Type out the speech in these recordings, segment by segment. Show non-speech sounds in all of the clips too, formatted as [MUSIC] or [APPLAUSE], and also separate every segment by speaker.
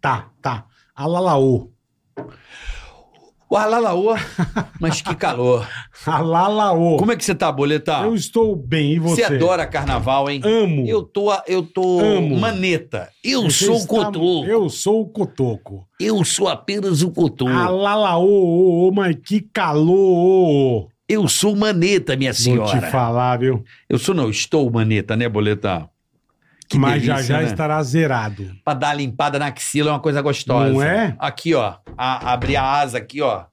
Speaker 1: Tá, tá. Alalaô.
Speaker 2: O alalaô, mas que calor.
Speaker 1: Alalaô.
Speaker 2: Como é que você tá, Boleta?
Speaker 1: Eu estou bem, e você?
Speaker 2: adora carnaval, hein?
Speaker 1: Amo.
Speaker 2: Eu tô, eu tô
Speaker 1: Amo.
Speaker 2: maneta. Eu
Speaker 1: Você
Speaker 2: sou o
Speaker 1: está-
Speaker 2: cotoco. Eu...
Speaker 1: Eu sou o Cotoco.
Speaker 2: sou apenas o cotoco.
Speaker 1: Alalaô, ô, ô, mas que calor. ô, ô.
Speaker 2: Eu sou maneta, minha
Speaker 1: Vou te
Speaker 2: senhora.
Speaker 1: falar, viu?
Speaker 2: eu sou não, estou maneta, né, Boleta? Que
Speaker 1: mas já
Speaker 2: delícia,
Speaker 1: já
Speaker 2: né?
Speaker 1: estará zerado.
Speaker 2: Pra dar a limpada na axila é uma coisa gostosa.
Speaker 1: Não é?
Speaker 2: Aqui, ó. A- abrir a asa aqui, ó.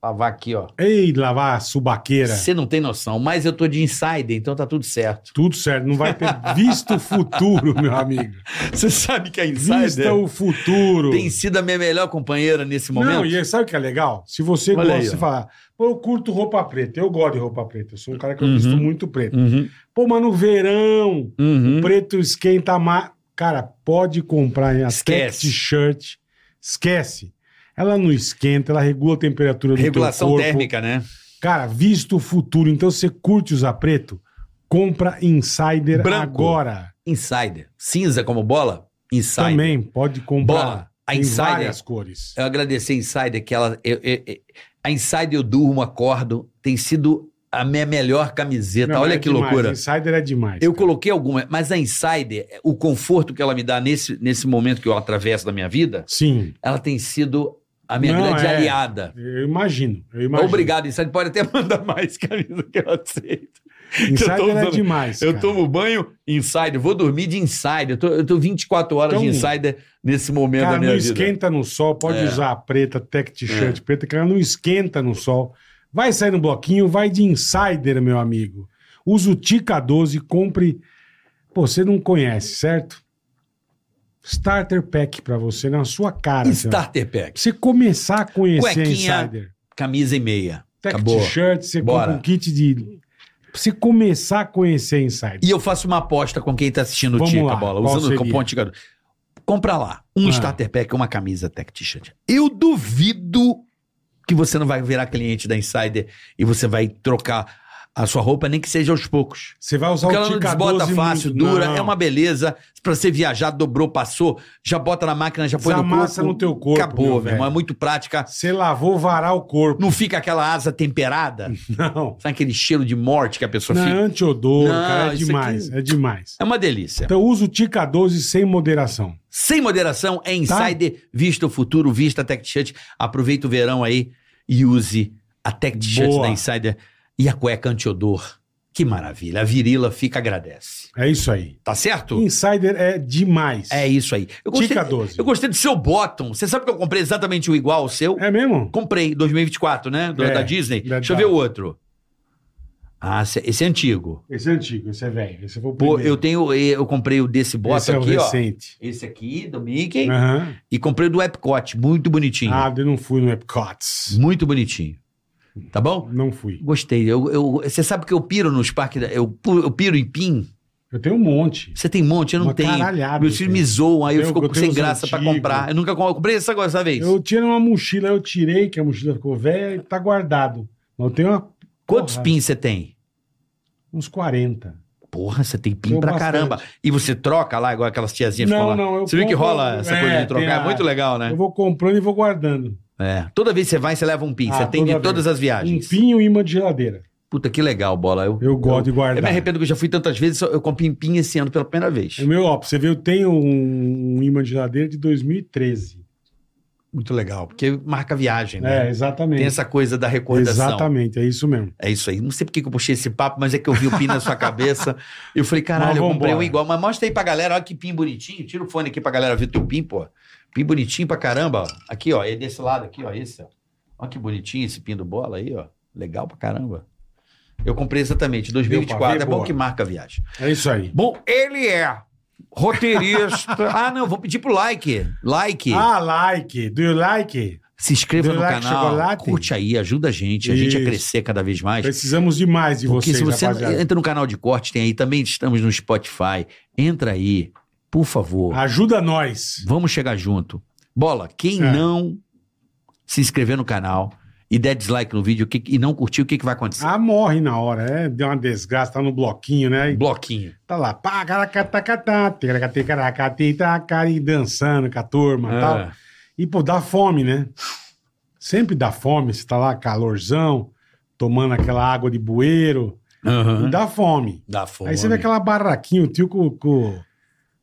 Speaker 2: Lavar aqui, ó.
Speaker 1: Ei, lavar a subaqueira.
Speaker 2: Você não tem noção, mas eu tô de insider, então tá tudo certo.
Speaker 1: Tudo certo,
Speaker 2: [LAUGHS]
Speaker 1: não vai ter visto o futuro, meu amigo.
Speaker 2: Você sabe que a
Speaker 1: Vista o futuro.
Speaker 2: tem sido a minha melhor companheira nesse momento?
Speaker 1: Não, e sabe o que é legal? Se você
Speaker 2: Olha
Speaker 1: gosta
Speaker 2: aí,
Speaker 1: de
Speaker 2: ó.
Speaker 1: falar, pô, eu curto roupa preta, eu gosto de roupa preta, eu sou um cara que eu
Speaker 2: Uhum.
Speaker 1: visto muito preto.
Speaker 2: Uhum,
Speaker 1: Pô, mas no verão,
Speaker 2: uhum.
Speaker 1: preto esquenta mais. Cara, pode comprar em até
Speaker 2: Esquece.
Speaker 1: t-shirt, esquece. Ela não esquenta, ela regula a temperatura do
Speaker 2: Regulação
Speaker 1: teu corpo.
Speaker 2: térmica, né?
Speaker 1: Cara, visto o futuro, então se você curte usar preto, compra Insider
Speaker 2: Branco.
Speaker 1: agora.
Speaker 2: Insider. Cinza como bola? Insider.
Speaker 1: Também pode comprar
Speaker 2: Bola. A
Speaker 1: em
Speaker 2: Insider.
Speaker 1: várias cores.
Speaker 2: Eu agradecer a Insider que ela. eu- eu- eu- a Insider eu durmo, acordo. Tem sido a minha melhor camiseta.
Speaker 1: Não,
Speaker 2: Olha
Speaker 1: é
Speaker 2: que
Speaker 1: demais,
Speaker 2: loucura.
Speaker 1: Insider é demais.
Speaker 2: Eu
Speaker 1: cara.
Speaker 2: coloquei alguma, mas a Insider, o conforto que ela me dá nesse, nesse momento que eu atravesso da minha vida,
Speaker 1: Sim.
Speaker 2: ela tem sido a minha
Speaker 1: Não,
Speaker 2: grande
Speaker 1: é.
Speaker 2: aliada.
Speaker 1: Eu imagino, eu imagino.
Speaker 2: Obrigado, Insider. Pode até [LAUGHS] mandar mais camisa que eu aceito.
Speaker 1: Insider
Speaker 2: Eu tô
Speaker 1: é
Speaker 2: usando-
Speaker 1: demais.
Speaker 2: Eu
Speaker 1: cara.
Speaker 2: tomo banho Insider, vou dormir de Insider. Eu tô, eu tô 24 horas de
Speaker 1: Então,
Speaker 2: Insider nesse momento
Speaker 1: Cara,
Speaker 2: da
Speaker 1: não
Speaker 2: minha vida.
Speaker 1: esquenta no sol, pode
Speaker 2: É.
Speaker 1: usar a preta, tech t-shirt preta, que ela não esquenta no sol. Vai sair no bloquinho, vai de insider, meu amigo. Usa o Tica 12, compre. Pô, você não conhece, certo? Starter Pack pra você, na sua cara. assim, Pra
Speaker 2: Starter Pack,
Speaker 1: você começar a conhecer a
Speaker 2: Cuequinha.
Speaker 1: insider.
Speaker 2: camisa e meia.
Speaker 1: Tech
Speaker 2: Acabou.
Speaker 1: t-shirt, você
Speaker 2: Bora.
Speaker 1: compra um kit de. Pra você começar a conhecer a insider.
Speaker 2: E eu faço uma aposta com quem tá assistindo o
Speaker 1: Vamos
Speaker 2: Tica
Speaker 1: lá,
Speaker 2: Bola,
Speaker 1: qual
Speaker 2: usando o
Speaker 1: seria?
Speaker 2: cupom Tica. Compra lá um
Speaker 1: Ah.
Speaker 2: Starter Pack, uma camisa Tech T-shirt. Eu duvido que você não vai virar cliente da Insider e você vai trocar a sua roupa, nem que seja aos poucos.
Speaker 1: Você vai usar
Speaker 2: Porque
Speaker 1: o
Speaker 2: ela não
Speaker 1: Tica 12.
Speaker 2: desbota
Speaker 1: muito-
Speaker 2: fácil, dura,
Speaker 1: Não.
Speaker 2: é uma beleza. Pra você viajar, dobrou, passou, já bota na máquina, já põe no corpo.
Speaker 1: Desamassa no teu corpo,
Speaker 2: Acabou,
Speaker 1: meu
Speaker 2: meu, irmão.
Speaker 1: velho.
Speaker 2: É muito prática.
Speaker 1: Você lavou varar o corpo. [LAUGHS]
Speaker 2: Não fica aquela asa temperada.
Speaker 1: Não.
Speaker 2: Sabe aquele cheiro de morte que a pessoa
Speaker 1: Não, é
Speaker 2: fica?
Speaker 1: antiodor,
Speaker 2: Não,
Speaker 1: cara, é
Speaker 2: isso
Speaker 1: demais,
Speaker 2: aqui-
Speaker 1: é demais.
Speaker 2: É uma delícia.
Speaker 1: Então usa o Tica 12 sem moderação.
Speaker 2: Sem moderação,
Speaker 1: Tá.
Speaker 2: é Insider. Vista o futuro, vista a Tech T-Shirt. Aproveita o verão aí e use a Tech T-Shirt
Speaker 1: Boa.
Speaker 2: da Insider e a cueca antiodor. Que maravilha. A virila fica agradece.
Speaker 1: É isso aí.
Speaker 2: Tá certo?
Speaker 1: Insider é demais.
Speaker 2: É isso aí. Eu gostei,
Speaker 1: Tica 12.
Speaker 2: eu gostei do seu bottom. Você sabe que eu comprei exatamente o igual ao seu?
Speaker 1: É mesmo?
Speaker 2: Comprei, 2024, né? Do-
Speaker 1: É,
Speaker 2: da Disney.
Speaker 1: da-
Speaker 2: Deixa eu ver o outro. Ah, esse- esse é antigo.
Speaker 1: Esse é antigo, esse é velho. Esse foi o
Speaker 2: Pô,
Speaker 1: primeiro.
Speaker 2: eu tenho, eu comprei o desse bottom
Speaker 1: esse é o
Speaker 2: aqui, ó.
Speaker 1: recente.
Speaker 2: Esse aqui, do Mickey.
Speaker 1: Aham.
Speaker 2: E comprei o do Epcot. Muito bonitinho.
Speaker 1: Ah, eu não fui no Epcot.
Speaker 2: Muito bonitinho. Tá bom?
Speaker 1: Não fui.
Speaker 2: Gostei. Eu, eu- você sabe que eu piro nos parques. da- Eu, pu- eu piro em PIN.
Speaker 1: Eu tenho um monte.
Speaker 2: Você tem um monte, eu não
Speaker 1: Uma
Speaker 2: tenho.
Speaker 1: caralhada,
Speaker 2: Meus filhos
Speaker 1: gente.
Speaker 2: me zoam, aí eu,
Speaker 1: Eu-
Speaker 2: fico
Speaker 1: eu tenho
Speaker 2: sem
Speaker 1: os
Speaker 2: graça pra
Speaker 1: antigos.
Speaker 2: comprar. Eu nunca com- eu comprei essa agora dessa vez.
Speaker 1: Eu tinha uma mochila, eu tirei, que a mochila ficou velha e tá guardado. Mas eu tenho uma-
Speaker 2: Quantos
Speaker 1: porra,
Speaker 2: pins você tem?
Speaker 1: Uns 40.
Speaker 2: Porra, você tem pin
Speaker 1: Tenho
Speaker 2: pra
Speaker 1: bastante.
Speaker 2: caramba. E você troca lá, igual aquelas tiazinhas que
Speaker 1: Não,
Speaker 2: ficam lá.
Speaker 1: não, eu
Speaker 2: você viu que
Speaker 1: compro-
Speaker 2: rola essa
Speaker 1: é,
Speaker 2: coisa de
Speaker 1: tem
Speaker 2: trocar? É
Speaker 1: a-
Speaker 2: muito legal, né?
Speaker 1: Eu vou comprando e vou guardando.
Speaker 2: É. Toda vez que você vai, você leva um pin.
Speaker 1: Ah,
Speaker 2: você tem
Speaker 1: toda
Speaker 2: de
Speaker 1: vez.
Speaker 2: todas as
Speaker 1: Um
Speaker 2: viagens.
Speaker 1: pinho e imã de geladeira.
Speaker 2: Puta, que legal, bola. Ah, Eu,
Speaker 1: Eu gosto de guardar.
Speaker 2: Eu me arrependo que eu já fui tantas vezes, só- eu comprei em pin esse ano pela primeira vez.
Speaker 1: O meu, ó, pra você ver, eu tenho um, um imã de geladeira de 2013.
Speaker 2: Muito legal, porque marca viagem, né?
Speaker 1: É, exatamente.
Speaker 2: Tem essa coisa da recordação.
Speaker 1: Exatamente, é isso mesmo.
Speaker 2: É isso aí. Não sei por que que eu puxei esse papo, mas é que eu vi o pin na sua cabeça. E eu falei, caralho,
Speaker 1: Mas
Speaker 2: eu comprei um
Speaker 1: vambora.
Speaker 2: igual. Mas mostra aí pra galera, olha que pin bonitinho. Tira o fone aqui pra galera ver teu pin, pô. Pin bonitinho pra caramba. ó. Aqui, ó. É desse lado aqui, ó. Esse, ó. Olha que bonitinho esse pin do bola aí, ó. Legal pra caramba. Eu comprei exatamente,
Speaker 1: Deu pra
Speaker 2: 2024.
Speaker 1: ver,
Speaker 2: É bom
Speaker 1: boa.
Speaker 2: que marca a viagem.
Speaker 1: É isso aí.
Speaker 2: Bom, ele é
Speaker 1: [LAUGHS]
Speaker 2: roteirista. ah, não, vou pedir pro like. Like.
Speaker 1: Ah, like. Do you like?
Speaker 2: se inscreva
Speaker 1: deu
Speaker 2: no
Speaker 1: like,
Speaker 2: canal.
Speaker 1: chocolate.
Speaker 2: Curte aí, ajuda a gente. A gente a
Speaker 1: Isso.
Speaker 2: crescer cada vez mais.
Speaker 1: Precisamos demais de
Speaker 2: Porque
Speaker 1: vocês,
Speaker 2: se você
Speaker 1: rapaziada.
Speaker 2: entra no canal de corte, tem aí. Também estamos no Spotify. Entra aí, por favor.
Speaker 1: Ajuda nós.
Speaker 2: Vamos chegar junto. Bola, quem
Speaker 1: É.
Speaker 2: não se inscrever no canal e der dislike no vídeo o que- e não curtir, o que, que vai acontecer?
Speaker 1: Ah, morre na hora, é. Deu uma desgraça, tá no bloquinho, né? E
Speaker 2: Bloquinho.
Speaker 1: Tá lá, pá, tá, caracatacatá, ticaracaticaracaticaraca, tá, e dançando com a turma e tal.
Speaker 2: Ah,
Speaker 1: E, pô, dá fome, né? Sempre dá fome, você tá lá, calorzão, tomando aquela água de bueiro,
Speaker 2: Ah, aham.
Speaker 1: e dá fome.
Speaker 2: Dá fome.
Speaker 1: Aí você vê aquela barraquinha, o tio com, com,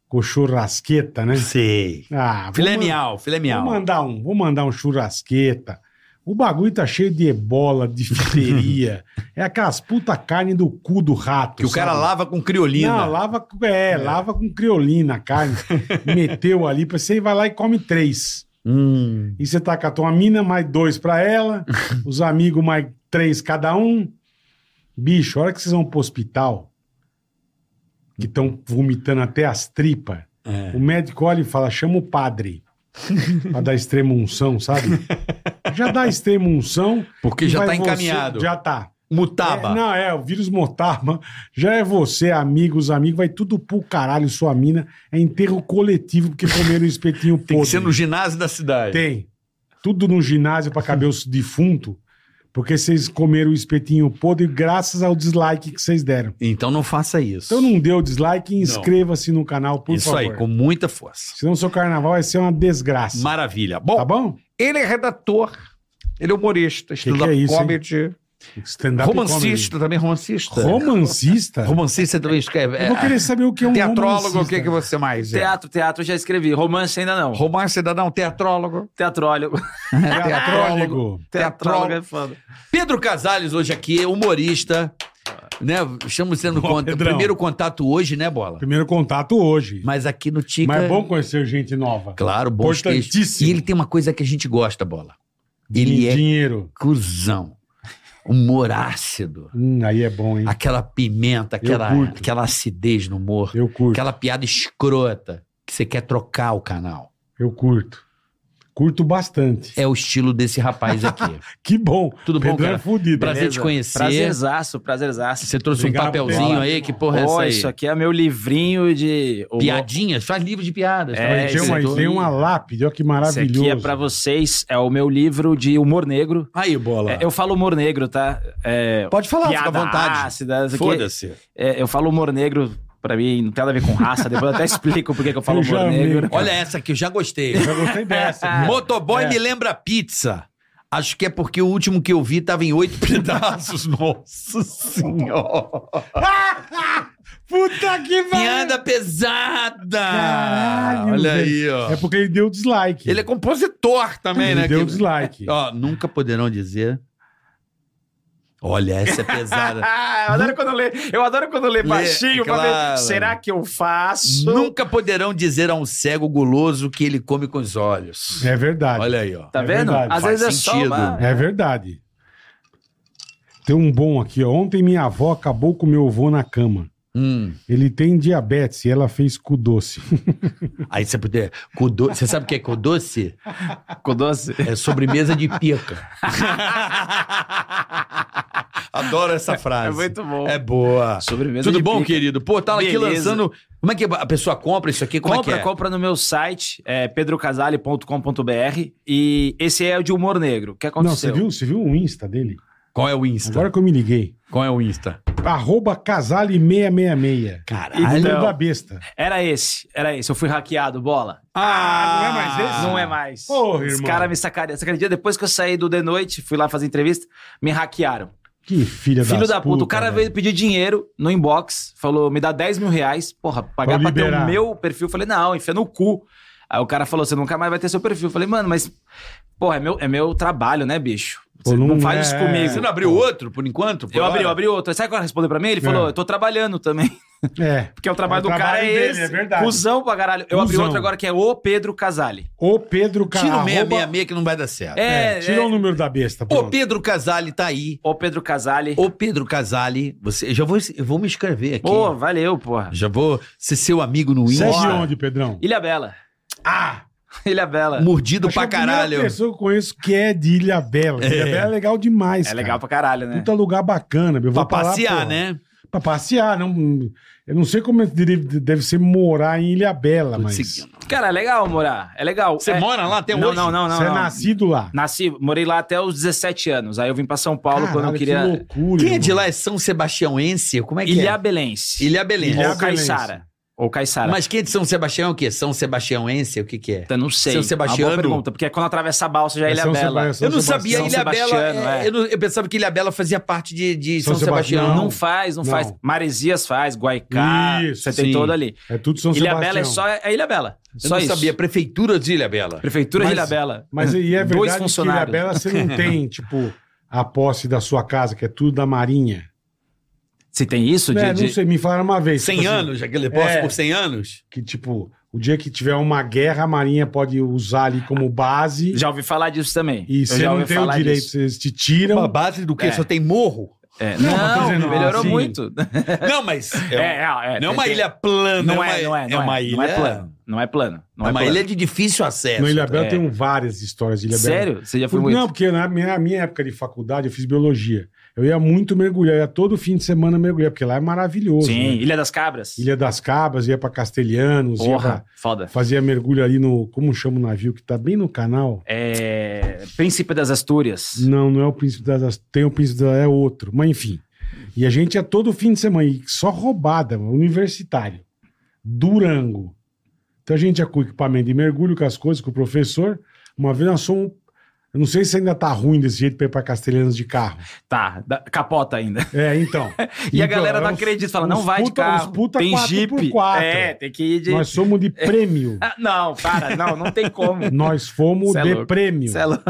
Speaker 1: com churrasqueta, né?
Speaker 2: Sei.
Speaker 1: Ah, vou
Speaker 2: Filé
Speaker 1: man-
Speaker 2: miau, filé miau.
Speaker 1: Vou mandar um, vou mandar um churrasqueta. O bagulho tá cheio de ebola,
Speaker 2: [LAUGHS]
Speaker 1: difteria. é aquelas puta carne do cu do rato.
Speaker 2: Que o cara
Speaker 1: sabe?
Speaker 2: lava com criolina.
Speaker 1: Não, lava, com- é, lava com criolina
Speaker 2: [LAUGHS]
Speaker 1: a carne. meteu ali, pra você vai lá e come três.
Speaker 2: Hum.
Speaker 1: E você tá com a tua mina, mais dois pra
Speaker 2: [LAUGHS]
Speaker 1: ela, os amigos mais três cada um. Bicho, a hora que vocês vão pro hospital, que estão vomitando até as tripas,
Speaker 2: É.
Speaker 1: o médico olha e fala: chama o padre. pra dar extrema unção, sabe?
Speaker 2: [LAUGHS]
Speaker 1: Já dá extrema unção.
Speaker 2: Porque já
Speaker 1: vai
Speaker 2: tá
Speaker 1: você-
Speaker 2: encaminhado.
Speaker 1: já tá.
Speaker 2: Mutaba.
Speaker 1: É, não, é, o vírus motaba. Já é você, amigos, amigos, vai tudo pro caralho, sua mina. É enterro coletivo, porque comeram um espetinho podre.
Speaker 2: Tem que ser no ginásio da cidade.
Speaker 1: Tem. Tudo no ginásio pra caber os defunto, porque vocês comeram o espetinho podre graças ao dislike que vocês deram.
Speaker 2: Então não faça isso.
Speaker 1: Então não dê o dislike e inscreva-se no canal, por
Speaker 2: isso
Speaker 1: favor.
Speaker 2: aí, com muita força.
Speaker 1: Senão seu carnaval vai ser uma desgraça.
Speaker 2: Maravilha. Bom,
Speaker 1: Tá bom?
Speaker 2: ele é redator, ele é humorista, estuda
Speaker 1: que é isso,
Speaker 2: comedy,
Speaker 1: Stand-up
Speaker 2: romancista também, romancista.
Speaker 1: comedy. Romancista?
Speaker 2: Romancista também escreve.
Speaker 1: Eu vou
Speaker 2: é,
Speaker 1: querer saber o que é um
Speaker 2: teatrólogo, o que,
Speaker 1: romancista.
Speaker 2: que você mais é?
Speaker 3: Teatro, teatro, eu já escrevi. Romance ainda não.
Speaker 2: Romance cidadão, teatrólogo.
Speaker 3: Teatrólogo.
Speaker 2: é?
Speaker 1: Teatrólogo.
Speaker 3: [LAUGHS] Teatrólogo é foda.
Speaker 2: Pedro Casales hoje aqui, é humorista. Né? Estamos sendo
Speaker 1: Ó,
Speaker 2: cont-
Speaker 1: Pedrão.
Speaker 2: primeiro contato hoje, né, Bola?
Speaker 1: Primeiro contato hoje.
Speaker 2: Mas aqui no Tica.
Speaker 1: Mas é bom conhecer gente nova.
Speaker 2: Claro, bons textos.
Speaker 1: Importantíssimo.
Speaker 2: E ele tem uma coisa que a gente gosta, Bola. Ele é
Speaker 1: Dinheiro.
Speaker 2: cuzão. Humor ácido.
Speaker 1: Hum, aí é bom, hein?
Speaker 2: Aquela pimenta, aquela,
Speaker 1: curto.
Speaker 2: aquela acidez no humor.
Speaker 1: Eu curto.
Speaker 2: Aquela piada escrota que você quer trocar o canal.
Speaker 1: Eu curto. Curto bastante.
Speaker 2: É o estilo desse rapaz
Speaker 1: [LAUGHS]
Speaker 2: aqui.
Speaker 1: Que bom.
Speaker 2: Tudo bom,
Speaker 1: Pedrão
Speaker 2: cara?
Speaker 1: é fudido.
Speaker 2: Prazer
Speaker 3: Beleza?
Speaker 2: te conhecer.
Speaker 3: Prazerzaço, prazerzaço.
Speaker 2: Você trouxe
Speaker 1: Obrigado,
Speaker 2: um papelzinho
Speaker 1: Pedro.
Speaker 2: aí, que porra é
Speaker 3: Ó,
Speaker 2: essa aí?
Speaker 3: isso aqui é meu livrinho de... o-
Speaker 2: Piadinhas? Faz livro de piadas.
Speaker 3: É,
Speaker 2: também.
Speaker 1: Mas tem,
Speaker 3: esse
Speaker 1: uma,
Speaker 3: aqui-
Speaker 1: tem uma lápide, olha que
Speaker 3: Esse
Speaker 1: maravilhoso.
Speaker 3: aqui é pra vocês, é o meu livro de humor negro.
Speaker 2: Aí, bola.
Speaker 3: É, eu falo humor negro, tá? É,
Speaker 2: Pode falar, fica à
Speaker 3: piada
Speaker 2: vontade.
Speaker 3: ácida, isso aqui.
Speaker 2: Foda-se.
Speaker 3: É, eu falo humor negro, pra mim, não tem nada a ver com raça. Depois eu até explico por que que eu falo
Speaker 1: Eu já
Speaker 3: humor
Speaker 1: amei.
Speaker 3: negro.
Speaker 2: Olha essa aqui, eu já gostei.
Speaker 1: Eu
Speaker 2: [LAUGHS]
Speaker 1: gostei dessa.
Speaker 2: Motoboy
Speaker 1: É.
Speaker 2: me lembra pizza. Acho que é porque o último que eu vi tava em oito [LAUGHS] pedaços. Nossa senhora.
Speaker 1: [LAUGHS] Puta que
Speaker 2: Piada pesada.
Speaker 1: Caralho,
Speaker 2: Olha
Speaker 1: velho.
Speaker 2: aí, ó.
Speaker 1: É porque ele deu dislike.
Speaker 2: Ele é compositor também,
Speaker 1: Ele
Speaker 2: né?
Speaker 3: um
Speaker 1: deu
Speaker 2: Que-
Speaker 1: dislike.
Speaker 2: Ó, nunca poderão dizer. Olha, essa é
Speaker 3: [LAUGHS]
Speaker 2: pesada.
Speaker 3: [LAUGHS] Ah, eu adoro quando lê, eu adoro quando lê
Speaker 2: Lê,
Speaker 3: baixinho pra ver.
Speaker 2: claro.
Speaker 3: Será que eu faço?
Speaker 2: nunca poderão dizer a um cego guloso que ele come com os olhos.
Speaker 1: É verdade.
Speaker 2: Olha aí, ó.
Speaker 3: Tá
Speaker 1: É
Speaker 3: vendo?
Speaker 1: verdade.
Speaker 3: Às
Speaker 2: Faz
Speaker 3: vezes é
Speaker 2: sentido.
Speaker 3: só uma...
Speaker 1: É verdade. Tem um bom aqui, ó. Ontem minha avó acabou com meu avô na cama.
Speaker 2: Hum.
Speaker 1: Ele tem diabetes e ela fez
Speaker 2: [LAUGHS]
Speaker 1: cu doce.
Speaker 2: Aí você poder. com do- Você sabe o que é com doce? [LAUGHS]
Speaker 3: Com doce.
Speaker 2: É sobremesa de pica. Adoro essa frase.
Speaker 3: É muito bom.
Speaker 2: É boa.
Speaker 3: Sobremesa
Speaker 2: Tudo
Speaker 3: de
Speaker 2: bom,
Speaker 3: pica.
Speaker 2: querido? Pô, tá aqui
Speaker 3: Beleza.
Speaker 2: lançando. Como é que a pessoa compra isso aqui? Como
Speaker 3: compra,
Speaker 2: é que é?
Speaker 3: compra no meu site, é pedrocasale.com.br. E esse é o de humor negro. O que
Speaker 1: Não, você
Speaker 3: aconteceu?
Speaker 1: viu, você viu o Insta dele?
Speaker 2: Qual é o Insta?
Speaker 1: Agora que eu me liguei.
Speaker 2: Qual é o Insta?
Speaker 1: Arroba casale666.
Speaker 2: Caralho.
Speaker 3: Então-
Speaker 1: da besta.
Speaker 3: Era esse, era esse. Eu fui hackeado, bola.
Speaker 2: Ah,
Speaker 3: Não é mais.
Speaker 1: Porra,
Speaker 3: Os
Speaker 1: irmão.
Speaker 3: caras me sacaram. Você acredita? Depois que eu saí do The Noite, fui lá fazer entrevista, me hackearam.
Speaker 1: Que filha né?
Speaker 3: Filho da puta. O cara
Speaker 1: velho.
Speaker 3: veio pedir dinheiro no inbox, falou, me dá 10 mil reais. Porra, pagar pra ter
Speaker 1: liberar.
Speaker 3: o meu perfil. Eu Falei, não, enfia no cu. Aí o cara falou, você nunca mais vai ter seu perfil. Eu Falei, mano, mas... Porra, é meu, é meu trabalho, né, bicho?
Speaker 1: Pô,
Speaker 3: não faz isso comigo.
Speaker 2: Você não abriu outro, por enquanto? por
Speaker 3: Eu abri,
Speaker 2: hora?
Speaker 3: eu abri outro. Aí Sabe quando respondeu pra mim? Ele falou,
Speaker 1: É.
Speaker 3: eu tô trabalhando também. [LAUGHS]
Speaker 1: É.
Speaker 3: Porque o trabalho
Speaker 1: É,
Speaker 3: do
Speaker 1: o
Speaker 3: cara
Speaker 1: trabalho
Speaker 3: é
Speaker 1: dele,
Speaker 3: esse.
Speaker 1: é verdade.
Speaker 3: Cusão pra caralho. Eu abri
Speaker 1: Cusão.
Speaker 3: outro agora que é o Pedro Casale.
Speaker 1: O Pedro Ca-
Speaker 2: Tira o
Speaker 1: arroba-
Speaker 2: 666 que não vai dar certo.
Speaker 3: É,
Speaker 1: É, tira o número da besta.
Speaker 2: O
Speaker 1: pronto.
Speaker 2: Pedro Casale tá aí.
Speaker 3: O Pedro Casale.
Speaker 2: O Pedro Casale, você, eu já vou, eu vou me inscrever aqui.
Speaker 3: Pô, valeu, porra.
Speaker 2: Já vou ser seu amigo no
Speaker 1: Você é de
Speaker 2: Insta.
Speaker 1: onde, Pedrão?
Speaker 3: Ilha Bela. [LAUGHS]
Speaker 1: Ah!
Speaker 3: Ilha Bela.
Speaker 2: Mordido
Speaker 1: acho
Speaker 2: pra
Speaker 1: que é a primeira
Speaker 2: caralho.
Speaker 1: pessoa que eu conheço que é de Ilha Bela. Ilha Bela é legal demais.
Speaker 3: É
Speaker 1: cara.
Speaker 3: legal pra caralho, né?
Speaker 1: Puta lugar bacana. meu. Eu
Speaker 2: Pra
Speaker 1: vou lá,
Speaker 2: passear,
Speaker 1: porra.
Speaker 2: né?
Speaker 1: Pra passear. Não, eu não sei como é que deve, deve ser morar em Ilha Bela, mas.
Speaker 2: Putz,
Speaker 1: Então-
Speaker 3: Cara, é legal morar. É legal.
Speaker 2: Você
Speaker 3: É-
Speaker 2: mora lá até
Speaker 3: não,
Speaker 2: hoje?
Speaker 3: Não, não, não.
Speaker 1: Você é
Speaker 3: não.
Speaker 1: nascido lá.
Speaker 3: Nasci, morei lá até os 17 anos. Aí eu vim pra São Paulo quando
Speaker 1: Caralho, Que
Speaker 3: eu queria.
Speaker 1: loucura,
Speaker 2: Quem é de
Speaker 1: irmão.
Speaker 2: lá é São Sebastiãoense? Como é que
Speaker 3: Ilha Belense.
Speaker 2: é? Ilha Belém.
Speaker 1: Ilha-
Speaker 3: Ou Caiçara. Ou Caiçara.
Speaker 2: Mas quem é de São Sebastião é o quê? São Sebastiãoense? O que que é?
Speaker 3: Eu não sei.
Speaker 2: São
Speaker 3: Uma
Speaker 2: Sebastiano?
Speaker 3: Boa pergunta, porque quando atravessa a balsa já é
Speaker 1: É
Speaker 3: Ilha
Speaker 1: São
Speaker 3: Bela.
Speaker 1: Sebastião.
Speaker 2: Eu não
Speaker 1: Sebastião.
Speaker 2: sabia Ilha
Speaker 3: São
Speaker 2: Bela.
Speaker 3: Sebastiano,
Speaker 2: é,
Speaker 3: é.
Speaker 2: Eu, não- eu pensava que Ilha Bela fazia parte de, de São,
Speaker 1: São
Speaker 2: Sebastião.
Speaker 1: Sebastião.
Speaker 3: Não,
Speaker 1: Não.
Speaker 3: faz, não,
Speaker 1: Não.
Speaker 3: faz. Maresias faz, Guaicá.
Speaker 1: Isso,
Speaker 3: você tem
Speaker 2: sim.
Speaker 3: todo ali.
Speaker 1: É tudo São
Speaker 3: Ilha
Speaker 1: Sebastião.
Speaker 3: Bela é só. É Ilha Bela.
Speaker 2: Eu
Speaker 3: Só
Speaker 2: não
Speaker 3: isso.
Speaker 2: sabia. Prefeitura de Ilha Bela.
Speaker 3: Prefeitura de
Speaker 1: Mas-
Speaker 3: Ilha Bela.
Speaker 1: Mas e é
Speaker 3: Dois
Speaker 1: verdade que Ilha
Speaker 3: funcionários.
Speaker 1: Bela você não tem,
Speaker 3: [LAUGHS]
Speaker 1: tipo, a posse da sua casa, que é tudo da Marinha.
Speaker 3: Você tem isso? De,
Speaker 1: É,
Speaker 3: de-
Speaker 1: Não sei, me falaram uma vez.
Speaker 2: 100
Speaker 1: tipo assim,
Speaker 2: anos, aquele posse
Speaker 1: É.
Speaker 2: por 100 anos?
Speaker 1: que, tipo, o dia que tiver uma guerra, a Marinha pode usar ali como base.
Speaker 3: Já ouvi falar disso também.
Speaker 1: e
Speaker 3: Eu
Speaker 1: você
Speaker 3: já
Speaker 1: não
Speaker 3: ouvi
Speaker 1: tem o
Speaker 3: falar
Speaker 1: direito,
Speaker 3: disso.
Speaker 1: vocês te tiram.
Speaker 2: a base do quê?
Speaker 3: É.
Speaker 2: Só tem morro?
Speaker 3: É,
Speaker 1: Não,
Speaker 3: Não,
Speaker 1: tô dizendo,
Speaker 3: melhorou
Speaker 1: assim,
Speaker 3: muito.
Speaker 2: [LAUGHS] Não, mas.
Speaker 3: É,
Speaker 2: É,
Speaker 3: é, é,
Speaker 2: não é uma
Speaker 3: tem-
Speaker 2: ilha plana.
Speaker 3: Não é, não é, não é.
Speaker 2: uma
Speaker 3: Não
Speaker 2: ilha.
Speaker 3: é plano. Não é plano. Não
Speaker 2: é
Speaker 3: é
Speaker 2: uma
Speaker 3: plano.
Speaker 2: ilha de difícil acesso.
Speaker 1: No Ilha Bela
Speaker 3: é.
Speaker 1: tem um- várias histórias de Ilha Bela.
Speaker 3: Sério? Você já foi muito?
Speaker 1: Não, é porque na minha, na minha época de faculdade eu fiz biologia. Eu ia muito mergulhar, ia todo fim de semana mergulhar, porque lá é maravilhoso.
Speaker 3: Sim,
Speaker 1: né?
Speaker 3: Ilha das Cabras.
Speaker 1: Ilha das Cabras, ia pra Castelhanos, ia pra,
Speaker 3: Porra, foda.
Speaker 1: fazia mergulho ali no. Como chama o navio que tá bem no canal?
Speaker 3: É... Príncipe das Astúrias.
Speaker 1: Não, não é o Príncipe das As- Tem o Príncipe das é outro. Mas enfim. E a gente ia todo fim de semana, e só roubada, mano, universitário. Durango. Então a gente ia com o equipamento de mergulho, com as coisas, com o professor. Uma vez nós somos. Eu não sei se ainda tá ruim desse jeito pra ir pra Castelhanos de carro.
Speaker 3: Tá, da- capota ainda.
Speaker 1: É, então.
Speaker 3: [LAUGHS] E a
Speaker 1: Então,
Speaker 3: galera não
Speaker 1: uns-
Speaker 3: acredita, fala,
Speaker 1: uns
Speaker 3: não vai de
Speaker 1: puta-
Speaker 3: carro.
Speaker 1: uns puta
Speaker 3: tem
Speaker 1: quatro
Speaker 3: Jeep.
Speaker 1: por quatro.
Speaker 3: É, tem que ir de.
Speaker 1: Nós somos
Speaker 3: [LAUGHS]
Speaker 1: de prêmio.
Speaker 3: Ah, não, para, não, não tem
Speaker 1: [LAUGHS]
Speaker 3: como.
Speaker 1: Nós fomos
Speaker 3: Cê é
Speaker 1: de
Speaker 3: louco.
Speaker 1: prêmio.
Speaker 3: Cê é louco.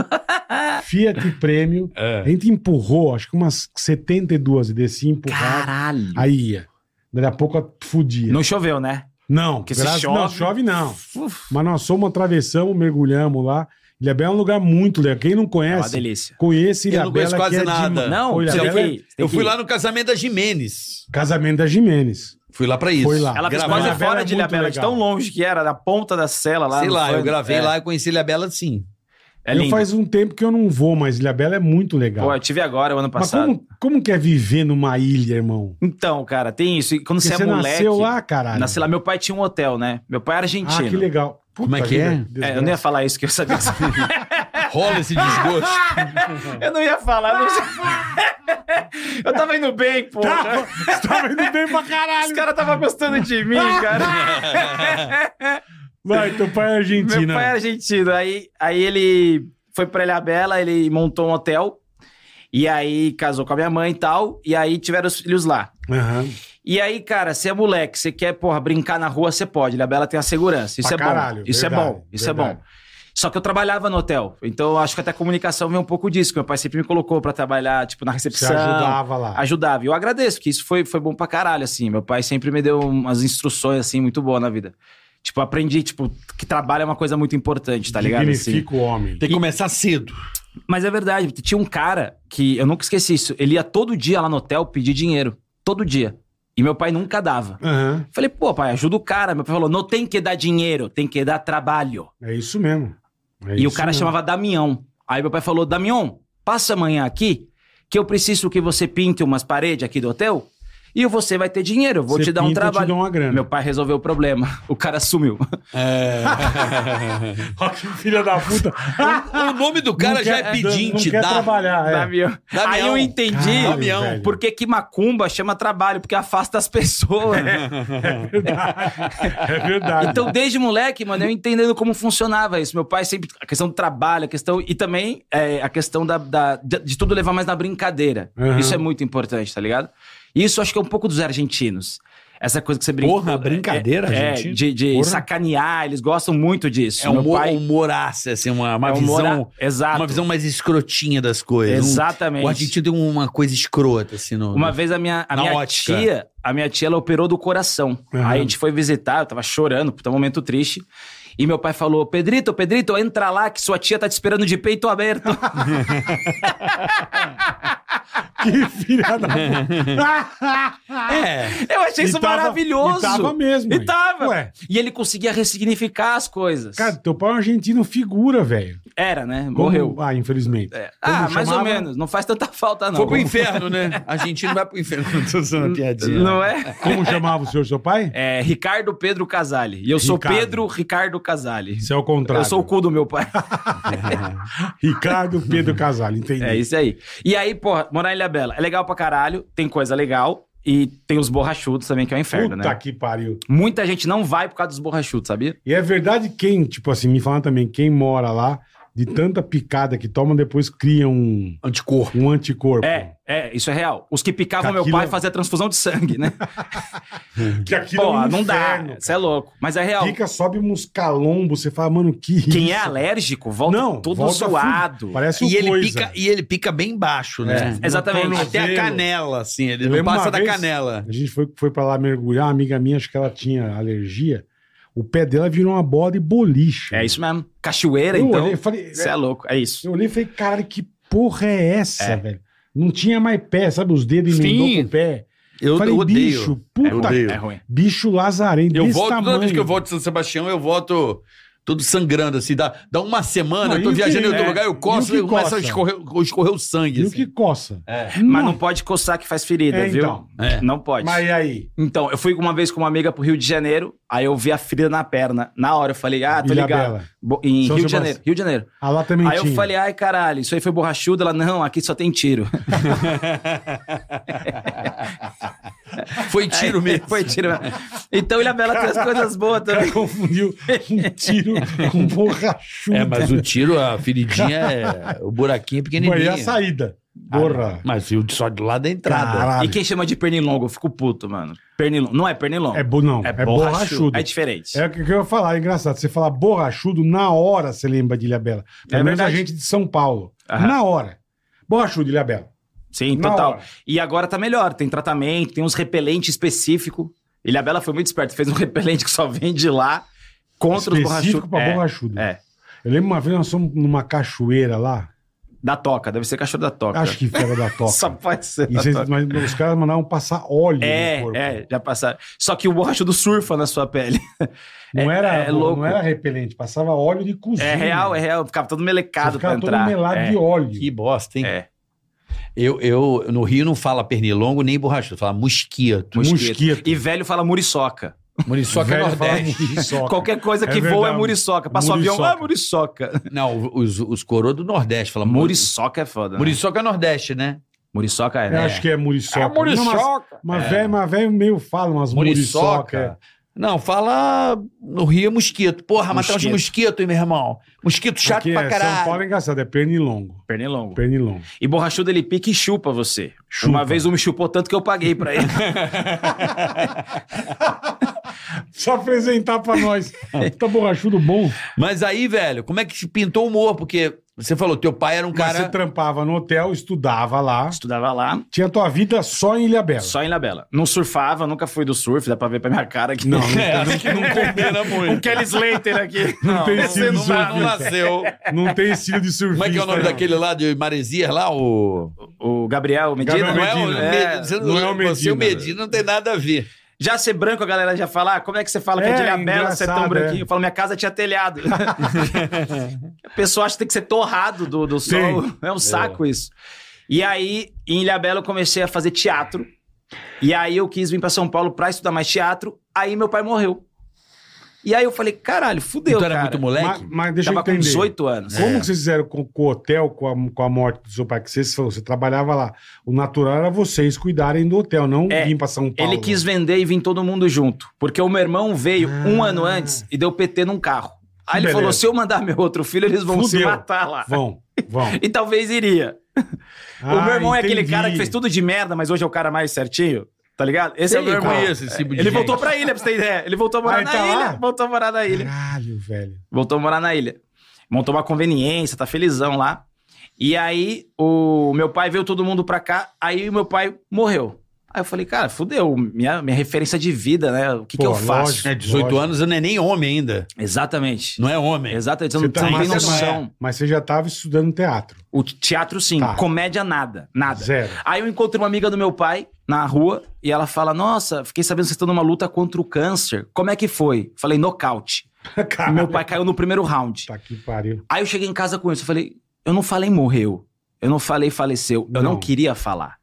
Speaker 1: Fiat prêmio.
Speaker 2: É.
Speaker 1: A gente empurrou, acho que umas 72 desse empurrar.
Speaker 3: Caralho.
Speaker 1: Aí ia. Daí a pouco fudia.
Speaker 3: Não choveu, né?
Speaker 1: Não,
Speaker 3: Porque se
Speaker 1: graças-
Speaker 3: chove-
Speaker 1: não, chove não.
Speaker 3: Uf,
Speaker 1: Mas nós somos, atravessamos, mergulhamos lá. Ilha Bela é um lugar muito legal. Quem não
Speaker 3: é uma
Speaker 1: conhece,
Speaker 3: delícia.
Speaker 1: conheça
Speaker 2: Eu
Speaker 1: Ilha
Speaker 2: não
Speaker 1: Bela.
Speaker 2: conheço quase
Speaker 1: que é
Speaker 2: nada.
Speaker 1: De...
Speaker 3: Não,
Speaker 1: Olha,
Speaker 3: você tem
Speaker 1: ela-
Speaker 3: que ir. tem
Speaker 2: Eu
Speaker 3: que
Speaker 2: fui
Speaker 3: ir.
Speaker 2: lá no casamento da Jimenez.
Speaker 1: Casamento da Jimenez.
Speaker 2: Fui lá pra isso.
Speaker 1: Foi lá.
Speaker 3: Ela fez
Speaker 2: Gravei.
Speaker 3: quase
Speaker 1: Ilhabela
Speaker 3: fora
Speaker 1: é
Speaker 3: de
Speaker 1: muito
Speaker 3: Ilhabela, de
Speaker 1: legal.
Speaker 3: tão longe que era, da ponta da cela lá.
Speaker 2: Sei
Speaker 3: não
Speaker 2: lá,
Speaker 3: foi?
Speaker 2: eu gravei
Speaker 3: É.
Speaker 2: lá e conheci Ilha Bela sim.
Speaker 3: É
Speaker 1: eu
Speaker 3: lindo.
Speaker 1: faz um tempo que eu não vou, mas Ilha Bela é muito legal.
Speaker 3: Pô, eu tive agora, o ano
Speaker 1: Mas
Speaker 3: passado.
Speaker 1: como, como que é viver numa ilha, irmão?
Speaker 3: Então, cara, tem isso. E quando
Speaker 1: Porque
Speaker 3: você é
Speaker 1: você
Speaker 3: moleque.
Speaker 1: nasceu lá, caralho.
Speaker 3: Nasci lá. Meu pai tinha um hotel, né? Meu pai era argentino.
Speaker 1: Ah, que legal.
Speaker 2: Como é que é?
Speaker 3: É, eu não
Speaker 1: [LAUGHS]
Speaker 3: ia falar isso que eu sabia. que você-
Speaker 2: Rola esse desgosto.
Speaker 3: [LAUGHS] eu não ia falar. eu
Speaker 1: Ah,
Speaker 3: não- [LAUGHS] eu tava indo bem, pô.
Speaker 1: Tava, tava indo tá bem pra
Speaker 3: Os
Speaker 1: caralho.
Speaker 3: caras tava gostando de mim,
Speaker 1: Ah, tá.
Speaker 3: cara.
Speaker 1: Vai, teu pai é argentino.
Speaker 3: Meu pai era argentino. Aí, aí ele foi pra Ilha Bela, ele montou um hotel. E aí casou com a minha mãe e tal. E aí tiveram os filhos lá.
Speaker 1: Aham.
Speaker 3: E aí, cara, você é moleque, você quer, porra, brincar na rua, você pode. Ilha Bela tem a segurança.
Speaker 1: Pra
Speaker 3: Isso é
Speaker 1: caralho,
Speaker 3: bom. Isso é
Speaker 1: verdade,
Speaker 3: bom. Isso é
Speaker 1: verdade.
Speaker 3: bom. Só que eu trabalhava no hotel. Então eu acho que até a comunicação vem um pouco disso. Que meu pai sempre me colocou pra trabalhar, tipo, na
Speaker 1: Você
Speaker 3: recepção.
Speaker 1: ajudava lá.
Speaker 3: Ajudava. E eu agradeço, porque isso foi, foi bom pra caralho, assim. Meu pai sempre me deu umas instruções, assim, muito boas na vida. Tipo, eu aprendi, tipo, que trabalho é uma coisa muito importante, tá ligado? Assim.
Speaker 1: Dignifica o homem.
Speaker 2: Tem que começar cedo.
Speaker 3: Mas é verdade, tinha um cara que, eu nunca esqueci isso, ele ia todo dia lá no hotel pedir dinheiro. Todo dia. E meu pai nunca dava.
Speaker 1: Aham.
Speaker 3: Falei, pô, pai, ajuda o cara. Meu pai falou, não tem que dar dinheiro, tem que dar trabalho.
Speaker 1: É isso mesmo. É
Speaker 3: e o
Speaker 1: isso
Speaker 3: cara
Speaker 1: mesmo.
Speaker 3: chamava Damião. Aí meu pai falou, Damião, passa amanhã aqui, que eu preciso que você pinte umas paredes aqui do hotel e você vai ter dinheiro, eu vou
Speaker 1: Você
Speaker 3: te dar um
Speaker 1: pinta, eu te
Speaker 3: trabalho.
Speaker 1: dou uma grana.
Speaker 3: Meu pai resolveu o problema, [LAUGHS] o cara sumiu. [LAUGHS]
Speaker 1: Ó, É. que filha da puta.
Speaker 2: o nome do cara
Speaker 1: Não
Speaker 2: já
Speaker 1: quer-
Speaker 2: é pedinte,
Speaker 1: Não quer
Speaker 2: dá.
Speaker 1: trabalhar, é.
Speaker 3: Damião. Aí eu
Speaker 2: Damião.
Speaker 3: entendi
Speaker 1: Caralho,
Speaker 2: Damião,
Speaker 1: velho.
Speaker 3: por que que macumba chama trabalho, porque afasta as
Speaker 1: [LAUGHS]
Speaker 3: pessoas. [LAUGHS] né?
Speaker 1: É verdade. É verdade.
Speaker 3: Então, desde moleque, mano, eu entendendo como funcionava isso. Meu pai sempre. A questão do trabalho, a questão. E também é, a questão da, da- de, de tudo levar mais na brincadeira.
Speaker 1: Uhum.
Speaker 3: Isso é muito importante, tá ligado? E isso acho que é um pouco dos argentinos. Essa coisa que você brinca.
Speaker 4: Porra, brincadeira,
Speaker 3: é,
Speaker 4: gente.
Speaker 3: de, de
Speaker 4: Porra.
Speaker 3: sacanear, eles gostam muito disso.
Speaker 2: É um humor, humor ácido, assim, uma, uma
Speaker 3: é um humor-
Speaker 2: visão.
Speaker 3: Exato.
Speaker 2: Uma visão mais escrotinha das coisas. Um-
Speaker 3: Exatamente.
Speaker 2: o argentino tem uma coisa escrota, assim, no.
Speaker 3: Uma vez a minha, a
Speaker 2: Na
Speaker 3: minha
Speaker 2: ótica.
Speaker 3: tia, a minha tia, ela operou do coração.
Speaker 1: Uhum.
Speaker 3: Aí a gente foi visitar, eu tava chorando, puta um momento triste. E meu pai falou: Pedrito, Pedrito, entra lá que sua tia tá te esperando de peito
Speaker 1: [LAUGHS]
Speaker 3: aberto.
Speaker 1: Que filha da
Speaker 3: [LAUGHS]
Speaker 1: puta.
Speaker 2: É.
Speaker 3: Eu achei isso
Speaker 1: E tava-
Speaker 3: maravilhoso.
Speaker 1: E tava mesmo.
Speaker 3: E
Speaker 1: hein?
Speaker 3: tava.
Speaker 1: Ué,
Speaker 3: E ele conseguia ressignificar as coisas.
Speaker 1: cara, teu pai é um argentino figura, velho.
Speaker 3: Era, né?
Speaker 1: Como-
Speaker 3: Morreu.
Speaker 1: Ah, infelizmente.
Speaker 3: É. Ah, mais ou
Speaker 1: chamava?
Speaker 3: menos. Não faz tanta falta, não.
Speaker 2: Foi pro inferno, né? Argentino vai pro inferno. [LAUGHS] Tô usando uma piadinha.
Speaker 3: Não é?
Speaker 1: Como chamava o senhor seu pai?
Speaker 3: É Ricardo Pedro Casale. E eu sou
Speaker 1: Ricardo.
Speaker 3: Pedro Ricardo Casale.
Speaker 1: Isso é o contrário.
Speaker 3: Eu sou o cu do meu pai.
Speaker 1: Ricardo Pedro
Speaker 3: [LAUGHS]
Speaker 1: Casale, entendi.
Speaker 3: É isso aí. E aí, porra, morar em Ilha Bela é legal pra caralho, tem coisa legal e tem os borrachudos também, que é o inferno,
Speaker 1: Puta
Speaker 3: né?
Speaker 1: que pariu.
Speaker 3: Muita gente não vai por causa dos borrachudos, sabia?
Speaker 1: E é verdade quem, tipo assim, me falam também, quem mora lá, de tanta picada que toma, depois cria um,
Speaker 2: Anticorpo.
Speaker 1: um anticorpo.
Speaker 3: É, é, isso é real. Os que picavam meu
Speaker 1: Aquilo
Speaker 3: pai
Speaker 1: é-
Speaker 3: faziam transfusão de sangue, né?
Speaker 1: [LAUGHS] Que aquilo
Speaker 3: Pô,
Speaker 1: é um
Speaker 3: não dá.
Speaker 1: inferno,
Speaker 3: Isso é louco. Mas é real.
Speaker 1: cara. Fica, sobe uns calombos, você fala, mano, que isso.
Speaker 3: Quem é alérgico volta
Speaker 1: Não,
Speaker 3: todo
Speaker 1: volta
Speaker 3: zoado.
Speaker 1: fudido. Parece
Speaker 2: E
Speaker 1: um
Speaker 2: ele,
Speaker 1: coisa.
Speaker 2: pica, e ele pica bem baixo, né?
Speaker 3: É, exatamente.
Speaker 1: No
Speaker 2: Até a
Speaker 1: tornozelo.
Speaker 2: canela, assim. Ele
Speaker 1: Eu
Speaker 2: não
Speaker 1: lembro
Speaker 2: passa
Speaker 1: uma
Speaker 2: da
Speaker 1: vez-
Speaker 2: canela.
Speaker 1: A gente foi, foi pra lá mergulhar, uma amiga minha, acho que ela tinha alergia. O pé dela virou uma bola de boliche.
Speaker 3: É isso mesmo. Cachoeira,
Speaker 1: Eu
Speaker 3: então.
Speaker 1: olhei, e falei,
Speaker 3: Isso é louco, é isso.
Speaker 1: eu olhei e falei, caralho, que porra é essa, velho? Não tinha mais pé, sabe? Os dedos
Speaker 2: Sim.
Speaker 1: emendou com o pé.
Speaker 2: Eu,
Speaker 1: falei,
Speaker 2: eu odeio.
Speaker 1: bicho,
Speaker 3: é,
Speaker 1: puta,
Speaker 3: ruim,
Speaker 2: odeio.
Speaker 3: é ruim.
Speaker 1: bicho lazarento
Speaker 2: Eu
Speaker 1: desse
Speaker 2: volto, toda
Speaker 1: tamanho.
Speaker 2: vez que eu volto de São Sebastião, eu volto todo sangrando, assim. Dá, dá uma semana,
Speaker 1: Não,
Speaker 2: eu tô
Speaker 1: e o
Speaker 2: viajando
Speaker 1: que-
Speaker 2: em outro
Speaker 1: é,
Speaker 2: lugar, eu
Speaker 1: e
Speaker 2: coço
Speaker 1: o
Speaker 2: e
Speaker 1: que
Speaker 2: começa a
Speaker 1: coça?
Speaker 2: escorrer, escorrer o sangue,
Speaker 1: E o
Speaker 2: assim.
Speaker 1: que coça?
Speaker 2: É.
Speaker 3: Mas
Speaker 1: Não.
Speaker 3: não pode coçar que faz ferida,
Speaker 1: É,
Speaker 3: viu?
Speaker 1: então.
Speaker 2: É.
Speaker 3: Não pode.
Speaker 1: Mas e aí?
Speaker 3: Então, eu fui uma vez com uma amiga pro Rio de Janeiro, aí eu vi a ferida na perna. Na hora eu falei, ah, tô
Speaker 1: Ilha
Speaker 3: ligado.
Speaker 1: Bela.
Speaker 3: Bo- Em
Speaker 1: São
Speaker 3: Rio de
Speaker 1: Sebastião.
Speaker 3: Janeiro, Rio de Janeiro.
Speaker 1: Ah, lá também
Speaker 3: Aí eu
Speaker 1: tinha.
Speaker 3: falei, ai caralho, isso aí foi borrachudo? Ela, não, aqui só
Speaker 1: [LAUGHS]
Speaker 3: tem tiro.
Speaker 2: Foi
Speaker 1: [LAUGHS] É,
Speaker 2: tiro mesmo.
Speaker 3: foi tiro. Então Ilha Bela tem as coisas boas também.
Speaker 1: Confundiu
Speaker 3: [LAUGHS]
Speaker 1: um tiro com borrachudo.
Speaker 2: É, mas o tiro, a feridinha é. O buraquinho é
Speaker 1: Mas e
Speaker 2: pequenininho.
Speaker 1: a saída? Borra.
Speaker 2: Mas o só do lado da entrada.
Speaker 1: Caralho.
Speaker 3: Ah, E quem chama de pernilongo, eu fico puto, mano. Pernilongo, não é pernilongo.
Speaker 1: É, bo... não, é, borrachudo.
Speaker 3: É diferente.
Speaker 1: É o que que eu ia falar, é engraçado. Você fala borrachudo, na hora você lembra de Ilhabela. Pelo
Speaker 3: É
Speaker 1: menos a
Speaker 3: verdade.
Speaker 1: gente de São Paulo.
Speaker 3: Aham.
Speaker 1: Na hora. Borrachudo, Ilhabela.
Speaker 3: Sim,
Speaker 1: Na
Speaker 3: total.
Speaker 1: hora.
Speaker 3: E agora tá melhor, tem tratamento, tem uns repelentes específicos. Ilha Bela foi muito esperta, fez um repelente que só vende lá contra os
Speaker 1: Específico
Speaker 3: borrachudos.
Speaker 1: pra
Speaker 3: É,
Speaker 1: borrachudo.
Speaker 3: é.
Speaker 1: Eu lembro uma vez nós fomos numa cachoeira lá.
Speaker 3: Da toca, deve ser cachorro da toca.
Speaker 1: Acho que era da toca.
Speaker 3: Só pode ser.
Speaker 1: E
Speaker 3: da
Speaker 1: vocês-
Speaker 3: [LAUGHS] toca.
Speaker 1: mas os caras mandavam passar óleo no
Speaker 3: É,
Speaker 1: corpo.
Speaker 3: é, já passaram. Só que o borrachudo surfa na
Speaker 1: [LAUGHS]
Speaker 3: sua pele.
Speaker 1: Não,
Speaker 3: É-
Speaker 1: era,
Speaker 3: é
Speaker 1: não,
Speaker 3: louco.
Speaker 1: era repelente, passava óleo de cozinha.
Speaker 3: É real, é
Speaker 1: Você
Speaker 3: real. Ficava todo melecado pra
Speaker 1: ficava todo
Speaker 3: entrar.
Speaker 1: melado
Speaker 3: é.
Speaker 1: de óleo.
Speaker 2: Que bosta, hein?
Speaker 3: É.
Speaker 2: Eu, eu, no Rio não fala pernilongo nem borrachudo, fala mosquito.
Speaker 3: mosquito.
Speaker 1: mosquito.
Speaker 3: E velho fala muriçoca.
Speaker 2: [LAUGHS] Muriçoca é
Speaker 1: Velho fala
Speaker 2: Nordeste.
Speaker 1: muriçoca.
Speaker 3: Qualquer coisa
Speaker 1: É
Speaker 3: que voa é
Speaker 1: verdade.
Speaker 3: muriçoca. Passa o avião,
Speaker 1: Muriçoca.
Speaker 3: ah, muriçoca.
Speaker 2: Não, os, os coroa do Nordeste falam muriçoca.
Speaker 3: Muriçoca é foda. Né?
Speaker 2: Muriçoca é Nordeste, né?
Speaker 3: Muriçoca é,
Speaker 1: Eu
Speaker 3: né?
Speaker 1: acho que é muriçoca. Não, mas mas
Speaker 2: É.
Speaker 1: velho, mas velho meio fala umas muriçoca.
Speaker 2: Muriçoca. Não, fala no Rio é mosquito. Porra, matar uns
Speaker 3: Mosquito.
Speaker 2: mosquitos, hein, meu irmão. Mosquito chato
Speaker 1: Porque
Speaker 2: pra
Speaker 1: é,
Speaker 2: caralho.
Speaker 1: São Paulo é engraçado, é pernilongo.
Speaker 3: Pernilongo.
Speaker 1: Pernilongo.
Speaker 3: E borrachudo ele pica e chupa você.
Speaker 1: Chupa.
Speaker 3: Uma vez um me chupou tanto que eu paguei
Speaker 1: [LAUGHS]
Speaker 3: pra ele.
Speaker 1: Só apresentar pra
Speaker 3: [LAUGHS]
Speaker 1: nós. tá borrachudo bom.
Speaker 2: Mas aí, velho, como é que se pintou o humor? Porque você falou, teu pai era um
Speaker 1: Mas
Speaker 2: cara.
Speaker 1: você tá trampava no hotel, estudava lá.
Speaker 3: Estudava lá,
Speaker 1: Tinha tua vida só em Ilhabela.
Speaker 3: só em Labela. Não surfava, nunca fui do surf, dá pra ver pra minha cara que [LAUGHS]
Speaker 1: Não,
Speaker 2: [LAUGHS] É, acho que não combina
Speaker 3: Um
Speaker 2: muito.
Speaker 3: Kelly Slater aqui.
Speaker 1: Não tem
Speaker 2: Você
Speaker 1: estilo de
Speaker 2: não, não
Speaker 1: surfista.
Speaker 2: nasceu.
Speaker 1: Não tem estilo de surfista.
Speaker 2: Como é que é o nome
Speaker 1: não.
Speaker 2: daquele lá de Maresias lá? O.
Speaker 3: O Gabriel Medina.
Speaker 1: Gabriel
Speaker 2: Não é o
Speaker 1: Medina.
Speaker 2: Medina. Você
Speaker 1: Não é o Medina,
Speaker 2: Você e o Medina não tem nada a ver.
Speaker 3: Já ser branco, a galera já fala, ah, como é que você fala que é,
Speaker 1: É,
Speaker 3: de Ilhabela, você é tão
Speaker 1: engraçado, é.
Speaker 3: branquinho? Eu falo, minha casa
Speaker 1: [LAUGHS]
Speaker 3: tinha telhado. a pessoa acha que tem que ser torrado do, do sol. É um saco isso. E aí, em Ilhabela, eu comecei a fazer teatro. E aí, eu quis vir pra São Paulo pra estudar mais teatro. Aí, meu pai morreu. E aí, eu falei, caralho, fudeu,
Speaker 2: então
Speaker 3: cara.
Speaker 2: era muito
Speaker 1: Mas,
Speaker 2: moleque?
Speaker 1: mas deixa
Speaker 3: Tava
Speaker 1: eu
Speaker 3: com
Speaker 1: entender.
Speaker 3: 18 anos. É.
Speaker 1: Como que vocês fizeram com, com o hotel, com a, com a morte do seu pai? Que vocês falou, você trabalhava lá. O natural era vocês cuidarem do hotel, não
Speaker 3: É,
Speaker 1: vir pra São Paulo. né?
Speaker 3: Ele quis vender e vir todo mundo junto. Porque o meu irmão veio um ano antes e deu PT num carro. Aí ele
Speaker 1: Ah. Beleza.
Speaker 3: falou: se eu mandar meu outro filho, eles vão se
Speaker 1: Fudeu.
Speaker 3: matar lá.
Speaker 1: Vão, vão.
Speaker 3: [LAUGHS] E talvez iria. o
Speaker 1: Ah,
Speaker 3: meu irmão é aquele
Speaker 1: entendi.
Speaker 3: cara que fez tudo de merda, mas hoje é o cara mais certinho. Tá ligado? Esse é o
Speaker 2: Sei,
Speaker 3: meu
Speaker 2: eu
Speaker 3: irmão.
Speaker 2: conheço esse tipo de
Speaker 3: Ele
Speaker 2: gente.
Speaker 3: voltou pra ilha, pra você ter ideia. Ele voltou a morar
Speaker 1: Ah,
Speaker 3: na
Speaker 1: tá
Speaker 3: ilha.
Speaker 1: lá?
Speaker 3: Voltou a morar na ilha.
Speaker 1: Caralho, velho.
Speaker 3: Voltou a morar na ilha. Montou uma conveniência, tá felizão lá. E aí, o meu pai veio todo mundo pra cá, aí o meu pai morreu. Aí eu falei, cara, fudeu, minha, minha referência de vida, né? O que, que
Speaker 1: Pô,
Speaker 3: eu faço?
Speaker 1: lógico.
Speaker 2: É, 18
Speaker 1: Lógico.
Speaker 2: anos, eu não é nem homem ainda.
Speaker 3: Exatamente.
Speaker 2: Não é homem.
Speaker 3: Exatamente. Você não,
Speaker 1: tá-
Speaker 3: você não tem
Speaker 1: mas,
Speaker 3: noção.
Speaker 1: você- mas você já tava estudando teatro.
Speaker 3: O teatro, sim.
Speaker 1: Tá.
Speaker 3: Comédia, nada. Nada.
Speaker 1: Zero.
Speaker 3: Aí eu encontrei uma amiga do meu pai na rua e ela fala: Nossa, fiquei sabendo que vocês estão numa luta contra o câncer. Como é que foi? Falei, nocaute.
Speaker 1: Caralho.
Speaker 3: Meu pai caiu no primeiro
Speaker 1: [LAUGHS]
Speaker 3: round.
Speaker 1: Tá que pariu.
Speaker 3: Aí eu cheguei em casa com isso. Eu falei, eu não falei morreu. Eu não falei faleceu. Eu não,
Speaker 1: Não.
Speaker 3: queria falar.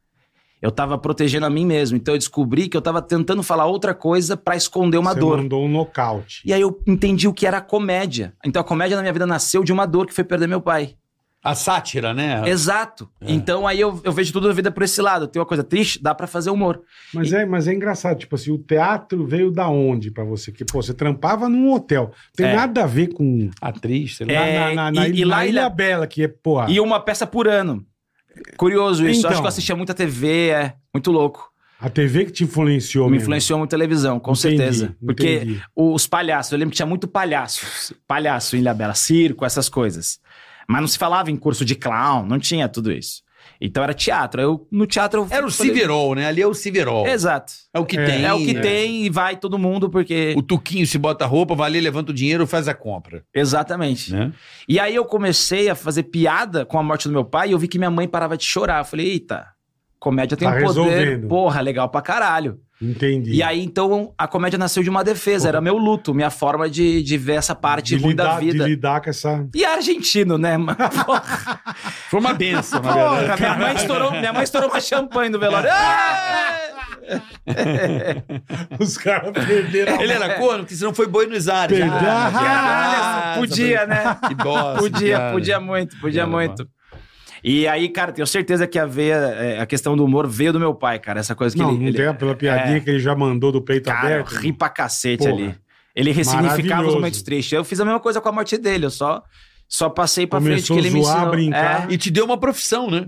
Speaker 3: Eu tava protegendo a mim mesmo. Então eu descobri que eu tava tentando falar outra coisa pra esconder uma
Speaker 1: você
Speaker 3: dor.
Speaker 1: mandou um nocaute.
Speaker 3: E aí eu entendi o que era comédia. Então a comédia na minha vida nasceu de uma dor que foi perder meu pai.
Speaker 2: A sátira,
Speaker 1: Ah.
Speaker 2: né?
Speaker 3: Exato.
Speaker 1: É.
Speaker 3: Então aí eu, eu vejo tudo a vida por esse lado. Tem uma coisa triste, dá pra fazer humor.
Speaker 1: Mas, é, mas é engraçado, tipo assim, o teatro veio da onde pra você? Que, pô, você trampava num hotel. Tem
Speaker 3: É.
Speaker 1: nada a ver com...
Speaker 2: Atriz, sei lá.
Speaker 3: É,
Speaker 1: na, na, na, na
Speaker 3: e-
Speaker 1: ilha,
Speaker 3: e lá
Speaker 1: na
Speaker 3: ele-
Speaker 1: Ilha Bela, que é, porra...
Speaker 3: E uma peça por ano. Curioso isso.
Speaker 1: Então.
Speaker 3: Acho que eu assistia muita TV, é muito louco.
Speaker 1: A TV que te influenciou
Speaker 3: Me
Speaker 1: mesmo.
Speaker 3: influenciou muito a televisão, com
Speaker 1: Entendi,
Speaker 3: certeza. Porque
Speaker 1: entendi.
Speaker 3: os palhaços, eu lembro que tinha muito palhaço, palhaço em Ilhabela, circo, essas coisas. Mas não se falava em curso de clown, não tinha tudo isso. Então era teatro. Eu, no teatro eu
Speaker 2: Era o
Speaker 3: falei-
Speaker 2: Civerol, né? Ali é o Civerol.
Speaker 3: Exato.
Speaker 2: É o que
Speaker 1: É.
Speaker 2: tem.
Speaker 3: é o que
Speaker 2: né?
Speaker 3: tem e vai todo mundo, porque.
Speaker 2: O Tuquinho se bota a roupa, vai ali, levanta o dinheiro, faz a compra.
Speaker 3: Exatamente.
Speaker 2: Né?
Speaker 3: E aí eu comecei a fazer piada com a morte do meu pai e eu vi que minha mãe parava de chorar. Eu falei, eita, comédia tem
Speaker 1: Tá
Speaker 3: um poder.
Speaker 1: resolvendo.
Speaker 3: Porra, legal pra caralho.
Speaker 1: Entendi.
Speaker 3: E aí, então, a comédia nasceu de uma defesa, era meu luto, minha forma de, de ver essa parte
Speaker 1: de
Speaker 3: ruim tipo, da
Speaker 1: lidar,
Speaker 3: vida.
Speaker 1: De lidar com essa... [LAUGHS]
Speaker 3: E argentino, né, [LAUGHS] mano? Porra,
Speaker 2: Foi uma benção, na verdade.
Speaker 3: [LAUGHS] Porra, minha mãe estourou, minha mãe estourou uma champanhe no velório.
Speaker 1: É.
Speaker 3: Ah!
Speaker 1: Os caras perderam... a-
Speaker 2: Ele era corno, porque senão foi Buenos Aires. Ah,
Speaker 1: Perdão.
Speaker 2: que
Speaker 3: Caralho,
Speaker 2: graça,
Speaker 3: Ah, podia, né?
Speaker 2: Que bosta.
Speaker 3: Podia,
Speaker 2: cara.
Speaker 3: podia muito, podia
Speaker 2: Piada,
Speaker 3: muito. E aí, cara, tenho certeza que a, veia, é, a questão do humor veio do meu pai, cara. Essa coisa que
Speaker 1: Não,
Speaker 3: ele,
Speaker 1: não
Speaker 3: é ele-
Speaker 1: tem a- pela piadinha
Speaker 3: é.
Speaker 1: que ele já mandou do peito
Speaker 3: Cara,
Speaker 1: aberto.
Speaker 3: eu ri pra cacete
Speaker 1: Porra.
Speaker 3: ali. Ele ressignificava os
Speaker 1: Maravilhoso.
Speaker 3: momentos tristes. Eu fiz a mesma coisa com a morte dele, eu só, só passei pra
Speaker 1: Começou
Speaker 3: frente que ele
Speaker 1: a zoar,
Speaker 3: me ensinou.
Speaker 1: brincar.
Speaker 3: É.
Speaker 2: E te deu uma profissão, né?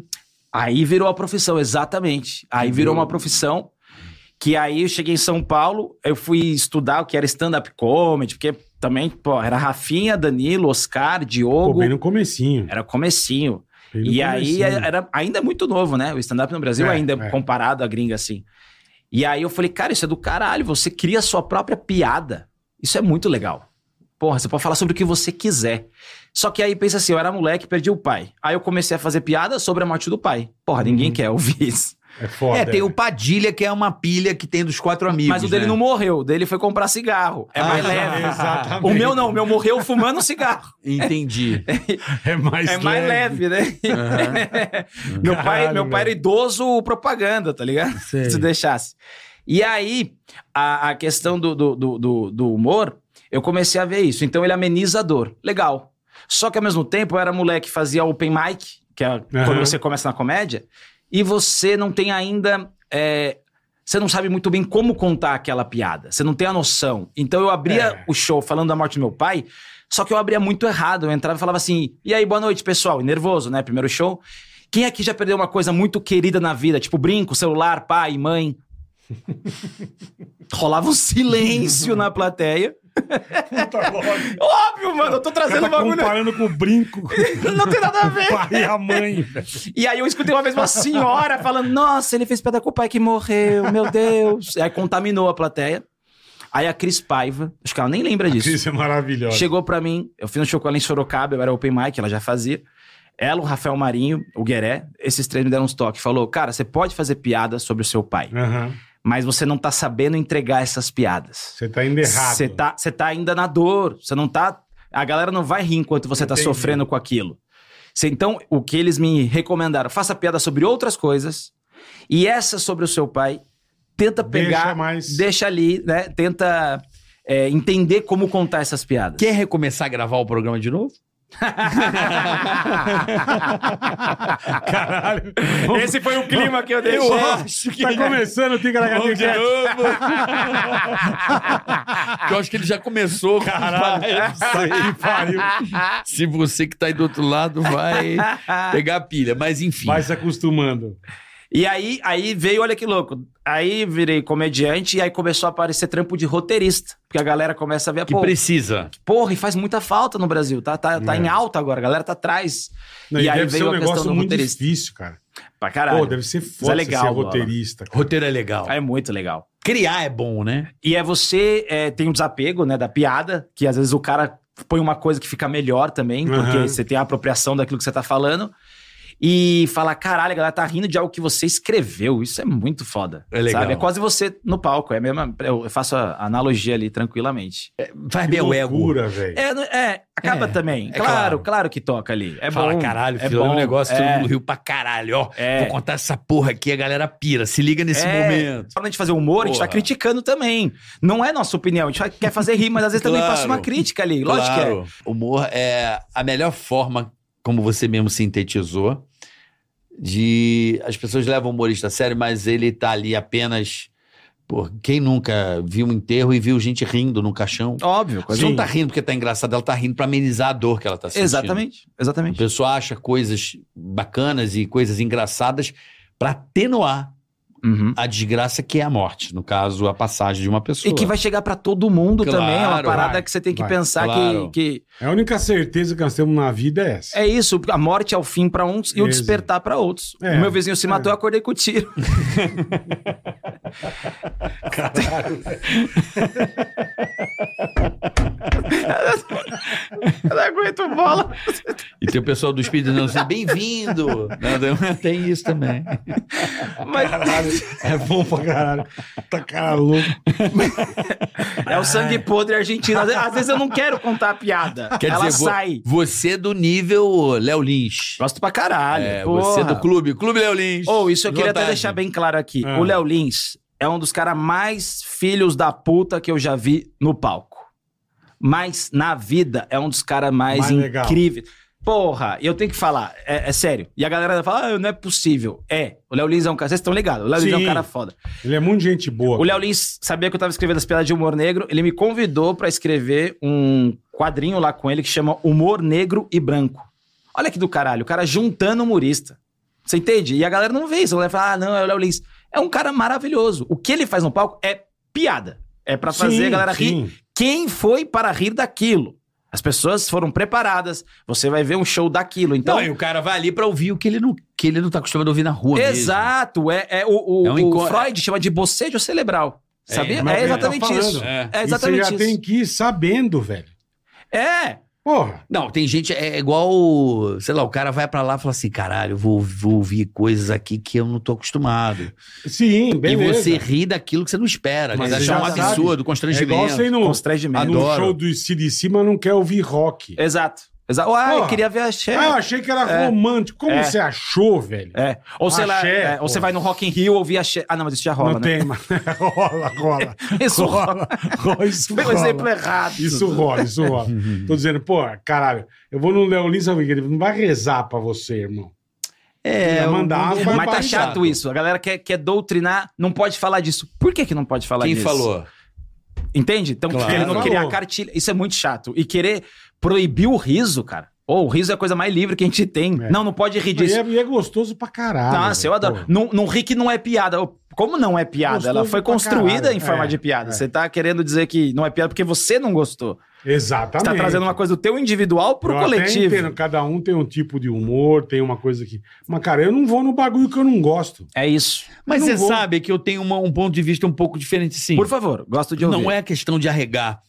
Speaker 3: Aí virou a profissão, exatamente. Aí virou uma profissão que aí eu cheguei em São Paulo, eu fui estudar o que era stand-up comedy, porque também, pô, era Rafinha, Danilo, Oscar,
Speaker 1: Pô,
Speaker 3: Diogo.
Speaker 1: bem no comecinho.
Speaker 3: Era comecinho.
Speaker 1: bem no
Speaker 3: E aí
Speaker 1: comecinho.
Speaker 3: era ainda é muito novo, né? O stand-up no Brasil
Speaker 1: É,
Speaker 3: ainda
Speaker 1: é.
Speaker 3: comparado à gringa assim. E aí eu falei, cara, isso é do caralho. Você cria a sua própria piada. Isso é muito legal. Porra, você pode falar sobre o que você quiser. Só que aí pensa assim, eu era moleque, perdi o pai. Aí eu comecei a fazer piada sobre a morte do pai. Porra,
Speaker 1: Uhum.
Speaker 3: ninguém quer ouvir isso.
Speaker 1: É foda.
Speaker 2: é, tem
Speaker 1: é.
Speaker 2: o Padilha, que é uma pilha que tem dos quatro amigos.
Speaker 3: Mas o dele
Speaker 2: né?
Speaker 3: não morreu, o dele foi comprar cigarro. É mais
Speaker 2: Ah,
Speaker 3: leve.
Speaker 1: exatamente.
Speaker 3: O meu não, o meu morreu fumando um cigarro.
Speaker 2: [LAUGHS] Entendi.
Speaker 1: É [LAUGHS] mais
Speaker 3: É mais leve, né? [LAUGHS] meu pai,
Speaker 1: Caralho,
Speaker 3: meu pai era idoso propaganda, tá ligado?
Speaker 2: Sei.
Speaker 3: Se deixasse. E aí, a, a questão do, do, do- do- do humor, eu comecei a ver isso. Então ele ameniza a dor. Legal. Só que ao mesmo tempo, eu era moleque que fazia open mic, que é quando você começa na comédia, e você não tem ainda. é, você não sabe muito bem como contar aquela piada. Você não tem a noção. Então eu abria
Speaker 1: É.
Speaker 3: o show falando da morte do meu pai, só que eu abria muito errado. Eu entrava e falava assim: e aí, boa noite, pessoal. E nervoso, né? Primeiro show. Quem aqui já perdeu uma coisa muito querida na vida? Tipo brinco, celular, pai,
Speaker 1: [LAUGHS]
Speaker 3: mãe. Rolava um silêncio na plateia.
Speaker 1: Puta lógica.
Speaker 3: Óbvio, mano, eu tô
Speaker 1: O cara
Speaker 3: trazendo
Speaker 1: tá
Speaker 3: bagulho.
Speaker 1: comparando com o brinco, o
Speaker 3: Não tem nada a ver.
Speaker 1: pai e a
Speaker 3: [LAUGHS]
Speaker 1: mãe. velho.
Speaker 3: E aí eu escutei uma vez uma senhora falando: Nossa, ele fez piada com o pai que morreu, meu Deus. [LAUGHS] Aí contaminou a plateia. Aí a Cris Paiva, acho que ela nem lembra disso.
Speaker 1: Isso é maravilhoso.
Speaker 3: Chegou pra mim, eu fiz um show com ela em Sorocaba, eu era open mic, ela já fazia. Ela, o Rafael Marinho, o Gueré, esses três me deram uns toques. Falou, cara, você pode fazer piada sobre o seu pai,
Speaker 1: Aham.
Speaker 3: mas você não tá sabendo entregar essas piadas.
Speaker 1: Você tá indo errado.
Speaker 3: Você tá, você tá ainda na dor. Você não tá. A galera não vai rir enquanto você tá
Speaker 1: Entendi.
Speaker 3: sofrendo com aquilo. Cê- então, o que eles me recomendaram? Faça piada sobre outras coisas. E essa sobre o seu pai. Tenta
Speaker 1: Deixa
Speaker 3: pegar.
Speaker 1: mais-
Speaker 3: deixa ali, né? Tenta é, entender como contar essas piadas. [LAUGHS]
Speaker 2: Quer recomeçar a gravar o programa de novo?
Speaker 1: Caralho.
Speaker 3: [LAUGHS] Esse foi o clima que é- eu
Speaker 2: Eu
Speaker 3: deixei.
Speaker 2: acho que.
Speaker 1: Tá começando o Ticaracatica.
Speaker 2: Vamos de novo. eu acho [LAUGHS] que ele já começou. Caralho.
Speaker 3: [LAUGHS]
Speaker 1: Puta que pariu.
Speaker 2: [LAUGHS] Se você que tá aí do outro lado vai pegar a pilha. Mas enfim.
Speaker 1: Vai se acostumando.
Speaker 3: E aí, aí veio, olha que louco. Aí virei comediante e aí começou a aparecer trampo de roteirista. Porque a galera começa a ver,
Speaker 2: Que
Speaker 3: pô,
Speaker 2: precisa.
Speaker 3: porra, e faz muita falta no Brasil, tá? Tá, tá
Speaker 1: É.
Speaker 3: em alta agora, a galera tá atrás.
Speaker 1: Não,
Speaker 3: e,
Speaker 1: e
Speaker 3: aí
Speaker 1: deve ser
Speaker 3: veio
Speaker 1: um
Speaker 3: a questão
Speaker 1: negócio
Speaker 3: do
Speaker 1: muito
Speaker 3: roteirista.
Speaker 1: difícil, cara.
Speaker 3: Pra caralho. é
Speaker 1: Pô, deve ser foda
Speaker 3: legal,
Speaker 1: ser
Speaker 3: Bola.
Speaker 1: roteirista. cara.
Speaker 2: Roteiro é legal.
Speaker 3: É muito legal.
Speaker 2: Criar é bom, né?
Speaker 3: E é você é, tem um desapego, né, da piada, que às vezes o cara põe uma coisa que fica melhor também,
Speaker 1: Aham.
Speaker 3: porque você tem a apropriação daquilo que você tá falando. E fala, caralho, a galera tá rindo de algo que você escreveu. Isso é muito foda.
Speaker 2: É legal.
Speaker 3: É quase você no palco. É a mesma. Eu faço a analogia ali tranquilamente.
Speaker 2: Faz
Speaker 1: Que
Speaker 2: bem o ego.
Speaker 1: loucura, velho.
Speaker 3: É, não- é, acaba
Speaker 2: É,
Speaker 3: também.
Speaker 2: é
Speaker 3: claro,
Speaker 2: claro.
Speaker 3: claro, que toca ali. É
Speaker 2: Fala,
Speaker 3: bom.
Speaker 2: caralho,
Speaker 3: é
Speaker 2: fiz um
Speaker 3: bom,
Speaker 2: negócio, todo
Speaker 3: é,
Speaker 2: mundo riu pra caralho, ó.
Speaker 3: É.
Speaker 2: Vou contar essa porra aqui, a galera pira. Se liga nesse
Speaker 3: É.
Speaker 2: momento.
Speaker 3: Quando a gente fazer humor, a gente tá
Speaker 2: Porra.
Speaker 3: criticando também. Não é nossa opinião. A gente quer fazer rir, mas às vezes também
Speaker 2: Claro.
Speaker 3: passa uma crítica ali. Lógico que é.
Speaker 2: claro. Humor é a melhor forma, como você mesmo sintetizou, de. As pessoas levam o humorista a sério, mas ele tá ali apenas. Pô, quem nunca viu um enterro e viu gente rindo no caixão?
Speaker 3: Óbvio.
Speaker 2: Mas
Speaker 3: coisa-
Speaker 2: não tá rindo porque tá engraçado, ela tá rindo pra amenizar a dor que ela tá sentindo.
Speaker 3: Exatamente,
Speaker 2: A
Speaker 3: exatamente.
Speaker 2: pessoa acha coisas bacanas e coisas engraçadas pra atenuar
Speaker 3: Uhum.
Speaker 2: a desgraça que é a morte, no caso, a passagem de uma pessoa.
Speaker 3: E que vai chegar pra todo mundo
Speaker 2: Claro,
Speaker 3: também. É uma parada
Speaker 1: vai,
Speaker 3: que você tem que
Speaker 1: vai,
Speaker 3: pensar
Speaker 2: claro.
Speaker 3: que, que
Speaker 1: É A única certeza que nós temos na vida é essa.
Speaker 3: é isso. A morte é o fim pra uns e o
Speaker 1: Isso.
Speaker 3: despertar pra outros.
Speaker 1: É.
Speaker 3: o meu vizinho se
Speaker 1: É.
Speaker 3: matou, eu acordei com o tiro. [LAUGHS] eu não aguento bola.
Speaker 2: E tem o pessoal do Espírito dizendo assim, bem-vindo!
Speaker 3: [LAUGHS]
Speaker 2: Não, Tem isso também.
Speaker 3: Mas
Speaker 1: [LAUGHS] É bom pra caralho. Tá cara louco.
Speaker 3: é o sangue podre argentino. Às vezes, às vezes eu não quero contar a piada.
Speaker 2: Quer
Speaker 3: Ela
Speaker 2: dizer, vo-
Speaker 3: sai.
Speaker 2: você é do nível Léo Lins.
Speaker 3: Gosto pra caralho.
Speaker 2: É, você
Speaker 3: porra.
Speaker 2: do clube, Clube Léo Lins.
Speaker 3: Ou isso eu queria até
Speaker 2: Vantagem.
Speaker 3: deixar bem claro aqui.
Speaker 1: Ah.
Speaker 3: O Léo Lins é um dos caras mais filhos da puta que eu já vi no palco. Mas na vida é um dos caras mais,
Speaker 1: Mais legal.
Speaker 3: incríveis. Porra, eu tenho que falar, é, é sério. E a galera fala, ah, não é possível. É, o Léo Lins é um cara, vocês estão ligados, o Léo Lins é
Speaker 1: Sim.
Speaker 3: um cara foda.
Speaker 1: Ele é muito gente boa.
Speaker 3: O Léo Lins sabia que eu tava escrevendo as piadas de humor negro, ele me convidou pra escrever um quadrinho lá com ele que chama Humor Negro e Branco. Olha que do caralho, o cara juntando humorista. Você entende? E a galera não vê isso, a galera fala, ah, não, é o Léo Lins. É um cara maravilhoso. O que ele faz no palco é piada. É pra fazer a galera É rir
Speaker 1: rir.
Speaker 3: quem foi para rir daquilo. As pessoas foram preparadas, você vai ver um show daquilo. Então,
Speaker 2: Não, e o cara vai ali pra ouvir o que ele não, que ele não tá acostumado a ouvir na rua mesmo.
Speaker 3: exato, é, é o, o-
Speaker 2: É um
Speaker 3: o
Speaker 2: enco-
Speaker 3: Freud chama de bocejo cerebral.
Speaker 2: É,
Speaker 3: Sabia?
Speaker 1: mas
Speaker 3: É,
Speaker 1: é,
Speaker 3: exatamente
Speaker 1: tá
Speaker 3: isso.
Speaker 1: falando.
Speaker 2: É.
Speaker 3: É
Speaker 1: E Você
Speaker 3: exatamente
Speaker 1: já
Speaker 3: isso.
Speaker 1: tem que ir sabendo, velho.
Speaker 3: É,
Speaker 1: Porra.
Speaker 2: Não, tem gente, é igual, sei lá, o cara vai pra lá e fala assim, caralho, eu vou, vou ouvir coisas aqui que eu não tô acostumado.
Speaker 1: Sim, beleza.
Speaker 2: E você ri daquilo que você não espera, mas
Speaker 1: Mas você
Speaker 2: achar um
Speaker 1: já sabe.
Speaker 2: absurdo,
Speaker 1: É
Speaker 2: constrangimento.
Speaker 1: igual você ir no,
Speaker 3: constrangimento.
Speaker 1: no
Speaker 2: Adoro.
Speaker 1: show do CDC, mas não quer ouvir rock.
Speaker 3: Exato. Exato. Ah, eu
Speaker 1: Porra.
Speaker 3: queria ver a Cher.
Speaker 1: Ah, eu achei que era
Speaker 3: É.
Speaker 1: romântico. Como
Speaker 3: É.
Speaker 1: você achou, velho?
Speaker 3: É. Ou sei lá,
Speaker 1: Axé,
Speaker 3: é,
Speaker 1: pô.
Speaker 3: ou você vai no Rock in Rio ouvir a Cher. Ah, não, mas isso já rola,
Speaker 1: não
Speaker 3: né?
Speaker 1: tem, mas [LAUGHS] rola, rola.
Speaker 3: [LAUGHS] Isso rola.
Speaker 1: rola, rola, isso
Speaker 3: Foi um exemplo
Speaker 1: rola.
Speaker 3: errado.
Speaker 1: Isso rola, isso
Speaker 3: [LAUGHS]
Speaker 1: rola. Tô dizendo, pô, caralho, eu vou no Leolins, ele não vai rezar pra você, irmão.
Speaker 2: É,
Speaker 1: Ia
Speaker 2: eu-
Speaker 1: mandar
Speaker 2: eu-
Speaker 1: uma
Speaker 3: Mas tá
Speaker 1: baixado.
Speaker 3: chato isso. A galera quer, quer doutrinar, não pode falar disso. Por que, que não pode falar
Speaker 2: Quem
Speaker 3: disso?
Speaker 2: falou?
Speaker 3: Entende? Então,
Speaker 2: Claro.
Speaker 3: querendo criar
Speaker 1: Falou.
Speaker 3: cartilha. Isso é muito chato. E querer proibir o riso, cara. Ou o riso é a coisa mais livre que a gente tem.
Speaker 1: É.
Speaker 3: Não, não pode rir
Speaker 1: E
Speaker 3: disso.
Speaker 1: é, e é gostoso pra caralho.
Speaker 3: Nossa, eu
Speaker 1: velho,
Speaker 3: adoro.
Speaker 1: pô.
Speaker 3: Não, não ri que não é piada. Como não é piada?
Speaker 1: Gostoso
Speaker 3: Ela foi
Speaker 1: pra
Speaker 3: construída
Speaker 1: caralho.
Speaker 3: em forma
Speaker 1: É,
Speaker 3: de piada.
Speaker 1: é.
Speaker 3: Você tá querendo dizer que não é piada porque você não gostou. Você
Speaker 1: Exatamente.
Speaker 3: tá trazendo uma coisa do teu individual pro
Speaker 1: Eu até
Speaker 3: coletivo.
Speaker 1: entendo, cada um tem um tipo de humor, tem uma coisa que. Mas, cara, eu não vou no bagulho que eu não gosto.
Speaker 3: É isso.
Speaker 2: Mas
Speaker 1: Não
Speaker 2: você
Speaker 1: vou.
Speaker 2: sabe que eu tenho uma- um ponto de vista um pouco diferente, sim.
Speaker 3: Por favor, gosto de ouvir.
Speaker 2: Não é questão de arregar.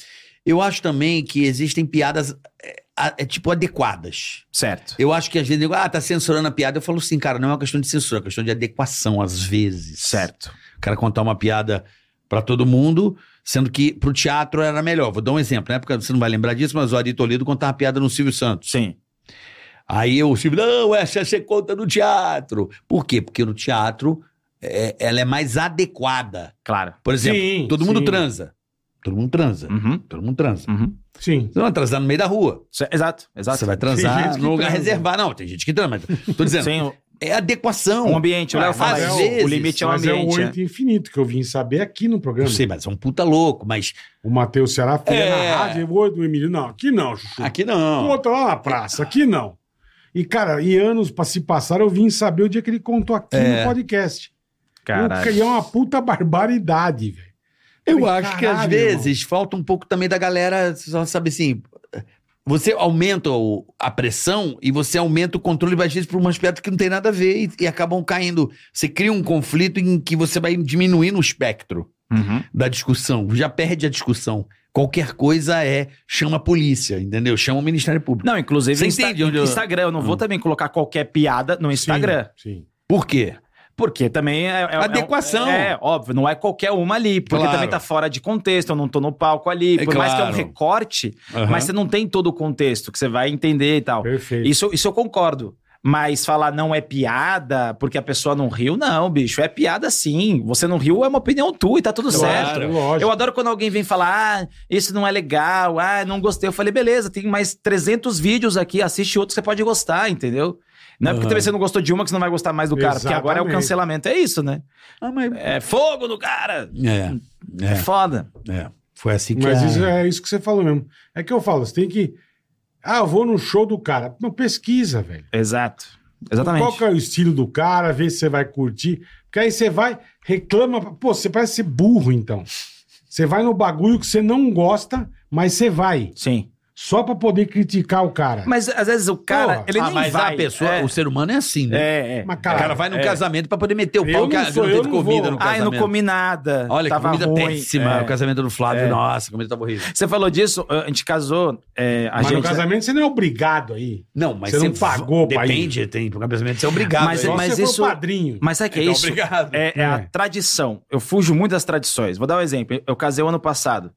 Speaker 2: Eu acho também que existem piadas, é, a- é, tipo, adequadas.
Speaker 3: Certo.
Speaker 2: Eu acho que às vezes, ah, tá censurando a piada. Eu falo assim, cara, não é uma questão de censura, é uma questão de adequação, às vezes.
Speaker 3: Certo.
Speaker 2: O cara contar uma piada pra todo mundo, sendo que pro teatro era melhor. Vou dar um exemplo, na época você não vai lembrar disso, mas o Ari Toledo contava uma piada no Silvio Santos.
Speaker 3: Sim.
Speaker 2: Aí o Silvio, não, essa você conta no teatro. Por quê? Porque no teatro é, ela é mais adequada.
Speaker 3: Claro.
Speaker 2: Por exemplo,
Speaker 1: Sim,
Speaker 2: todo mundo
Speaker 1: sim.
Speaker 2: transa. Todo mundo transa.
Speaker 3: Uhum,
Speaker 2: Todo mundo transa.
Speaker 3: uhum.
Speaker 1: Sim.
Speaker 2: Você não vai transar no meio da rua.
Speaker 3: Ce- Exato, exato.
Speaker 2: Você vai
Speaker 1: Tem
Speaker 2: transar
Speaker 1: gente
Speaker 2: num
Speaker 1: que
Speaker 2: lugar
Speaker 1: transa.
Speaker 2: reservado. Não, tem gente que transa, mas tô
Speaker 1: [LAUGHS]
Speaker 2: dizendo,
Speaker 3: Sim,
Speaker 2: é adequação.
Speaker 3: um ambiente. O Léo
Speaker 2: Mas
Speaker 3: fala
Speaker 2: às
Speaker 3: isso.
Speaker 2: vezes-
Speaker 3: o limite é o
Speaker 1: Mas é o
Speaker 3: ambiente.
Speaker 1: oito infinito que eu vim saber aqui no
Speaker 2: Não
Speaker 1: programa.
Speaker 2: sei, mas é um puta louco, mas
Speaker 1: O Matheus Ceará foi
Speaker 2: É.
Speaker 1: na rádio, o oito do Emílio. Não, aqui não, Chuchu.
Speaker 2: aqui não.
Speaker 1: O outro lá na praça, aqui não. E, cara, e anos pra se passar, eu vim saber o dia que ele contou aqui
Speaker 2: É.
Speaker 1: no podcast.
Speaker 3: Caralho.
Speaker 1: Eu- E é uma puta barbaridade, velho.
Speaker 2: Eu
Speaker 1: Falei,
Speaker 2: acho que às
Speaker 1: "Caralho,
Speaker 2: vezes falta um pouco também da galera, só sabe assim. Você aumenta o- a pressão e você aumenta o controle, às vezes, por umas pedras que não tem nada a ver e, e acabam caindo. Você cria um conflito em que você vai diminuindo o espectro
Speaker 3: Uhum.
Speaker 2: da discussão. Já perde a discussão. Qualquer coisa é chama a polícia, entendeu? Chama o Ministério Público.
Speaker 3: Não, inclusive
Speaker 2: Você
Speaker 3: Insta-
Speaker 2: entende onde eu-
Speaker 3: Instagram. Eu não vou
Speaker 2: Hum.
Speaker 3: também colocar qualquer piada no
Speaker 1: Sim,
Speaker 3: Instagram.
Speaker 1: Sim.
Speaker 2: Por quê?
Speaker 3: Porque também é. é-
Speaker 2: Adequação.
Speaker 3: É, é, óbvio, não é qualquer uma ali. Porque
Speaker 2: Claro.
Speaker 3: também tá fora de contexto, eu não tô no palco ali.
Speaker 2: É
Speaker 3: Por mais que é um
Speaker 2: claro.
Speaker 3: recorte, mas você não tem todo o contexto que você vai entender e tal.
Speaker 1: Perfeito.
Speaker 3: Isso, isso eu concordo. Mas falar não é piada porque a pessoa não riu, não, bicho. É piada sim. Você não riu é uma opinião tua e tá tudo
Speaker 2: Claro.
Speaker 3: certo.
Speaker 1: Lógico.
Speaker 3: Eu adoro quando alguém vem falar, ah, isso não é legal, ah, não gostei. Eu falei, beleza, tem mais 300 vídeos aqui, assiste outros que você pode gostar, entendeu? Não é porque
Speaker 2: Aham.
Speaker 3: também você não gostou de uma que você não vai gostar mais do cara, porque agora é o
Speaker 1: Exatamente.
Speaker 3: cancelamento. É isso, né?
Speaker 2: Ah, mas...
Speaker 3: É fogo no cara!
Speaker 2: É,
Speaker 3: É,
Speaker 2: é,
Speaker 3: foda.
Speaker 2: é. Foi assim que
Speaker 1: Mas
Speaker 2: a-
Speaker 1: isso é isso que você falou mesmo. É que eu falo, você tem que. Ah, eu vou no show do cara. Não, pesquisa, velho.
Speaker 3: Exato. Exatamente.
Speaker 1: Qual que é o estilo do cara, vê se você vai curtir. Porque aí você vai, reclama. Pô, você parece ser burro, então. Você vai no bagulho que você não gosta, mas você vai.
Speaker 3: Sim.
Speaker 1: Só pra poder criticar o cara.
Speaker 3: Mas às vezes o cara,
Speaker 1: Porra.
Speaker 3: ele
Speaker 2: Ah,
Speaker 3: nem
Speaker 2: mas
Speaker 3: vai.
Speaker 2: a pessoa,
Speaker 3: É,
Speaker 2: o ser humano é assim, né?
Speaker 3: é, é.
Speaker 1: Mas,
Speaker 2: O cara vai num casamento pra poder meter o
Speaker 1: Eu
Speaker 2: pau que
Speaker 1: não
Speaker 2: a- que
Speaker 1: sou,
Speaker 2: não
Speaker 1: eu
Speaker 2: teve
Speaker 1: não
Speaker 2: comida
Speaker 1: vou.
Speaker 2: no
Speaker 3: Ai,
Speaker 2: casamento.
Speaker 3: não comi nada.
Speaker 2: Olha, que
Speaker 3: Tava
Speaker 2: comida
Speaker 3: ruim.
Speaker 2: péssima.
Speaker 3: É.
Speaker 2: O casamento do Flávio,
Speaker 3: É.
Speaker 2: nossa, a comida tava horrível.
Speaker 3: Você falou disso, a gente casou. é, a
Speaker 1: Mas
Speaker 3: gente,
Speaker 1: no casamento você não é obrigado aí.
Speaker 2: Não, mas
Speaker 1: Você não pagou pra ir.
Speaker 2: Depende, tem pro casamento, você é obrigado.
Speaker 3: Mas-
Speaker 2: a ir.
Speaker 1: Só
Speaker 3: mas
Speaker 1: se você for
Speaker 3: isso-
Speaker 1: padrinho.
Speaker 3: Mas sabe o que é
Speaker 2: Então,
Speaker 3: isso?
Speaker 2: Obrigado.
Speaker 3: É, é a
Speaker 1: É.
Speaker 3: tradição. Eu fujo muito das tradições. Vou dar um exemplo. Eu casei o ano passado.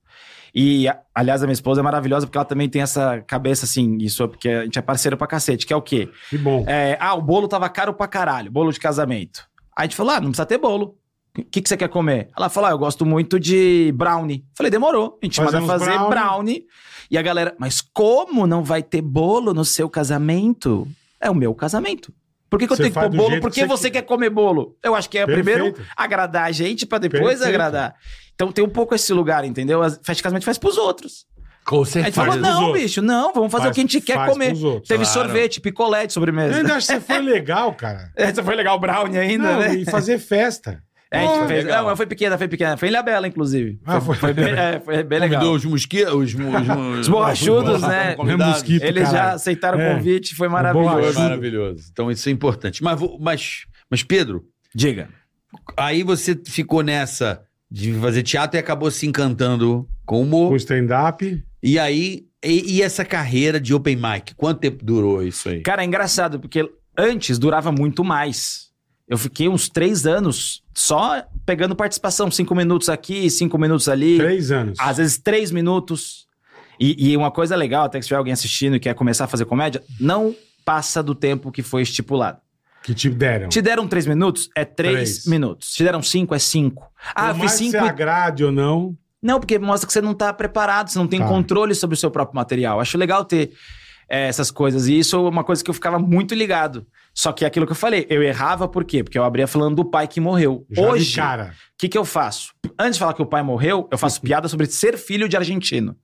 Speaker 3: E, a- aliás, a minha esposa é maravilhosa porque ela também tem essa cabeça assim, isso é porque a gente é parceiro pra cacete, que é o quê?
Speaker 1: Que bom.
Speaker 3: É, ah, o bolo tava caro pra caralho, bolo de casamento. Aí a gente falou: ah, não precisa ter bolo. O que, que você quer comer? Ela falou: ah, eu gosto muito de brownie. Falei, demorou. A gente
Speaker 1: Fazer
Speaker 3: manda
Speaker 1: uns
Speaker 3: fazer brownie.
Speaker 1: brownie.
Speaker 3: E a galera, mas como não vai ter bolo no seu casamento? É o meu casamento. Por que, que eu
Speaker 1: Você
Speaker 3: tenho que
Speaker 1: faz
Speaker 3: pôr
Speaker 1: do
Speaker 3: bolo?
Speaker 1: jeito
Speaker 3: Por
Speaker 1: que
Speaker 3: que
Speaker 1: você
Speaker 3: você
Speaker 1: quer.
Speaker 3: quer comer bolo? Eu acho que é
Speaker 1: Perfeito.
Speaker 3: primeiro agradar a gente pra depois
Speaker 1: Perfeito.
Speaker 3: agradar. Então tem um pouco esse lugar, entendeu? As festa de casamento faz pros outros.
Speaker 2: Com
Speaker 3: Aí a gente falou:
Speaker 2: certeza.
Speaker 1: pros
Speaker 3: não,
Speaker 1: outros.
Speaker 3: bicho, não, vamos fazer o que a gente quer
Speaker 1: faz
Speaker 3: comer.
Speaker 1: pros
Speaker 3: [LAUGHS]
Speaker 1: outros.
Speaker 3: Teve
Speaker 2: Claro.
Speaker 3: sorvete, picolé de sobremesa.
Speaker 1: Eu ainda acho que você foi legal, cara.
Speaker 3: Essa É, foi legal, o Brownie ainda,
Speaker 1: Não,
Speaker 3: né?
Speaker 1: E fazer
Speaker 3: [LAUGHS]
Speaker 1: festa.
Speaker 3: É, a gente
Speaker 2: Pô,
Speaker 3: fez-
Speaker 2: legal.
Speaker 3: Não, mas foi pequena, foi pequena. Foi em Labela, inclusive.
Speaker 1: Ah, foi-
Speaker 3: bem, é, foi bem legal.
Speaker 2: Convidou os mosquitos, os, mo- os, mo-
Speaker 3: Os borrachudos, né?
Speaker 2: Convidados.
Speaker 1: É mosquito.
Speaker 3: Eles já
Speaker 1: caralho.
Speaker 3: aceitaram
Speaker 1: É.
Speaker 3: o convite, foi
Speaker 1: Boa,
Speaker 2: Foi
Speaker 3: maravilhoso.
Speaker 1: ajuda.
Speaker 2: maravilhoso. Então isso é importante. Mas, vou- mas, mas, Pedro,
Speaker 3: Diga.
Speaker 2: aí você ficou nessa de fazer teatro e acabou se encantando com o
Speaker 1: Com
Speaker 2: humor.
Speaker 1: stand-up.
Speaker 2: E aí, e, e essa carreira de open mic? Quanto tempo durou isso aí?
Speaker 3: Cara, é engraçado, porque antes durava muito mais. Eu fiquei uns três anos só pegando participação. Cinco minutos aqui, cinco minutos ali.
Speaker 1: Três anos.
Speaker 3: Às vezes três minutos. E, e uma coisa legal, até que se tiver alguém assistindo e quer começar a fazer comédia, não passa do tempo que foi estipulado.
Speaker 1: Que te deram.
Speaker 3: Te deram três minutos? É três,
Speaker 1: Três.
Speaker 3: minutos. Te deram cinco? É cinco. Ah, eu
Speaker 1: Por
Speaker 3: fiz
Speaker 1: mais que
Speaker 3: cinco.
Speaker 1: você
Speaker 3: e-
Speaker 1: agrade ou não.
Speaker 3: Não, porque mostra que você não tá preparado, você não tem
Speaker 1: Tá.
Speaker 3: controle sobre o seu próprio material. Acho legal ter é, essas coisas. E isso é uma coisa que eu ficava muito ligado. Só que é aquilo que eu falei, eu errava por quê? Porque eu abria falando do pai que morreu.
Speaker 1: Já
Speaker 3: Hoje,
Speaker 1: de
Speaker 3: o
Speaker 1: cara.
Speaker 3: que, que eu faço? Antes de falar que o pai morreu, eu faço piada sobre ser filho de argentino.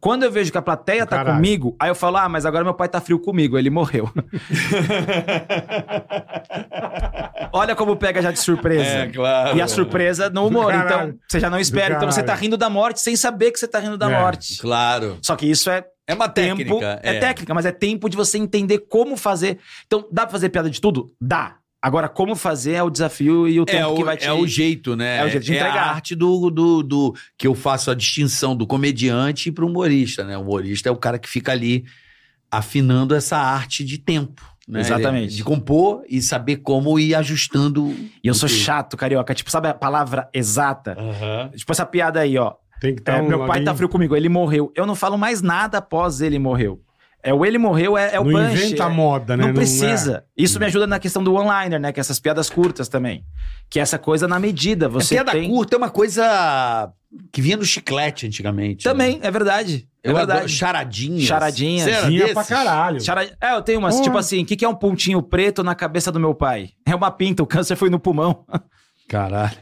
Speaker 3: Quando eu vejo que a plateia tá
Speaker 1: Caralho.
Speaker 3: comigo, aí eu falo, ah, mas agora meu pai tá frio comigo, ele morreu. [LAUGHS] Olha como pega já de surpresa.
Speaker 2: É,
Speaker 1: É,
Speaker 2: claro.
Speaker 3: E a surpresa no humor.
Speaker 1: Do caralho.
Speaker 3: Então, você já não espera.
Speaker 1: Do
Speaker 3: Então você tá
Speaker 1: caralho.
Speaker 3: rindo da morte sem saber que você tá rindo da
Speaker 1: É.
Speaker 3: morte.
Speaker 2: Claro.
Speaker 3: Só que isso é
Speaker 2: É uma
Speaker 3: tempo.
Speaker 2: técnica.
Speaker 3: é. técnica, mas é tempo de você entender como fazer. Então, dá pra fazer piada de tudo? Dá. Agora, como fazer é o desafio e o tempo
Speaker 2: É o,
Speaker 3: que vai te.
Speaker 2: é o jeito, né?
Speaker 3: É o jeito de
Speaker 2: a
Speaker 3: entregar.
Speaker 2: arte do, do, do- que eu faço a distinção do comediante para o humorista, né? O humorista é o cara que fica ali afinando essa arte de tempo. Né?
Speaker 3: Exatamente.
Speaker 2: Ele- De compor e saber como ir ajustando.
Speaker 3: E eu sou
Speaker 2: o texto.
Speaker 3: chato, carioca. Tipo, sabe a palavra exata?
Speaker 2: Aham.
Speaker 3: Tipo, essa piada aí, ó.
Speaker 1: Tem que estar
Speaker 3: É,
Speaker 1: um
Speaker 3: meu pai
Speaker 1: ali.
Speaker 3: tá frio comigo, ele morreu. Eu não falo mais nada após ele morreu. É o ele morreu, é, é o
Speaker 1: não
Speaker 3: punch.
Speaker 1: inventa
Speaker 3: é-
Speaker 1: a moda, né?
Speaker 3: Não
Speaker 1: é-
Speaker 3: precisa. Isso me
Speaker 2: Hum.
Speaker 3: ajuda na questão do one-liner, né? Que é essas piadas curtas também. Que é essa coisa na medida.
Speaker 2: A
Speaker 3: Você
Speaker 2: piada
Speaker 3: tem...
Speaker 2: curta é uma coisa que vinha no chiclete antigamente. né?
Speaker 3: Também, é verdade. É
Speaker 2: Eu
Speaker 3: verdade.
Speaker 2: adoro charadinhas.
Speaker 3: Charadinhas.
Speaker 2: Você era
Speaker 1: é. Tinha
Speaker 2: desses?
Speaker 1: pra caralho.
Speaker 3: Chara- É, eu tenho umas,
Speaker 2: Hum.
Speaker 1: Porra.
Speaker 3: tipo assim, o que, que é um pontinho preto na cabeça do meu pai? É uma pinta, o câncer foi no pulmão. [LAUGHS]
Speaker 2: Caralho.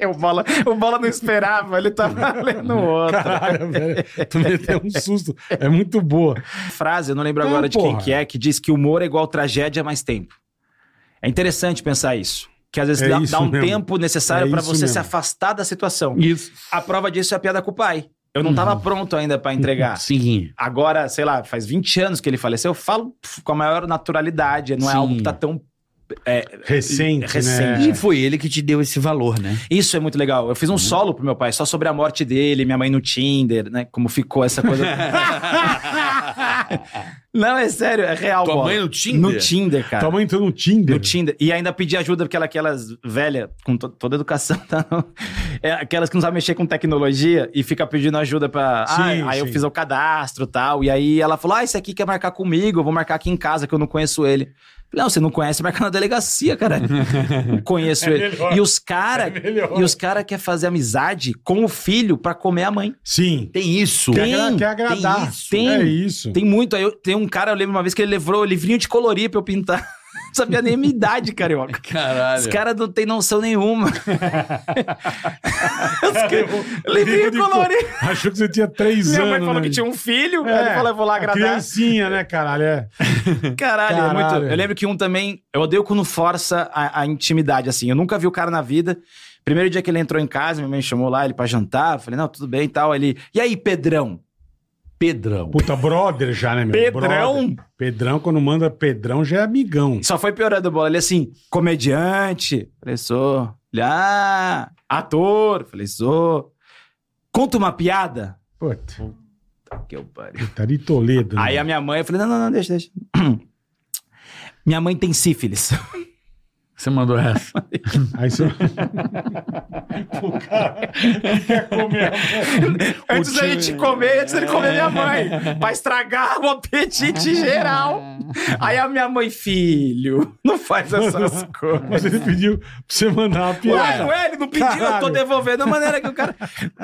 Speaker 3: É, o, bola, o Bola não
Speaker 2: [LAUGHS]
Speaker 3: esperava, ele tava lendo outra.
Speaker 1: Caralho, velho. Tu meteu um susto. É muito boa.
Speaker 3: frase, eu não lembro
Speaker 1: Não,
Speaker 3: agora de quem
Speaker 1: porra.
Speaker 3: que é, que diz que humor é igual tragédia mais tempo. É interessante pensar isso. Que às vezes
Speaker 1: É
Speaker 3: dá,
Speaker 1: isso
Speaker 3: dá um
Speaker 1: mesmo.
Speaker 3: tempo necessário
Speaker 1: É
Speaker 3: pra
Speaker 1: isso
Speaker 3: você se
Speaker 1: mesmo.
Speaker 3: afastar da situação.
Speaker 2: Isso.
Speaker 3: A prova disso é a piada com o pai. Eu
Speaker 1: Uhum.
Speaker 3: não tava pronto ainda
Speaker 1: [LAUGHS]
Speaker 3: pra entregar.
Speaker 2: Sim.
Speaker 3: Agora, sei lá, faz 20 anos que ele faleceu, eu falo pf, com a maior naturalidade, não é
Speaker 2: Sim.
Speaker 3: algo que tá tão.
Speaker 1: Recente,
Speaker 3: Recente.
Speaker 1: né?
Speaker 2: E foi ele que te deu esse valor, né?
Speaker 3: [LAUGHS] Isso é muito legal. Eu fiz
Speaker 1: Uhum.
Speaker 3: um solo pro meu pai, só sobre a morte dele, minha mãe no Tinder, né? Como ficou essa
Speaker 1: [LAUGHS]
Speaker 3: coisa. não, é sério, é real.
Speaker 2: Tua
Speaker 3: bola.
Speaker 2: mãe no Tinder?
Speaker 3: No Tinder, cara.
Speaker 1: Tua mãe entrou no Tinder.
Speaker 3: No Tinder. E ainda pedi ajuda, porque ela, é aquelas velhas, com to- toda educação, [LAUGHS] tá? É, aquelas que não sabem mexer com tecnologia e fica pedindo ajuda pra.
Speaker 1: Sim,
Speaker 3: ah, aí eu
Speaker 1: sim.
Speaker 3: fiz o cadastro e tal. E aí ela falou: Ah, esse aqui quer marcar comigo, eu vou marcar aqui em casa, que eu não conheço ele. Falei, Não, você não conhece, marca na
Speaker 1: [LAUGHS]
Speaker 3: delegacia, cara. Não conheço ele.
Speaker 1: É melhor.
Speaker 3: E os cara,
Speaker 1: É melhor.
Speaker 3: e os cara quer fazer amizade com o filho pra comer a mãe.
Speaker 1: Sim.
Speaker 2: Tem isso.
Speaker 1: Quer,
Speaker 3: Tem,
Speaker 1: agra- quer agradar.
Speaker 3: tem isso. Tem.
Speaker 1: É isso.
Speaker 3: Tem muito. Aí eu, tem um cara, eu lembro uma vez que ele levou livrinho de colorir pra eu pintar. [LAUGHS] Não sabia nem a minha idade, carioca.
Speaker 2: Caralho.
Speaker 3: Os caras não têm noção [LAUGHS] nenhuma. Livrinho
Speaker 1: de
Speaker 3: colorido.
Speaker 1: co- Achou que você tinha três
Speaker 3: Minha
Speaker 1: anos.
Speaker 3: mãe falou
Speaker 1: né?
Speaker 3: que tinha um filho,
Speaker 1: É,
Speaker 3: aí ele falou, eu vou lá
Speaker 1: a
Speaker 3: agradar.
Speaker 1: Criancinha, né, caralho? É.
Speaker 3: Caralho, é
Speaker 1: Caralho.
Speaker 3: muito... Eu lembro que um também... Eu odeio quando força a, a intimidade, assim. Eu nunca vi o cara na vida. Primeiro dia que ele entrou em casa, minha mãe chamou lá ele pra jantar. Eu falei, não, tudo bem e tal. Ele, e aí, Pedrão?
Speaker 2: Pedrão.
Speaker 1: Puta, brother já, né, meu?
Speaker 3: Pedrão?
Speaker 1: Brother. Pedrão, quando manda Pedrão, já é amigão.
Speaker 3: Só foi piorando a bola. Ele, assim, comediante. Falei, sou. Ele, ah, ator. Falei, sou. Conta uma piada.
Speaker 1: Puta,
Speaker 3: Que eu pariu.
Speaker 1: tá de Toledo. né?
Speaker 3: Aí é a minha mãe, eu falei, não, não, não, deixa, [CLEARS THROAT] deixa. Minha mãe tem [LAUGHS] sífilis.
Speaker 2: Você mandou essa.
Speaker 1: Aí você.
Speaker 3: [LAUGHS]
Speaker 1: o cara que quer comer. a-
Speaker 3: antes da gente comer, antes dele comer minha mãe. [LAUGHS] Pra estragar o apetite geral. Aí a minha mãe, filho, não
Speaker 1: [LAUGHS]
Speaker 3: faz [LAUGHS] essas coisas.
Speaker 1: Mas ele pediu pra você mandar uma
Speaker 3: Ué,
Speaker 1: piada.
Speaker 3: ué, ele não pediu, eu tô
Speaker 1: Caralho.
Speaker 3: devolvendo da maneira que o cara.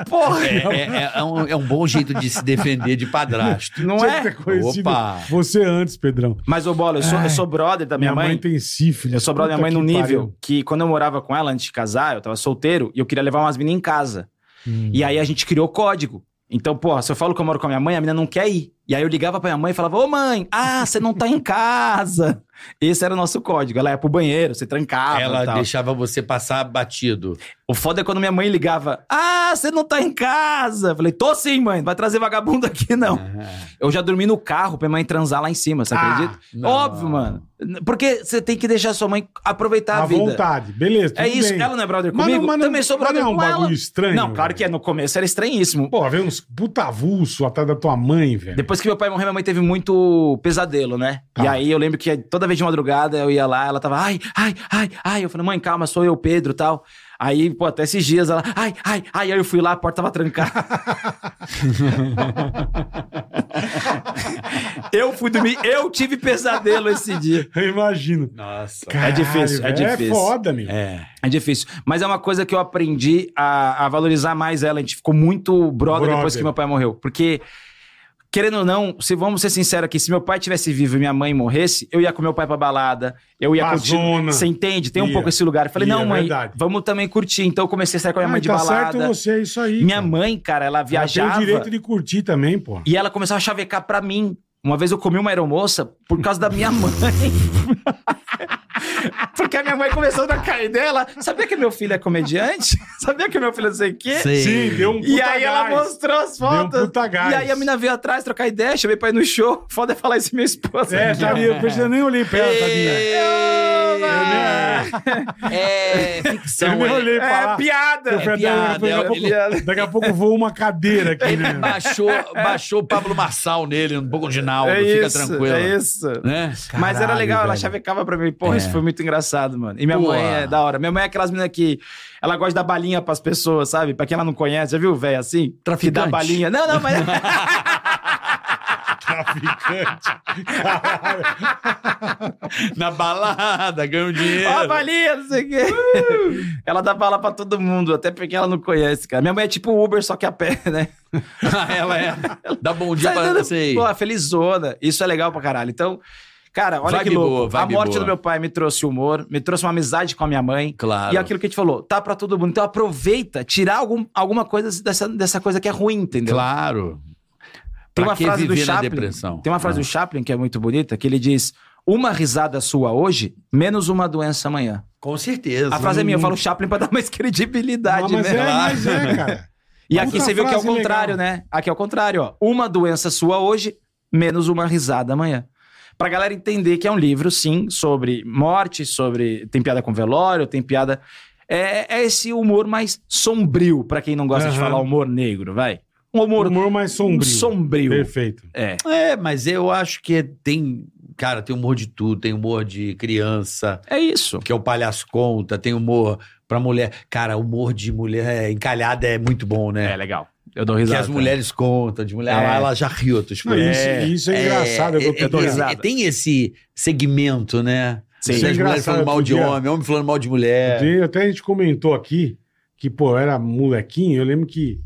Speaker 3: Porra!
Speaker 2: É, é- é um, é um bom jeito de se defender de
Speaker 3: [LAUGHS]
Speaker 2: padrasto.
Speaker 3: Não
Speaker 1: Você
Speaker 3: é?
Speaker 1: ter conhecido
Speaker 2: Opa.
Speaker 1: Você antes, Pedrão.
Speaker 3: Mas, ô Bola, eu sou, eu sou brother da minha, mãe.
Speaker 1: tem sífilis.
Speaker 3: Eu sou brother da minha mãe
Speaker 1: Puta
Speaker 3: num
Speaker 1: que
Speaker 3: nível
Speaker 1: pariu.
Speaker 3: que quando eu morava com ela antes de casar, eu tava solteiro e eu queria levar umas meninas em casa.
Speaker 1: Hum.
Speaker 3: E aí a gente criou código. Então, porra, se eu falo que eu moro com a minha mãe, a menina não quer ir. E aí eu ligava pra minha mãe e falava, ô mãe, ah, você não tá em casa. [LAUGHS] Esse era o nosso código. Ela ia pro banheiro, você trancava
Speaker 2: Ela
Speaker 3: e tal.
Speaker 2: deixava você passar batido.
Speaker 3: O foda é quando minha mãe ligava, ah, você não tá em casa. Eu falei, tô sim, mãe, não vai trazer vagabundo aqui não. Eu já dormi no carro pra minha mãe transar lá em cima, você
Speaker 1: Ah,
Speaker 3: acredita?
Speaker 2: não.
Speaker 3: Óbvio, mano. Porque você tem que deixar sua mãe aproveitar tá a,
Speaker 1: À
Speaker 3: vida.
Speaker 1: vontade, beleza.
Speaker 3: É
Speaker 1: tudo
Speaker 3: isso,
Speaker 1: bem.
Speaker 3: ela não é brother
Speaker 1: Mas não-
Speaker 3: comigo,
Speaker 1: mas não-
Speaker 3: também sou
Speaker 1: mas
Speaker 3: brother
Speaker 1: não é um
Speaker 3: com ela.
Speaker 1: bagulho estranho,
Speaker 3: Não, claro
Speaker 1: velho.
Speaker 3: que é, no começo era estranhíssimo.
Speaker 1: Pô, vem uns puta avulso atrás da tua mãe, velho.
Speaker 3: Depois que meu pai morreu, minha mãe teve muito pesadelo, né?
Speaker 1: Tá.
Speaker 3: E aí eu lembro que toda vez de madrugada eu ia lá, ela tava, ai, ai, ai, ai. Eu falei, mãe, calma, sou eu, Pedro tal. Aí, pô, até esses dias ela, ai, ai, ai. Aí eu fui lá, a porta tava trancada. eu fui dormir, eu tive pesadelo esse dia.
Speaker 1: [LAUGHS] Eu imagino.
Speaker 2: Nossa.
Speaker 3: É difícil, é
Speaker 1: velho,
Speaker 3: difícil.
Speaker 1: É foda, meu.
Speaker 2: É.
Speaker 3: É difícil. Mas é uma coisa que eu aprendi a, a valorizar mais ela. A gente ficou muito brother,
Speaker 1: Brother.
Speaker 3: depois que meu pai morreu. Porque, querendo ou não, se vamos ser sinceros aqui, se meu pai tivesse vivo e minha mãe morresse, eu ia com meu pai pra balada, eu ia
Speaker 1: Pra
Speaker 3: curtir.
Speaker 1: zona.
Speaker 3: Você entende? Tem um
Speaker 1: Ia.
Speaker 3: pouco esse lugar. Eu falei,
Speaker 1: Ia,
Speaker 3: não, mãe,
Speaker 1: verdade.
Speaker 3: vamos também curtir. Então eu comecei a sair com a minha
Speaker 1: Ah,
Speaker 3: mãe de
Speaker 1: tá
Speaker 3: balada.
Speaker 1: certo você, é isso aí.
Speaker 3: Minha
Speaker 1: cara.
Speaker 3: mãe, cara, ela
Speaker 1: Ela
Speaker 3: viajava.
Speaker 1: Tem o direito de curtir também, pô.
Speaker 3: E ela começava a chavecar pra mim. Uma vez eu comi uma aeromoça por causa da minha mãe. [LAUGHS] Porque a minha mãe começou a dar cair dela. Sabia que meu filho é comediante? [LAUGHS] Sabia que meu filho é não sei o quê?
Speaker 2: Sei.
Speaker 1: Sim, deu um puta
Speaker 3: E aí ela
Speaker 1: gás.
Speaker 3: mostrou as
Speaker 1: Deu um
Speaker 3: fotos.
Speaker 1: puta gás.
Speaker 3: e aí a mina veio atrás trocar ideia, chamei pra ir no show. [LAUGHS] Foda é falar isso minha esposa.
Speaker 1: É, tá ali, eu pensei, eu nem olhei pra ela, tá tadinha.
Speaker 2: É
Speaker 1: Eu
Speaker 2: ficção.
Speaker 1: nem
Speaker 2: é.
Speaker 1: olhei pra
Speaker 3: É
Speaker 1: ela.
Speaker 3: piada.
Speaker 1: Eu falei,
Speaker 2: piada,
Speaker 1: daqui, a
Speaker 2: é
Speaker 1: pouco,
Speaker 3: piada.
Speaker 1: daqui a pouco voa uma cadeira
Speaker 3: [LAUGHS]
Speaker 1: aqui, né?
Speaker 2: Baixou, baixou o Pablo Marçal nele, um pouco de Naldo,
Speaker 3: É
Speaker 2: fica
Speaker 3: isso,
Speaker 2: tranquilo.
Speaker 3: é isso.
Speaker 2: Né? É.
Speaker 3: Mas era
Speaker 1: Caralho,
Speaker 3: legal, ela
Speaker 1: velho.
Speaker 3: chavecava pra mim. Porra, isso foi muito engraçado, mano. E minha
Speaker 2: Porra.
Speaker 3: mãe é da hora. Minha mãe é aquelas meninas que. Ela gosta de dar balinha pras pessoas, sabe? Pra quem ela não conhece. Já viu, velho, assim? Que dá
Speaker 2: Traficante.
Speaker 3: balinha. Não,
Speaker 2: [LAUGHS]
Speaker 3: não, mas. [LAUGHS]
Speaker 2: Na balada, ganhou dinheiro.
Speaker 3: Ó, a balinha, não sei o quê.
Speaker 2: Uh!
Speaker 3: ela dá bala pra todo mundo, até porque ela não conhece, cara. Minha mãe é tipo Uber, só que a pé, né?
Speaker 2: Ela é. Dá bom dia
Speaker 3: [LAUGHS] Sai
Speaker 2: pra
Speaker 3: dando-
Speaker 2: você.
Speaker 3: Tá Pô, felizona. Isso é legal pra caralho. Então, cara, olha
Speaker 2: Vibe
Speaker 3: que louco.
Speaker 2: boa,
Speaker 3: a
Speaker 2: vibe
Speaker 3: morte
Speaker 2: boa.
Speaker 3: do meu pai me trouxe humor, me trouxe uma amizade com a minha mãe.
Speaker 2: Claro.
Speaker 3: E aquilo que a gente falou, tá pra todo mundo. Então né? aproveita, tirar algum, alguma coisa dessa, dessa coisa que é ruim, entendeu?
Speaker 2: Claro.
Speaker 3: Tem
Speaker 2: Pra
Speaker 3: uma
Speaker 2: que
Speaker 3: frase do
Speaker 2: viver na
Speaker 3: Chaplin.
Speaker 2: depressão? Ah.
Speaker 3: Tem uma frase do Chaplin que é muito bonita, que ele diz: "Uma risada sua hoje, menos uma doença amanhã".
Speaker 2: Com certeza.
Speaker 3: A frase é minha, eu falo Chaplin pra dar mais [LAUGHS]
Speaker 1: Ah,
Speaker 3: credibilidade,
Speaker 1: mas,
Speaker 3: né?
Speaker 1: é, mas é, cara.
Speaker 3: E
Speaker 1: Mas
Speaker 3: aqui
Speaker 1: outra
Speaker 3: você viu que é o
Speaker 1: frase
Speaker 3: contrário, né? Aqui é o contrário, ó. Uma doença sua hoje, menos uma risada amanhã. Pra galera entender que é um livro, sim, sobre morte, sobre. Tem piada com velório, tem piada. É, é esse humor mais sombrio, pra quem não gosta de
Speaker 1: Aham.
Speaker 3: falar humor negro, vai. Um humor,
Speaker 1: Humor, mais sombrio.
Speaker 3: sombrio.
Speaker 1: Perfeito.
Speaker 3: É.
Speaker 2: É, mas eu acho que tem. Cara, tem humor de tudo. Tem humor de criança,
Speaker 3: É isso.
Speaker 2: que é o palhaço conta. Tem humor pra mulher. Cara, humor de mulher encalhada é muito bom,
Speaker 3: É,
Speaker 2: né?
Speaker 3: legal. Eu dou
Speaker 2: que
Speaker 3: risada.
Speaker 2: as mulheres contam, de mulher.
Speaker 3: É.
Speaker 2: Ela, ela já riu outras
Speaker 1: Não,
Speaker 2: coisas.
Speaker 1: isso, isso é engraçado. eu tô
Speaker 2: é,
Speaker 3: dou
Speaker 2: é,
Speaker 3: risada.
Speaker 2: é, tem esse segmento, né?
Speaker 3: Sim.
Speaker 2: As
Speaker 3: Isso é
Speaker 2: mulheres
Speaker 1: engraçado,
Speaker 2: falando mal de
Speaker 1: outro dia-
Speaker 2: homem, homem falando mal de mulher.
Speaker 1: Outro dia, Até a gente comentou aqui que, pô, eu era molequinho, eu lembro que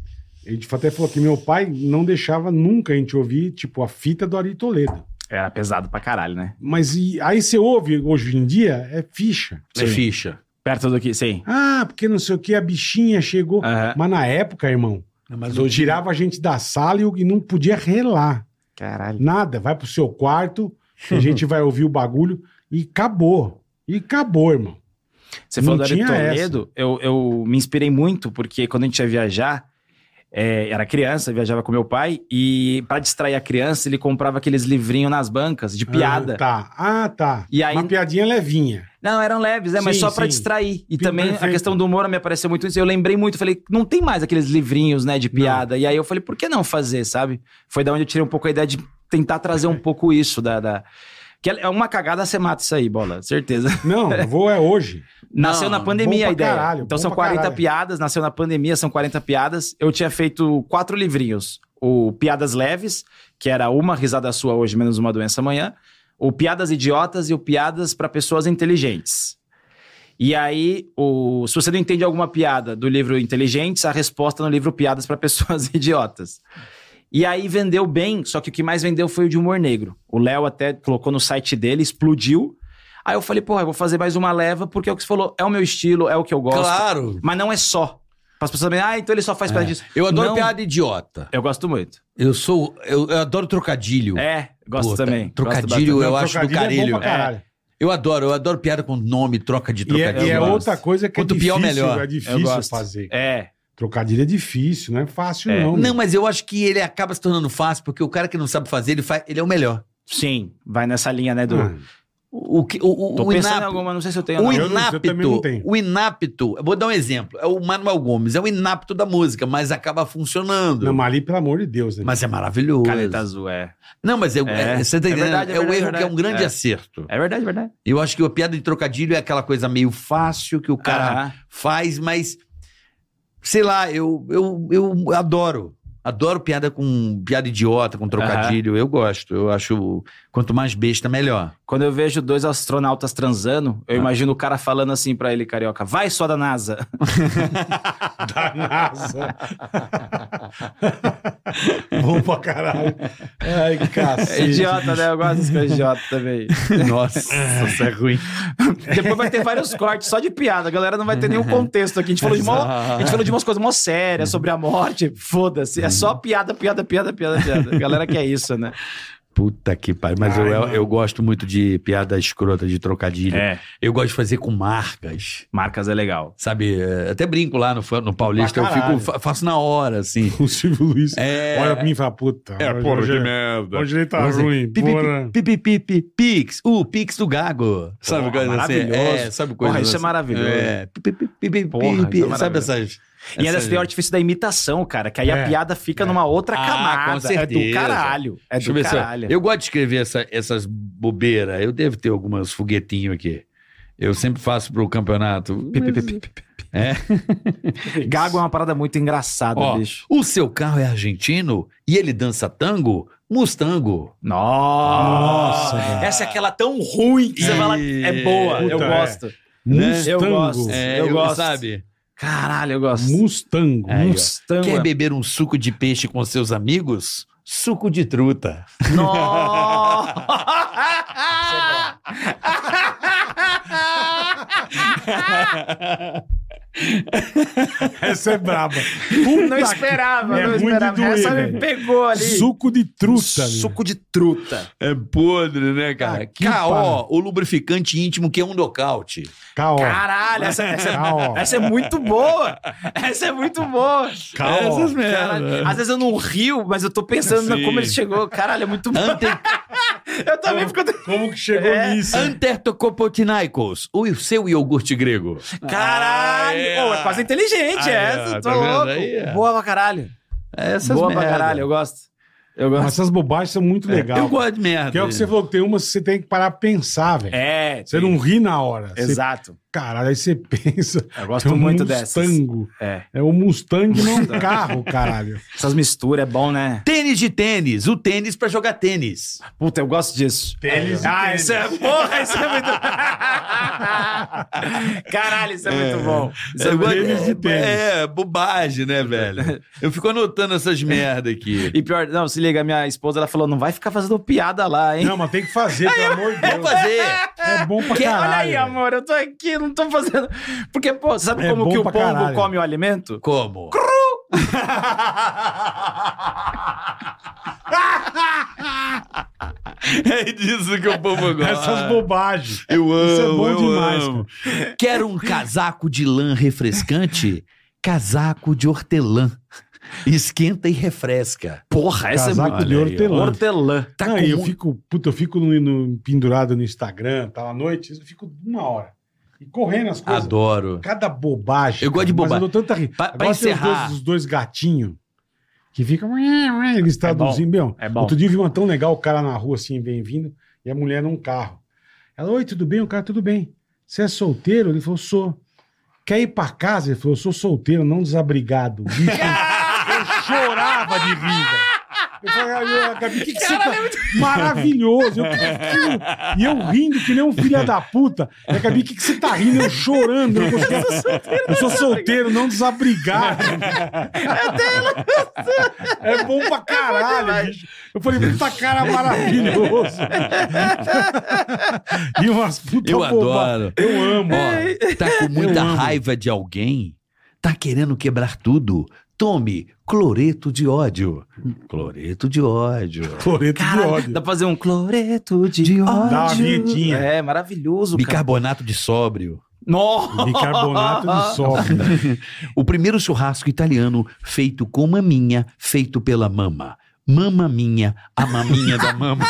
Speaker 1: a gente até falou que meu pai não deixava nunca a gente ouvir, tipo, a fita do Ari Toledo.
Speaker 3: Era pesado pra caralho, né?
Speaker 1: Mas e- aí você ouve hoje em dia, é ficha.
Speaker 2: É
Speaker 3: Sim.
Speaker 2: ficha.
Speaker 3: Perto do que. Sim.
Speaker 1: Ah, porque não sei o que, a bichinha chegou.
Speaker 3: Aham.
Speaker 1: Mas na época, irmão,
Speaker 2: Mas
Speaker 1: eu tirava a gente da sala e eu- e não podia relar.
Speaker 3: Caralho.
Speaker 1: Nada, vai pro seu quarto, a gente vai ouvir o bagulho e acabou. E acabou, irmão.
Speaker 3: Você
Speaker 1: Não
Speaker 3: falou do Ari
Speaker 1: tinha
Speaker 3: Toledo, eu, eu me inspirei muito, porque quando a gente ia viajar, é, era criança, viajava com meu pai, e pra distrair a criança, ele comprava aqueles livrinhos nas bancas de piada.
Speaker 1: Ah, tá. Ah, tá.
Speaker 3: E aí-
Speaker 1: Uma piadinha levinha.
Speaker 3: Não, eram leves, né? mas
Speaker 1: Sim,
Speaker 3: só pra
Speaker 1: sim.
Speaker 3: distrair. E
Speaker 1: Pi-
Speaker 3: também a
Speaker 1: perfeito.
Speaker 3: questão do humor me apareceu muito isso. Eu lembrei muito, falei, não tem mais aqueles livrinhos, né, de piada. E aí eu falei, por que não fazer, sabe? Foi da onde eu tirei um pouco a ideia de tentar trazer
Speaker 1: É.
Speaker 3: um pouco isso da. da... Que é uma cagada, você mata isso aí, bola, certeza.
Speaker 1: Não, eu vou é hoje.
Speaker 3: Nasceu
Speaker 2: Não,
Speaker 3: na
Speaker 1: bom
Speaker 3: pandemia
Speaker 1: pra
Speaker 3: a ideia.
Speaker 1: caralho,
Speaker 3: então
Speaker 1: bom
Speaker 3: são
Speaker 1: pra
Speaker 3: 40
Speaker 1: caralho.
Speaker 3: piadas, nasceu na pandemia, são 40 piadas. Eu tinha feito quatro livrinhos. O Piadas Leves, que era uma risada sua hoje, menos uma doença amanhã. O Piadas Idiotas e o Piadas para Pessoas Inteligentes. E aí, o... se você não entende alguma piada do livro Inteligentes, a resposta no livro Piadas para [LAUGHS] Pessoas Idiotas. E aí vendeu bem, só que o que mais vendeu foi o de humor negro. O Léo até colocou no site dele, explodiu. Aí eu falei, porra, eu vou fazer mais uma leva, porque é o que você falou, é o meu estilo, é o que eu gosto.
Speaker 2: Claro.
Speaker 3: Mas não é só. Para as pessoas saberem, ah, então ele só faz piada disso.
Speaker 2: Eu adoro
Speaker 3: Não.
Speaker 2: piada idiota.
Speaker 3: Eu gosto muito.
Speaker 2: Eu sou. Eu, eu adoro trocadilho.
Speaker 3: É, gosto
Speaker 2: Puta,
Speaker 3: também.
Speaker 2: trocadilho
Speaker 3: Gosto bastante.
Speaker 2: Eu
Speaker 1: Não,
Speaker 2: acho do
Speaker 1: trocadilho É
Speaker 2: caralho.
Speaker 1: bom pra caralho.
Speaker 2: Eu adoro, eu adoro piada com nome, troca de
Speaker 1: E é,
Speaker 2: trocadilho.
Speaker 1: e é
Speaker 2: Eu gosto.
Speaker 1: outra coisa que é
Speaker 2: Quanto
Speaker 1: difícil,
Speaker 2: pior, melhor.
Speaker 1: é
Speaker 3: Eu
Speaker 1: difícil
Speaker 3: gosto.
Speaker 1: fazer.
Speaker 3: É,
Speaker 1: Trocadilho é difícil, não é fácil
Speaker 3: É.
Speaker 1: não.
Speaker 2: Não,
Speaker 1: meu.
Speaker 2: mas eu acho que ele acaba se tornando fácil, porque o cara que não sabe fazer, ele, faz, ele é o melhor.
Speaker 3: sim, vai nessa linha, né, do.
Speaker 1: Ah,
Speaker 2: O, o, que- o, o,
Speaker 3: Tô
Speaker 2: o
Speaker 3: pensando em
Speaker 2: inapto-
Speaker 3: alguma, não sei se eu tenho.
Speaker 2: O
Speaker 3: não.
Speaker 1: in- eu não- eu
Speaker 2: inapto,
Speaker 1: também não tenho.
Speaker 2: o inapto, eu vou dar um exemplo, é o Manuel Gomes, é o inapto da música, mas acaba funcionando.
Speaker 1: Não, mas ali, pelo amor de Deus, né?
Speaker 2: Mas é maravilhoso.
Speaker 3: Caneta azul, é.
Speaker 2: Não, mas é,
Speaker 3: É.
Speaker 2: é- você tá
Speaker 3: É
Speaker 2: entendendo? É,
Speaker 3: verdade, é
Speaker 2: o
Speaker 3: verdade,
Speaker 2: erro
Speaker 3: é
Speaker 2: que é um grande
Speaker 3: verdade.
Speaker 2: acerto.
Speaker 3: É verdade, é verdade.
Speaker 2: Eu acho que a piada de trocadilho é aquela coisa meio fácil que o cara
Speaker 3: Aham.
Speaker 2: faz, mas sei lá, eu, eu, eu adoro. Adoro piada com piada idiota, com trocadilho. Eu gosto. Eu acho quanto mais besta, melhor.
Speaker 3: Quando eu vejo dois astronautas transando,
Speaker 2: Ah.
Speaker 3: eu imagino o cara falando assim pra ele, carioca, vai só da NASA.
Speaker 1: [LAUGHS] Da NASA. [LAUGHS] Bom pra caralho. Ai,
Speaker 3: [LAUGHS] É
Speaker 1: cacete.
Speaker 3: idiota, né? Eu gosto das coisas idiota
Speaker 2: [LAUGHS]
Speaker 3: também.
Speaker 2: Nossa, isso é [LAUGHS] ruim.
Speaker 3: Depois vai ter vários cortes só de piada, a galera não vai ter nenhum contexto aqui. A gente falou de, mó, a gente falou de umas coisas mó sérias sobre a morte, foda-se. É só piada, piada, piada, piada, piada. A galera quer isso, né?
Speaker 2: Puta que pariu. Mas
Speaker 1: Ai,
Speaker 2: eu, eu,
Speaker 1: mano.
Speaker 2: eu gosto muito de piada escrota, de trocadilho.
Speaker 3: É,
Speaker 2: Eu gosto de fazer com marcas.
Speaker 3: marcas é legal.
Speaker 2: Sabe, É, até brinco lá no, fa- no Paulista, eu
Speaker 1: Pra caralho.
Speaker 2: fico, fa- faço na hora, assim.
Speaker 1: O Silvio Luiz
Speaker 2: É,
Speaker 1: olha pra mim e fala, puta. hoje- hoje, é
Speaker 2: merda.
Speaker 1: Hoje ele tá
Speaker 2: Mas, é
Speaker 1: ruim.
Speaker 2: Pipi,
Speaker 3: né?
Speaker 1: bora.
Speaker 2: pipi, pipi, Pix, o Pix do Gago. Sabe
Speaker 3: Porra,
Speaker 2: coisa assim?
Speaker 3: maravilhoso.
Speaker 2: É, sabe coisa
Speaker 3: Porra, isso é
Speaker 2: assim?
Speaker 3: maravilhoso.
Speaker 2: É. Pi, pi, pi, pi, pi,
Speaker 3: Porra, isso é
Speaker 2: pi, sabe
Speaker 3: maravilhoso.
Speaker 2: essas.
Speaker 3: E é ainda
Speaker 2: essas-
Speaker 3: tem o artifício da imitação, cara, que aí a
Speaker 1: É.
Speaker 3: piada fica numa outra
Speaker 2: Ah,
Speaker 3: camada.
Speaker 2: com
Speaker 3: É do
Speaker 2: certeza.
Speaker 3: caralho. É
Speaker 2: Deixa eu
Speaker 3: do
Speaker 2: ver se eu-
Speaker 3: caralho.
Speaker 2: Eu gosto de escrever essa- essas bobeiras. Eu devo ter algumas foguetinho aqui. Eu sempre faço pro campeonato.
Speaker 3: Pi, pi, pi, pi, pi, pi. É. Gago é uma parada muito engraçada,
Speaker 2: Ó,
Speaker 3: bicho.
Speaker 2: o seu carro é argentino e ele dança tango? Mustango.
Speaker 3: Nossa! Essa é aquela tão ruim que você
Speaker 2: E-
Speaker 3: fala, é boa, eu
Speaker 1: Puta, é.
Speaker 3: gosto.
Speaker 2: Né?
Speaker 1: Mustango.
Speaker 3: Eu gosto.
Speaker 2: É,
Speaker 3: Eu
Speaker 2: eu,
Speaker 3: gosto.
Speaker 2: Sabe?
Speaker 3: Caralho, eu gosto.
Speaker 1: Mustango.
Speaker 2: É,
Speaker 1: Must-
Speaker 3: Mustango.
Speaker 2: Quer
Speaker 3: é-
Speaker 2: beber um suco de peixe com seus amigos? Suco de truta.
Speaker 3: é Nossa!
Speaker 1: Essa é braba.
Speaker 3: Não esperava,
Speaker 1: É
Speaker 3: não
Speaker 1: ruim de
Speaker 3: esperava.
Speaker 1: doer,
Speaker 3: Essa
Speaker 1: velho.
Speaker 3: me pegou ali.
Speaker 1: Suco de truta. meu.
Speaker 3: Suco de truta.
Speaker 2: É podre, né,
Speaker 1: Ah,
Speaker 2: cara?
Speaker 1: que
Speaker 2: K.O., o lubrificante íntimo que é um nocaute.
Speaker 1: Caó.
Speaker 3: Caralho, essa, essa,
Speaker 1: Caó.
Speaker 3: essa é muito boa. Essa é muito boa.
Speaker 1: Caó.
Speaker 2: Essas
Speaker 3: Caralho,
Speaker 2: merda.
Speaker 3: às vezes eu não rio, mas eu tô pensando na
Speaker 2: Sim.
Speaker 3: como ele chegou. Caralho, é muito bom.
Speaker 2: Ante...
Speaker 3: Eu também fico.
Speaker 1: Como que chegou
Speaker 3: É.
Speaker 1: nisso?
Speaker 2: Antertocopotinaikos, o seu iogurte grego.
Speaker 3: Caralho!
Speaker 2: Ah,
Speaker 3: é.
Speaker 2: é.
Speaker 3: é quase inteligente
Speaker 2: Ah, é,
Speaker 3: essa, tô
Speaker 2: tá vendo?
Speaker 3: louco.
Speaker 2: Aí, é.
Speaker 3: Boa pra caralho.
Speaker 2: Essas
Speaker 3: Boa pra
Speaker 2: merda.
Speaker 3: caralho, eu gosto. Eu É,
Speaker 1: Mas
Speaker 3: gosto.
Speaker 1: essas bobagens são muito legais.
Speaker 2: Eu gosto de merda.
Speaker 1: Que é o que você falou, que tem umas que você tem que parar pra pensar, velho.
Speaker 3: É,
Speaker 1: Você não ri na hora. Você-
Speaker 3: Exato.
Speaker 1: caralho, aí você [LAUGHS] pensa.
Speaker 3: Eu
Speaker 1: é
Speaker 3: gosto
Speaker 1: um
Speaker 3: muito dessas.
Speaker 1: Mustango.
Speaker 3: É.
Speaker 1: É um Mustang num carro, caralho.
Speaker 3: Essas misturas é bom, né?
Speaker 2: Tênis de tênis, o tênis pra jogar tênis.
Speaker 3: Puta, eu gosto disso.
Speaker 1: Tênis e
Speaker 3: Ah,
Speaker 1: tênis.
Speaker 3: isso é. Porra, [LAUGHS] isso é muito. Caralho, isso é, muito bom. Isso é,
Speaker 2: Eu
Speaker 3: muito
Speaker 2: gosto-
Speaker 1: tênis
Speaker 3: bom.
Speaker 1: de tênis.
Speaker 2: É, bobagem, né, velho? Eu fico anotando essas merda aqui.
Speaker 3: E pior, não, se liga, minha esposa ela falou: não vai ficar fazendo piada lá, [LAUGHS] hein?
Speaker 1: Não, mas tem que fazer, pelo amor de
Speaker 2: Vou
Speaker 1: Deus.
Speaker 2: fazer.
Speaker 1: É bom pra
Speaker 3: Porque,
Speaker 1: caralho.
Speaker 3: olha aí,
Speaker 1: velho.
Speaker 3: amor, eu tô aqui, não tô fazendo. Porque, pô, você sabe
Speaker 1: É
Speaker 3: como
Speaker 1: bom
Speaker 3: que o
Speaker 1: pra
Speaker 3: pombo
Speaker 1: caralho.
Speaker 3: come o alimento?
Speaker 2: Como? [LAUGHS] é disso que o povo gosta.
Speaker 1: Essas bobagens.
Speaker 2: Eu amo,
Speaker 1: Isso é bom
Speaker 2: eu
Speaker 1: demais.
Speaker 2: amo.
Speaker 1: cara.
Speaker 2: Quer um casaco de lã refrescante? Casaco de hortelã. Esquenta e refresca.
Speaker 3: Porra, essa
Speaker 1: Casaco
Speaker 3: é muito.
Speaker 1: de
Speaker 2: Olha aí,
Speaker 1: hortelã.
Speaker 3: Hortelã.
Speaker 2: Tá
Speaker 1: Não,
Speaker 2: com
Speaker 1: e eu
Speaker 2: mu-
Speaker 1: fico, puta, eu fico no, no- pendurado no Instagram, tal, à noite, eu fico uma hora. E correndo as coisas.
Speaker 2: Adoro.
Speaker 1: Cada bobagem.
Speaker 2: Eu gosto de
Speaker 1: cara,
Speaker 2: bobagem.
Speaker 1: Mas eu dou tanta ri.
Speaker 2: Pra-
Speaker 1: Agora
Speaker 2: pra
Speaker 1: tem os
Speaker 2: encerrar.
Speaker 1: dois, os dois gatinhos que ficam. Eles traduzem bem.
Speaker 3: É bom.
Speaker 1: Outro dia eu vi uma tão legal, o cara na rua assim, bem-vindo, e a mulher num carro. Ela, oi, tudo bem? O cara, tudo bem. Você é solteiro? Ele falou, sou. Quer ir pra casa? Ele falou, sou solteiro, não desabrigado. Bicho,
Speaker 2: [LAUGHS]
Speaker 1: eu chorava de vida. Eu falei, "Ah, Gabi, o que, que você tá... [LAUGHS] Maravilhoso. Eu, "Que aquilo?" e eu rindo que nem um filho da puta. E a Gabi, o que, que você tá rindo? Eu chorando. Eu, consegui- eu sou solteiro, não desabrigado. É bom pra caralho, bicho. Eu falei, puta cara maravilhoso. e umas puta
Speaker 2: Eu
Speaker 1: boba-
Speaker 2: adoro.
Speaker 1: Eu amo. ó.
Speaker 2: Ó, tá com muita
Speaker 1: Eu amo.
Speaker 2: raiva de alguém? Tá querendo quebrar tudo? Tome cloreto de ódio. Cloreto de ódio.
Speaker 1: Cloreto de
Speaker 3: Caralho,
Speaker 1: ódio.
Speaker 3: dá pra fazer um cloreto de ódio.
Speaker 1: Dá uma vinhetinha.
Speaker 3: É, maravilhoso, cara.
Speaker 2: Bicarbonato de sóbrio.
Speaker 3: Nossa! [LAUGHS]
Speaker 1: Bicarbonato de sódio.
Speaker 2: O primeiro churrasco italiano feito com maminha, feito pela mama. Mama minha, a maminha da mama.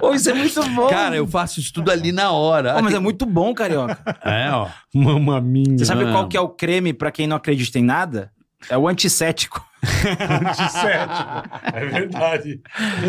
Speaker 3: Ô, isso é muito é bom.
Speaker 2: Cara, eu faço isso tudo ali na hora.
Speaker 3: Ô, mas é muito bom, carioca.
Speaker 2: É, ó.
Speaker 1: Mamma minha.
Speaker 3: Você sabe
Speaker 2: Não.
Speaker 3: qual que é o creme pra quem não acredita em nada? É o
Speaker 1: [LAUGHS]
Speaker 3: antissético.
Speaker 1: Antissético. É verdade.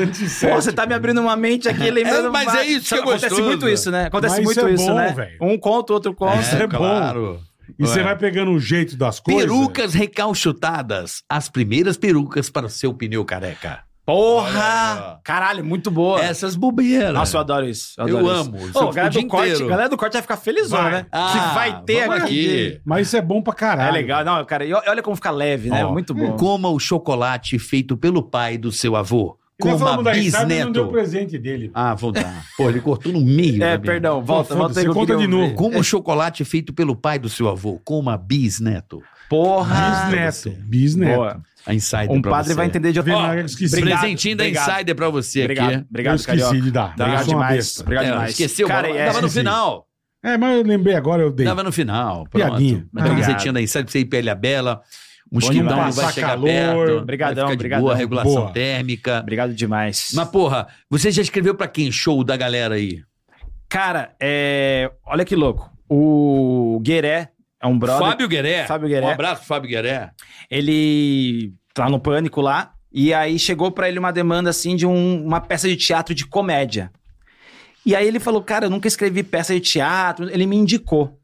Speaker 1: Antissético.
Speaker 3: Pô, você tá me abrindo uma mente aqui, lembrando...
Speaker 2: É, mas
Speaker 3: uma-
Speaker 2: é isso que é
Speaker 3: Acontece
Speaker 2: gostoso.
Speaker 3: muito isso, né? Acontece
Speaker 1: Mas isso
Speaker 3: muito
Speaker 1: é
Speaker 3: isso,
Speaker 1: bom,
Speaker 3: né?
Speaker 1: velho.
Speaker 3: Um conta, outro conta.
Speaker 1: é bom. E você vai pegando o jeito das coisas.
Speaker 2: Perucas recalchutadas. As primeiras perucas para o seu pneu careca. Olha aí,
Speaker 3: Porra!
Speaker 2: ó.
Speaker 3: Caralho, muito boa.
Speaker 2: Essas bobeiras.
Speaker 3: Nossa, eu adoro isso.
Speaker 2: é Eu
Speaker 3: adoro
Speaker 2: amo,
Speaker 3: Isso.
Speaker 2: isso
Speaker 3: Ô,
Speaker 2: eu fico
Speaker 3: galera,
Speaker 2: o
Speaker 3: do
Speaker 2: dia
Speaker 3: corte,
Speaker 2: inteiro.
Speaker 3: galera do corte vai ficar felizona,
Speaker 1: Vai.
Speaker 3: né?
Speaker 2: Ah,
Speaker 3: que vai ter
Speaker 2: vamos
Speaker 3: aqui.
Speaker 2: aqui.
Speaker 1: Mas isso é bom pra
Speaker 3: É
Speaker 1: caralho.
Speaker 3: legal. Não, cara, e olha como fica leve, né?
Speaker 2: Ó,
Speaker 3: muito bom.
Speaker 2: Coma o chocolate feito pelo pai do seu avô.
Speaker 1: E nós falamos
Speaker 2: Coma
Speaker 1: da Itália, ele não deu
Speaker 2: bisneto.
Speaker 1: presente dele.
Speaker 2: Ah, vou dar. Pô, ele cortou no meio.
Speaker 3: É,
Speaker 2: da minha.
Speaker 3: perdão, volta,
Speaker 1: Pô,
Speaker 3: volta
Speaker 1: foda-se,
Speaker 3: aí que eu
Speaker 1: conta
Speaker 3: queria
Speaker 1: de
Speaker 3: ouvir.
Speaker 1: novo.
Speaker 2: Coma o chocolate feito pelo pai do seu avô. Coma bisneto.
Speaker 3: Porra!
Speaker 1: Bisneto. Bisneto.
Speaker 3: Ah, Boa.
Speaker 2: A Insider
Speaker 3: Um
Speaker 2: pra
Speaker 3: padre
Speaker 2: você.
Speaker 3: vai entender de outra
Speaker 1: Ó,
Speaker 3: forma.
Speaker 1: esqueci.
Speaker 3: Obrigado,
Speaker 2: Presentinho da
Speaker 3: obrigado.
Speaker 2: Insider pra você
Speaker 3: Obrigado,
Speaker 2: aqui.
Speaker 1: Eu
Speaker 3: obrigado,
Speaker 1: esqueci
Speaker 3: Carioca.
Speaker 1: de dar. Eu
Speaker 3: Obrigado
Speaker 1: sou uma
Speaker 3: demais.
Speaker 1: besta.
Speaker 3: Obrigado
Speaker 2: É,
Speaker 3: demais.
Speaker 2: Esqueceu,
Speaker 3: Cara,
Speaker 2: mas
Speaker 3: é-
Speaker 2: tava no
Speaker 1: esqueci.
Speaker 2: final.
Speaker 1: É, mas eu lembrei agora, eu dei.
Speaker 2: Tava no final. Pronto.
Speaker 1: Piadinha.
Speaker 2: Uma camisetinha
Speaker 3: Obrigado.
Speaker 2: da Insider pra você ir pra Ilha Bela. O
Speaker 3: demais.
Speaker 2: mosquitão não vai
Speaker 1: Passar
Speaker 2: chegar
Speaker 1: calor.
Speaker 2: perto.
Speaker 3: Obrigadão,
Speaker 2: vai ficar de
Speaker 3: obrigadão.
Speaker 2: Boa regulação
Speaker 1: Boa.
Speaker 2: térmica.
Speaker 3: [LAUGHS] Obrigado demais.
Speaker 2: Mas, porra, você já escreveu pra quem show da galera aí?
Speaker 3: Cara, é... olha que louco. O Gueré é um brother.
Speaker 2: Fábio Gueré.
Speaker 3: Fábio Gueré.
Speaker 2: Um abraço, Fábio Gueré.
Speaker 3: Ele tá no pânico lá. E aí chegou pra ele uma demanda assim de um- uma peça de teatro de comédia. E aí ele falou, cara, eu nunca escrevi peça de teatro. Ele me indicou.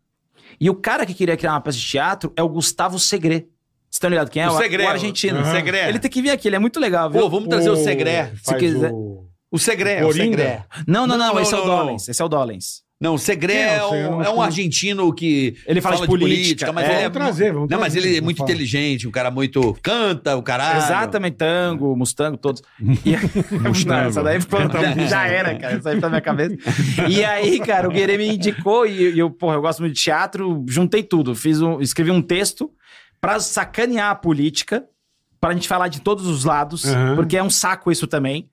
Speaker 3: E o cara que queria criar uma peça de teatro é o Gustavo Segre. Vocês estão ligados quem é?
Speaker 2: O Segre.
Speaker 3: o argentino.
Speaker 1: Aham.
Speaker 2: Segre.
Speaker 3: Ele tem que vir aqui, ele é muito legal, viu?
Speaker 2: Pô, vamos trazer o Segré.
Speaker 1: Se
Speaker 3: quiser.
Speaker 1: O...
Speaker 2: O Segré.
Speaker 1: Coringa?
Speaker 2: Segré.
Speaker 3: Não, não, não,
Speaker 2: Não,
Speaker 3: esse é o
Speaker 2: não, não.
Speaker 3: Dolens. Esse é o Dolens.
Speaker 2: Não, o Segré
Speaker 1: Quem é
Speaker 2: é,
Speaker 1: o
Speaker 2: um,
Speaker 1: Segré? Eu não
Speaker 2: é um
Speaker 1: sei.
Speaker 2: argentino que.
Speaker 3: Ele fala de política,
Speaker 2: mas
Speaker 3: é.
Speaker 2: ele é.
Speaker 1: Vamos trazer, vamos
Speaker 2: não, mas
Speaker 1: trazer,
Speaker 2: ele é
Speaker 1: vamos
Speaker 2: muito
Speaker 1: falar.
Speaker 2: inteligente, um cara muito. Canta, o caralho.
Speaker 3: Exatamente,
Speaker 2: É.
Speaker 3: tango,
Speaker 2: [LAUGHS]
Speaker 3: mustango, todos. E aí- Não, essa daí ficou- já era, cara. Essa aí tá na minha cabeça. E aí, cara, o Guerê me indicou e eu, porra, eu gosto muito de teatro, juntei tudo. Fiz um, escrevi um texto pra sacanear a política, pra gente falar de todos os lados,
Speaker 1: Aham.
Speaker 3: porque é um saco isso também.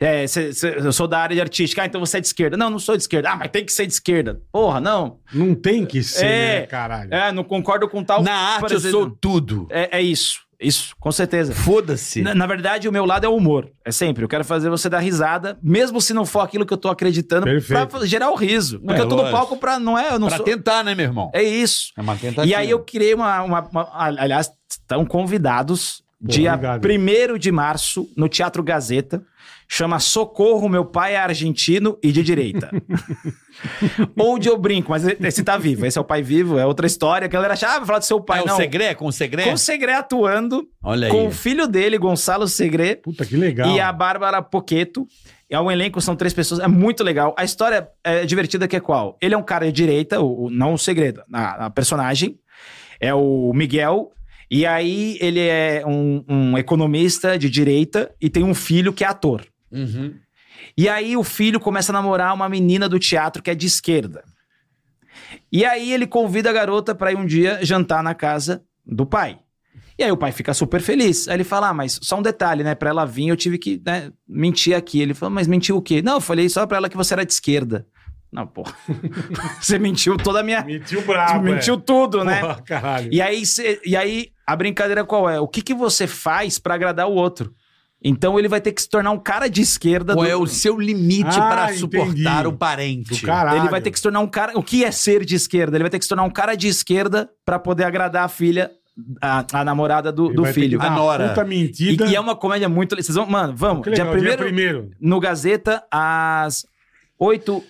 Speaker 3: É, cê- cê- eu sou da área de artística, ah, então você é de esquerda. Não, não sou de esquerda. Ah, mas tem que ser de esquerda. Porra, não.
Speaker 1: Não tem que ser,
Speaker 3: É,
Speaker 1: né, caralho.
Speaker 3: É, não concordo com tal.
Speaker 2: Na arte
Speaker 3: por
Speaker 2: eu
Speaker 3: exemplo.
Speaker 2: sou tudo.
Speaker 3: É, é isso. Isso, com certeza.
Speaker 2: Foda-se.
Speaker 3: Na, na verdade, o meu lado é o humor. É sempre. Eu quero fazer você dar risada, mesmo se não for aquilo que eu tô acreditando,
Speaker 1: Perfeito.
Speaker 3: pra gerar o riso. Porque eu tô no
Speaker 2: É, lógico.
Speaker 3: palco pra. Não é? Eu não
Speaker 2: Pra
Speaker 3: sou-
Speaker 2: tentar, né, meu irmão?
Speaker 3: É isso.
Speaker 2: É uma tentativa.
Speaker 3: E aí eu criei uma. uma- uma- aliás, estão convidados. dia
Speaker 1: obrigado.
Speaker 3: 1 de março, no Teatro Gazeta, chama Socorro, meu pai é argentino e de
Speaker 2: [LAUGHS]
Speaker 3: direita. Onde eu brinco, mas esse tá vivo, esse é o pai vivo, é outra história. A galera acha, ah, vai falar do seu pai,
Speaker 2: É
Speaker 3: não.
Speaker 2: o né? Segré com o Segré?
Speaker 3: Com o Segré atuando,
Speaker 2: Olha aí.
Speaker 3: com o filho dele, Gonçalo Segré,
Speaker 1: Puta, que legal.
Speaker 3: e a Bárbara Poqueto. É um elenco, são três pessoas, é muito legal. A história é divertida que é qual? Ele é um cara de direita, o, o- não o segredo, a, a personagem. É o Miguel. E aí ele é um, um economista de direita e tem um filho que é ator.
Speaker 2: Uhum.
Speaker 3: E aí o filho começa a namorar uma menina do teatro que é de esquerda. E aí ele convida a garota pra ir um dia jantar na casa do pai. E aí o pai fica super feliz. Aí ele fala: ah, mas só um detalhe, né? Pra ela vir eu tive que né, mentir aqui. Ele falou: mas mentiu o quê? Não, eu falei só pra ela que você era de esquerda. Não, porra. [LAUGHS] você mentiu toda a
Speaker 1: [LAUGHS]
Speaker 3: minha.
Speaker 1: Mentiu brabo, é.
Speaker 3: mentiu tudo, né?
Speaker 1: Ah, Porra, caralho.
Speaker 3: E aí, cê- e aí a brincadeira qual é? O que, que você faz pra agradar o outro? Então ele vai ter que se tornar um cara de esquerda.
Speaker 2: Qual
Speaker 3: do-
Speaker 2: é o seu limite
Speaker 1: Ah,
Speaker 2: pra
Speaker 1: entendi.
Speaker 2: suportar o parente?
Speaker 1: Do caralho.
Speaker 3: Ele vai ter que se tornar um cara. O que é ser de esquerda? Ele vai ter que se tornar um cara de esquerda pra poder agradar a filha, a, a namorada do,
Speaker 1: Ele
Speaker 3: do
Speaker 1: vai ter que
Speaker 3: filho.
Speaker 1: dar
Speaker 2: A
Speaker 1: uma
Speaker 2: nora.
Speaker 1: Puta
Speaker 3: E,
Speaker 1: mentira.
Speaker 3: e é uma comédia muito. Vocês vão, mano, vamos.
Speaker 1: Que legal,
Speaker 3: dia
Speaker 1: dia primeiro...
Speaker 3: primeiro, no Gazeta, às 8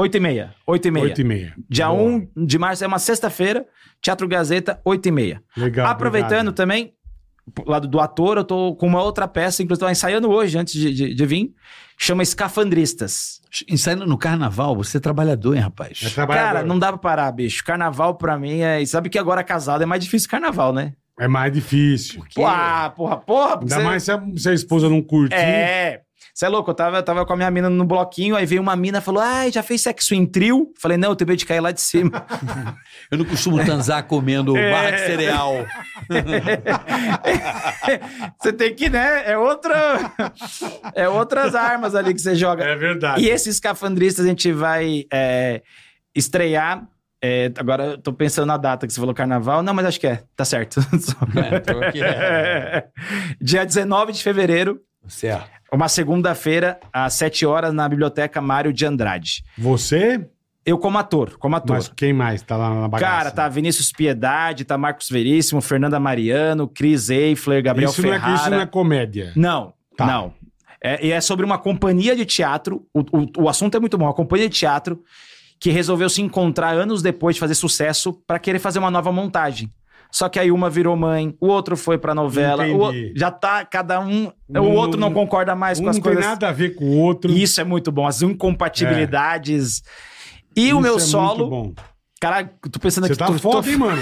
Speaker 3: 8 e meia. 8 e meia.
Speaker 1: Oito e meia.
Speaker 3: Dia
Speaker 1: Boa.
Speaker 3: 1 de março, é uma sexta-feira, Teatro Gazeta, 8 e meia.
Speaker 1: Legal,
Speaker 3: Aproveitando
Speaker 1: obrigado.
Speaker 3: também, pro lado do ator, eu tô com uma outra peça, inclusive tô ensaiando hoje, antes de, de- de vir, chama Escafandristas.
Speaker 2: Ensaiando no carnaval, você é trabalhador, hein, rapaz?
Speaker 1: É trabalhador.
Speaker 3: Cara, não dá pra parar, bicho. Carnaval pra mim é. e Sabe que agora casado é mais difícil carnaval, né?
Speaker 1: É mais difícil.
Speaker 2: Que-
Speaker 3: Pô, ah, porra, porra.
Speaker 1: Ainda
Speaker 3: você-
Speaker 1: mais se a, se a esposa não curtir.
Speaker 3: É. Você é louco, eu tava, eu tava com a minha mina no bloquinho, aí veio uma mina e falou: Ai, já fez sexo em trio? Falei, não, eu tenho medo de cair lá de cima. [LAUGHS]
Speaker 2: Eu não costumo transar
Speaker 4: [LAUGHS]
Speaker 2: comendo
Speaker 3: É.
Speaker 2: barra de cereal.
Speaker 3: você tem que, né? É outra. é outras armas ali que você joga.
Speaker 1: É verdade.
Speaker 3: E esses escafandristas a gente vai é, estrear. é, agora eu tô pensando na data que você falou carnaval. Não, mas acho que é, tá certo. [LAUGHS]
Speaker 2: É, tô aqui, é.
Speaker 3: Dia 19 de fevereiro,
Speaker 2: Certo.
Speaker 3: uma segunda-feira, às 7 horas, na biblioteca Mário de Andrade.
Speaker 1: Você,
Speaker 3: Eu, como ator, como ator.
Speaker 1: mas quem mais tá lá na bagaça?
Speaker 3: Cara, tá Vinícius Piedade, tá Marcos Veríssimo, Fernanda Mariano, Cris Eifler, Gabriel
Speaker 1: isso não, é,
Speaker 3: Ferrara.
Speaker 1: isso não é comédia.
Speaker 3: Não,
Speaker 1: Tá.
Speaker 3: não. É, e é sobre uma companhia de teatro. O, o, o assunto é muito bom. Uma companhia de teatro que resolveu se encontrar anos depois de fazer sucesso pra querer fazer uma nova montagem. Só que aí uma virou mãe, o outro foi pra novela, o,
Speaker 1: Entendi.
Speaker 3: outro- já tá cada um,
Speaker 1: Não-
Speaker 3: o outro não
Speaker 1: não-
Speaker 3: concorda mais
Speaker 1: Um
Speaker 3: é com as
Speaker 1: não tem
Speaker 3: coisas.
Speaker 1: nada a ver com o outro.
Speaker 3: E isso é muito bom, as incompatibilidades. E o meu solo, caralho, tô pensando
Speaker 1: é Você
Speaker 3: aqui,
Speaker 1: tá
Speaker 3: tô- tô-
Speaker 1: foda, hein,
Speaker 3: [LAUGHS]
Speaker 1: mano?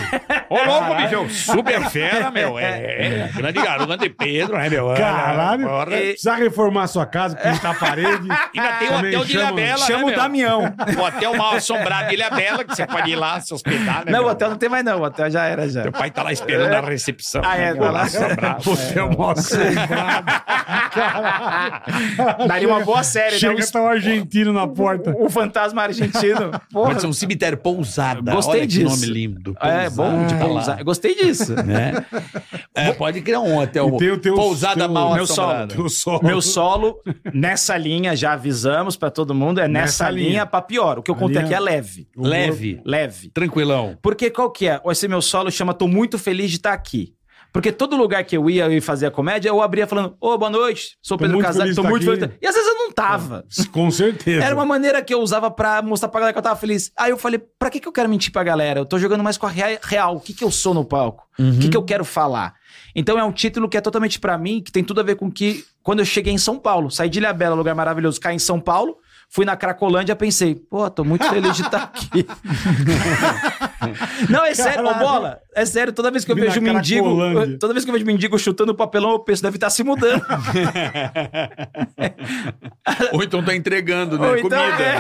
Speaker 4: Ô, louco, bicho, super fera, meu. É, é, grande garoto, grande Pedro, né, meu? Olha,
Speaker 1: Caralho. É.
Speaker 4: porra.
Speaker 1: Precisa reformar a sua casa,
Speaker 3: É.
Speaker 1: pintar a
Speaker 3: [LAUGHS]
Speaker 1: parede.
Speaker 4: Ainda tem o
Speaker 1: Também
Speaker 4: hotel de
Speaker 1: chama-
Speaker 4: Ilhabela, né,
Speaker 3: chama o
Speaker 4: meu?
Speaker 3: Damião.
Speaker 4: O hotel mal assombrado de Ilhabela, que você pode ir lá se hospedar, né?
Speaker 3: Não, o
Speaker 4: meu?
Speaker 3: hotel não tem mais não, o hotel já era já.
Speaker 4: Teu pai tá lá esperando a recepção.
Speaker 3: Ah, é,
Speaker 4: né, meu?
Speaker 3: tá lá.
Speaker 4: assombrado.
Speaker 1: [LAUGHS]
Speaker 3: um
Speaker 1: Hotel mó assombrado.
Speaker 3: [LAUGHS] Daria uma boa série, né? Um
Speaker 1: Chega, tá um argentino
Speaker 3: [LAUGHS]
Speaker 1: na porta.
Speaker 3: O fantasma
Speaker 1: [LAUGHS]
Speaker 3: argentino. Porra.
Speaker 2: Pode ser um cemitério pousada.
Speaker 3: Gostei
Speaker 2: Olha
Speaker 3: disso.
Speaker 2: que nome lindo.
Speaker 3: É bom
Speaker 4: Ah.
Speaker 3: de
Speaker 2: Pousada.
Speaker 3: pousar. Eu Gostei disso.
Speaker 2: Né? É, pode criar um hotel.
Speaker 1: E tem o teu-
Speaker 2: pousada
Speaker 1: teu-
Speaker 2: mal
Speaker 3: meu
Speaker 2: assombrada.
Speaker 1: Teu solo.
Speaker 3: Meu solo, nessa linha, já avisamos pra todo mundo, é nessa,
Speaker 1: Nessa
Speaker 3: linha,
Speaker 1: linha.
Speaker 3: pra pior. O que eu
Speaker 1: A
Speaker 3: contei
Speaker 1: linha-
Speaker 3: aqui é leve.
Speaker 1: Humor-
Speaker 2: Leve.
Speaker 3: Leve.
Speaker 2: Tranquilão.
Speaker 3: Porque qual que é? Esse meu solo chama Tô Muito Feliz de Estar Aqui. Porque todo lugar que eu ia e fazia comédia, eu abria falando, ô, boa noite, sou
Speaker 1: Tô
Speaker 3: Pedro
Speaker 1: muito
Speaker 3: Casado,
Speaker 1: feliz
Speaker 3: tô
Speaker 1: de tá
Speaker 3: muito
Speaker 1: aqui.
Speaker 3: feliz. de tá-". E às vezes eu não tava.
Speaker 1: Com certeza.
Speaker 3: Era uma [LAUGHS] maneira que eu usava pra mostrar pra galera que eu tava feliz. Aí eu falei, pra que, que eu quero mentir pra galera? Eu tô jogando mais com a rea- real. O que, que eu sou no palco? O
Speaker 1: Uhum.
Speaker 3: que, que eu quero falar? Então é um título que é totalmente pra mim, que tem tudo a ver com que quando eu cheguei em São Paulo, saí de Ilhabela, lugar maravilhoso, caí em São Paulo, Fui na Cracolândia pensei, pô, tô muito feliz de estar
Speaker 1: [LAUGHS]
Speaker 3: aqui. não, é sério, ô,
Speaker 1: Caralho.
Speaker 3: bola. É sério, toda vez que eu
Speaker 1: Vi na
Speaker 3: vejo mendigo.
Speaker 1: Cracolândia.
Speaker 3: Toda vez que eu vejo mendigo chutando papelão, eu penso, deve estar se mudando.
Speaker 2: Ou então tá entregando, né?
Speaker 3: Ou então
Speaker 2: Comida.
Speaker 3: é.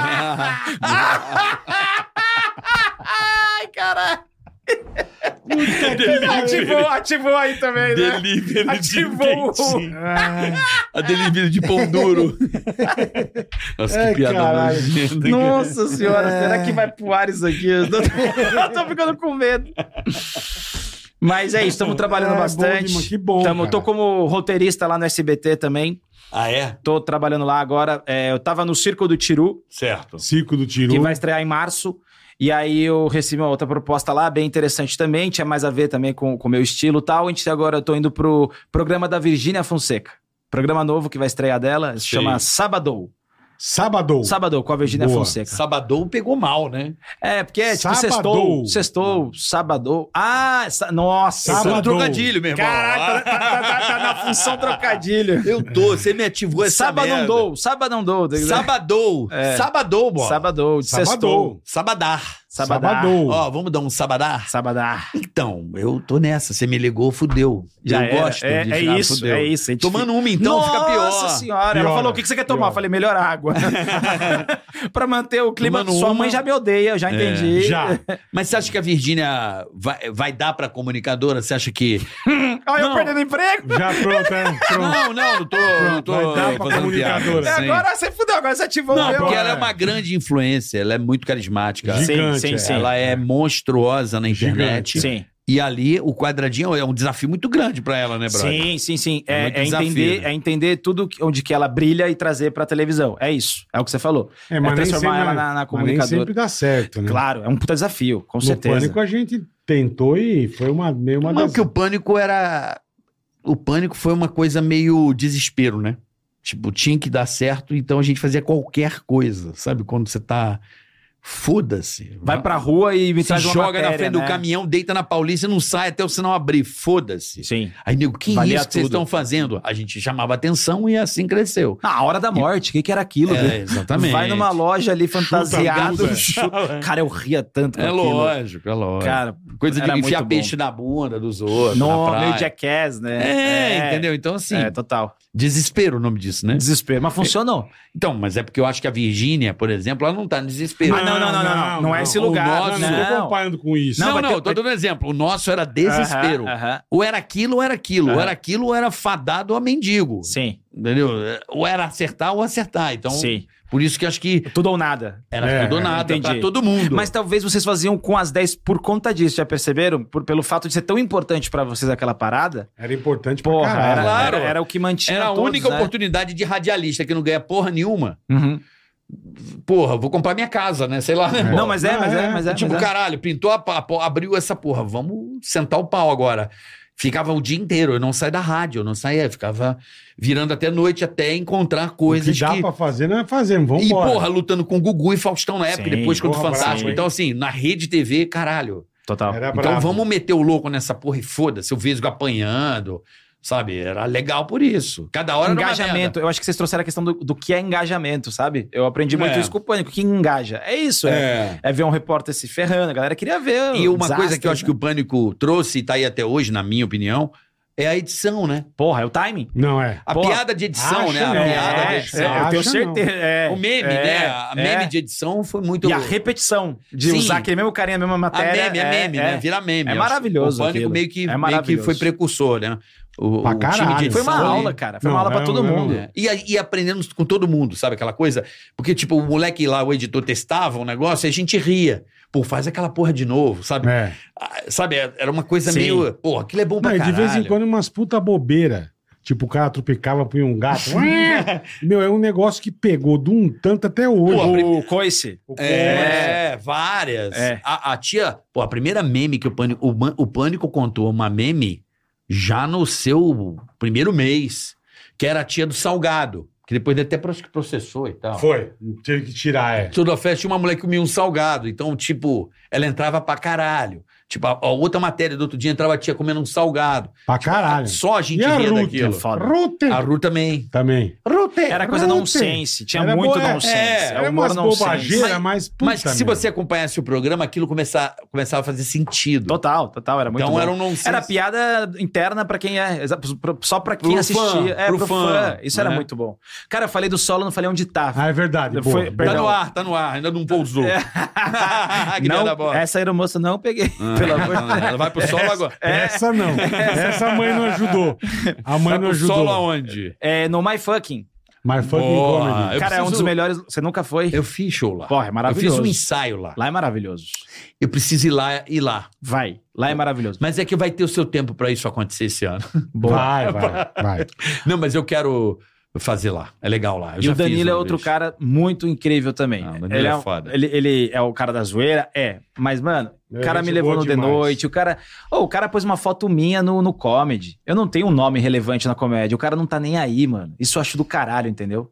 Speaker 3: [LAUGHS]
Speaker 2: [LAUGHS]
Speaker 3: Ai, caralho. Ativou, ativou aí também, né?
Speaker 2: Delivery de
Speaker 3: Ativou o- [LAUGHS]
Speaker 2: quentinho.
Speaker 1: Ah,
Speaker 2: A delivery de pão duro. Nossa, que
Speaker 1: Ai,
Speaker 2: piada
Speaker 1: caralho.
Speaker 2: nojenta.
Speaker 3: Nossa senhora, será que vai pro ar isso aqui?
Speaker 1: [LAUGHS]
Speaker 3: Eu tô, eu tô ficando com medo. Mas é isso, estamos trabalhando
Speaker 1: É, bom
Speaker 3: bastante.
Speaker 1: demais, que bom,
Speaker 3: Tamo,
Speaker 1: cara.
Speaker 3: tô como roteirista lá no SBT também.
Speaker 2: Ah, é?
Speaker 3: Tô trabalhando lá agora. É, eu tava no Circo do Tiru,
Speaker 2: Certo.
Speaker 1: Circo do Tiru.
Speaker 3: que vai estrear em março. E aí eu recebi uma outra proposta lá, bem interessante também. Tinha mais a ver também com com o meu estilo e tal. A gente agora eu tô indo pro programa da Virgínia Fonseca. Programa novo que vai estrear dela, se
Speaker 2: Sei.
Speaker 3: chama Sabadou.
Speaker 1: Sábado.
Speaker 3: Sabadou, com a Virgínia
Speaker 1: Boa.
Speaker 3: Fonseca.
Speaker 2: Sabadão pegou mal, né?
Speaker 3: É, porque é tipo
Speaker 1: Sabadou.
Speaker 3: sextou, sextou, sábado. Ah, sa- nossa.
Speaker 1: Sábado.
Speaker 2: Sabadão. Trocadilho, meu irmão.
Speaker 3: Caraca, tá, tá- tá- tá na função trocadilho.
Speaker 2: [LAUGHS] Eu tô, você me ativou essa
Speaker 3: Sabadão
Speaker 2: merda.
Speaker 3: dou, sabadão dou. tá
Speaker 2: Sabadou.
Speaker 3: É.
Speaker 2: Sabadou, bola.
Speaker 3: Sabadou, de sextou.
Speaker 1: Sabadou.
Speaker 2: Sabadar.
Speaker 3: Sabadá.
Speaker 1: Sabadou.
Speaker 2: Ó, vamos dar um sabadar?
Speaker 3: Sabadá.
Speaker 2: Então, eu tô nessa. Você me ligou, fudeu.
Speaker 3: Já
Speaker 2: eu
Speaker 3: era.
Speaker 2: gosto
Speaker 3: é,
Speaker 2: de
Speaker 3: é
Speaker 2: ficar
Speaker 3: isso,
Speaker 2: fudeu.
Speaker 3: é isso. a gente
Speaker 2: Tomando
Speaker 3: fica-
Speaker 2: uma, então,
Speaker 3: Nossa
Speaker 2: fica pior.
Speaker 3: senhora, ela
Speaker 1: Pior,
Speaker 3: falou, o que que você quer tomar?
Speaker 1: pior.
Speaker 3: Eu falei,
Speaker 2: [LAUGHS]
Speaker 3: melhor água. pra manter o clima,
Speaker 2: Tomando
Speaker 3: sua
Speaker 2: uma- É.
Speaker 3: mãe já me odeia, eu já entendi.
Speaker 1: Já.
Speaker 2: Mas você acha que a Virgínia vai, vai dar pra comunicadora? Você acha que.
Speaker 3: [LAUGHS] Olha eu
Speaker 2: Não.
Speaker 3: perdendo emprego.
Speaker 1: Já pronto, é.
Speaker 2: [LAUGHS]
Speaker 1: Pronto.
Speaker 2: Não, não, não tô. Não tô
Speaker 1: Vai dar pra
Speaker 2: fazendo piada,
Speaker 1: comunicadora.
Speaker 3: É,
Speaker 2: sim.
Speaker 3: agora você fudeu, agora você ativou o
Speaker 2: Não,
Speaker 3: meu.
Speaker 2: porque
Speaker 1: é.
Speaker 2: ela é uma grande influência, ela é muito carismática.
Speaker 3: Sim,
Speaker 1: Gigante,
Speaker 3: sim,
Speaker 1: é.
Speaker 3: sim.
Speaker 2: Ela é monstruosa na
Speaker 1: Gigante.
Speaker 2: internet.
Speaker 3: Sim.
Speaker 2: E ali o quadradinho é um desafio muito grande pra ela, né, brother?
Speaker 3: Sim, sim, sim.
Speaker 2: É
Speaker 3: É,
Speaker 2: muito
Speaker 3: é
Speaker 2: desafio,
Speaker 3: entender,
Speaker 2: né?
Speaker 3: é entender tudo que- onde que ela brilha e trazer pra televisão. É isso. É o que você falou.
Speaker 1: É, mas nem
Speaker 3: É transformar
Speaker 1: sempre-
Speaker 3: ela na- na
Speaker 1: mas
Speaker 3: comunicadora.
Speaker 1: nem sempre dá certo,
Speaker 2: Uhum.
Speaker 1: né?
Speaker 3: Claro, é um puta desafio, com certeza.
Speaker 1: No pânico a gente tentou e foi uma, meio uma
Speaker 2: Não,
Speaker 1: das-
Speaker 2: porque o pânico era. O pânico foi uma coisa meio desespero, né? Tipo, tinha que dar certo, então a gente fazia qualquer coisa, sabe? Quando você tá. Foda-se.
Speaker 3: Vai pra rua e me
Speaker 2: Se
Speaker 3: traz uma
Speaker 2: joga
Speaker 3: matéria,
Speaker 2: na frente
Speaker 3: né?
Speaker 2: do caminhão, deita na Paulista e não sai até o sinal abrir. Foda-se.
Speaker 3: Sim.
Speaker 2: Aí, nego, que
Speaker 3: Valia
Speaker 2: isso que vocês
Speaker 3: tudo.
Speaker 2: estão fazendo? A gente chamava atenção e assim cresceu.
Speaker 3: Na hora da morte, o que, que era aquilo,
Speaker 2: É,
Speaker 3: velho?
Speaker 2: exatamente.
Speaker 3: Vai numa loja ali fantasiado.
Speaker 1: tudo,
Speaker 3: chuta- [LAUGHS] Cara, eu ria tanto com
Speaker 2: É
Speaker 3: aquilo.
Speaker 2: lógico, é lógico.
Speaker 3: Cara,
Speaker 2: Coisa
Speaker 3: era
Speaker 2: de enfiar
Speaker 3: muito bom.
Speaker 2: peixe na bunda dos outros.
Speaker 3: no
Speaker 2: na
Speaker 3: meio
Speaker 2: praia.
Speaker 3: jackass, né?
Speaker 2: É, entendeu? Então, assim,
Speaker 3: É, total.
Speaker 2: desespero o nome disso, né?
Speaker 3: Desespero. Mas funcionou.
Speaker 2: Então, mas é porque eu acho que a Virgínia, por exemplo, ela não tá no desespero.
Speaker 3: Ah, não, não, não, não, não. Não é esse
Speaker 2: lugar,
Speaker 1: Não,
Speaker 2: né?
Speaker 1: não tô comparando com isso.
Speaker 2: Não,
Speaker 3: Não,
Speaker 2: não,
Speaker 3: vai ter-
Speaker 2: eu tô dando um exemplo. O nosso era desespero.
Speaker 3: Aham, aham.
Speaker 2: Ou era aquilo, ou era aquilo. Ou
Speaker 3: Aham.
Speaker 2: era aquilo, ou era fadado a mendigo.
Speaker 3: Sim,
Speaker 2: Entendeu? Ou era acertar ou acertar. Então,
Speaker 3: sim.
Speaker 2: por isso que eu acho que
Speaker 3: Tudo ou nada.
Speaker 2: era
Speaker 1: É,
Speaker 2: tudo ou nada
Speaker 3: entendi.
Speaker 2: pra todo mundo.
Speaker 3: Mas talvez vocês faziam com as 10 por conta disso, já perceberam? Por- pelo fato de ser tão importante pra vocês aquela parada.
Speaker 1: Era importante pra
Speaker 3: Porra,
Speaker 1: caralho.
Speaker 3: era,
Speaker 2: Claro.
Speaker 3: era, era o que mantinha
Speaker 2: era a
Speaker 3: todos,
Speaker 2: única
Speaker 3: né?
Speaker 2: oportunidade de radialista que não ganha porra nenhuma.
Speaker 3: Uhum.
Speaker 2: Porra, vou comprar minha casa, né? Sei lá, né?
Speaker 3: Não,
Speaker 2: irmão?
Speaker 3: mas é,
Speaker 1: Não,
Speaker 3: mas é,
Speaker 1: é,
Speaker 3: mas é.
Speaker 2: tipo,
Speaker 3: mas é.
Speaker 2: caralho, pintou a, pa- po- abriu essa porra, vamos sentar o pau agora. Ficava o dia inteiro, eu não saía da rádio, eu não saía, ficava virando até noite até encontrar
Speaker 1: O
Speaker 2: coisas
Speaker 1: que dá
Speaker 2: que.
Speaker 1: pra fazer, nós fazemos. Vamos
Speaker 2: E,
Speaker 1: embora.
Speaker 2: porra, lutando com Gugu e Faustão na época,
Speaker 3: Sim,
Speaker 2: depois contra o
Speaker 1: porra,
Speaker 2: Fantástico.
Speaker 3: bravo, hein?
Speaker 2: então, assim, na rede TV, caralho.
Speaker 3: Total.
Speaker 1: Era
Speaker 2: então
Speaker 1: brabo.
Speaker 2: vamos meter o louco nessa porra e foda-se, o Vesgo apanhando, sabe? Era legal por isso. Cada hora era uma merda.
Speaker 3: engajamento. Eu acho que vocês trouxeram a questão do, do que é engajamento, sabe? Eu aprendi muito
Speaker 2: É.
Speaker 3: isso com o pânico. que engaja? É isso, é.
Speaker 2: É.
Speaker 3: É ver um repórter se ferrando, a galera queria ver.
Speaker 2: E
Speaker 3: o
Speaker 2: uma coisa
Speaker 3: desastre,
Speaker 2: que eu acho que
Speaker 3: né?
Speaker 2: o Pânico trouxe e tá aí até hoje, na minha opinião, é a edição, né?
Speaker 3: Porra, é o timing?
Speaker 1: Não, é.
Speaker 2: A
Speaker 3: Pô,
Speaker 2: piada de edição,
Speaker 1: acha
Speaker 2: né? A
Speaker 1: não.
Speaker 2: piada
Speaker 1: É,
Speaker 2: de edição.
Speaker 1: é,
Speaker 3: eu tenho
Speaker 1: Acha
Speaker 3: certeza. é,
Speaker 2: O meme,
Speaker 3: é,
Speaker 2: né? A
Speaker 3: é.
Speaker 2: meme de edição foi muito.
Speaker 3: E a repetição de
Speaker 2: Sim.
Speaker 3: usar aquele mesmo carinha, a mesma
Speaker 2: A
Speaker 3: matéria.
Speaker 2: meme, é, meme, né? Vira meme. Eu acho
Speaker 3: É
Speaker 2: que
Speaker 3: maravilhoso
Speaker 2: O Pânico
Speaker 3: aquilo.
Speaker 2: meio que,
Speaker 3: É
Speaker 2: meio que
Speaker 3: maravilhoso.
Speaker 2: foi precursor, né? O,
Speaker 1: Pra
Speaker 2: o time de
Speaker 1: caralho.
Speaker 3: Foi
Speaker 2: edição
Speaker 3: uma
Speaker 2: ali.
Speaker 3: aula, cara. Foi uma
Speaker 1: Não, um,
Speaker 3: aula pra
Speaker 1: não,
Speaker 3: todo
Speaker 1: não,
Speaker 3: mundo.
Speaker 1: não.
Speaker 2: É. E, aí- e aprendendo com todo mundo, sabe aquela coisa? Porque, tipo, o moleque lá, o editor, testava um negócio e a gente ria. Pô, faz aquela porra de novo, sabe?
Speaker 1: É.
Speaker 2: Ah, Sabe, era uma coisa
Speaker 3: Sim.
Speaker 2: meio. Pô, aquilo é bom pra
Speaker 1: Não, e de
Speaker 2: caralho.
Speaker 1: vez em quando umas puta bobeira. Tipo, o cara tropicava, punha um gato. Meu, é um negócio que pegou de um tanto até hoje.
Speaker 2: Pô,
Speaker 3: O coice.
Speaker 1: O- o-
Speaker 2: É, várias.
Speaker 3: É.
Speaker 2: A, a tia, pô, a primeira meme que o Pânico, o, Man- o Pânico contou, uma meme, já no seu primeiro mês, que era a tia do Salgado, que depois até acho que processou e tal.
Speaker 1: Foi. Teve que tirar, é.
Speaker 2: Toda festa tinha uma mulher que comia um salgado, então, tipo, ela entrava pra caralho. Tipo, a, a outra matéria do outro dia entrava a tia comendo um salgado.
Speaker 1: Pra
Speaker 3: Hum.
Speaker 1: caralho.
Speaker 2: Só a gente
Speaker 1: E a
Speaker 2: ria
Speaker 1: Ruth?
Speaker 2: daquilo. É
Speaker 3: Foda.
Speaker 1: Rute.
Speaker 2: A Ru também.
Speaker 1: Também.
Speaker 2: Rute.
Speaker 3: Era coisa
Speaker 1: Rute.
Speaker 3: nonsense. Tinha
Speaker 1: É, Era
Speaker 3: muito
Speaker 1: boa, é.
Speaker 3: nonsense.
Speaker 2: É,
Speaker 3: É,
Speaker 1: Era
Speaker 3: humor
Speaker 1: umas
Speaker 3: nonsense.
Speaker 1: bobageiras, mas puta
Speaker 2: Mas que se
Speaker 1: merda.
Speaker 2: você acompanhasse o programa, aquilo começar, começava a fazer sentido.
Speaker 3: Total, total. Era muito
Speaker 2: então
Speaker 3: bom.
Speaker 2: era um nonsense.
Speaker 3: Era piada interna pra quem é, exa- pro- só pra quem
Speaker 2: Pro
Speaker 3: assistia.
Speaker 2: fã,
Speaker 3: é, pro,
Speaker 2: pro
Speaker 3: fã.
Speaker 2: fã,
Speaker 3: Isso era
Speaker 2: né?
Speaker 3: muito bom. Cara, eu falei do solo, não falei onde tá.
Speaker 1: Ah, é verdade.
Speaker 3: Foi-
Speaker 1: boa,
Speaker 2: Tá
Speaker 1: boa.
Speaker 3: perdão. É,
Speaker 2: no ar, tá no ar. Ainda não pousou.
Speaker 1: Ah.
Speaker 2: [LAUGHS] que não, da
Speaker 3: não,
Speaker 2: bola.
Speaker 3: essa aeromoça não eu peguei. [LAUGHS] Pelo amor de Deus.
Speaker 2: Ah,
Speaker 3: É,
Speaker 2: Ela vai pro solo agora.
Speaker 1: Essa não. Essa a mãe não ajudou. A mãe
Speaker 2: Vai
Speaker 1: não
Speaker 2: pro Tá solo
Speaker 1: ajudou.
Speaker 2: aonde?
Speaker 3: É, no My Fucking.
Speaker 1: Mas fucking
Speaker 2: Boa.
Speaker 1: comedy.
Speaker 2: Eu
Speaker 3: Cara, é um
Speaker 2: preciso-
Speaker 3: dos melhores. Você nunca foi?
Speaker 2: Eu fiz show lá.
Speaker 3: Porra, é
Speaker 2: eu fiz
Speaker 3: maravilhoso.
Speaker 2: um ensaio lá.
Speaker 3: Lá é maravilhoso.
Speaker 2: Eu preciso ir lá e lá.
Speaker 3: Vai. Lá é maravilhoso.
Speaker 2: Mas é que vai ter o seu tempo pra isso acontecer esse ano.
Speaker 3: Boa.
Speaker 1: Vai, vai, vai.
Speaker 2: Não, mas eu quero fazer lá. É legal lá. Eu
Speaker 3: E
Speaker 2: já
Speaker 3: o
Speaker 2: fiz um
Speaker 3: Danilo é
Speaker 2: uma
Speaker 3: outro
Speaker 2: vez.
Speaker 3: cara muito incrível também.
Speaker 2: Não, o Danilo
Speaker 3: ele,
Speaker 2: é
Speaker 3: um-
Speaker 2: foda.
Speaker 3: Ele, ele é o cara da zoeira? É. Mas, mano, o
Speaker 1: É,
Speaker 3: cara me
Speaker 1: gente
Speaker 3: levou
Speaker 1: boa
Speaker 3: no The
Speaker 1: demais.
Speaker 3: Noite. O cara. Ô, o cara pôs uma foto minha no, no comedy. Eu não tenho um nome relevante na comédia. O cara não tá nem aí, mano. Isso eu acho do caralho, entendeu?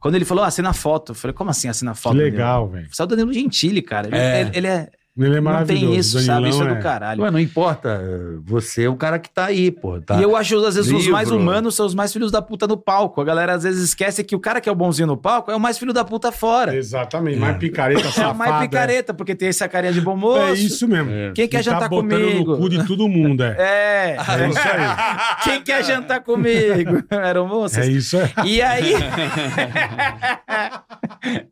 Speaker 3: Quando ele falou, "Ah, assina a foto. Eu falei, como assim assina a
Speaker 1: Que
Speaker 3: foto? Danilo?"
Speaker 1: legal, velho.
Speaker 3: Isso é o Danilo Gentili, cara. Ele
Speaker 2: É.
Speaker 3: ele- ele é
Speaker 1: Ele é
Speaker 3: Não
Speaker 1: maravilhoso.
Speaker 3: tem isso, sabe?
Speaker 1: Danilão
Speaker 3: Isso é do
Speaker 1: é-
Speaker 3: caralho.
Speaker 2: Ué, não importa. Você é o cara que tá aí, pô. Tá.
Speaker 3: E eu acho, às vezes, os
Speaker 2: Livro.
Speaker 3: mais humanos são os mais filhos da puta no palco. A galera, às vezes, esquece que o cara que é o bonzinho no palco é o mais filho da puta fora.
Speaker 1: Exatamente. Mais picareta
Speaker 3: É o
Speaker 1: safada.
Speaker 3: [LAUGHS] mais picareta, porque tem essa carinha de bom moço.
Speaker 1: É isso mesmo.
Speaker 3: Quem quer
Speaker 1: Ele
Speaker 3: jantar
Speaker 1: tá botando
Speaker 3: comigo?
Speaker 1: no cu de todo mundo, é.
Speaker 2: [LAUGHS]
Speaker 1: [LAUGHS]
Speaker 3: É.
Speaker 1: É isso aí.
Speaker 3: [LAUGHS] Quem quer jantar comigo? [LAUGHS] Eram
Speaker 1: É
Speaker 3: moças.
Speaker 1: isso aí. [LAUGHS]
Speaker 3: E aí...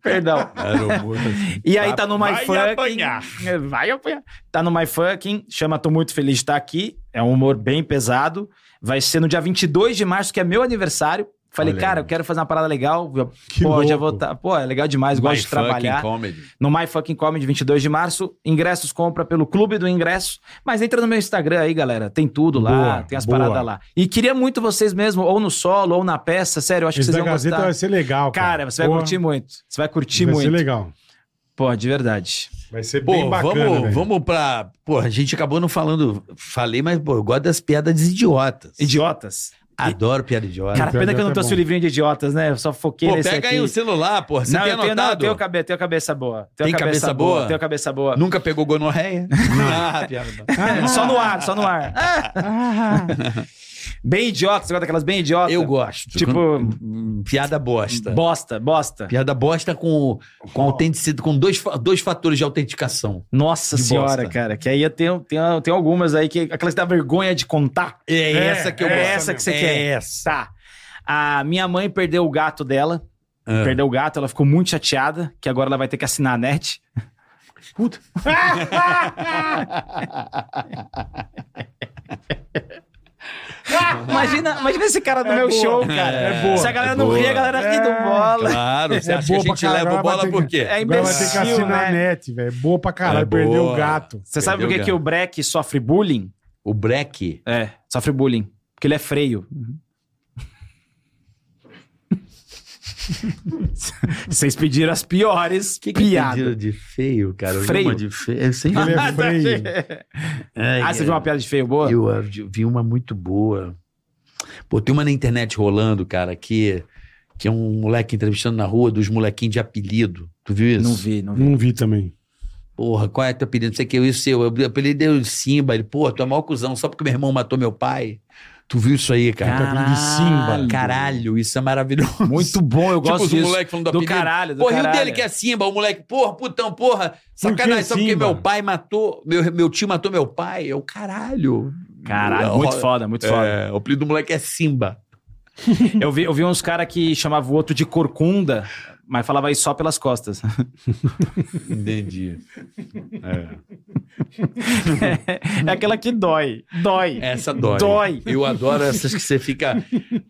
Speaker 3: Perdão.
Speaker 2: assim.
Speaker 3: E aí tá no My
Speaker 2: Vai
Speaker 3: Fucking.
Speaker 2: apanhar.
Speaker 3: É, Vai apanhar. Tá no My Fucking, chama Tô Muito Feliz de Estar Aqui. É um humor bem pesado. Vai ser no dia 22 de março, que é meu aniversário. Falei,
Speaker 2: Olha aí.
Speaker 3: cara, eu quero fazer uma parada legal. Eu,
Speaker 1: Que
Speaker 3: Pô,
Speaker 1: louco.
Speaker 3: já vou tá... Pô, é legal demais,
Speaker 2: My
Speaker 3: gosto de
Speaker 2: fucking
Speaker 3: trabalhar.
Speaker 2: comedy.
Speaker 3: No My Fucking Comedy, 22 de março. Ingressos compra pelo Clube do Ingresso. Mas entra no meu Instagram aí, galera. Tem tudo lá,
Speaker 1: Boa,
Speaker 3: tem as
Speaker 1: boa.
Speaker 3: paradas lá. E queria muito vocês mesmo, ou no solo, ou na peça. Sério, eu acho
Speaker 1: Esse da
Speaker 3: que vocês vão
Speaker 1: Gazeta
Speaker 2: é
Speaker 3: gostar.
Speaker 1: vai ser legal, cara.
Speaker 3: Cara, você vai
Speaker 1: Porra,
Speaker 3: curtir muito. Você vai curtir
Speaker 1: Vai
Speaker 3: muito.
Speaker 1: ser legal.
Speaker 3: Pô, de verdade.
Speaker 1: Vai ser
Speaker 2: Pô,
Speaker 1: bem bacana,
Speaker 2: vamos,
Speaker 1: velho.
Speaker 2: vamos pra. Pô, a gente acabou não falando. Falei, mas pô, eu gosto das piadas idiotas.
Speaker 3: Idiotas.
Speaker 2: Adoro piada idiota. é
Speaker 3: Cara, pena que eu não trouxe o livrinho de idiotas, né? Eu só foquei
Speaker 2: pô,
Speaker 3: nesse
Speaker 2: pega
Speaker 3: aqui.
Speaker 2: aí o celular, pô. Você
Speaker 3: não,
Speaker 2: tem
Speaker 3: eu tenho, não, eu
Speaker 2: anotado?
Speaker 3: tenho, cabe, tenho cabeça boa. Tenho
Speaker 2: Tem cabeça boa?
Speaker 3: Tenho cabeça boa. É,
Speaker 2: Nunca pegou
Speaker 3: [LAUGHS]
Speaker 2: gonorreia? ah, piada.
Speaker 3: só no ar, só
Speaker 2: [LAUGHS]
Speaker 3: no ar. Ah. [LAUGHS] bem idiota, você gosta daquelas bem idiotas?
Speaker 2: Eu gosto.
Speaker 3: Tipo-
Speaker 2: Quando- Piada bosta.
Speaker 3: Bosta, bosta.
Speaker 2: Piada bosta com, com autenticidade, com dois, fa- dois fatores de autenticação.
Speaker 3: Nossa
Speaker 2: De
Speaker 3: senhora,
Speaker 2: bosta.
Speaker 3: cara. Que aí eu tenho, tenho, tenho algumas aí que aquelas que dá vergonha de contar.
Speaker 2: É,
Speaker 1: É,
Speaker 2: essa que eu
Speaker 3: é
Speaker 2: gosto.
Speaker 3: essa que você
Speaker 2: é
Speaker 3: quer.
Speaker 2: Essa.
Speaker 3: Tá. A minha mãe perdeu o gato dela.
Speaker 2: Ah.
Speaker 3: Perdeu o gato, ela ficou muito chateada, que agora ela vai ter que assinar
Speaker 2: [LAUGHS]
Speaker 3: a net. Puta. imagina, imagina esse cara no meu
Speaker 1: boa.
Speaker 3: show, cara.
Speaker 1: É boa.
Speaker 3: Se a galera não
Speaker 2: É Então,
Speaker 3: ri, a
Speaker 2: boa.
Speaker 3: galera ri do
Speaker 1: É.
Speaker 3: bola.
Speaker 2: Claro, você
Speaker 1: É
Speaker 2: acha que a
Speaker 1: boa pra
Speaker 2: gente leva
Speaker 1: caralho, vai
Speaker 2: bola
Speaker 1: ter
Speaker 2: por
Speaker 1: que-
Speaker 2: quê?
Speaker 3: É
Speaker 1: Agora vai ter que
Speaker 3: imbecil,
Speaker 1: assinar a
Speaker 3: né?
Speaker 1: net, velho. Boa pra caralho.
Speaker 2: É
Speaker 1: Perdeu o
Speaker 2: boa.
Speaker 3: [LAUGHS]
Speaker 1: gato.
Speaker 3: Você sabe por que
Speaker 2: Perdeu,
Speaker 3: que o Breck sofre bullying?
Speaker 2: O breque.
Speaker 3: É, sofre bullying. Porque ele é freio. [LAUGHS] Vocês pediram as piores
Speaker 2: Que que
Speaker 3: piadas.
Speaker 2: pediram de feio, cara? Eu
Speaker 3: Freio.
Speaker 2: vi uma de feio. Eu sei.
Speaker 1: Ele é freio.
Speaker 2: Ai,
Speaker 3: ah, você viu uma piada de feio boa?
Speaker 2: É, Eu ah, vi uma muito boa. Pô, tem uma na internet rolando, cara, que, que é um moleque entrevistando na rua dos molequinhos de apelido. Tu viu isso?
Speaker 3: Não vi, não vi.
Speaker 1: Não vi também.
Speaker 2: Porra, qual é teu apelido? Não sei o que, eu e seu. Eu apelidei o Simba. Ele, porra, tu é maior cuzão, só porque meu irmão matou meu pai. Tu viu isso aí, cara?
Speaker 1: apelido Tá de
Speaker 3: Ah,
Speaker 1: Simba.
Speaker 2: Caralho, isso é maravilhoso.
Speaker 3: Muito bom, eu
Speaker 2: Tipo,
Speaker 3: gosto
Speaker 2: os
Speaker 3: disso.
Speaker 2: moleque falando do
Speaker 3: do
Speaker 2: apelido.
Speaker 3: caralho, do
Speaker 2: Porra, e o
Speaker 3: caralho.
Speaker 2: dele que é Simba, o moleque, porra, putão, porra, sacanagem,
Speaker 1: que
Speaker 2: só porque
Speaker 1: Simba?
Speaker 2: meu pai matou, meu, meu tio matou meu pai, eu, caralho.
Speaker 3: Caralho,
Speaker 2: Rola-
Speaker 3: muito foda, muito foda.
Speaker 2: É, o apelido do moleque é Simba.
Speaker 3: Eu vi, eu vi uns caras que chamavam o outro de corcunda, mas falava isso só
Speaker 2: [LAUGHS]
Speaker 3: pelas costas.
Speaker 2: Entendi.
Speaker 3: é aquela que dói, dói.
Speaker 2: Essa dói.
Speaker 3: Dói.
Speaker 2: Eu adoro essas que você fica,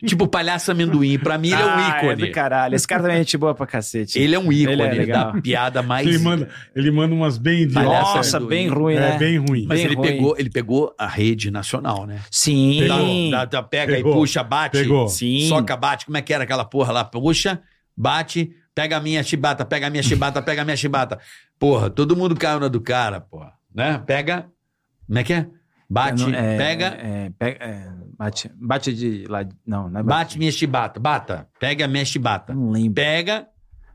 Speaker 2: tipo, o palhaço amendoim. Pra mim, ele é um
Speaker 3: Ah,
Speaker 2: ícone.
Speaker 3: do caralho. Esse cara também é gente boa pra cacete.
Speaker 2: ele é um ícone
Speaker 3: Ele é legal.
Speaker 2: da piada mais...
Speaker 1: Ele manda, ele manda umas bem de
Speaker 2: Palhaça,
Speaker 3: Nossa,
Speaker 2: né?
Speaker 3: bem ruim, né?
Speaker 1: É bem ruim.
Speaker 2: Mas
Speaker 3: bem
Speaker 2: ele
Speaker 3: ruim.
Speaker 2: pegou, ele pegou a rede nacional, né?
Speaker 3: Sim.
Speaker 2: Dá- dá- pega
Speaker 1: Pegou.
Speaker 2: e puxa, bate.
Speaker 1: Pegou.
Speaker 3: Sim.
Speaker 2: Soca, bate. Como é que era aquela porra lá? Puxa, bate, pega a minha chibata, pega a minha chibata, pega a minha chibata. Porra, todo mundo caiu na do cara, porra. Né? Pega. Como é que é? Bate,
Speaker 3: Eu não- é,
Speaker 2: pega.
Speaker 3: é, pega- é, bate, bate de lá. Não, não é
Speaker 2: Bate minha chibata, bata. Pega, mexe e bata.
Speaker 3: Não lembro.
Speaker 2: Pega,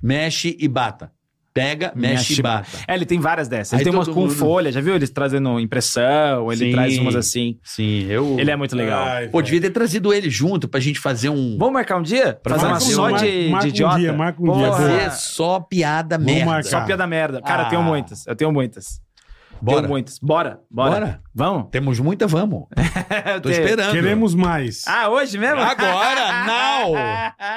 Speaker 2: mexe e bata. Pega, mexe e bata.
Speaker 3: É, ele tem várias dessas. Ele
Speaker 2: Aí
Speaker 3: tem umas
Speaker 2: todo
Speaker 3: com
Speaker 2: mundo-
Speaker 3: folha, já viu? Eles trazendo impressão, ele
Speaker 2: Sim.
Speaker 3: traz umas assim.
Speaker 2: Sim, eu.
Speaker 3: Ele é muito legal.
Speaker 1: Ai,
Speaker 2: Pô, devia ter trazido ele junto pra gente fazer um.
Speaker 3: Vamos marcar um dia?
Speaker 2: Pra
Speaker 3: Fazer uma
Speaker 2: fazer um-
Speaker 3: só
Speaker 2: marca-
Speaker 3: de,
Speaker 1: marca um
Speaker 3: de idiota?
Speaker 1: dia, marca um
Speaker 3: Pô,
Speaker 1: dia,
Speaker 2: fazer
Speaker 1: boa.
Speaker 2: só piada
Speaker 1: Vamos
Speaker 2: merda.
Speaker 1: marcar.
Speaker 3: Só piada merda. Cara, eu tenho
Speaker 2: Ah.
Speaker 3: muitas. Eu tenho muitas.
Speaker 2: Bora.
Speaker 3: Tenho muitas. Bora, bora.
Speaker 2: Bora. [LAUGHS]
Speaker 3: Vamos?
Speaker 2: Temos muita, vamos.
Speaker 3: Eu
Speaker 2: Tô
Speaker 3: tenho.
Speaker 2: esperando.
Speaker 1: Queremos mais.
Speaker 3: Ah, hoje mesmo?
Speaker 2: Agora, now!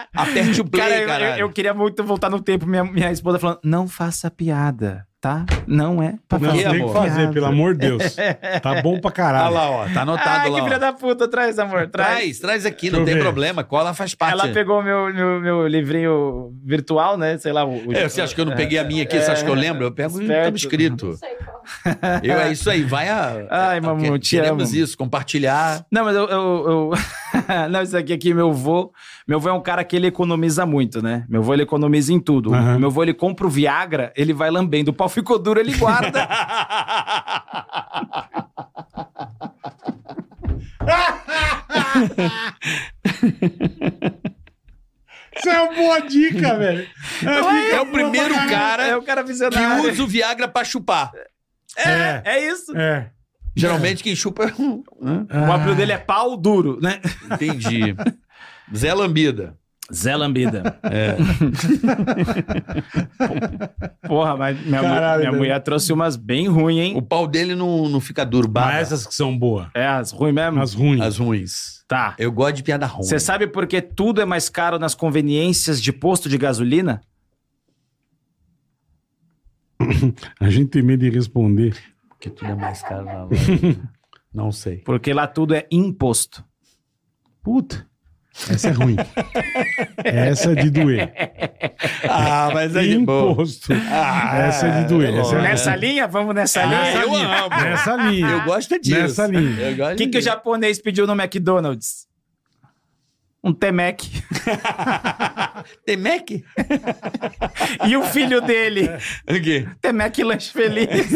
Speaker 3: [LAUGHS]
Speaker 2: Aperte o
Speaker 3: Cara,
Speaker 2: play,
Speaker 3: eu-
Speaker 2: cara.
Speaker 3: eu, eu queria muito voltar no tempo. Minha, minha esposa falando, não faça piada, tá? Não é pra
Speaker 1: não,
Speaker 3: fazer
Speaker 1: tem que
Speaker 2: amor.
Speaker 1: fazer,
Speaker 3: piada."
Speaker 1: pelo amor de Deus. Tá bom pra
Speaker 2: Tá
Speaker 1: caralho.
Speaker 2: lá, ó. Tá anotado
Speaker 3: Ai,
Speaker 2: lá.
Speaker 3: que
Speaker 2: ó.
Speaker 3: filha da puta. Traz, amor, traz.
Speaker 2: Traz, traz aqui,
Speaker 1: Deixa eu
Speaker 2: não tem
Speaker 1: ver.
Speaker 2: problema. Cola faz parte.
Speaker 3: Ela pegou meu, meu, meu livrinho virtual, né? Sei lá. O, É. o-
Speaker 2: É, você acha que eu não peguei a minha aqui? Você acha que eu lembro? Eu pego e
Speaker 3: Esperto.
Speaker 2: estamos escrito. Eu, é isso aí, vai a.
Speaker 3: Ai,
Speaker 2: a-
Speaker 3: Mamu,
Speaker 2: que-
Speaker 3: te
Speaker 2: Queremos
Speaker 3: amo.
Speaker 2: isso, compartilhar.
Speaker 3: Não, mas eu. eu- [LAUGHS] eu- não, isso aqui, aqui, meu avô. Meu avô é um cara que ele economiza muito, né? Meu avô ele economiza em tudo.
Speaker 1: Aham.
Speaker 3: Meu avô ele compra o Viagra, ele vai lambendo. O pau ficou duro, ele guarda.
Speaker 1: Isso é uma boa dica, velho.
Speaker 2: [LAUGHS] É o primeiro
Speaker 3: é
Speaker 2: cara
Speaker 3: o cara
Speaker 2: que
Speaker 3: visionário.
Speaker 2: usa o Viagra pra chupar.
Speaker 1: É,
Speaker 3: É isso.
Speaker 1: é.
Speaker 2: Geralmente quem chupa. é um- Hã?
Speaker 3: O apelido dele é pau duro, né?
Speaker 2: Entendi. Zé Lambida.
Speaker 3: Zé Lambida. [LAUGHS] Porra, mas minha, mu-
Speaker 1: Caralho,
Speaker 3: minha
Speaker 1: velho.
Speaker 3: mulher trouxe umas bem ruins,
Speaker 2: O
Speaker 3: hein?
Speaker 2: pau dele não, não fica duro, barra.
Speaker 1: Mas assim- essas que são boas.
Speaker 3: É, as ruins mesmo?
Speaker 1: As ruins.
Speaker 2: As ruins.
Speaker 3: Tá.
Speaker 2: Eu gosto de piada ruim.
Speaker 3: Você sabe por que tudo é mais caro nas conveniências de posto de gasolina?
Speaker 1: A gente tem medo de responder.
Speaker 2: Porque tudo é mais caro
Speaker 1: [LAUGHS]
Speaker 2: na loja. Não sei.
Speaker 3: Porque lá tudo é imposto.
Speaker 1: Puta. Essa é ruim. Essa é de doer.
Speaker 2: Ah, mas
Speaker 1: Imposto.
Speaker 2: Ah,
Speaker 1: Essa é de doer. Essa é
Speaker 3: Nessa linha? Vamos
Speaker 2: É
Speaker 3: nessa linha?
Speaker 2: eu amo.
Speaker 1: Nessa linha.
Speaker 2: Eu gosto é disso.
Speaker 1: Nessa linha.
Speaker 2: Eu gosto
Speaker 3: O que, que o
Speaker 2: disso.
Speaker 3: japonês pediu no McDonald's? Um Temec.
Speaker 2: Temec?
Speaker 3: E o filho dele?
Speaker 2: É. Aqui.
Speaker 3: Temec Lanche Feliz.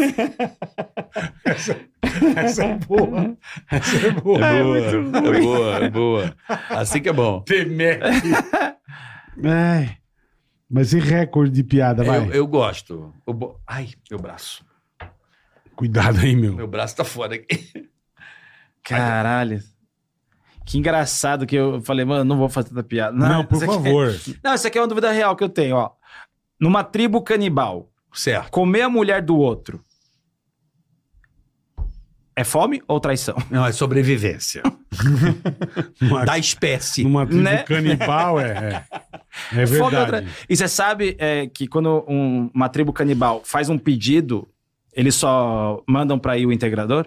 Speaker 1: Essa é boa. Essa é boa.
Speaker 2: É boa, é boa, é boa. Assim que é bom.
Speaker 1: Temec. Mas e recorde de piada, vai.
Speaker 2: Eu, eu gosto. O bo- Ai, meu braço.
Speaker 1: Cuidado aí, meu.
Speaker 2: Meu braço tá fora aqui.
Speaker 3: Caralho. Que engraçado que eu falei, mano, não vou fazer tanta piada.
Speaker 1: Não, por
Speaker 3: isso aqui- é
Speaker 1: favor.
Speaker 3: Não, isso aqui é uma dúvida real que eu tenho, ó. Numa tribo canibal,
Speaker 2: Certo.
Speaker 3: comer a mulher do outro é fome ou traição?
Speaker 2: Não, é sobrevivência.
Speaker 1: Numa,
Speaker 2: da espécie.
Speaker 1: numa tribo
Speaker 3: Né?
Speaker 1: canibal, é. É, é
Speaker 3: [LAUGHS] Fome ou
Speaker 1: verdade.
Speaker 3: traição? E você sabe é, que quando um- uma tribo canibal faz um pedido, eles só mandam pra ir o integrador?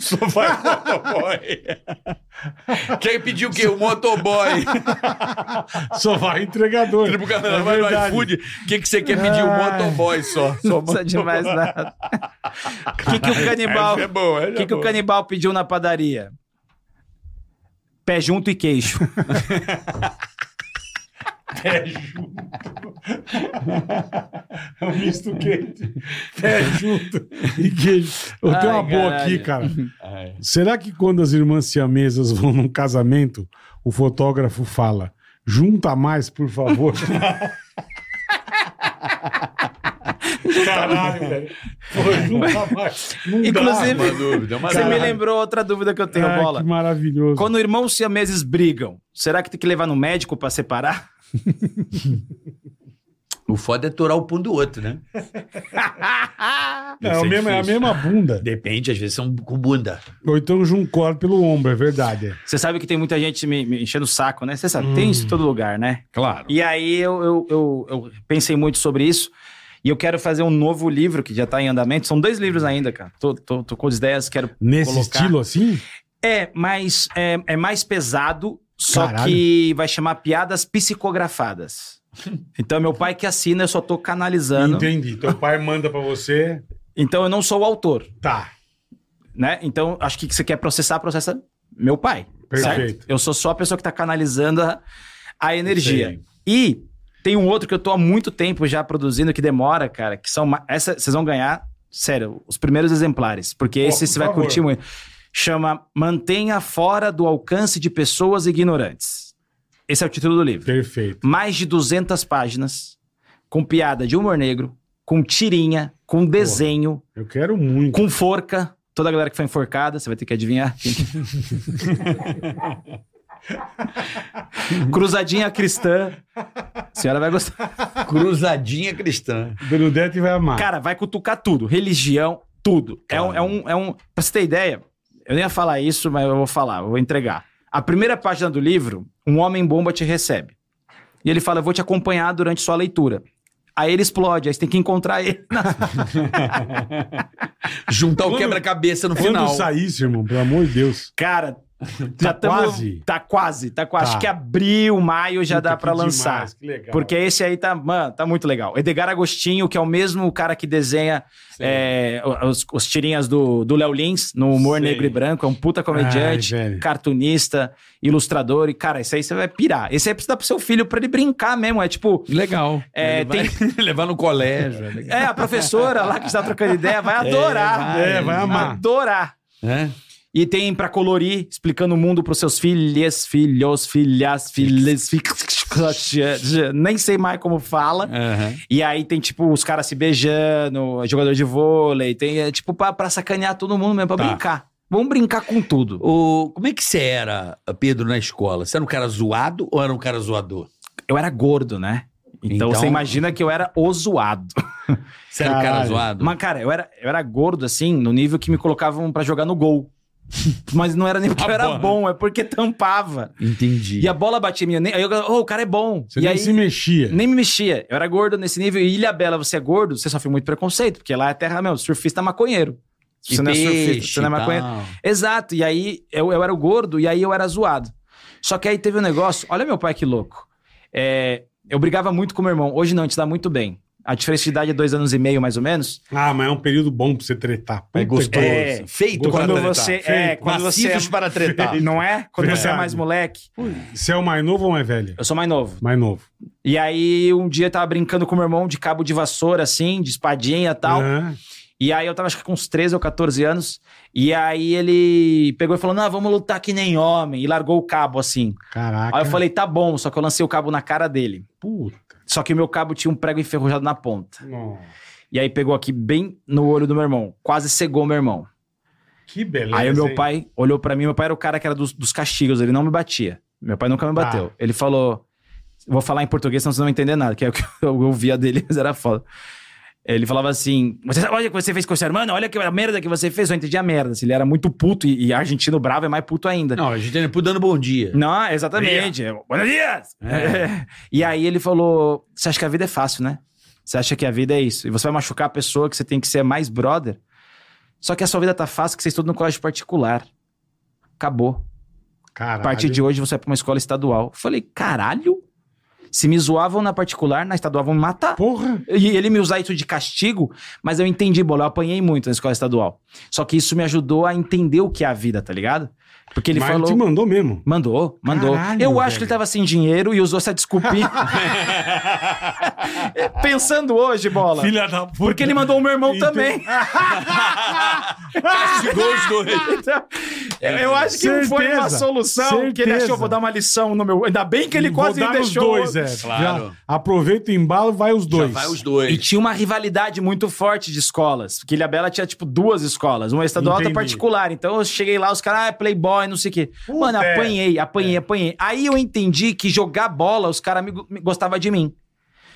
Speaker 2: Só vai [LAUGHS] o motoboy. Quem pediu o quê? O motoboy.
Speaker 1: Só vai entregador.
Speaker 2: Tribo
Speaker 1: É
Speaker 2: Canadá, Tipo, vai no
Speaker 1: verdade.
Speaker 2: iFood. O que, que você quer pedir? O
Speaker 1: Ai.
Speaker 2: motoboy só.
Speaker 3: Não
Speaker 2: Só
Speaker 3: precisa de mais nada. [LAUGHS] O que, que o canibal...
Speaker 2: Essa é boa, essa
Speaker 3: O que,
Speaker 2: é
Speaker 3: que o
Speaker 2: boa.
Speaker 3: canibal pediu na padaria? Pé junto e queixo.
Speaker 1: É um misto quente. Pé junto e queijo. Eu tenho
Speaker 3: Ai,
Speaker 1: uma boa
Speaker 3: caralho.
Speaker 1: aqui, cara.
Speaker 2: Ai.
Speaker 1: Será que quando as irmãs siamesas vão num casamento, o fotógrafo fala, junta mais, por favor? Caralho, velho. Pô, junta mais. Não dá,
Speaker 3: Inclusive,
Speaker 1: mano.
Speaker 2: Ah, Uma dúvida, uma
Speaker 3: Você me
Speaker 2: dúvida.
Speaker 3: lembrou outra dúvida que eu tenho,
Speaker 1: Ai,
Speaker 3: Bola.
Speaker 1: que maravilhoso.
Speaker 3: Quando irmãos siameses brigam, será que tem que levar no médico pra separar?
Speaker 2: O foda é torar o pum do outro, né?
Speaker 1: É, o mesmo- é a mesma bunda.
Speaker 2: Depende, às vezes são com bunda.
Speaker 1: Ou então juncor pelo ombro, é verdade.
Speaker 3: Você sabe que tem muita gente me, me enchendo o saco, né? Você sabe, tem isso em todo lugar, né?
Speaker 2: Claro.
Speaker 3: E aí eu, eu, eu, eu pensei muito sobre isso. E eu quero fazer um novo livro que já tá em andamento. São dois livros ainda, cara. Tô, tô, tô com as ideias, quero
Speaker 1: Nesse
Speaker 3: Colocar.
Speaker 1: estilo assim?
Speaker 3: É, mas é, é mais pesado, só
Speaker 1: Caralho.
Speaker 3: que vai chamar
Speaker 1: [LAUGHS]
Speaker 3: piadas psicografadas. Então, é meu pai que assina, eu só tô canalizando.
Speaker 1: Entendi. Teu pai manda pra você.
Speaker 3: Então, eu não sou o autor,
Speaker 1: Tá.
Speaker 3: né? Então, acho que você quer processar, processa meu pai.
Speaker 1: Perfeito.
Speaker 3: certo? Eu sou só a pessoa que tá canalizando a, a energia.
Speaker 2: Sei.
Speaker 3: E tem um outro que eu tô há muito tempo já produzindo, que demora, cara, que são... ma- Essa, vocês vão ganhar, sério, os primeiros exemplares. Porque
Speaker 1: Ó, por
Speaker 3: esse você vai
Speaker 1: favor.
Speaker 3: curtir muito. Chama Mantenha Fora do Alcance de Pessoas Ignorantes. Esse é o título do livro.
Speaker 1: Perfeito.
Speaker 3: Mais de 200 páginas, com piada de humor negro, com tirinha, com desenho,
Speaker 1: Eu quero muito.
Speaker 3: com forca. Toda a galera que foi enforcada, você vai ter que adivinhar. Cruzadinha cristã. A senhora vai gostar.
Speaker 4: Cruzadinha cristã.
Speaker 1: Benedetti vai amar.
Speaker 3: Cara, vai cutucar tudo. Religião, tudo. É um, é, um, é um. Pra você ter ideia, eu nem ia falar isso, mas eu vou falar, eu vou entregar. A primeira página do livro, um homem bomba te recebe. E ele fala: Eu vou te acompanhar durante sua leitura. Aí ele explode, aí você tem que encontrar ele.
Speaker 1: [LAUGHS]
Speaker 4: Juntar o
Speaker 1: Quando-
Speaker 4: quebra-cabeça no
Speaker 1: Quando
Speaker 4: final.
Speaker 1: saísse, irmão, pelo amor de Deus. [LAUGHS]
Speaker 3: Cara,
Speaker 1: Tá
Speaker 3: já tamo-
Speaker 1: quase?
Speaker 3: Tá quase, tá quase.
Speaker 1: Tá.
Speaker 3: Acho que abril, maio já
Speaker 1: Puta,
Speaker 3: dá
Speaker 1: que
Speaker 3: pra lançar.
Speaker 1: demais, que legal.
Speaker 3: Porque esse aí tá, mano, tá muito legal. Edgar Agostinho, que é o mesmo cara que desenha é, os, os tirinhas do do Léo Lins, no Humor
Speaker 5: Sei.
Speaker 3: Negro e Branco, é um puta comediante,
Speaker 1: Ai, velho.
Speaker 3: cartunista, ilustrador, e cara, esse aí você vai pirar. Esse aí precisa dar pro seu filho pra ele brincar mesmo, é tipo...
Speaker 4: Legal.
Speaker 3: É,
Speaker 4: Ele
Speaker 1: [LAUGHS]
Speaker 4: vai
Speaker 3: [LAUGHS]
Speaker 4: levar no colégio.
Speaker 3: É, a professora lá que está trocando ideia vai adorar.
Speaker 1: É, vai, vai amar.
Speaker 3: Adorar.
Speaker 4: né?
Speaker 3: E tem pra colorir, explicando o mundo pros seus filhas, filhos, filhas, filhas, filhas, nem sei mais como fala.
Speaker 4: Aham.
Speaker 3: E aí tem, tipo, os caras se beijando, jogador de vôlei, tem, é, tipo, pra, pra sacanear todo mundo mesmo, pra
Speaker 4: Tá.
Speaker 3: brincar. Vamos brincar com tudo.
Speaker 4: O, como é que você era, Pedro, na escola? Você era um cara zoado ou era um cara zoador?
Speaker 3: Eu era gordo, né? Então,
Speaker 4: Então-
Speaker 3: você imagina que eu era o zoado.
Speaker 4: Você era um cara
Speaker 1: Caralho.
Speaker 4: zoado?
Speaker 3: Mas, cara, eu era, eu era gordo, assim, no nível que me colocavam pra jogar no gol. [LAUGHS] Mas não era nem porque eu era bom, é porque tampava.
Speaker 4: Entendi.
Speaker 3: E a bola batia em mim. eu nem- Aí eu, oh, o cara é bom.
Speaker 1: Você
Speaker 3: e
Speaker 1: nem
Speaker 3: aí,
Speaker 1: se mexia.
Speaker 3: Nem me mexia. Eu era gordo nesse nível. E Ilha Bela, você é gordo, você sofre muito preconceito, porque lá é terra mesmo. Surfista é maconheiro. Se
Speaker 4: E
Speaker 3: você não é surfista,
Speaker 4: peixe
Speaker 3: você não é
Speaker 4: e tal.
Speaker 3: maconheiro. Exato. E aí eu, eu era o gordo e aí eu era zoado. Só que aí teve um negócio. Olha meu pai que louco. É, eu brigava muito com meu irmão. Hoje não, a gente dá muito bem. A diferença de idade é dois anos e meio, mais ou
Speaker 1: [LAUGHS]
Speaker 3: menos.
Speaker 1: Ah, mas é um período bom pra você tretar.
Speaker 4: É
Speaker 1: Puta que
Speaker 4: gostoso.
Speaker 1: pariu.
Speaker 3: É,
Speaker 4: Feito
Speaker 3: quando
Speaker 4: para tretar.
Speaker 3: você- é,
Speaker 4: Feito.
Speaker 3: quando você é-
Speaker 4: Maciços para
Speaker 2: Tá.
Speaker 4: tretar.
Speaker 3: [LAUGHS] Não é? Quando você é
Speaker 1: Verdade.
Speaker 3: mais moleque.
Speaker 1: Você é o mais novo ou mais velho?
Speaker 3: Eu sou mais novo.
Speaker 1: Mais novo.
Speaker 3: E aí um dia eu tava brincando com meu irmão de cabo de vassoura, assim, de espadinha e tal.
Speaker 1: Ah,
Speaker 3: E aí eu tava acho que com uns 13 ou 14 anos. E aí ele pegou e falou: Não, vamos lutar que nem homem. E largou o cabo assim.
Speaker 1: caraca.
Speaker 3: Aí eu falei: Tá bom, só que eu lancei o cabo na cara dele.
Speaker 1: Puta.
Speaker 3: Só que o meu cabo tinha um prego enferrujado na ponta.
Speaker 1: Nossa.
Speaker 3: E aí pegou aqui bem no olho do meu irmão. Quase cegou meu irmão.
Speaker 1: Que beleza.
Speaker 3: aí o meu
Speaker 1: hein?
Speaker 3: pai olhou pra mim. Meu pai era o cara que era dos, dos castigos. Ele não me batia. Meu pai nunca me bateu. Ele falou: Vou falar em português, senão vocês não vão entender nada. Que [LAUGHS] é o que eu ouvia dele, mas era foda. Ele falava assim: você, sabe- Olha o que você fez com o seu irmão, olha que a merda que você fez. Eu entendi a merda. assim, Ele era muito puto e, e argentino bravo é mais puto ainda.
Speaker 4: Não, a gente é dando bom dia.
Speaker 3: Não, exatamente. É, Buenos dias! E aí ele falou: Você acha que a vida é fácil, né? Você acha que a vida é isso. E você vai machucar a pessoa que você tem que ser mais brother. Só que a sua vida tá fácil, que você estuda no colégio particular. Acabou. A
Speaker 1: Caralho.
Speaker 3: partir de hoje você é pra uma escola estadual. Eu falei, caralho? Se me zoavam na particular, na estadual vão me matar.
Speaker 1: Porra.
Speaker 3: E ele me usar isso de castigo, mas eu entendi, bola. Eu apanhei muito na escola estadual. Só que isso me ajudou a entender o que é a vida, tá ligado? Porque ele
Speaker 1: mas
Speaker 3: falou.
Speaker 1: te mandou mesmo.
Speaker 3: Mandou, mandou.
Speaker 1: Caralho,
Speaker 3: eu
Speaker 1: velho.
Speaker 3: acho que ele tava sem dinheiro e usou
Speaker 1: [LAUGHS]
Speaker 3: essa desculpinha. Pensando hoje, bola.
Speaker 5: Filha da puta.
Speaker 3: Porque ele mandou o meu irmão
Speaker 1: Então-
Speaker 3: também.
Speaker 1: [LAUGHS]
Speaker 3: Tá
Speaker 4: Castigou os dois.
Speaker 3: [LAUGHS] Então, eu- eu acho que não foi
Speaker 1: Certeza,
Speaker 3: uma solução que ele
Speaker 1: certeza.
Speaker 3: achou, vou dar uma lição no meu. Ainda bem que ele quase
Speaker 1: Vou dar
Speaker 3: me deixou.
Speaker 1: os dois, é.
Speaker 4: Claro.
Speaker 1: Já aproveita o embalo, vai os dois.
Speaker 4: Vai os
Speaker 3: E
Speaker 4: dois.
Speaker 3: tinha uma rivalidade muito forte de escolas. Porque Ilhabela tinha, tipo, duas escolas. Uma estadual e outra
Speaker 1: Entendi.
Speaker 3: particular. Então eu cheguei lá, os caras, ah, é playboy, não sei o quê. Mano,
Speaker 1: é.
Speaker 3: apanhei, apanhei, apanhei. Aí eu entendi que jogar bola, os caras me, me gostavam de mim.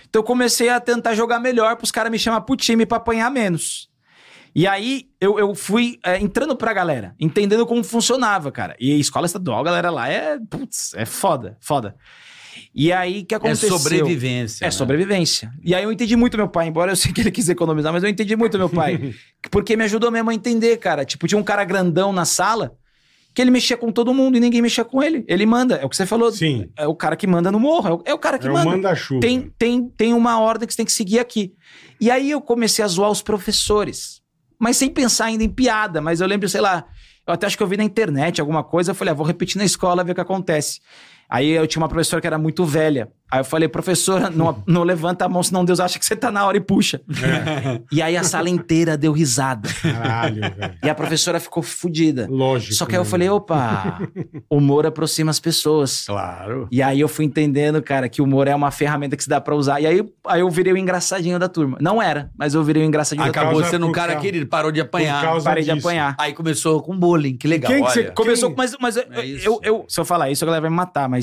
Speaker 3: Então eu comecei a tentar jogar melhor pros caras me chamar pro time pra apanhar menos. E aí eu, eu fui é, entrando pra galera, entendendo como funcionava, cara. E escola estadual, a galera lá é, putz, é foda, foda. E aí o que
Speaker 4: É
Speaker 3: aconteceu?
Speaker 4: sobrevivência.
Speaker 3: É
Speaker 4: né?
Speaker 3: sobrevivência. E aí eu entendi muito meu pai, embora eu sei que ele quis economizar, mas eu entendi muito
Speaker 1: [LAUGHS]
Speaker 3: meu pai. porque me ajudou mesmo a entender, cara. Tipo, tinha um cara grandão na sala que ele mexia com todo mundo e ninguém mexia com ele. Ele manda, é o que você falou.
Speaker 1: Sim.
Speaker 3: É o cara que manda no morro, é o, é o cara que
Speaker 1: É o
Speaker 3: manda.
Speaker 1: manda-chuva.
Speaker 3: Tem, tem, tem uma ordem que você tem que seguir aqui. E aí eu comecei a zoar os professores. Mas sem pensar ainda em piada, mas eu lembro, sei lá, eu até acho que eu vi na internet alguma coisa, eu falei, ah, vou repetir na escola, ver o que acontece. Aí eu tinha uma professora que era muito velha. Aí eu falei, professora,
Speaker 1: [LAUGHS]
Speaker 3: não, não levanta a mão, senão Deus acha que você tá na hora e puxa.
Speaker 1: É.
Speaker 3: E aí a sala inteira deu risada. [LAUGHS]
Speaker 1: Caralho, velho.
Speaker 3: E a professora ficou fodida.
Speaker 1: Lógico.
Speaker 3: Só que aí eu
Speaker 1: né? Tá
Speaker 3: falei, opa, humor aproxima as pessoas.
Speaker 2: Claro.
Speaker 3: E aí eu fui entendendo, cara, que o humor é uma ferramenta que se dá pra usar. E aí, aí eu virei o engraçadinho da turma. Não era, mas eu virei o engraçadinho da
Speaker 2: Acabou
Speaker 1: causa-
Speaker 2: sendo um
Speaker 1: por
Speaker 2: cara
Speaker 1: causa-
Speaker 2: querido, parou de
Speaker 1: Por
Speaker 2: apanhar.
Speaker 1: causa
Speaker 3: turma. é, Parei de
Speaker 1: disso.
Speaker 3: apanhar.
Speaker 2: Aí começou com bullying, que legal.
Speaker 1: Quem que você-
Speaker 2: olha.
Speaker 3: Começou,
Speaker 1: Quem-
Speaker 3: mas, mas eu,
Speaker 2: É isso.
Speaker 3: eu, eu- se eu falar isso, a galera vai me matar, mas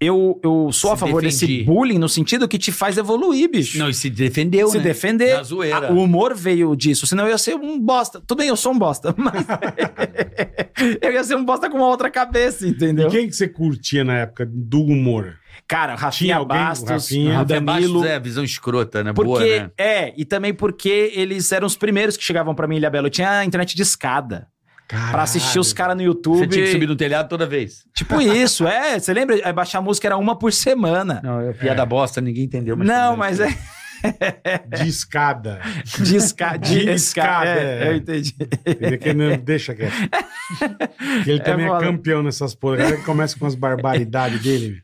Speaker 3: eu, eu sou a
Speaker 2: Se
Speaker 3: favor desse
Speaker 2: defendi.
Speaker 3: bullying no sentido que te faz evoluir, bicho.
Speaker 2: Não, e se defendeu,
Speaker 3: se
Speaker 2: né?
Speaker 3: defender.
Speaker 2: Na zoeira.
Speaker 3: Ah, o humor veio disso, senão eu ia ser um bosta. Tudo bem, eu sou um bosta, [LAUGHS] mas
Speaker 2: [LAUGHS]
Speaker 3: eu ia ser um bosta com uma outra cabeça, entendeu?
Speaker 1: E quem que você curtia na época do humor?
Speaker 3: Cara,
Speaker 1: Tinha
Speaker 3: Rafinha
Speaker 1: alguém,
Speaker 3: Bastos,
Speaker 1: Rafinha?
Speaker 2: Até
Speaker 3: Danilo,
Speaker 2: baixo, é, visão escrota, né?
Speaker 3: Porque,
Speaker 2: Boa, né?
Speaker 3: é, e também porque eles eram os primeiros que chegavam pra mim, Ilhabelo. Eu tinha internet de escada. Pra assistir os caras no YouTube.
Speaker 2: Você tinha que subir no telhado toda vez.
Speaker 3: Tipo isso, é. Você lembra? Aí Baixar música era uma por semana.
Speaker 2: Não, é piada bosta, ninguém entendeu.
Speaker 3: Não, mas é
Speaker 1: De escada.
Speaker 3: de escada.
Speaker 1: De
Speaker 3: De
Speaker 1: escada,
Speaker 3: escada.
Speaker 1: é.
Speaker 3: É, eu entendi.
Speaker 1: Ele é que não deixa
Speaker 3: [LAUGHS]
Speaker 1: quieto. Que ele também é,
Speaker 3: foda.
Speaker 1: campeão nessas porra. Ele começa com as barbaridades dele.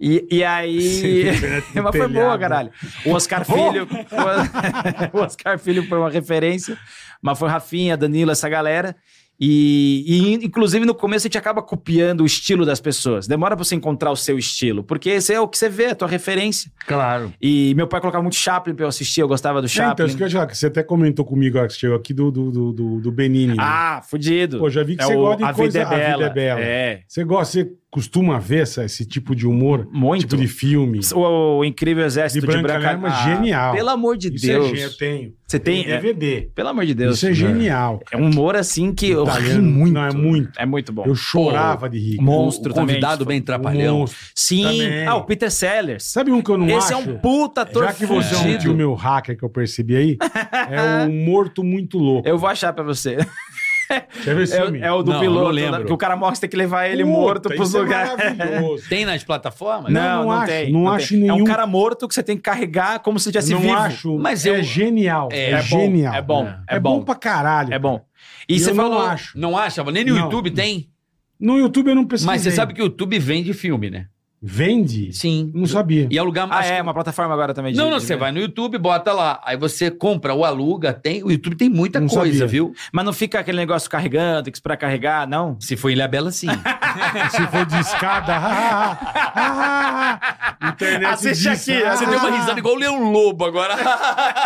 Speaker 3: E,
Speaker 1: [LAUGHS]
Speaker 3: e aí. [LAUGHS]
Speaker 1: Internet no
Speaker 3: Mas foi
Speaker 1: telhado. né?
Speaker 3: boa, caralho. O Oscar Filho. [LAUGHS] o Oscar Filho foi uma referência. Mas foi Rafinha, Danilo, essa galera. E, e, in- inclusive, no começo, a gente acaba copiando o estilo das pessoas. Demora pra você encontrar o seu estilo. Porque esse é o que você vê, a tua referência.
Speaker 2: Claro.
Speaker 3: E meu pai colocava muito Chaplin pra eu assistir, eu gostava do
Speaker 1: É, então,
Speaker 3: Chaplin.
Speaker 1: isso que eu já, que você até comentou comigo, ó, que chegou aqui do, do, do, do, do Benini. né?
Speaker 3: Ah, é fudido.
Speaker 1: Pô, já vi que você gosta de coisa... A vida é bela.
Speaker 3: É.
Speaker 1: Você gosta, você costuma ver essa- esse tipo de humor?
Speaker 3: Muito. é
Speaker 1: Tipo de filme?
Speaker 3: O, o incrível exército
Speaker 1: De
Speaker 3: de
Speaker 1: Branca
Speaker 3: Branca, Ah,
Speaker 1: Lema, genial.
Speaker 3: Pelo amor de
Speaker 1: Isso
Speaker 3: um Deus.
Speaker 1: é genial, eu tenho.
Speaker 3: Você tem. é,
Speaker 1: DVD.
Speaker 3: pelo amor de Deus.
Speaker 1: Isso é genial.
Speaker 3: É um humor assim que eu ri
Speaker 1: Italiano.
Speaker 3: muito.
Speaker 1: Não, é muito.
Speaker 3: É muito bom.
Speaker 1: Eu chorava de rir.
Speaker 3: Monstro
Speaker 2: o
Speaker 3: também,
Speaker 2: convidado
Speaker 3: tipo,
Speaker 2: bem trapalhão.
Speaker 1: Monstro.
Speaker 3: Sim.
Speaker 1: Também.
Speaker 3: Ah, o Peter Sellers.
Speaker 1: Sabe um que eu não
Speaker 3: Esse
Speaker 1: acho?
Speaker 3: é um puta ator
Speaker 1: Já que você é um
Speaker 3: fudido.
Speaker 1: tio meu hacker que eu percebi aí,
Speaker 3: [LAUGHS]
Speaker 1: é um morto muito louco.
Speaker 3: Eu vou achar pra você.
Speaker 1: Quer ver esse filme?
Speaker 3: É, é o do
Speaker 2: Não,
Speaker 3: piloto.
Speaker 2: não lembro.
Speaker 3: né? Que o cara morre, você tem que levar ele
Speaker 1: Puta,
Speaker 3: morto pros
Speaker 1: isso é
Speaker 3: lugares. [LAUGHS]
Speaker 1: maravilhoso.
Speaker 2: Tem nas plataformas?
Speaker 1: Não, não acho, não acho
Speaker 3: tem. É
Speaker 1: nenhum.
Speaker 3: um cara morto que você tem que carregar como se tivesse
Speaker 1: não
Speaker 3: vivo.
Speaker 1: acho, mas
Speaker 2: Mas
Speaker 1: é
Speaker 2: eu-
Speaker 1: genial.
Speaker 2: É,
Speaker 1: É,
Speaker 2: é bom,
Speaker 1: genial.
Speaker 3: é bom,
Speaker 1: É,
Speaker 3: é
Speaker 1: bom.
Speaker 3: bom.
Speaker 1: pra caralho.
Speaker 3: É bom.
Speaker 1: E
Speaker 3: E você
Speaker 1: eu não
Speaker 3: falou...
Speaker 1: acho.
Speaker 2: Não achava? Nem no
Speaker 1: Não.
Speaker 2: YouTube tem.
Speaker 1: No YouTube eu não pesquisei.
Speaker 2: Mas você sabe que o YouTube vende filme, né?
Speaker 1: Vende?
Speaker 2: Sim.
Speaker 1: Não sabia.
Speaker 2: E é o lugar
Speaker 3: Ah,
Speaker 2: mais.
Speaker 3: é, uma plataforma agora também. de-
Speaker 2: Não, não,
Speaker 3: de-
Speaker 2: você vai no YouTube, bota lá. Aí você compra ou aluga, tem. O YouTube tem muita
Speaker 1: Não
Speaker 2: coisa,
Speaker 1: sabia.
Speaker 2: viu?
Speaker 3: Mas não fica aquele negócio carregando, tem que esperar carregar, não?
Speaker 2: Se for Ilha Bela, sim.
Speaker 1: Se for de escada... ah, ah, ah, ah, ah, internet
Speaker 3: Assiste
Speaker 1: disso,
Speaker 3: aqui,
Speaker 2: [LAUGHS]
Speaker 1: ah,
Speaker 2: Você deu uma risada igual o Leão Lobo agora. [LAUGHS]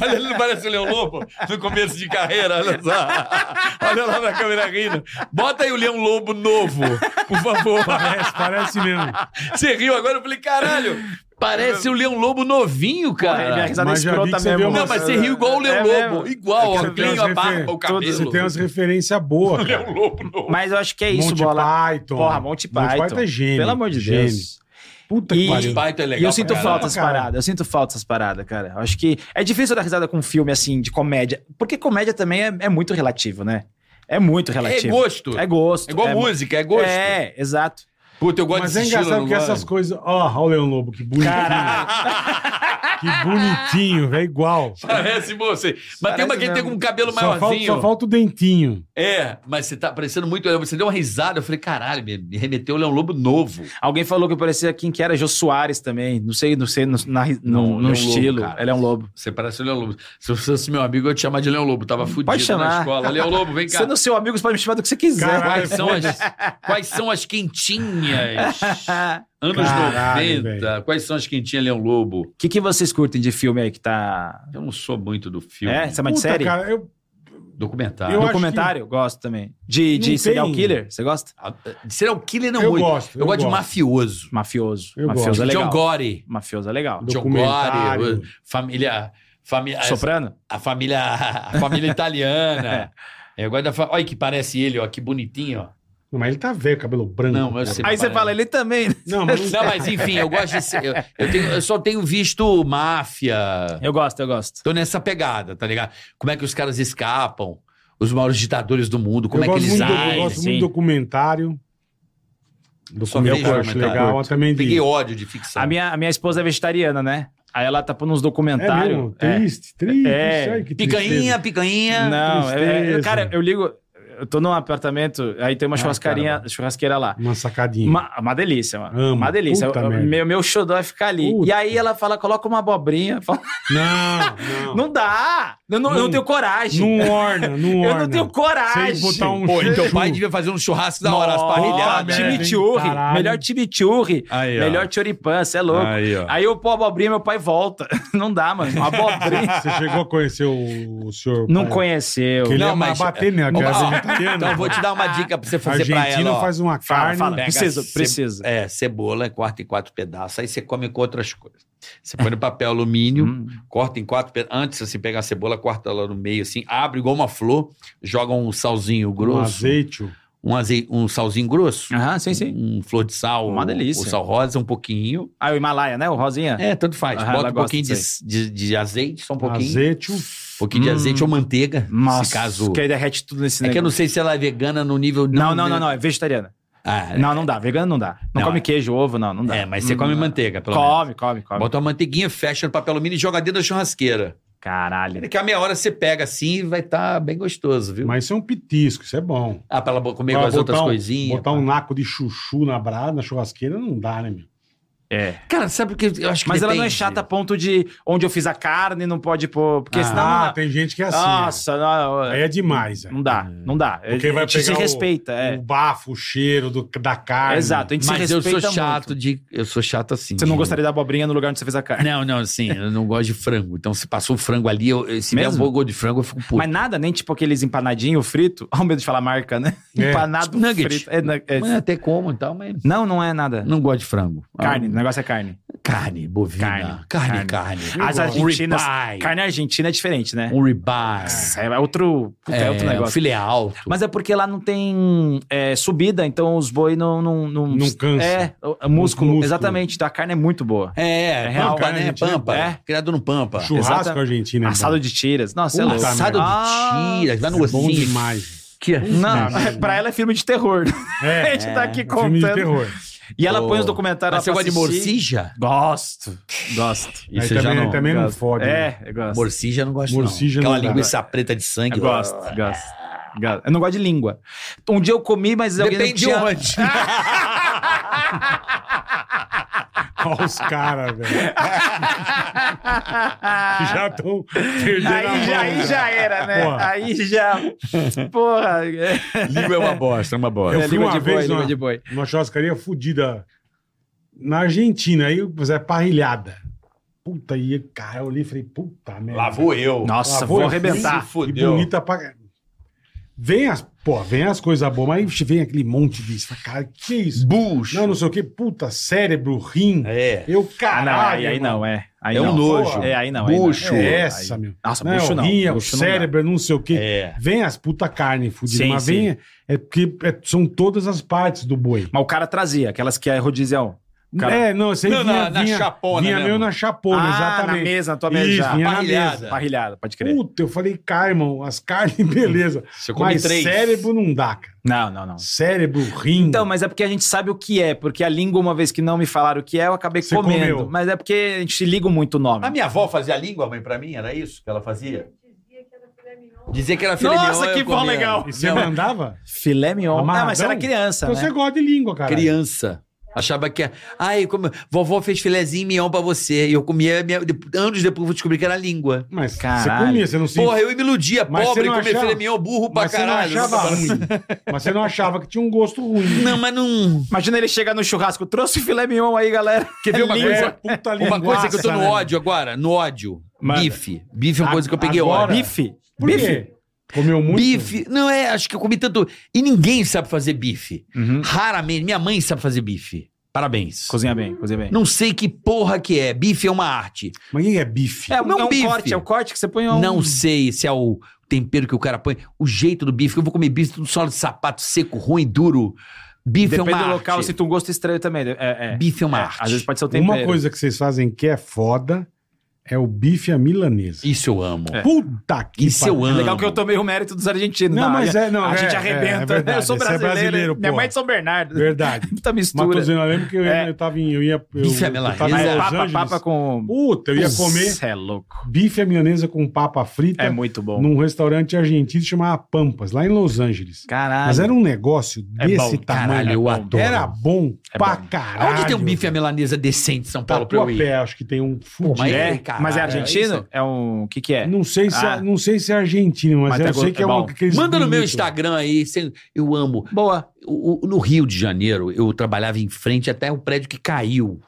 Speaker 2: Olha, ele não parece o Leão Lobo no começo de carreira, olha só. [LAUGHS] Olha lá na câmera rindo. Bota aí o Leão Lobo novo, por favor.
Speaker 1: Parece, parece mesmo.
Speaker 2: Você riu agora, eu falei, caralho, parece o Leão Lobo novinho,
Speaker 3: Minha
Speaker 2: cara.
Speaker 3: risada
Speaker 1: mas já vi
Speaker 3: tá escrota
Speaker 1: que você
Speaker 3: mesmo.
Speaker 1: viu uma-
Speaker 2: Não, mas você riu igual o Leão
Speaker 3: É mesmo.
Speaker 2: Lobo. Igual,
Speaker 1: Você
Speaker 2: ó,
Speaker 1: tem
Speaker 2: clean a
Speaker 1: umas refer-
Speaker 2: barba, o
Speaker 1: Você
Speaker 2: cabelo.
Speaker 3: um
Speaker 1: tem umas referências boas. cara.
Speaker 2: Leão Lobo novo.
Speaker 3: Mas eu acho que é isso,
Speaker 1: Monty
Speaker 3: bola.
Speaker 1: Python.
Speaker 3: Porra, Monty Python.
Speaker 1: Monty Python é gênio.
Speaker 3: Pelo amor de
Speaker 1: Gênio.
Speaker 3: Deus.
Speaker 1: Puta que
Speaker 3: E-
Speaker 1: pariu.
Speaker 2: Baita é legal
Speaker 3: e eu
Speaker 2: pra
Speaker 3: sinto
Speaker 2: caralho.
Speaker 3: falta essas
Speaker 1: Caralho.
Speaker 3: paradas, eu sinto falta essas paradas, cara. Eu acho que é difícil dar risada com filme assim, de comédia. Porque comédia também é, é muito relativo, né? É muito
Speaker 2: É
Speaker 3: relativo.
Speaker 2: gosto.
Speaker 3: É gosto.
Speaker 2: É igual
Speaker 3: é-
Speaker 2: música, é gosto.
Speaker 3: É, exato.
Speaker 2: Puta, eu gosto
Speaker 1: Mas
Speaker 2: desse
Speaker 1: é
Speaker 2: estilo, eu
Speaker 1: engraçado
Speaker 2: não
Speaker 1: que essas
Speaker 2: [LAUGHS] gosto.
Speaker 1: coisas. Ó, ó o Leão Lobo, que bonitinho.
Speaker 2: [LAUGHS]
Speaker 1: que bonitinho, velho, igual.
Speaker 2: Parece você. Mas tem uma
Speaker 3: Parece
Speaker 2: que tem
Speaker 3: mesmo.
Speaker 2: um cabelo
Speaker 1: Só falta,
Speaker 2: maiorzinho.
Speaker 1: só falta o dentinho.
Speaker 2: É, mas você tá parecendo muito. Você deu uma risada, eu falei, caralho, me me remeteu o Leão Lobo novo.
Speaker 3: Alguém falou que eu parecia quem que era Jô Soares também. Não sei, não sei, no,
Speaker 2: Não,
Speaker 3: na, no-
Speaker 2: ele é um
Speaker 3: no
Speaker 2: lobo,
Speaker 3: estilo.
Speaker 2: cara.
Speaker 3: Ele é um lobo.
Speaker 2: Você parece o Leão Lobo. Se eu fosse meu amigo, eu ia te chamar de Leão Lobo. Tava fudido
Speaker 3: chamar.
Speaker 2: na escola. Leão Lobo,
Speaker 1: [LAUGHS]
Speaker 2: vem cá.
Speaker 3: Sendo seu amigo, você pode me chamar do que você quiser.
Speaker 1: Caralho.
Speaker 2: Quais são, as, quais são as quentinhas?
Speaker 1: [LAUGHS]
Speaker 3: Ah.
Speaker 2: Anos 90.
Speaker 1: Caralho, velho.
Speaker 2: Quais são as quentinhas, Leão Lobo?
Speaker 3: O que, que vocês curtem de filme aí que tá.
Speaker 2: Eu não sou muito do filme.
Speaker 3: É, você é mais de
Speaker 1: Puta,
Speaker 3: série?
Speaker 1: cara, eu-
Speaker 2: Documentário.
Speaker 1: Eu acho
Speaker 3: Documentário? Gosto também. De,
Speaker 1: Não
Speaker 3: de serial
Speaker 1: tem.
Speaker 3: killer? Você gosta?
Speaker 2: Ah, Será o killer não
Speaker 1: Eu
Speaker 2: muito.
Speaker 1: gosto,
Speaker 2: Eu,
Speaker 1: eu
Speaker 2: gosto de
Speaker 1: gosto.
Speaker 2: mafioso.
Speaker 3: Mafioso.
Speaker 1: Eu
Speaker 3: Mafioso
Speaker 1: gosto.
Speaker 3: é legal.
Speaker 2: John Gore.
Speaker 3: Mafioso é legal.
Speaker 1: Do-
Speaker 2: John
Speaker 1: Documentário.
Speaker 2: Gore. Família. família
Speaker 3: Soprano?
Speaker 2: A família, a família
Speaker 1: [LAUGHS]
Speaker 2: italiana. É. Eu gosto da fa... Olha que parece ele, ó, que bonitinho, ó.
Speaker 1: Não, mas ele tá velho, cabelo branco.
Speaker 2: Não, mas você-
Speaker 3: Aí você
Speaker 2: Parece.
Speaker 3: fala, ele também. né?
Speaker 1: Não, mas
Speaker 2: [LAUGHS] Não, mas enfim, eu gosto de ser, eu, eu tenho- eu só tenho visto máfia.
Speaker 3: Eu gosto, eu gosto.
Speaker 2: Tô nessa pegada, tá ligado? Como é que os caras escapam? Os maiores ditadores do mundo, como
Speaker 1: eu
Speaker 2: é que
Speaker 1: gosto
Speaker 2: eles
Speaker 1: muito, do-
Speaker 2: agem?
Speaker 1: Eu gosto
Speaker 3: sim.
Speaker 1: muito de documentário.
Speaker 2: Só vejo
Speaker 1: Documentário eu acho
Speaker 2: documentário.
Speaker 1: legal. Também de...
Speaker 2: Peguei ódio de ficção.
Speaker 3: A minha, a minha esposa é vegetariana, né? Aí ela tá pondo uns
Speaker 1: É
Speaker 3: documentários.
Speaker 1: mesmo? Triste, triste.
Speaker 3: É.
Speaker 1: ai, que
Speaker 2: Picanha,
Speaker 1: tristeza.
Speaker 2: picanha.
Speaker 3: Não, é- é-
Speaker 1: Tristeza.
Speaker 3: cara, eu ligo. eu tô num apartamento, aí tem uma
Speaker 1: Ah,
Speaker 3: churrascaria,
Speaker 1: cara.
Speaker 3: churrasqueira lá.
Speaker 1: Uma sacadinha.
Speaker 3: Uma, uma delícia, mano.
Speaker 1: Amo.
Speaker 3: Uma delícia.
Speaker 1: Puta
Speaker 3: Eu- eu-
Speaker 1: merda.
Speaker 3: meu, meu xodó é ficar ali.
Speaker 1: Puta.
Speaker 3: E aí ela fala, coloca uma abobrinha. Fala,
Speaker 1: Não, não.
Speaker 3: não dá! Eu não, eu não
Speaker 1: Não-
Speaker 3: tenho coragem.
Speaker 2: [LAUGHS]
Speaker 1: Não orna, não orna.
Speaker 3: [LAUGHS] eu não tenho coragem.
Speaker 1: Sem botar um
Speaker 2: Pô, então o
Speaker 1: chuchu.
Speaker 2: pai devia fazer um churrasco da hora, as
Speaker 3: Nossa,
Speaker 2: parrilhadas.
Speaker 1: merda, hein?
Speaker 3: Time churri,
Speaker 1: Caralho.
Speaker 3: melhor time churri,
Speaker 2: Aí, ó.
Speaker 3: melhor choripan, cê é louco.
Speaker 2: Aí,
Speaker 3: Aí,
Speaker 2: ó.
Speaker 3: eu pô abobrinha, meu pai volta. [LAUGHS] Não dá, mano. Uma
Speaker 2: [LAUGHS]
Speaker 3: abobrinha.
Speaker 1: Você chegou a conhecer o, o senhor...
Speaker 3: não
Speaker 1: pai?
Speaker 3: conheceu.
Speaker 1: Que ele
Speaker 2: Não,
Speaker 1: ia
Speaker 2: mas-
Speaker 1: bater né? nela, que
Speaker 2: Ó,
Speaker 1: era
Speaker 2: ó,
Speaker 1: vegetariano.
Speaker 2: Então eu vou te dar uma dica pra você
Speaker 1: A
Speaker 2: fazer pra
Speaker 1: Argentina
Speaker 2: ela. ó.
Speaker 1: faz uma
Speaker 3: Fala,
Speaker 1: carne...
Speaker 3: fala.
Speaker 2: Pega
Speaker 3: Precisa,
Speaker 2: ce-
Speaker 3: precisa.
Speaker 2: É, cebola, corta em quatro pedaços. Aí você come com outras coisas. Você põe no papel alumínio,
Speaker 3: Hum.
Speaker 2: corta em quatro pedaços. Antes de você pegar a cebola, corta ela no meio assim, abre igual uma flor, joga um salzinho
Speaker 1: Um
Speaker 2: grosso.
Speaker 1: azeite.
Speaker 2: Um, azeite, um salzinho grosso.
Speaker 3: Aham, Ah, sim, sim.
Speaker 2: Um flor de sal.
Speaker 3: Uma delícia.
Speaker 2: O sal rosa, um pouquinho.
Speaker 3: Ah, o Himalaia, né? O Rosinha.
Speaker 2: É, tanto faz.
Speaker 3: Ah, ela
Speaker 2: Bota um
Speaker 3: gosta
Speaker 2: pouquinho de,
Speaker 3: disso
Speaker 2: de, de azeite, só um pouquinho.
Speaker 1: Azeite.
Speaker 2: Um pouquinho de
Speaker 3: Hum.
Speaker 2: azeite ou manteiga.
Speaker 3: Nossa,
Speaker 2: se caso.
Speaker 3: que aí derrete tudo nesse
Speaker 2: É que eu não
Speaker 3: negócio.
Speaker 2: sei se ela é vegana no nível. né?
Speaker 3: Não, não, não, não, é vegetariana.
Speaker 2: Ah,
Speaker 3: Não, não dá, vegano não dá. Não,
Speaker 2: Não,
Speaker 3: come
Speaker 2: é.
Speaker 3: queijo, ovo, não, não dá.
Speaker 2: É, mas você
Speaker 3: Hum,
Speaker 2: come
Speaker 3: não.
Speaker 2: manteiga, pelo menos.
Speaker 3: Come, come, come.
Speaker 2: Bota uma manteiguinha, fecha no papel alumínio e joga dentro da churrasqueira.
Speaker 3: Caralho.
Speaker 2: Daqui a meia hora você pega assim e vai estar bem gostoso, viu?
Speaker 1: Mas isso é um pitisco, isso é bom.
Speaker 2: Ah, pra ela comer
Speaker 1: Agora,
Speaker 2: com as outras
Speaker 1: botar um-
Speaker 2: coisinhas.
Speaker 1: Botar um naco de chuchu na brada, na churrasqueira, não dá, né, meu?
Speaker 3: É.
Speaker 2: Cara, sabe o que eu acho que
Speaker 3: Mas ela não é
Speaker 2: depende.
Speaker 3: chata a ponto de onde eu fiz a carne, não pode pôr. Porque
Speaker 2: Ah,
Speaker 3: senão.
Speaker 1: Ah,
Speaker 3: não dá.
Speaker 1: tem gente que é assim.
Speaker 3: Nossa, não,
Speaker 1: né? Aí é demais.
Speaker 3: não
Speaker 1: É.
Speaker 3: dá, não dá.
Speaker 1: Porque vai
Speaker 3: a gente se
Speaker 1: pegar o-
Speaker 3: respeita, é.
Speaker 1: O bafo, o cheiro do- da carne.
Speaker 3: Exato, a gente
Speaker 2: Mas
Speaker 3: se
Speaker 2: eu
Speaker 3: respeita.
Speaker 2: sou chato
Speaker 3: muito.
Speaker 2: de. Eu sou chato assim.
Speaker 3: Você não
Speaker 2: de-
Speaker 3: gostaria da abobrinha no lugar onde você fez a carne.
Speaker 2: Não, não, assim, eu não gosto de frango. Então, se passou o frango ali, eu- eu- se
Speaker 3: Mesmo?
Speaker 2: der um bom gosto de frango, eu fico puto.
Speaker 3: Mas nada, nem tipo aqueles empanadinhos frito. [LAUGHS] Ao medo de falar marca, né?
Speaker 1: É.
Speaker 3: Empanado
Speaker 2: Nugget.
Speaker 3: frito. É, nu- é-
Speaker 2: Mas até como e tal, mas
Speaker 3: Não, não é nada.
Speaker 2: não gosto de frango.
Speaker 3: Carne, o
Speaker 2: Ah,
Speaker 3: negócio é carne.
Speaker 2: carne, bovina.
Speaker 3: Carne,
Speaker 2: Carne, carne.
Speaker 1: Eu
Speaker 3: As
Speaker 1: gosto.
Speaker 3: argentinas.
Speaker 2: Um ribeye.
Speaker 3: Carne argentina é diferente, né?
Speaker 2: Um ribeye.
Speaker 3: É, é outro, puta, é, outro
Speaker 2: É, um
Speaker 3: negócio.
Speaker 2: filé alto.
Speaker 3: Mas é porque lá não tem é, subida, então os boi não. Não, não,
Speaker 1: Não cansa.
Speaker 3: É, o- o músculo,
Speaker 1: músculo.
Speaker 3: exatamente. Então a carne é muito boa.
Speaker 2: É, é,
Speaker 3: real,
Speaker 2: Pampa,
Speaker 1: cara, a
Speaker 2: né?
Speaker 1: gente-
Speaker 2: Pampa.
Speaker 3: É.
Speaker 2: Criado no Pampa.
Speaker 1: Churrasco
Speaker 3: Exata-
Speaker 1: argentino. é
Speaker 3: assado
Speaker 1: bom.
Speaker 3: de tiras. Nossa, é
Speaker 2: Um
Speaker 3: louco.
Speaker 2: assado
Speaker 3: Ah,
Speaker 2: de tiras, vai no
Speaker 1: É bom
Speaker 2: ossinho.
Speaker 3: [LAUGHS]
Speaker 1: demais.
Speaker 2: Que-
Speaker 3: Não, pra ela é filme de terror. a
Speaker 1: É,
Speaker 3: gente tá aqui
Speaker 1: filme de
Speaker 3: contando.
Speaker 1: terror.
Speaker 3: E ela
Speaker 2: Pô.
Speaker 3: põe os documentários
Speaker 2: Mas você
Speaker 3: lá pra
Speaker 2: gosta de
Speaker 3: assistir.
Speaker 2: morcija?
Speaker 3: Gosto, gosto.
Speaker 1: Aí também, aí também não
Speaker 3: gosto.
Speaker 1: fode. né?
Speaker 3: É, eu gosto.
Speaker 2: Morcija eu não gosto,
Speaker 1: Morcija
Speaker 2: não.
Speaker 1: não
Speaker 2: Aquela
Speaker 1: dá.
Speaker 2: linguiça preta de sangue.
Speaker 3: Eu gosto, gosto, gosto. Eu não gosto de língua. Um dia eu comi, mas alguém não
Speaker 2: Depende de
Speaker 3: [LAUGHS] tinha-
Speaker 2: onde.
Speaker 1: [LAUGHS]
Speaker 2: [LAUGHS]
Speaker 1: Olha os caras,
Speaker 3: [LAUGHS]
Speaker 1: velho. Já estão perdendo a
Speaker 3: Aí
Speaker 1: mão,
Speaker 3: já, aí
Speaker 1: né?
Speaker 3: já era, né?
Speaker 1: Porra.
Speaker 3: Aí já. Porra. é.
Speaker 2: Língua é uma bosta, é uma bosta.
Speaker 1: Eu fui
Speaker 3: língua
Speaker 1: uma
Speaker 3: de boi,
Speaker 1: vez
Speaker 3: língua
Speaker 1: numa-
Speaker 3: de boi.
Speaker 1: Uma churrascaria fodida na Argentina. Aí é parrilhada. Puta, e cara, eu olhei e falei, puta merda.
Speaker 2: Lá vou eu.
Speaker 3: Nossa,
Speaker 1: Lá
Speaker 3: vou
Speaker 1: eu.
Speaker 3: arrebentar.
Speaker 1: E bonita pra... Vem as, pô, vem as coisas boas, mas aí vem aquele monte disso. Fala, Cara, que isso?
Speaker 2: Bush.
Speaker 1: Não, não sei o que. Puta, cérebro, rim.
Speaker 2: É.
Speaker 1: Eu,
Speaker 3: Ah, não, aí,
Speaker 1: caralho.
Speaker 3: aí
Speaker 1: mano.
Speaker 3: não, é. Aí
Speaker 2: É um
Speaker 3: não.
Speaker 2: nojo.
Speaker 3: É, aí não. aí não.
Speaker 2: Bucho.
Speaker 3: É, aí-
Speaker 1: É essa, meu.
Speaker 3: Nossa,
Speaker 1: Não,
Speaker 3: bucho não.
Speaker 1: rim, é o
Speaker 3: bucho não dá.
Speaker 1: cérebro, não sei o que.
Speaker 2: É.
Speaker 1: Vem as puta carne fudida,
Speaker 3: Sim,
Speaker 1: mas
Speaker 3: sim.
Speaker 1: vem... É porque é- são todas as partes do boi.
Speaker 3: Mas o cara trazia, aquelas que é rodizião. O cara-
Speaker 1: É, não, você
Speaker 2: Não,
Speaker 1: vinha,
Speaker 2: na- na
Speaker 1: vinha,
Speaker 2: chapona
Speaker 1: vinha
Speaker 2: mesmo.
Speaker 1: meio na chapona,
Speaker 3: ah,
Speaker 1: exatamente.
Speaker 3: na mesa, na tua mesa.
Speaker 1: Isso,
Speaker 3: já.
Speaker 1: vinha na
Speaker 2: Parrilhada.
Speaker 1: mesa.
Speaker 3: Parrilhada, pode crer.
Speaker 1: Puta, eu falei, cara, irmão, as carnes, [LAUGHS] beleza.
Speaker 2: Você come
Speaker 1: Mas
Speaker 2: três.
Speaker 1: cérebro não dá, cara.
Speaker 3: Não, não, não.
Speaker 1: Cérebro, rim.
Speaker 3: Então, mas é porque a gente sabe o que é, porque a língua, uma vez que não me falaram o que é, eu acabei
Speaker 1: Você
Speaker 3: comendo.
Speaker 1: comeu.
Speaker 3: Mas é porque a gente liga muito o nome.
Speaker 2: A minha avó fazia língua, mãe, pra mim, era isso que ela fazia? Dizer que era filé mignon.
Speaker 3: Nossa, que
Speaker 2: eu
Speaker 3: vó
Speaker 2: comia.
Speaker 3: legal.
Speaker 1: E você
Speaker 2: Não,
Speaker 1: mandava?
Speaker 3: Filé mignon. Ah, mas
Speaker 1: Amarradão?
Speaker 3: você era criança,
Speaker 1: Então
Speaker 3: né?
Speaker 1: você gosta de língua, cara.
Speaker 2: criança. Achava que era. Ai, como... vovó fez filézinho mignon pra você. E eu comia. Minha... de- Anos depois eu vou descobrir que era língua.
Speaker 1: Mas
Speaker 3: Caralho.
Speaker 1: você comia, você não se...
Speaker 2: Porra, eu me iludia,
Speaker 1: Mas
Speaker 2: pobre,
Speaker 1: você não
Speaker 2: comer
Speaker 1: achava-
Speaker 2: filé mignon burro pra
Speaker 1: mas você não
Speaker 2: caralho.
Speaker 1: achava ruim. Mas você não achava que tinha um gosto ruim.
Speaker 2: Não, mas não.
Speaker 3: Imagina ele chegar no churrasco, trouxe filé mignon aí, galera.
Speaker 2: Quer
Speaker 3: [LAUGHS]
Speaker 2: ver [LAUGHS] uma
Speaker 3: Língua.
Speaker 2: coisa?
Speaker 1: É, puta
Speaker 2: Uma coisa que eu tô
Speaker 1: linguaça,
Speaker 2: no
Speaker 1: né?
Speaker 2: ódio agora, no ódio.
Speaker 3: Manda.
Speaker 2: Bife. Bife é uma
Speaker 1: A-
Speaker 2: coisa que eu peguei
Speaker 1: agora?
Speaker 2: ódio.
Speaker 3: Bife.
Speaker 1: né? Por quê? Comeu muito?
Speaker 2: Bife. Não, é, acho que eu comi tanto. E ninguém sabe fazer bife.
Speaker 3: Uhum.
Speaker 2: Raramente. Minha mãe sabe fazer bife. Parabéns.
Speaker 3: Cozinha bem, cozinha bem.
Speaker 2: Não sei que porra que é. Bife é uma arte.
Speaker 1: Mas quem é bife?
Speaker 3: É, um-
Speaker 2: Não
Speaker 3: é um
Speaker 2: bife.
Speaker 3: corte, é o corte que você põe um...
Speaker 2: Não sei se é o tempero que o cara põe, o jeito do bife. que Eu vou comer bife tudo solo de sapato seco, ruim, duro. Bife
Speaker 3: Depende
Speaker 2: é uma
Speaker 3: do local, eu
Speaker 2: arte.
Speaker 3: sinto um gosto estranho também. É, é.
Speaker 2: Bife é uma
Speaker 3: É,
Speaker 2: arte.
Speaker 3: Às vezes pode ser o tempero.
Speaker 1: Uma coisa que vocês fazem que é foda É o bife à milanesa.
Speaker 2: Isso eu amo.
Speaker 1: É. Puta que
Speaker 2: é. Isso eu
Speaker 1: pariu.
Speaker 2: amo.
Speaker 3: É Legal que eu tomei o mérito dos argentinos.
Speaker 1: Não,
Speaker 3: na
Speaker 1: mas
Speaker 3: área.
Speaker 1: é, não,
Speaker 3: A
Speaker 1: é,
Speaker 3: gente
Speaker 1: é,
Speaker 3: arrebenta.
Speaker 1: é verdade,
Speaker 3: eu sou
Speaker 1: você é
Speaker 3: brasileiro.
Speaker 1: brasileiro,
Speaker 3: minha
Speaker 1: pô.
Speaker 3: mãe é de São Bernardo.
Speaker 2: [LAUGHS]
Speaker 1: Verdade.
Speaker 3: Muita
Speaker 1: Mas
Speaker 3: mistura.
Speaker 1: tô dizendo, eu lembro que eu, ia-
Speaker 3: É.
Speaker 1: eu tava em. Eu ia, eu,
Speaker 2: Bife à
Speaker 1: eu
Speaker 2: milanesa.
Speaker 1: tava em
Speaker 3: Mas é
Speaker 1: Los
Speaker 3: papa,
Speaker 1: Angeles.
Speaker 3: papa com...
Speaker 1: Puta, eu ia comer
Speaker 3: Isso é louco.
Speaker 1: bife à milanesa com papa frita
Speaker 3: É muito bom.
Speaker 1: num restaurante argentino chamado Pampas, lá em Los Angeles.
Speaker 3: Caralho.
Speaker 1: Mas era um negócio
Speaker 3: É
Speaker 1: desse
Speaker 3: bom,
Speaker 1: tamanho.
Speaker 2: Caralho, eu adoro.
Speaker 1: Era bom
Speaker 3: É
Speaker 1: pra
Speaker 3: bom.
Speaker 1: caralho. Tá
Speaker 2: Onde tem um bife à milanesa decente em São Paulo pra eu ir?
Speaker 1: Tatuapé, acho que tem um fudido.
Speaker 2: mas
Speaker 3: É,
Speaker 2: Caralho,
Speaker 3: mas é
Speaker 2: é
Speaker 3: argentino?
Speaker 2: isso.
Speaker 3: É, um... O que que é?
Speaker 1: Não sei se, é,
Speaker 3: Ah.
Speaker 1: não sei se é argentino, mas,
Speaker 3: Mas é
Speaker 1: eu
Speaker 3: go-
Speaker 1: sei que é,
Speaker 3: é
Speaker 1: uma.
Speaker 3: bom.
Speaker 1: aqueles
Speaker 2: Manda no meu
Speaker 1: bonitos.
Speaker 2: Instagram aí. sem- Eu amo.
Speaker 3: Boa.
Speaker 2: O- o- no Rio de Janeiro, eu trabalhava em frente até um prédio que caiu.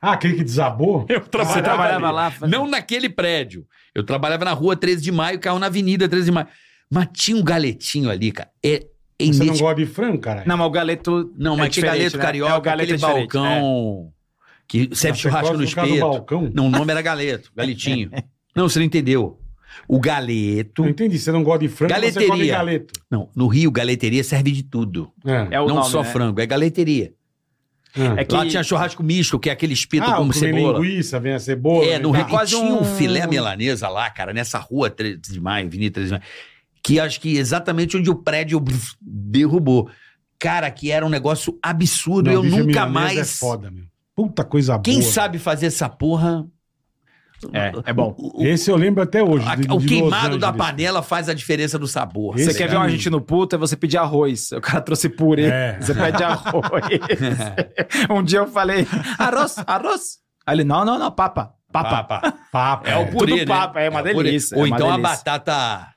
Speaker 1: Ah, aquele que desabou?
Speaker 2: Eu
Speaker 3: Você trabalhava lá?
Speaker 2: Não naquele prédio. Eu trabalhava na rua 13 de maio, carro na avenida 13 de maio. Mas tinha um galetinho ali, cara. É, é
Speaker 1: Você não
Speaker 2: inexplicável.
Speaker 1: gosta de frango, caralho?
Speaker 3: Não, mas o galeto...
Speaker 2: Não,
Speaker 3: é
Speaker 2: mas tinha
Speaker 3: diferente,
Speaker 2: galeto
Speaker 3: né?
Speaker 2: carioca,
Speaker 3: É, o galeto
Speaker 2: aquele
Speaker 3: é diferente,
Speaker 2: balcão que
Speaker 1: Mas
Speaker 2: serve
Speaker 1: você
Speaker 2: é churrasco
Speaker 1: gosta
Speaker 2: no
Speaker 1: por causa do
Speaker 2: espeto.
Speaker 1: balcão?
Speaker 2: Não, o nome era galeto,
Speaker 3: [LAUGHS]
Speaker 2: galetinho. não, você não entendeu. O galeto...
Speaker 1: Não entendi. Você não gosta de frango, você gosta de
Speaker 2: Galeteria.
Speaker 1: galeto.
Speaker 2: Não, no Rio, galeteria serve de tudo.
Speaker 1: É.
Speaker 3: É, É o
Speaker 2: não
Speaker 3: nome,
Speaker 2: só
Speaker 3: né?
Speaker 2: frango, é galeteria.
Speaker 1: É.
Speaker 3: É que
Speaker 2: Lá tinha churrasco misto, que é aquele espeto
Speaker 1: Ah,
Speaker 2: como
Speaker 1: o que vem
Speaker 2: cebola.
Speaker 1: linguiça, vem a cebola.
Speaker 2: É,
Speaker 1: vem-
Speaker 2: no
Speaker 3: É
Speaker 2: Rio. E
Speaker 3: quase
Speaker 2: tinha um
Speaker 3: um-
Speaker 2: filé milanesa lá, cara, nessa rua 13 de maio, Avenida 13 de maio, que acho que exatamente onde o prédio brf, derrubou. Cara, que era um negócio absurdo.
Speaker 1: Não,
Speaker 2: eu
Speaker 1: bife
Speaker 2: nunca
Speaker 1: milanesa
Speaker 2: mais.
Speaker 1: É foda, meu. Puta coisa
Speaker 2: Quem
Speaker 1: boa.
Speaker 2: sabe fazer essa porra.
Speaker 3: É, é bom.
Speaker 2: O, o-
Speaker 1: Esse eu lembro até hoje.
Speaker 2: a-
Speaker 1: de- de
Speaker 2: o
Speaker 1: Los
Speaker 2: queimado da
Speaker 1: Angeles.
Speaker 2: panela faz a diferença do sabor.
Speaker 1: Esse
Speaker 3: Você quer ver um
Speaker 1: cara-
Speaker 3: argentino puto, é você pedir arroz. O cara trouxe purê.
Speaker 1: É.
Speaker 3: [LAUGHS] Você
Speaker 1: [LAUGHS]
Speaker 3: pede arroz. um dia eu falei, arroz, arroz. Aí ele, não, não, não, papa, papa.
Speaker 2: Papa.
Speaker 1: Papa.
Speaker 2: É o
Speaker 3: Tudo
Speaker 2: purê, né?
Speaker 3: papa, é uma
Speaker 2: o purê.
Speaker 3: delícia, é
Speaker 2: Ou
Speaker 3: uma
Speaker 2: então a
Speaker 3: delícia.
Speaker 2: batata.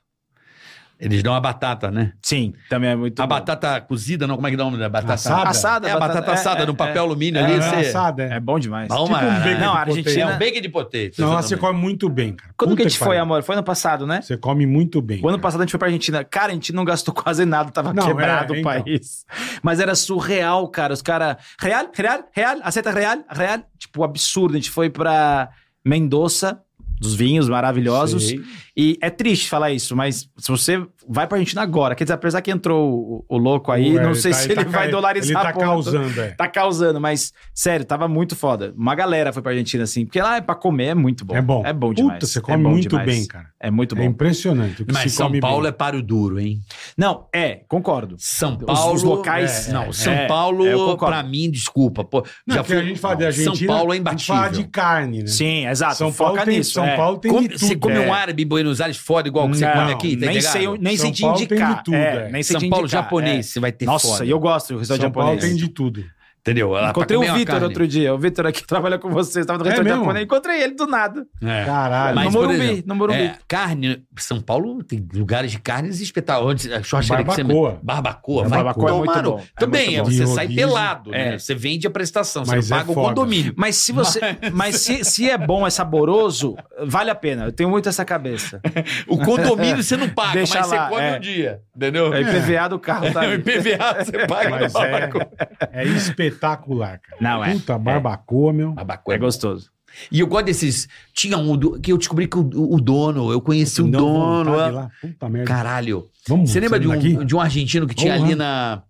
Speaker 2: Eles dão a batata, né?
Speaker 3: Sim, também é muito
Speaker 2: a
Speaker 3: bom.
Speaker 2: batata cozida, não, como é que dá o nome da batata?
Speaker 1: Assada?
Speaker 3: Assada.
Speaker 2: É a batata assada,
Speaker 3: é,
Speaker 2: no papel alumínio
Speaker 1: É,
Speaker 2: ali.
Speaker 1: é
Speaker 2: você-
Speaker 1: assada, é.
Speaker 3: É bom demais.
Speaker 2: Bom,
Speaker 1: Tipo um
Speaker 2: mas-
Speaker 1: bacon
Speaker 3: Não,
Speaker 1: de
Speaker 3: a Argentina-
Speaker 1: proteína.
Speaker 2: É um bacon de potato.
Speaker 1: Não, lá você
Speaker 2: exatamente.
Speaker 1: come muito bem, cara.
Speaker 3: Quando que
Speaker 1: Puta
Speaker 3: a gente foi,
Speaker 1: pariu.
Speaker 3: amor? Foi ano passado, né?
Speaker 1: Você come muito bem.
Speaker 3: O ano passado a gente foi pra Argentina. Cara, a gente não gastou quase nada, tava
Speaker 1: Não,
Speaker 3: quebrado
Speaker 1: é,
Speaker 3: o
Speaker 1: então.
Speaker 3: país. Mas era surreal, cara. Os caras. Real, real, real, aceita real, real. Tipo, absurdo. A gente foi pra Mendoza, dos vinhos maravilhosos.
Speaker 1: Sei.
Speaker 3: E é triste falar isso, mas se você vai pra Argentina agora, quer dizer, apesar que entrou o, o louco aí,
Speaker 1: Ué,
Speaker 3: não sei
Speaker 1: tá-
Speaker 3: se
Speaker 1: tá
Speaker 3: ele vai
Speaker 1: ca-
Speaker 3: dolarizar
Speaker 1: Ele tá
Speaker 3: a ponta.
Speaker 1: causando, é.
Speaker 3: Tá causando, mas sério, tava muito foda. Uma galera foi pra Argentina assim, porque lá é pra comer, é muito bom.
Speaker 1: É bom.
Speaker 3: É bom demais.
Speaker 1: Puta, você
Speaker 3: é
Speaker 1: come
Speaker 3: bom
Speaker 1: muito
Speaker 3: demais.
Speaker 1: bem, cara.
Speaker 3: É muito bom.
Speaker 1: É impressionante o que
Speaker 2: Mas
Speaker 1: se
Speaker 2: São
Speaker 1: come
Speaker 2: Paulo
Speaker 1: bem.
Speaker 2: é paro duro, hein?
Speaker 3: Não, é, concordo.
Speaker 2: São
Speaker 3: Os-
Speaker 2: Paulo.
Speaker 3: os locais-
Speaker 2: É, não,
Speaker 3: é,
Speaker 2: São
Speaker 3: é,
Speaker 2: Paulo,
Speaker 3: eu concordo.
Speaker 2: pra mim, desculpa. Pô,
Speaker 1: Não,
Speaker 2: já
Speaker 1: porque
Speaker 2: fui,
Speaker 1: a gente fala de
Speaker 2: não,
Speaker 1: Argentina,
Speaker 2: São Paulo é
Speaker 1: a gente fala
Speaker 2: imbatível.
Speaker 1: de carne, né?
Speaker 3: Sim, exato.
Speaker 1: São
Speaker 3: foca
Speaker 1: Paulo tem,
Speaker 3: nisso.
Speaker 1: São
Speaker 3: é.
Speaker 1: Paulo tem
Speaker 2: Come-
Speaker 1: de
Speaker 2: você
Speaker 1: tudo.
Speaker 2: come
Speaker 1: é.
Speaker 2: um árabe em Buenos Aires foda igual que você
Speaker 3: Não,
Speaker 2: come aqui, tá
Speaker 3: nem
Speaker 2: ligado?
Speaker 3: sei, nem
Speaker 1: São
Speaker 3: sei te
Speaker 1: Paulo tem
Speaker 3: indicar.
Speaker 1: de tudo,
Speaker 3: é,
Speaker 1: é.
Speaker 3: nem sei
Speaker 2: São
Speaker 3: te
Speaker 2: Paulo
Speaker 3: indicar,
Speaker 2: japonês,
Speaker 3: é.
Speaker 2: você vai ter
Speaker 3: Nossa,
Speaker 2: foda.
Speaker 3: e eu gosto do restaurante
Speaker 1: São Paulo
Speaker 3: japonês.
Speaker 1: tem de tudo.
Speaker 2: Entendeu? Ela- tá pra
Speaker 3: Encontrei
Speaker 2: comer
Speaker 3: o
Speaker 2: uma
Speaker 3: Vitor
Speaker 2: carne.
Speaker 3: outro dia. O Vitor aqui [LAUGHS] trabalha com vocês, tava no restaurante
Speaker 1: É mesmo?
Speaker 3: japonês. Encontrei ele do nada.
Speaker 2: É.
Speaker 1: Caralho.
Speaker 3: Mas-
Speaker 2: por
Speaker 3: Morumbi,
Speaker 2: exemplo,
Speaker 3: no Morumbi.
Speaker 2: é, carne, São Paulo tem lugares de carnes espetaculares. A churrascaria que você-
Speaker 1: Barbacoa.
Speaker 2: Barbacoa,
Speaker 3: É,
Speaker 2: vai
Speaker 3: barbacoa é
Speaker 2: tomar
Speaker 3: muito
Speaker 2: no-
Speaker 3: bom, é
Speaker 2: Também,
Speaker 3: muito
Speaker 2: é,
Speaker 1: bom.
Speaker 2: você sai
Speaker 1: Rodízio,
Speaker 2: pelado,
Speaker 3: é.
Speaker 2: né? Você vende a prestação, você
Speaker 1: Mas
Speaker 2: não
Speaker 1: é
Speaker 2: paga o
Speaker 1: foda.
Speaker 3: [LAUGHS]
Speaker 2: condomínio.
Speaker 3: Mas se você. Mas se, se é bom, é saboroso, vale a pena. Eu tenho muito essa cabeça.
Speaker 2: O condomínio você não paga,
Speaker 3: Deixa
Speaker 2: mas
Speaker 3: lá,
Speaker 2: você come
Speaker 3: é.
Speaker 2: um dia, entendeu?
Speaker 3: É
Speaker 2: [LAUGHS]
Speaker 3: o IPVA do carro, tá?
Speaker 2: O
Speaker 3: ali.
Speaker 2: IPVA você paga
Speaker 1: Mas
Speaker 2: no
Speaker 1: é,
Speaker 2: barbacoa.
Speaker 1: é espetacular, cara.
Speaker 3: Não, é.
Speaker 1: Puta barbacoa, meu.
Speaker 2: Barbacoa
Speaker 3: É
Speaker 2: é bom.
Speaker 3: gostoso.
Speaker 2: E eu gosto desses. Tinha um do- que eu descobri que o, o dono, eu conheci o
Speaker 1: Dá uma
Speaker 2: dono.
Speaker 1: vontade
Speaker 2: ah,
Speaker 1: lá, né? Puta merda.
Speaker 2: Caralho.
Speaker 1: Vamos,
Speaker 2: Você lembra de
Speaker 1: sair
Speaker 2: um,
Speaker 1: daqui?
Speaker 2: de um argentino que tinha
Speaker 1: Vamos
Speaker 2: ali
Speaker 1: lá.
Speaker 2: na.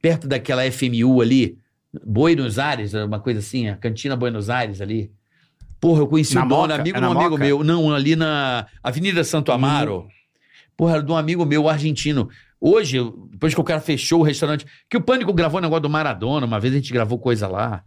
Speaker 2: perto daquela FMU ali? Buenos Aires, uma coisa assim, a cantina Buenos Aires ali. Porra, eu conheci
Speaker 3: Na
Speaker 2: um dono,
Speaker 3: Moca?
Speaker 2: amigo
Speaker 3: É
Speaker 2: de um
Speaker 3: na
Speaker 2: amigo
Speaker 3: Moca?
Speaker 2: meu. Não, ali na Avenida Santo
Speaker 1: Uhum.
Speaker 2: Amaro. Porra, era de um amigo meu, argentino. Hoje, eu- depois que o cara fechou o restaurante, que o Pânico gravou um negócio do Maradona, uma vez a gente gravou coisa lá.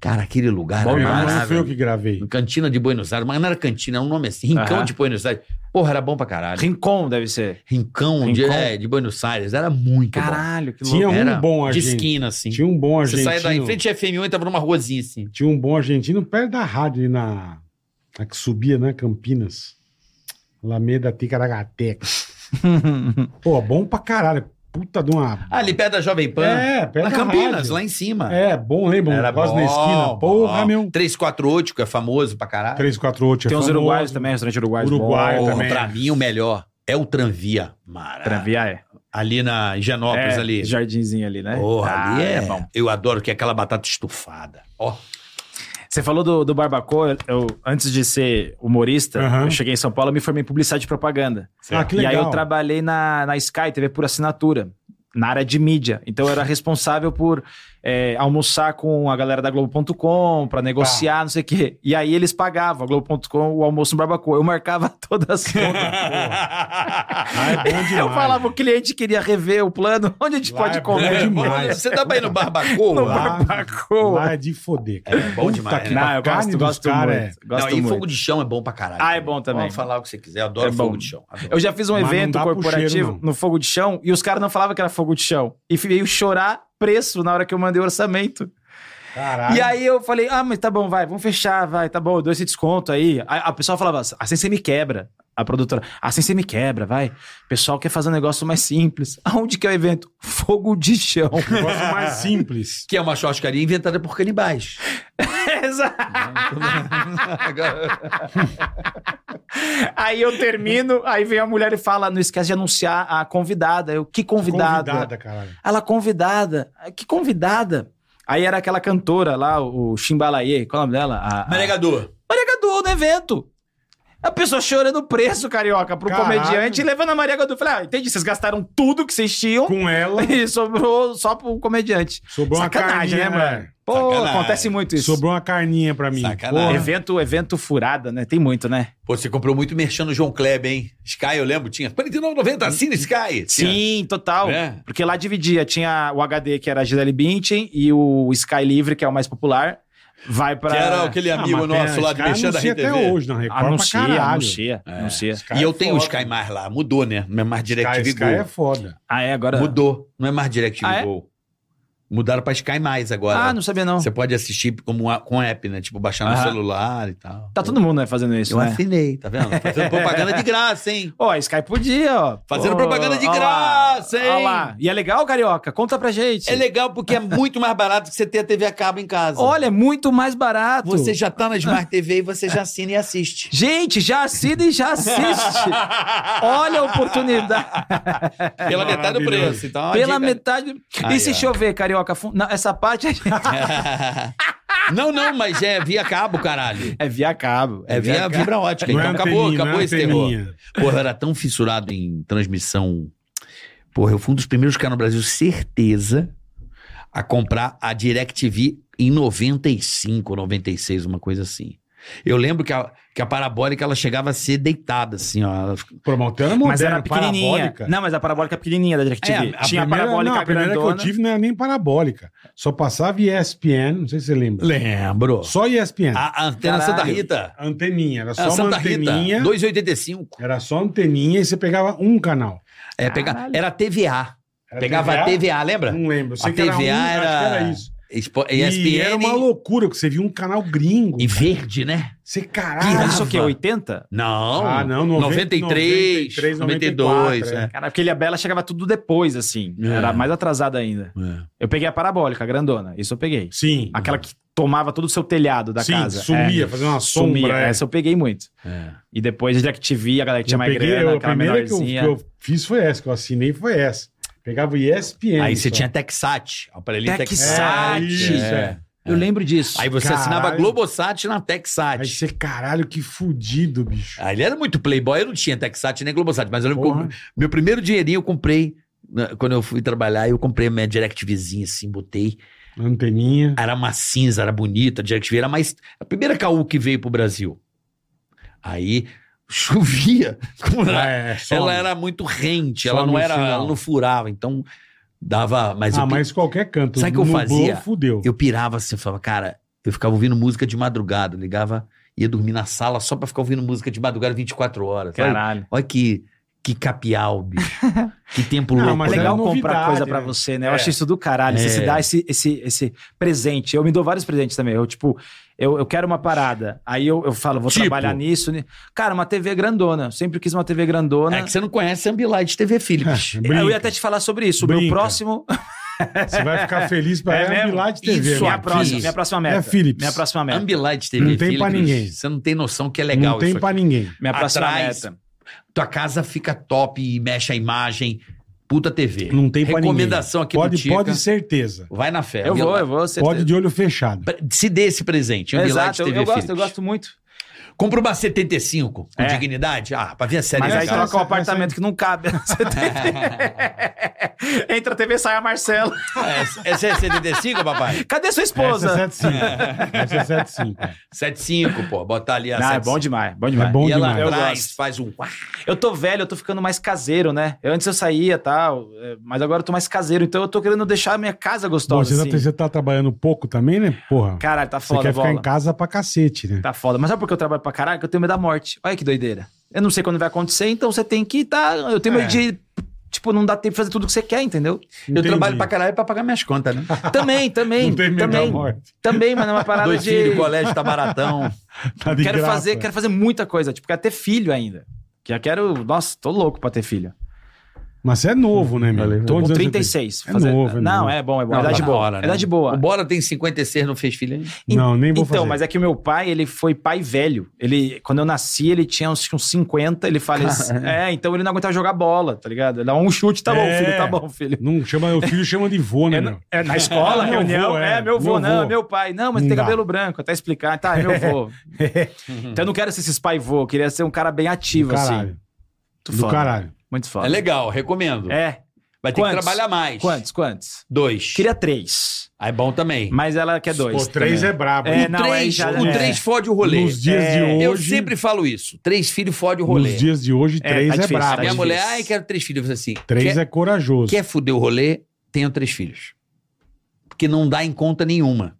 Speaker 2: Cara, aquele lugar
Speaker 1: Bom,
Speaker 2: era
Speaker 1: não, não foi
Speaker 2: maravilhoso.
Speaker 1: eu que gravei.
Speaker 2: Cantina de Buenos Aires, mas não era cantina, era um nome assim, Rincão
Speaker 3: Aham.
Speaker 2: de Buenos Aires. Porra, era bom pra caralho.
Speaker 3: Rincon deve ser.
Speaker 2: Rincão, De,
Speaker 3: Rincão?
Speaker 2: é, de Buenos Aires, era muito bom.
Speaker 3: Caralho, que
Speaker 1: Tinha
Speaker 3: louco.
Speaker 1: um
Speaker 2: Era
Speaker 1: bom
Speaker 2: de
Speaker 1: argentino.
Speaker 2: esquina, assim.
Speaker 1: Tinha um bom
Speaker 2: Você
Speaker 1: argentino.
Speaker 2: sai da em frente à FM1 e tava numa ruazinha, assim.
Speaker 1: Tinha um bom argentino perto da rádio, ali na, na que subia, né? Campinas. Alameda
Speaker 2: [LAUGHS]
Speaker 1: Ticaracateca. Pô, bom pra caralho. Puta de uma.
Speaker 2: Ah, ali perto da Jovem Pan.
Speaker 1: É, perto
Speaker 2: na
Speaker 1: da
Speaker 2: Campinas,
Speaker 1: rádio.
Speaker 2: lá em cima.
Speaker 1: É, bom, lembra?
Speaker 2: Era
Speaker 1: Era quase na
Speaker 2: bom,
Speaker 1: esquina. Porra,
Speaker 2: bom.
Speaker 1: meu.
Speaker 2: 348, que é famoso pra caralho.
Speaker 1: 348 é
Speaker 3: Tem uns
Speaker 1: famoso.
Speaker 3: uruguaios também, restaurante uruguaio.
Speaker 1: Uruguaio
Speaker 3: bom.
Speaker 2: Porra,
Speaker 1: também.
Speaker 2: pra mim, o melhor é o tranvia. Mara.
Speaker 3: Tranvia é.
Speaker 2: Ali na em Genópolis,
Speaker 3: é
Speaker 2: ali.
Speaker 3: Jardinzinho ali, né?
Speaker 2: Porra,
Speaker 3: Ah,
Speaker 2: ali é.
Speaker 3: bom.
Speaker 2: Eu adoro que é aquela batata estufada. Ó,
Speaker 3: Você falou do, do barbacoa, eu, antes de ser humorista,
Speaker 1: Aham.
Speaker 3: eu cheguei em São Paulo, eu me formei em publicidade e propaganda.
Speaker 1: Ah, que
Speaker 3: E aí
Speaker 1: legal.
Speaker 3: eu trabalhei na, na Sky TV por assinatura. na área de mídia. Então eu era responsável por é, almoçar com a galera da Globo.com para negociar,
Speaker 1: Tá.
Speaker 3: não sei o quê. E aí eles pagavam a Globo.com o almoço no barbacoa. Eu marcava [LAUGHS] todas as contas.
Speaker 2: [LAUGHS]
Speaker 1: Ah, é bom demais.
Speaker 3: eu falava, o cliente queria rever o plano, [LAUGHS] onde a gente
Speaker 1: Lá é
Speaker 3: pode
Speaker 1: bom
Speaker 3: comer.
Speaker 1: demais.
Speaker 4: Você dá pra ir no barbacoa?
Speaker 3: No
Speaker 1: Lá-
Speaker 3: barbacoa.
Speaker 1: Lá é de foder, cara.
Speaker 2: bom
Speaker 1: Puta
Speaker 2: demais,
Speaker 1: que
Speaker 2: né?
Speaker 1: pa-
Speaker 3: Não, eu
Speaker 1: carne
Speaker 3: gosto,
Speaker 1: dos
Speaker 3: gosto
Speaker 1: cara
Speaker 3: muito.
Speaker 1: é-
Speaker 3: Gosto
Speaker 2: não, e
Speaker 3: muito.
Speaker 2: fogo de chão é bom pra caralho.
Speaker 3: Ah, é bom também.
Speaker 2: Pode falar o que você quiser, eu adoro
Speaker 3: É bom.
Speaker 2: fogo de chão. adoro.
Speaker 3: Eu já fiz um
Speaker 1: Mas não
Speaker 3: evento
Speaker 1: dá pro
Speaker 3: corporativo
Speaker 1: cheiro, não.
Speaker 3: no fogo de chão e os caras não falavam que era fogo de chão. E veio chorar preço na hora que eu mandei o orçamento.
Speaker 1: Caralho.
Speaker 3: E aí eu falei, ah, mas tá bom, vai, vamos fechar, vai, tá bom, eu dou esse desconto aí. A, a pessoa falava, assim você me quebra. A produtora, assim você me quebra, vai. O pessoal quer fazer um negócio mais simples. [LAUGHS] Aonde que é o evento? Fogo de chão.
Speaker 1: [LAUGHS] é um Negócio mais simples.
Speaker 2: Que é uma churrascaria inventada por
Speaker 3: [LAUGHS]
Speaker 2: canibais.
Speaker 3: É, Exato. aí eu termino, aí vem a mulher e fala, não esquece de anunciar a convidada. Eu, que convidada?
Speaker 1: Convidada, caralho.
Speaker 3: Ela, convidada. Que convidada? Aí era aquela cantora lá, o Chimbalaê, qual é o nome dela? A, a...
Speaker 2: Maregador.
Speaker 3: Maria Gadu no evento. A pessoa chorando o preço, carioca, pro
Speaker 1: Caralho.
Speaker 3: comediante e levando a Maria Gadu. Eu Falei, ah, entendi, vocês gastaram tudo que vocês tinham
Speaker 1: Com ela,
Speaker 3: [LAUGHS] e sobrou só pro comediante.
Speaker 1: sobrou uma
Speaker 3: Sacanagem,
Speaker 1: carninha. é.
Speaker 3: né, mano? Pô,
Speaker 2: Sacanagem.
Speaker 3: acontece muito isso.
Speaker 1: Sobrou uma carninha pra mim.
Speaker 2: Sacanagem.
Speaker 1: Porra.
Speaker 3: Evento, evento furada, né? Tem muito, né?
Speaker 2: Pô, você comprou muito merchan no João Kleber, hein? Sky, eu lembro, tinha. 49,90, assina Sky. Tinha.
Speaker 3: Sim, total.
Speaker 2: Né?
Speaker 3: Porque lá dividia, tinha o HD que era a Gisele Bündchen e o Sky Livre, que é o mais popular, vai pra...
Speaker 2: Que era aquele amigo
Speaker 1: Ah, mas
Speaker 2: nosso
Speaker 1: tem-
Speaker 2: lá do
Speaker 1: esse cara
Speaker 2: Merchan da
Speaker 1: anuncia
Speaker 2: RTV.
Speaker 1: até hoje na Record
Speaker 3: Anuncia,
Speaker 1: pra caralho.
Speaker 3: anuncia, anuncia.
Speaker 1: Esse cara
Speaker 2: E eu
Speaker 1: é
Speaker 2: tenho o
Speaker 1: foda.
Speaker 2: Sky mais lá. Mudou, né? Não é mais
Speaker 1: Sky,
Speaker 2: DirecTV
Speaker 1: Sky
Speaker 2: Go.
Speaker 1: é foda.
Speaker 3: Ah, é, agora...
Speaker 2: Mudou. Não é mais DirecTV
Speaker 3: Ah, é?
Speaker 2: Go. Mudaram pra Sky mais agora.
Speaker 3: Ah, não sabia não.
Speaker 2: Você pode assistir como a- com app, né? Tipo, baixar no
Speaker 3: Aham.
Speaker 2: celular e tal.
Speaker 3: Tá todo mundo né, fazendo isso,
Speaker 2: Eu
Speaker 3: né?
Speaker 2: assinei, tá vendo? Fazendo propaganda de graça, hein?
Speaker 3: Ó, a Sky podia, ó.
Speaker 2: Fazendo
Speaker 3: Ó,
Speaker 2: propaganda de
Speaker 3: ó lá,
Speaker 2: graça,
Speaker 3: Ó
Speaker 2: hein?
Speaker 3: lá. E é legal, Carioca? Conta pra gente.
Speaker 2: É legal porque é muito mais barato que você ter a TV a cabo em casa.
Speaker 3: Olha, é muito mais barato.
Speaker 2: Você já tá na Smart TV e você já assina e assiste.
Speaker 3: Gente, já assina e
Speaker 2: [LAUGHS]
Speaker 3: já assiste. [LAUGHS] Olha a oportunidade.
Speaker 2: É, Pela metade do
Speaker 1: Maravilhoso.
Speaker 2: preço. Então, é uma
Speaker 3: Pela
Speaker 2: dica.
Speaker 3: metade.
Speaker 2: Aí,
Speaker 3: e se
Speaker 2: ó.
Speaker 3: chover, Carioca? fun- Não, essa parte é,
Speaker 2: [LAUGHS] Não, não, mas é via cabo, caralho.
Speaker 3: é via cabo.
Speaker 2: É via fibra ótica.
Speaker 1: Não
Speaker 2: Então
Speaker 1: é
Speaker 2: acabou,
Speaker 1: anteninha,
Speaker 2: acabou
Speaker 1: não é
Speaker 2: esse terror.
Speaker 1: anteninha.
Speaker 2: Porra, eu era tão fissurado em transmissão. Porra, eu fui um dos primeiros caras no Brasil, certeza, a comprar a DirecTV em 95, 96, uma coisa assim. Eu lembro que a, que a parabólica ela chegava a ser deitada, assim, ó. Ela fica-
Speaker 1: Pô, mas o Tano é moderno,
Speaker 3: Mas era pequenininha.
Speaker 1: parabólica.
Speaker 3: Não, mas a parabólica é pequenininha da DirecTV.
Speaker 2: É,
Speaker 3: Tinha a
Speaker 1: primeira-
Speaker 3: parabólica
Speaker 1: não, a primeira
Speaker 3: grandona.
Speaker 1: que eu tive não era nem parabólica. Só passava ESPN, não sei se você lembra.
Speaker 2: Lembro.
Speaker 1: Só ESPN.
Speaker 2: "Ah, A, a antena
Speaker 3: Caralho.
Speaker 2: Santa Rita.
Speaker 1: Anteninha, era
Speaker 2: A
Speaker 1: só uma
Speaker 2: Ah, Santa Rita,
Speaker 1: anteninha.
Speaker 2: 2,85.
Speaker 1: Era só anteninha e você pegava um canal.
Speaker 2: É, pega,
Speaker 3: Caralho.
Speaker 2: era TVA.
Speaker 1: Era
Speaker 2: Pegava a TVA, lembra?
Speaker 1: Não lembro. eu Sei
Speaker 2: A
Speaker 1: que era, um,
Speaker 2: TVA
Speaker 1: acho que
Speaker 2: era-
Speaker 1: era isso.
Speaker 2: Espo-
Speaker 1: E era uma
Speaker 2: ESPN
Speaker 1: loucura, que você via um canal gringo.
Speaker 2: e verde, né?
Speaker 1: Você,
Speaker 3: Ah,
Speaker 1: caralho.
Speaker 3: isso
Speaker 2: Irava.
Speaker 3: o quê? 80?
Speaker 2: Não.
Speaker 1: Ah, não, 90,
Speaker 2: 93,
Speaker 1: 93,
Speaker 2: 92.
Speaker 1: 94,
Speaker 2: é.
Speaker 3: Cara, porque Ilha Bela chegava tudo depois, assim.
Speaker 2: É.
Speaker 3: Era mais atrasada ainda.
Speaker 2: É.
Speaker 3: Eu peguei a parabólica, a grandona. Isso eu peguei.
Speaker 1: Sim.
Speaker 3: Aquela que tomava todo o seu telhado da
Speaker 1: Sim,
Speaker 3: casa.
Speaker 1: sumia, fazia uma sombra,
Speaker 3: Sumia.
Speaker 1: é.
Speaker 3: Essa eu peguei muito.
Speaker 2: É.
Speaker 3: E depois a DirecTV, a galera que tinha
Speaker 1: Eu
Speaker 3: mais
Speaker 1: peguei-
Speaker 3: grana,
Speaker 1: eu-
Speaker 3: aquela
Speaker 1: a primeira que eu,
Speaker 3: menorzinha.
Speaker 1: que eu fiz foi essa, que eu assinei foi essa. Pegava o ESPN.
Speaker 2: Aí você
Speaker 1: só.
Speaker 2: tinha Texat, aparelhinho
Speaker 3: Texat.
Speaker 2: Texat.
Speaker 1: É, isso, é.
Speaker 3: Eu lembro disso.
Speaker 2: Aí você
Speaker 1: Caralho.
Speaker 2: assinava Globosat na
Speaker 1: Aí
Speaker 2: Texat.
Speaker 1: você, caralho, que fudido, bicho.
Speaker 2: Aí ele era muito playboy, eu não tinha Texat nem Globosat, mas eu lembro
Speaker 1: Porra.
Speaker 2: que eu- meu primeiro dinheirinho eu comprei, né, quando eu fui trabalhar, eu comprei minha DirecTVzinha assim, botei. [LAUGHS]
Speaker 1: Anteninha.
Speaker 2: Era uma cinza, era bonita, a DirecTV era mais... A primeira caú que veio pro Brasil. Aí [LAUGHS] chovia, como era
Speaker 1: é, só-
Speaker 2: Ela era muito rente, ela
Speaker 1: Some
Speaker 2: não
Speaker 1: o
Speaker 2: era,
Speaker 1: sinal.
Speaker 2: ela não furava, então dava, mas,
Speaker 1: Ah,
Speaker 2: eu, pi-
Speaker 1: mas qualquer canto.
Speaker 2: Sabe o que eu
Speaker 1: Nublou,
Speaker 2: fazia?
Speaker 1: Fudeu.
Speaker 2: eu pirava assim, eu falava, cara, eu ficava ouvindo música de madrugada, eu ligava, ia dormir na sala só pra ficar ouvindo música de madrugada 24 horas. Olha,
Speaker 3: Caralho.
Speaker 2: olha que que capial,
Speaker 1: [LAUGHS]
Speaker 2: bicho. que tempo
Speaker 1: Não,
Speaker 2: louco.
Speaker 3: É
Speaker 1: mas
Speaker 2: né?
Speaker 3: legal
Speaker 1: era
Speaker 3: comprar
Speaker 1: novidade,
Speaker 3: coisa pra
Speaker 1: né?
Speaker 3: você, né? Eu
Speaker 1: É.
Speaker 3: acho isso do caralho. Você
Speaker 2: É.
Speaker 3: se dá esse, esse, esse presente. Eu me dou vários presentes também. Eu, tipo, eu, eu quero uma parada. Aí eu, eu falo, vou
Speaker 2: Tipo?
Speaker 3: trabalhar nisso. né? Cara, uma TV grandona. Eu sempre quis uma TV
Speaker 1: né?
Speaker 3: grandona.
Speaker 2: É que você não conhece Ambilight TV Philips.
Speaker 1: Brinca.
Speaker 3: É, Eu ia até te falar sobre isso. O meu
Speaker 1: Brinca.
Speaker 3: próximo.
Speaker 1: Você vai ficar feliz pra ela é lá de TV.
Speaker 2: Isso
Speaker 3: minha,
Speaker 1: mano.
Speaker 2: aqui.
Speaker 3: próxima, minha próxima meta.
Speaker 1: É Philips.
Speaker 3: Minha próxima meta.
Speaker 2: Ambilight TV
Speaker 1: Não tem pra
Speaker 2: Philips,
Speaker 1: ninguém.
Speaker 2: Você não tem noção que é legal
Speaker 1: Não tem
Speaker 2: isso
Speaker 1: pra
Speaker 2: aqui.
Speaker 1: ninguém.
Speaker 3: Minha próxima
Speaker 2: Atrás.
Speaker 3: meta.
Speaker 2: Tua casa fica top e mexe a imagem. Puta TV.
Speaker 1: Não tem pra ninguém.
Speaker 2: Recomendação aqui do
Speaker 1: Pode,
Speaker 2: Tica.
Speaker 1: pode certeza.
Speaker 2: Vai na fé.
Speaker 3: Eu
Speaker 2: Ambilight.
Speaker 3: vou, eu vou. certeza.
Speaker 1: Pode de olho fechado.
Speaker 2: Pre- se dê esse presente. Ambilight
Speaker 3: Exato, eu,
Speaker 2: TV
Speaker 3: eu gosto,
Speaker 2: Philips.
Speaker 3: eu gosto muito.
Speaker 2: Compra uma 75 com
Speaker 3: É.
Speaker 2: dignidade. Ah, pra ver a série
Speaker 3: Mas aí
Speaker 1: essa-
Speaker 2: legal.
Speaker 3: troca um
Speaker 1: essa-
Speaker 3: apartamento que não cabe. [LAUGHS] Entra a TV, sai a Marcela.
Speaker 2: Ah, Essa é 75, papai?
Speaker 3: Cadê
Speaker 1: Essa
Speaker 3: sua
Speaker 1: é
Speaker 3: esposa?
Speaker 1: 75. Essa é
Speaker 3: [LAUGHS]
Speaker 1: 75. é.
Speaker 2: 75, pô. Botar ali a
Speaker 3: Não, é
Speaker 2: 75.
Speaker 3: bom demais, bom
Speaker 1: É
Speaker 3: demais.
Speaker 1: bom
Speaker 2: e ela
Speaker 1: demais.
Speaker 3: Eu
Speaker 2: atrás
Speaker 3: gosto.
Speaker 2: faz um. uá.
Speaker 3: Eu tô velho, eu tô ficando mais caseiro, né? Eu, antes eu saía e tal, é, mas agora eu tô mais caseiro, então eu tô querendo deixar a minha casa
Speaker 1: Bom,
Speaker 3: gostosa.
Speaker 1: você,
Speaker 3: assim.
Speaker 1: tá, você tá trabalhando pouco também, né? Porra.
Speaker 3: Caralho, tá
Speaker 1: você
Speaker 3: foda,
Speaker 1: quer
Speaker 3: bola.
Speaker 1: ficar em casa pra cacete, né?
Speaker 3: Tá foda. Mas sabe por que eu trabalho pra caralho? Que eu tenho medo da morte. Olha que doideira. Eu não sei quando vai acontecer, então você tem que tá. Eu tenho
Speaker 1: É.
Speaker 3: medo de. Tipo, não dá tempo de fazer tudo que você quer, entendeu?
Speaker 1: [LAUGHS]
Speaker 2: Eu
Speaker 1: Entendi.
Speaker 2: trabalho pra caralho pra pagar minhas contas, né?
Speaker 3: Também, também.
Speaker 1: Não tem medo da
Speaker 3: também,
Speaker 1: morte.
Speaker 3: também, mas não é
Speaker 1: [LAUGHS]
Speaker 3: uma parada
Speaker 2: Dois
Speaker 3: de.
Speaker 2: filhos, colégio tá
Speaker 3: [LAUGHS]
Speaker 2: baratão.
Speaker 1: Tá de
Speaker 3: quero
Speaker 1: graça.
Speaker 3: fazer, quero fazer muita coisa. Tipo, quero ter filho ainda. Que eu quero. Nossa, tô louco pra ter filho.
Speaker 1: Mas você é novo, né, meu?
Speaker 3: Tô com
Speaker 1: Quantos anos você tem?
Speaker 3: 36.
Speaker 1: É novo, é
Speaker 3: não,
Speaker 1: novo.
Speaker 3: é bom, é bom.
Speaker 2: Não,
Speaker 3: é
Speaker 2: tá
Speaker 3: idade
Speaker 2: na
Speaker 3: boa.
Speaker 2: hora, né?
Speaker 3: é idade boa.
Speaker 2: O Bora tem 56, não fez filho ainda.
Speaker 1: Não, nem vou
Speaker 3: então,
Speaker 1: fazer.
Speaker 3: mas é que o meu pai, ele foi pai velho. Ele, quando eu nasci, ele tinha uns, uns 50,
Speaker 1: [LAUGHS]
Speaker 3: ele faleceu. É, então ele não aguentava jogar bola, tá ligado? Ele dava um chute, tá bom,
Speaker 1: É.
Speaker 3: filho, tá bom, filho.
Speaker 1: Não chama, o filho chama de vô, né, meu?
Speaker 3: É, na escola,
Speaker 1: Meu
Speaker 3: reunião,
Speaker 1: vô, é.
Speaker 3: é, meu
Speaker 1: Meu
Speaker 3: vô, não,
Speaker 1: vô.
Speaker 3: é meu pai. Não, mas
Speaker 1: Não
Speaker 3: tem
Speaker 1: dá.
Speaker 3: cabelo branco, até explicar. Tá, é meu vô.
Speaker 1: [LAUGHS]
Speaker 3: então eu não quero ser esses pai vô, eu queria ser um cara bem
Speaker 1: Do
Speaker 3: ativo, assim.
Speaker 1: caralho.
Speaker 3: Muito
Speaker 1: Do
Speaker 3: foda,
Speaker 1: caralho.
Speaker 3: Muito
Speaker 2: É
Speaker 3: foda.
Speaker 2: legal, recomendo.
Speaker 3: É,
Speaker 2: Vai ter que
Speaker 3: Quantos?
Speaker 2: trabalhar mais.
Speaker 3: quantos, quantos?
Speaker 2: Dois.
Speaker 3: Queria três,
Speaker 2: Aí é bom também.
Speaker 3: mas ela quer dois.
Speaker 1: Pô, três é
Speaker 3: também.
Speaker 1: brabo.
Speaker 3: É,
Speaker 1: hein?
Speaker 3: não, aí
Speaker 2: três,
Speaker 3: já-
Speaker 2: o
Speaker 3: é.
Speaker 2: três fode o rolê. É.
Speaker 1: Nos dias de hoje.
Speaker 2: Eu sempre falo isso. Três filhos fode o rolê.
Speaker 1: Nos dias de hoje,
Speaker 3: É,
Speaker 1: três
Speaker 3: tá
Speaker 1: é,
Speaker 3: difícil,
Speaker 1: brabo.
Speaker 3: tá
Speaker 2: Minha
Speaker 3: difícil.
Speaker 2: mulher, ai, quero três filhos. Eu falei assim,
Speaker 1: Três
Speaker 2: quer,
Speaker 1: é corajoso.
Speaker 2: quer fuder o rolê, tenho três filhos. Porque não dá em conta nenhuma.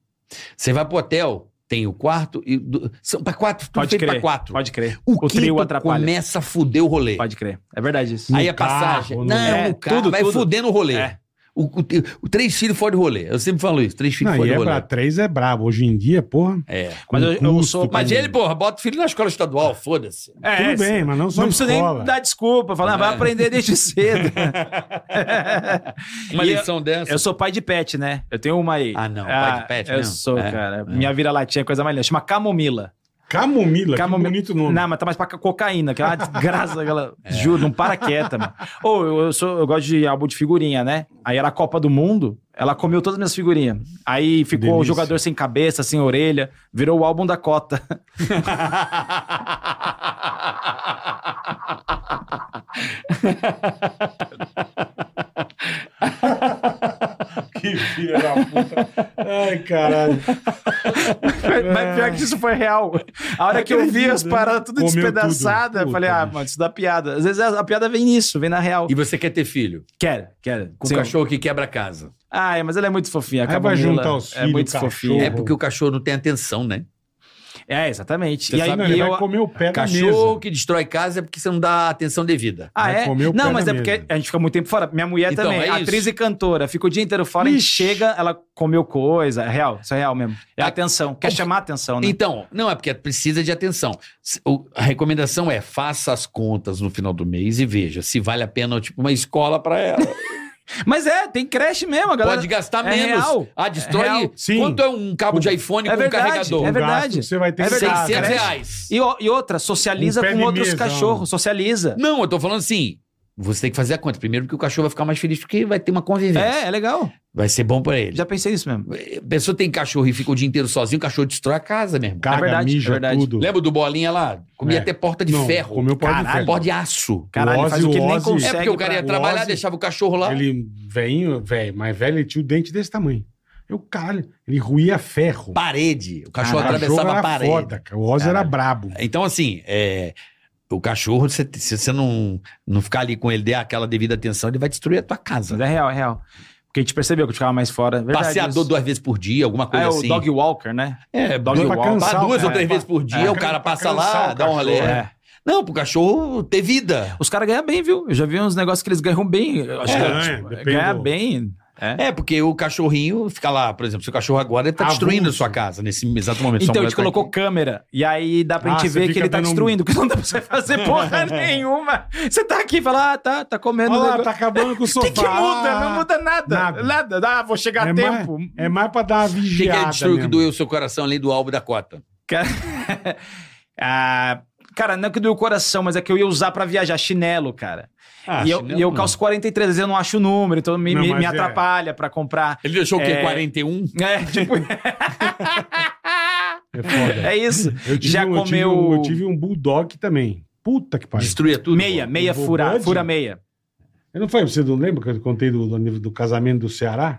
Speaker 2: Você vai pro hotel, tem o quarto e... do- são pra quatro,
Speaker 1: é
Speaker 2: tudo
Speaker 3: Pode
Speaker 2: feito
Speaker 3: crer,
Speaker 2: pra quatro.
Speaker 3: pode crer.
Speaker 2: O,
Speaker 3: O trio
Speaker 2: quinto
Speaker 3: atrapalha.
Speaker 2: começa a fuder o rolê.
Speaker 3: Pode crer. É verdade isso.
Speaker 1: No
Speaker 2: Aí a
Speaker 1: carro,
Speaker 2: passagem.
Speaker 1: no-
Speaker 2: não,
Speaker 3: É,
Speaker 2: no carro,
Speaker 3: tudo,
Speaker 2: vai
Speaker 3: tudo.
Speaker 2: fudendo o rolê.
Speaker 3: É.
Speaker 2: O, o- o- três filhos fora de rolê. Eu sempre falo isso. Três filhos
Speaker 1: Não,
Speaker 2: fora
Speaker 1: e
Speaker 2: de
Speaker 1: é
Speaker 2: rolê.
Speaker 1: pra três é brabo. Hoje em dia, porra.
Speaker 2: É.
Speaker 1: com
Speaker 3: Mas eu- eu
Speaker 1: custo,
Speaker 3: sou-
Speaker 1: com-
Speaker 2: Mas ele, porra, bota o filho na escola estadual, foda-se.
Speaker 3: É,
Speaker 1: Tudo bem, mas não só
Speaker 3: Não precisa
Speaker 1: escola.
Speaker 3: nem dar desculpa, falar, ah, vai
Speaker 2: É.
Speaker 3: aprender desde cedo.
Speaker 1: [LAUGHS]
Speaker 2: Uma
Speaker 3: E eu-
Speaker 2: lição dessa.
Speaker 3: Eu sou pai de pet, né? Eu tenho uma aí.
Speaker 2: Ah, não, pai de pet,
Speaker 3: Eu
Speaker 2: não.
Speaker 3: sou,
Speaker 2: É,
Speaker 3: cara.
Speaker 2: é.
Speaker 3: Minha vira-latinha é coisa mais linda. Chama camomila.
Speaker 1: Camomila, que
Speaker 3: Camomila.
Speaker 1: um bonito nome.
Speaker 3: Não, mas tá mais pra co- cocaína, que é uma desgraça. [LAUGHS] Aquela...
Speaker 2: É.
Speaker 3: Juro, não para quieta, mano. Ou eu, eu sou, eu gosto de álbum de figurinha, né? Aí era a Copa do Mundo, ela comeu todas as minhas figurinhas. Aí ficou o
Speaker 1: Delícia.
Speaker 3: jogador sem cabeça, sem orelha, virou o álbum da cota.
Speaker 1: Que filha da puta. Ai, caralho. É.
Speaker 3: Mas pior que isso foi real. A hora que eu vi as paradas tudo
Speaker 1: né? Comeu
Speaker 3: despedaçadas,
Speaker 1: tudo.
Speaker 3: eu falei, ah, mano, isso dá piada. Às vezes a, a piada vem nisso, vem na real.
Speaker 2: E você quer ter filho?
Speaker 3: Quero, quero.
Speaker 2: Com
Speaker 3: Sim.
Speaker 2: o cachorro que quebra a casa.
Speaker 3: Ai, mas ela é muito fofinha. a
Speaker 1: Aí vai
Speaker 3: Camomila
Speaker 1: juntar os
Speaker 3: É
Speaker 1: filhos,
Speaker 3: muito
Speaker 1: cachorro.
Speaker 3: fofinha.
Speaker 2: É porque o cachorro não tem atenção, né?
Speaker 3: É, exatamente.
Speaker 1: Você
Speaker 3: e aí
Speaker 1: sabe, né? ele
Speaker 3: eu... é
Speaker 1: vai comer o pé
Speaker 2: Cachorro
Speaker 1: da mesa.
Speaker 2: que destrói casa é porque você não dá atenção devida.
Speaker 3: Ah,
Speaker 1: vai
Speaker 3: é?
Speaker 1: comer o pé
Speaker 3: Não, mas
Speaker 1: da
Speaker 3: é porque
Speaker 1: mesa.
Speaker 3: a gente fica muito tempo fora. Minha mulher
Speaker 2: Então,
Speaker 3: também,
Speaker 2: é isso.
Speaker 3: atriz e cantora. Fica o dia inteiro fora, a gente chega, ela comeu coisa. É real, isso é real mesmo. É
Speaker 1: Ah,
Speaker 2: É.
Speaker 3: atenção. Quer chamar a atenção, né?
Speaker 2: Então, não, é porque precisa de atenção. Se- o- A recomendação é faça as contas no final do mês e veja se vale a pena, tipo, uma escola pra ela.
Speaker 3: Mas é, tem creche mesmo, a [LAUGHS] galera.
Speaker 2: Pode gastar
Speaker 3: é
Speaker 2: menos.
Speaker 3: real.
Speaker 2: Ah,
Speaker 3: É
Speaker 2: destrói.
Speaker 3: real.
Speaker 1: Sim.
Speaker 2: Quanto é um cabo de iPhone
Speaker 3: É
Speaker 2: com
Speaker 3: verdade,
Speaker 2: um carregador?
Speaker 3: é
Speaker 1: O gasto
Speaker 3: verdade.
Speaker 1: que Você vai ter
Speaker 3: É
Speaker 1: que
Speaker 3: verdade.
Speaker 1: pagar,
Speaker 2: 600
Speaker 1: né?
Speaker 2: reais.
Speaker 3: E, o- e outra, socializa
Speaker 1: Um pé
Speaker 3: com
Speaker 1: de
Speaker 3: outros
Speaker 1: mesa,
Speaker 3: cachorros,
Speaker 1: um-
Speaker 3: socializa.
Speaker 2: Não, eu tô falando assim. Você tem que fazer a conta. Primeiro que o cachorro vai ficar mais feliz porque vai ter uma convivência.
Speaker 3: É, é legal.
Speaker 2: Vai ser bom pra ele.
Speaker 3: Já pensei nisso mesmo.
Speaker 2: A pessoa tem cachorro e fica o dia inteiro sozinho, o cachorro destrói a casa mesmo.
Speaker 1: Caga,
Speaker 3: É verdade,
Speaker 1: mija,
Speaker 3: é verdade.
Speaker 1: tudo.
Speaker 2: Lembra do bolinha lá? Comia
Speaker 1: É.
Speaker 2: até porta de
Speaker 1: Não,
Speaker 2: ferro.
Speaker 1: comeu porta de
Speaker 2: Caralho,
Speaker 1: ferro.
Speaker 2: Porta de aço.
Speaker 3: Caralho,
Speaker 1: O
Speaker 3: ele faz o que ele nem
Speaker 1: Ozzy- É
Speaker 3: consegue.
Speaker 2: É porque o cara
Speaker 3: pra-
Speaker 2: ia trabalhar,
Speaker 1: Ozzy,
Speaker 2: deixava o cachorro lá.
Speaker 1: Ele, velhinho, velho, mas velho, ele tinha o dente desse tamanho. Eu, caralho, ele ruía ferro.
Speaker 2: Parede. O cachorro
Speaker 1: Cara,
Speaker 2: atravessava
Speaker 1: era
Speaker 2: a parede.
Speaker 1: foda, cara. O Oz era
Speaker 2: Caralho.
Speaker 1: brabo.
Speaker 2: Então, assim, é, o cachorro, se se você não, não ficar ali com ele, der aquela devida atenção, ele vai destruir a tua casa.
Speaker 3: Mas é real, é real. Porque a gente percebeu que eu ficava mais fora. Verdade,
Speaker 2: Passeador
Speaker 3: isso.
Speaker 2: duas vezes por dia, alguma
Speaker 3: Ah,
Speaker 2: coisa
Speaker 3: é o
Speaker 2: assim.
Speaker 3: dog walker, né?
Speaker 2: É,
Speaker 3: dog
Speaker 2: dog
Speaker 1: pra
Speaker 2: walk.
Speaker 1: cansar
Speaker 2: Pá,
Speaker 1: o
Speaker 2: duas
Speaker 1: cara.
Speaker 2: ou três vezes por dia,
Speaker 1: É,
Speaker 2: o cara
Speaker 1: pra
Speaker 2: passa
Speaker 1: cansar
Speaker 2: lá,
Speaker 1: o
Speaker 2: dá um rolê.
Speaker 1: É. cachorro,
Speaker 3: É.
Speaker 2: Não, pro cachorro ter vida.
Speaker 3: Os caras ganham bem, viu? Eu já vi uns negócios que eles ganham bem. Eu Acho
Speaker 1: É,
Speaker 3: que
Speaker 1: ganha,
Speaker 3: tipo,
Speaker 1: depende
Speaker 3: ganhar
Speaker 1: do-
Speaker 3: bem. É.
Speaker 2: É, porque o cachorrinho fica lá, por exemplo, seu cachorro agora ele tá
Speaker 1: Avulso.
Speaker 2: destruindo a sua casa nesse exato momento. Sua
Speaker 3: Então, a
Speaker 2: mulher
Speaker 3: gente
Speaker 2: tá
Speaker 3: colocou
Speaker 2: aqui.
Speaker 3: câmera. E aí dá pra
Speaker 1: Ah,
Speaker 3: gente
Speaker 1: você
Speaker 3: ver
Speaker 1: fica
Speaker 3: que ele tá
Speaker 1: dando um-
Speaker 3: destruindo, porque não dá pra
Speaker 1: [LAUGHS]
Speaker 3: você fazer porra nenhuma. Você tá aqui e fala, ah, tá, tá comendo.
Speaker 1: Olha
Speaker 3: O
Speaker 1: lá, tá acabando com o sofá.
Speaker 3: [LAUGHS] que, que muda? Não muda nada.
Speaker 1: Nada.
Speaker 3: Nada. Ah, vou chegar a
Speaker 1: é mais,
Speaker 3: tempo.
Speaker 1: é mais pra dar
Speaker 2: O que,
Speaker 1: uma
Speaker 2: que ele
Speaker 1: vigiada
Speaker 2: destruiu que
Speaker 1: mesmo.
Speaker 2: doeu o seu coração além do álbum da cota?
Speaker 3: Cara, Ah, cara, não é que doeu o coração, mas é que eu ia usar pra viajar chinelo, cara.
Speaker 1: Ah,
Speaker 3: e, eu, e eu calço 43, às vezes eu não acho o número, então me,
Speaker 1: Não,
Speaker 3: me,
Speaker 1: mas
Speaker 3: me
Speaker 1: é.
Speaker 3: É. atrapalha pra comprar.
Speaker 2: um?
Speaker 3: [LAUGHS]
Speaker 2: Ele deixou o quê?
Speaker 3: É.
Speaker 2: 41?
Speaker 3: É, tipo,
Speaker 1: É foda.
Speaker 3: É isso.
Speaker 1: Eu tive
Speaker 3: Já
Speaker 1: um- eu tive
Speaker 3: comeu-
Speaker 1: um- Eu tive um bulldog também. Puta que pariu.
Speaker 2: Destruía tudo.
Speaker 3: meia, meia
Speaker 1: Bom,
Speaker 3: fura,
Speaker 1: Bud?
Speaker 3: fura meia.
Speaker 1: Eu não falei pra você, não lembra que eu contei do, do, do casamento do Ceará?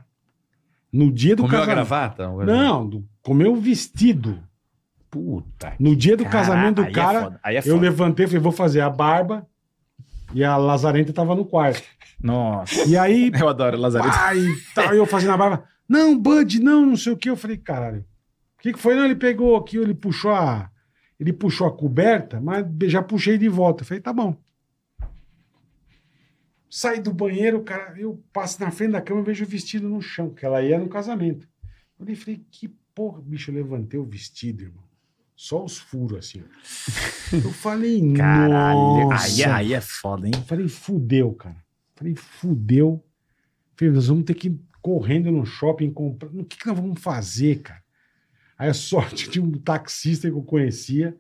Speaker 1: No dia do
Speaker 2: Comeu a
Speaker 1: casamento.
Speaker 2: gravata?
Speaker 1: Não, do, comeu vestido.
Speaker 3: Puta.
Speaker 1: No dia do casamento
Speaker 3: Aí
Speaker 1: do
Speaker 3: é
Speaker 1: cara,
Speaker 3: foda, aí é
Speaker 1: eu
Speaker 3: foda.
Speaker 1: levantei e falei, vou fazer a barba. E a Lazarenta tava no quarto.
Speaker 3: Nossa.
Speaker 1: E aí,
Speaker 3: Eu adoro Lazarito.
Speaker 1: pai, tal, e tá, eu fazendo a barba. Não, Bud, não, não sei o que. Eu falei, caralho. O que, que foi? Não, ele pegou aqui, ele puxou a. Ele puxou a coberta, mas já puxei de volta. Eu falei, tá bom. Saí do banheiro, cara, eu passo na frente da cama e vejo o vestido no chão, que ela ia no casamento. Eu nem falei, que porra, bicho, eu levantei o vestido, irmão. Só os furos, assim.
Speaker 3: [LAUGHS]
Speaker 1: ó. Eu falei,
Speaker 3: Caralho. Aí,
Speaker 1: nossa.
Speaker 3: é- aí é foda, hein?
Speaker 1: Falei, fudeu, cara. Falei, fudeu. Falei, nós vamos ter que ir correndo no shopping comprar. O que, que nós vamos fazer, cara? Aí a [LAUGHS] sorte de um taxista que eu conhecia.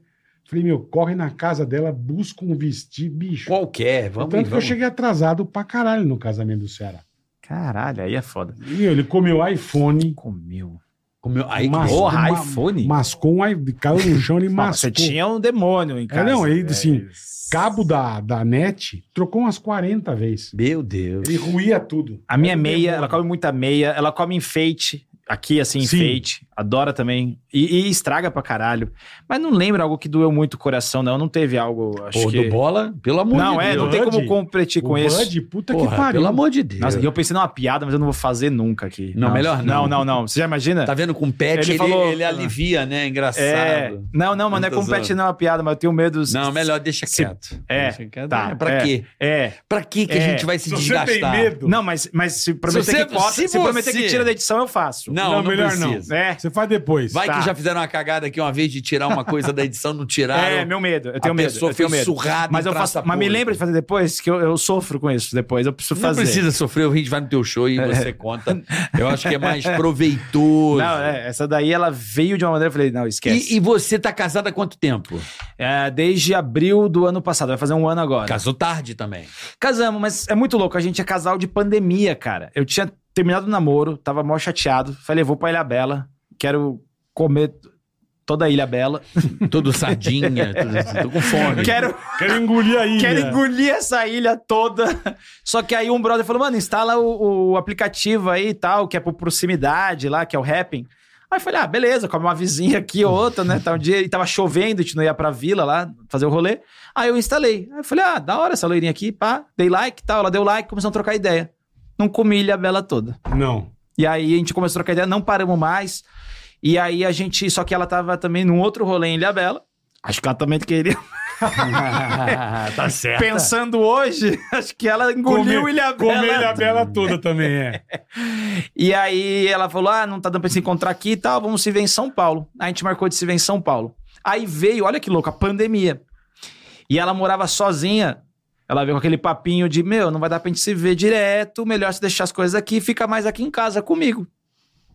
Speaker 1: Falei, meu, corre na casa dela, busca um vestido, bicho.
Speaker 2: Qualquer, é? vamos,
Speaker 1: Tanto que eu
Speaker 2: vamos.
Speaker 1: cheguei atrasado pra caralho no casamento do Ceará.
Speaker 3: Caralho, aí é foda.
Speaker 1: E ele comeu iPhone,
Speaker 3: Comeu.
Speaker 2: Comeu. Aí,
Speaker 1: Mas-
Speaker 2: porra,
Speaker 3: Porra,
Speaker 1: uma-
Speaker 3: iPhone?
Speaker 1: mascou um iPhone, caiu no chão e
Speaker 3: [LAUGHS] Não, Você
Speaker 1: mascou.
Speaker 3: tinha um demônio em casa.
Speaker 1: não, ele,
Speaker 3: É,
Speaker 1: assim,
Speaker 3: isso.
Speaker 1: Cabo da, da net, trocou umas 40 vezes.
Speaker 2: meu Deus.
Speaker 1: Ele ruía tudo.
Speaker 3: A
Speaker 2: É
Speaker 3: minha meia, ela come muita meia, ela come enfeite. Aqui, assim,
Speaker 1: Sim.
Speaker 3: enfeite. Adora também. E, e estraga pra caralho. Mas não lembro algo que doeu muito o coração, não. Não teve algo, acho
Speaker 2: Pô,
Speaker 3: que...
Speaker 2: do bola, pelo amor
Speaker 3: Não,
Speaker 2: de
Speaker 3: é,
Speaker 2: Deus.
Speaker 3: não tem como
Speaker 1: Bud,
Speaker 3: competir com
Speaker 1: o
Speaker 3: isso.
Speaker 1: Bud, puta
Speaker 2: Porra,
Speaker 1: que pariu.
Speaker 2: pelo amor de Deus.
Speaker 3: Nossa, e eu pensei numa piada, mas eu não vou fazer nunca aqui.
Speaker 2: Não, melhor não.
Speaker 3: Não, não, não. Você já imagina?
Speaker 2: Tá vendo com o pet,
Speaker 3: Ele
Speaker 2: ele,
Speaker 3: falou-
Speaker 2: ele alivia, né? Engraçado.
Speaker 3: é. Não, não, mas não é
Speaker 2: Tô zoando.
Speaker 3: compete, não é uma piada, mas eu tenho medo.
Speaker 2: Não, melhor deixa
Speaker 3: Se-
Speaker 2: quieto.
Speaker 3: É,
Speaker 2: Deixa quieto.
Speaker 3: tá,
Speaker 2: É, pra
Speaker 3: é.
Speaker 2: quê?
Speaker 3: É.
Speaker 2: Pra quê que
Speaker 3: É.
Speaker 2: a gente vai se, desgastar?
Speaker 3: Não, mas, mas se prometer,
Speaker 2: você-
Speaker 3: que, corta,
Speaker 2: se
Speaker 3: se prometer
Speaker 2: você-
Speaker 3: que tira da edição, eu faço.
Speaker 2: Não,
Speaker 1: Não,
Speaker 2: não,
Speaker 1: melhor não.
Speaker 2: precisa.
Speaker 3: É.
Speaker 1: Você faz depois.
Speaker 2: Vai
Speaker 3: Tá.
Speaker 2: que já fizeram uma cagada aqui uma vez de tirar uma coisa da edição, não tiraram.
Speaker 3: É, meu medo. Eu tenho
Speaker 2: a
Speaker 3: medo.
Speaker 2: pessoa
Speaker 3: eu tenho
Speaker 2: foi
Speaker 3: medo.
Speaker 2: surrada
Speaker 3: Mas
Speaker 2: em
Speaker 3: eu faço.
Speaker 2: praça
Speaker 3: Mas me
Speaker 2: pública.
Speaker 3: lembra de fazer depois, que eu, eu sofro com isso depois. Eu preciso
Speaker 2: Não
Speaker 3: fazer. É.
Speaker 2: precisa sofrer, a gente vai no teu show e você conta. Eu acho que é mais proveitoso.
Speaker 3: Não, é, essa daí ela veio de uma maneira, eu falei, não, esquece.
Speaker 2: E, e você tá casada há quanto tempo?
Speaker 3: É, desde abril do ano passado, vai fazer um ano agora.
Speaker 2: Casou tarde também.
Speaker 3: Casamos, mas é muito louco. A gente é casal de pandemia, cara. Eu tinha terminado o namoro, tava mó chateado. Falei, vou pra Ilha Bela, quero comer toda a Ilha Bela.
Speaker 2: Todo
Speaker 3: [LAUGHS]
Speaker 2: sardinha, tudo, assim, tô com fome.
Speaker 3: Quero,
Speaker 1: Quero engolir aí.
Speaker 3: quero engolir essa ilha toda. [LAUGHS] Só que aí um brother falou, mano, instala o, o aplicativo aí e tal, que é por proximidade lá, que é o Rapping. Aí eu falei, ah, beleza, come uma vizinha aqui, outra, né? Tá um dia, e tava chovendo, a gente não ia pra vila lá fazer o rolê. Aí eu instalei. Aí eu falei, ah, da hora essa loirinha aqui, pá. Dei like e tal, ela deu like, começamos a trocar ideia. Não comi ilha bela toda.
Speaker 1: Não.
Speaker 3: E aí a gente começou a trocar ideia, não paramos mais. E aí a gente, só que ela tava também num outro rolê em Ilha Bela. Acho que ela também queria.
Speaker 2: tá certo.
Speaker 3: Pensando hoje, [LAUGHS] acho que ela engoliu
Speaker 1: Comer-
Speaker 3: Ilha
Speaker 1: Comer
Speaker 3: Bela.
Speaker 1: a bela toda também é.
Speaker 3: E aí ela falou: ah, não tá dando pra se encontrar aqui e tal, vamos se ver em São Paulo. Aí a gente marcou de se ver em São Paulo. Aí veio, olha que louco, a pandemia. E ela morava sozinha. Ela veio com aquele papinho de: meu, não vai dar pra gente se ver direto, melhor se deixar as coisas aqui, fica mais aqui em casa comigo.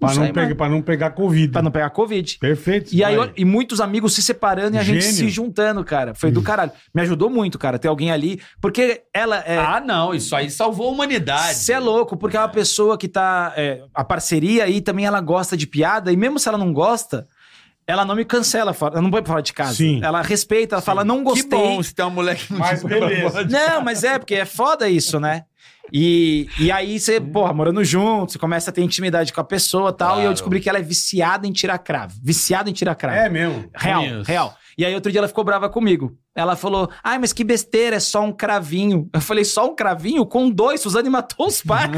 Speaker 1: Pra não,
Speaker 3: sai mais.
Speaker 1: pegar, pra não pegar Covid.
Speaker 3: Pra não pegar Covid.
Speaker 1: Perfeito.
Speaker 3: E aí,
Speaker 1: vai.
Speaker 3: olha, e muitos amigos se separando e a gente
Speaker 1: Gênio. Hum.
Speaker 3: se juntando, cara. Foi do caralho. Me ajudou muito, cara, ter alguém ali. Porque ela é.
Speaker 2: Ah, não, isso aí salvou a humanidade.
Speaker 3: Você é louco, porque é uma pessoa que tá. é, a parceria aí também ela gosta de piada, e mesmo se ela não gosta, ela não me cancela, fora- ela não vai pra fora de casa.
Speaker 1: Sim.
Speaker 3: Ela respeita, ela fala, não
Speaker 2: Que bom
Speaker 3: gostei.
Speaker 2: se tem uma mulher que não
Speaker 1: Mas
Speaker 2: te põe pra
Speaker 1: beleza.
Speaker 2: fora.
Speaker 3: Não, mas é, porque é foda isso, né? E, e aí você, porra, morando junto, você começa a ter intimidade com a pessoa e tal. E eu
Speaker 2: Claro.
Speaker 3: descobri que ela é viciada em tirar cravo. Viciada em tirar cravo.
Speaker 1: É mesmo.
Speaker 3: Real,
Speaker 2: Conheço.
Speaker 3: real. E aí outro dia ela ficou brava comigo. Ela falou: ai, mas que besteira, é só um cravinho. Eu falei, só um cravinho? Com dois, Suzane matou os pais.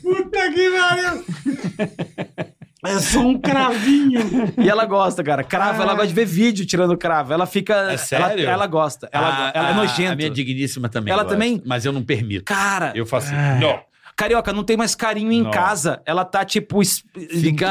Speaker 1: Puta que pariu.
Speaker 3: [LAUGHS]
Speaker 1: É só um cravinho.
Speaker 3: e ela gosta, cara. Cravo,
Speaker 2: Ah.
Speaker 3: ela gosta de ver vídeo tirando cravo. Ela fica.
Speaker 2: É sério?
Speaker 3: Ela, ela gosta. Ela,
Speaker 2: A-
Speaker 3: ela é
Speaker 2: a-
Speaker 3: nojenta.
Speaker 2: Ah, A minha digníssima também.
Speaker 3: Ela
Speaker 2: gosta,
Speaker 3: também?
Speaker 2: Mas eu não permito.
Speaker 3: Cara, é.
Speaker 2: Eu faço. Não.
Speaker 3: carioca, não tem mais carinho em
Speaker 2: Não.
Speaker 3: casa. Ela tá, tipo, es-
Speaker 2: Fica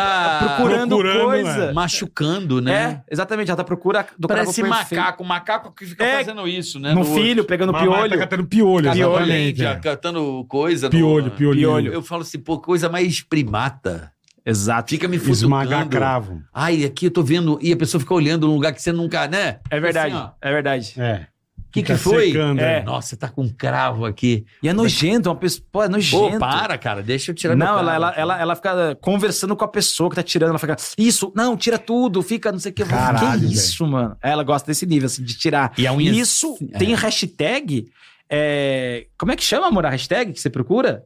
Speaker 3: procurando,
Speaker 1: Procurando,
Speaker 3: coisa.
Speaker 2: machucando, né?
Speaker 3: É, exatamente. Ela tá procura do
Speaker 2: Parece
Speaker 3: cravo perfeito.
Speaker 2: macaco. Macaco que fica
Speaker 3: É,
Speaker 2: fazendo isso, né?
Speaker 3: No filho, pegando
Speaker 1: Mamãe Tá
Speaker 3: piolho. tá
Speaker 1: catando piolho. exatamente,
Speaker 2: Piolho,
Speaker 1: é.
Speaker 2: cantando coisa. no-
Speaker 1: Piolho, piolho.
Speaker 3: Piolho.
Speaker 2: Eu falo assim, pô, coisa mais primata.
Speaker 3: Exato.
Speaker 2: Fica me futucando.
Speaker 1: Esmagar cravo.
Speaker 2: Ai, aqui eu tô vendo. E a pessoa fica olhando num lugar que você nunca, né?
Speaker 3: É verdade,
Speaker 2: Assim, ó.
Speaker 3: é verdade.
Speaker 1: É.
Speaker 2: que, que
Speaker 1: Fica
Speaker 2: foi?
Speaker 1: secando,
Speaker 3: É.
Speaker 1: né?
Speaker 2: Nossa, você tá com um cravo aqui.
Speaker 3: E é nojento, é uma pessoa. Pô, é
Speaker 2: Pô,
Speaker 3: nojento.
Speaker 2: para, cara, deixa eu tirar meu
Speaker 3: Não,
Speaker 2: cravo.
Speaker 3: ela, ela, ela, ela fica conversando com a pessoa que tá tirando. Ela fica, isso, não, tira tudo, fica, não sei o que. Eu falo,
Speaker 1: Caralho,
Speaker 3: que isso, mano? Ela gosta desse nível, assim, de tirar.
Speaker 2: E a unha-
Speaker 3: Isso
Speaker 2: É.
Speaker 3: tem hashtag. é, Como é que chama, amor, a hashtag que você procura?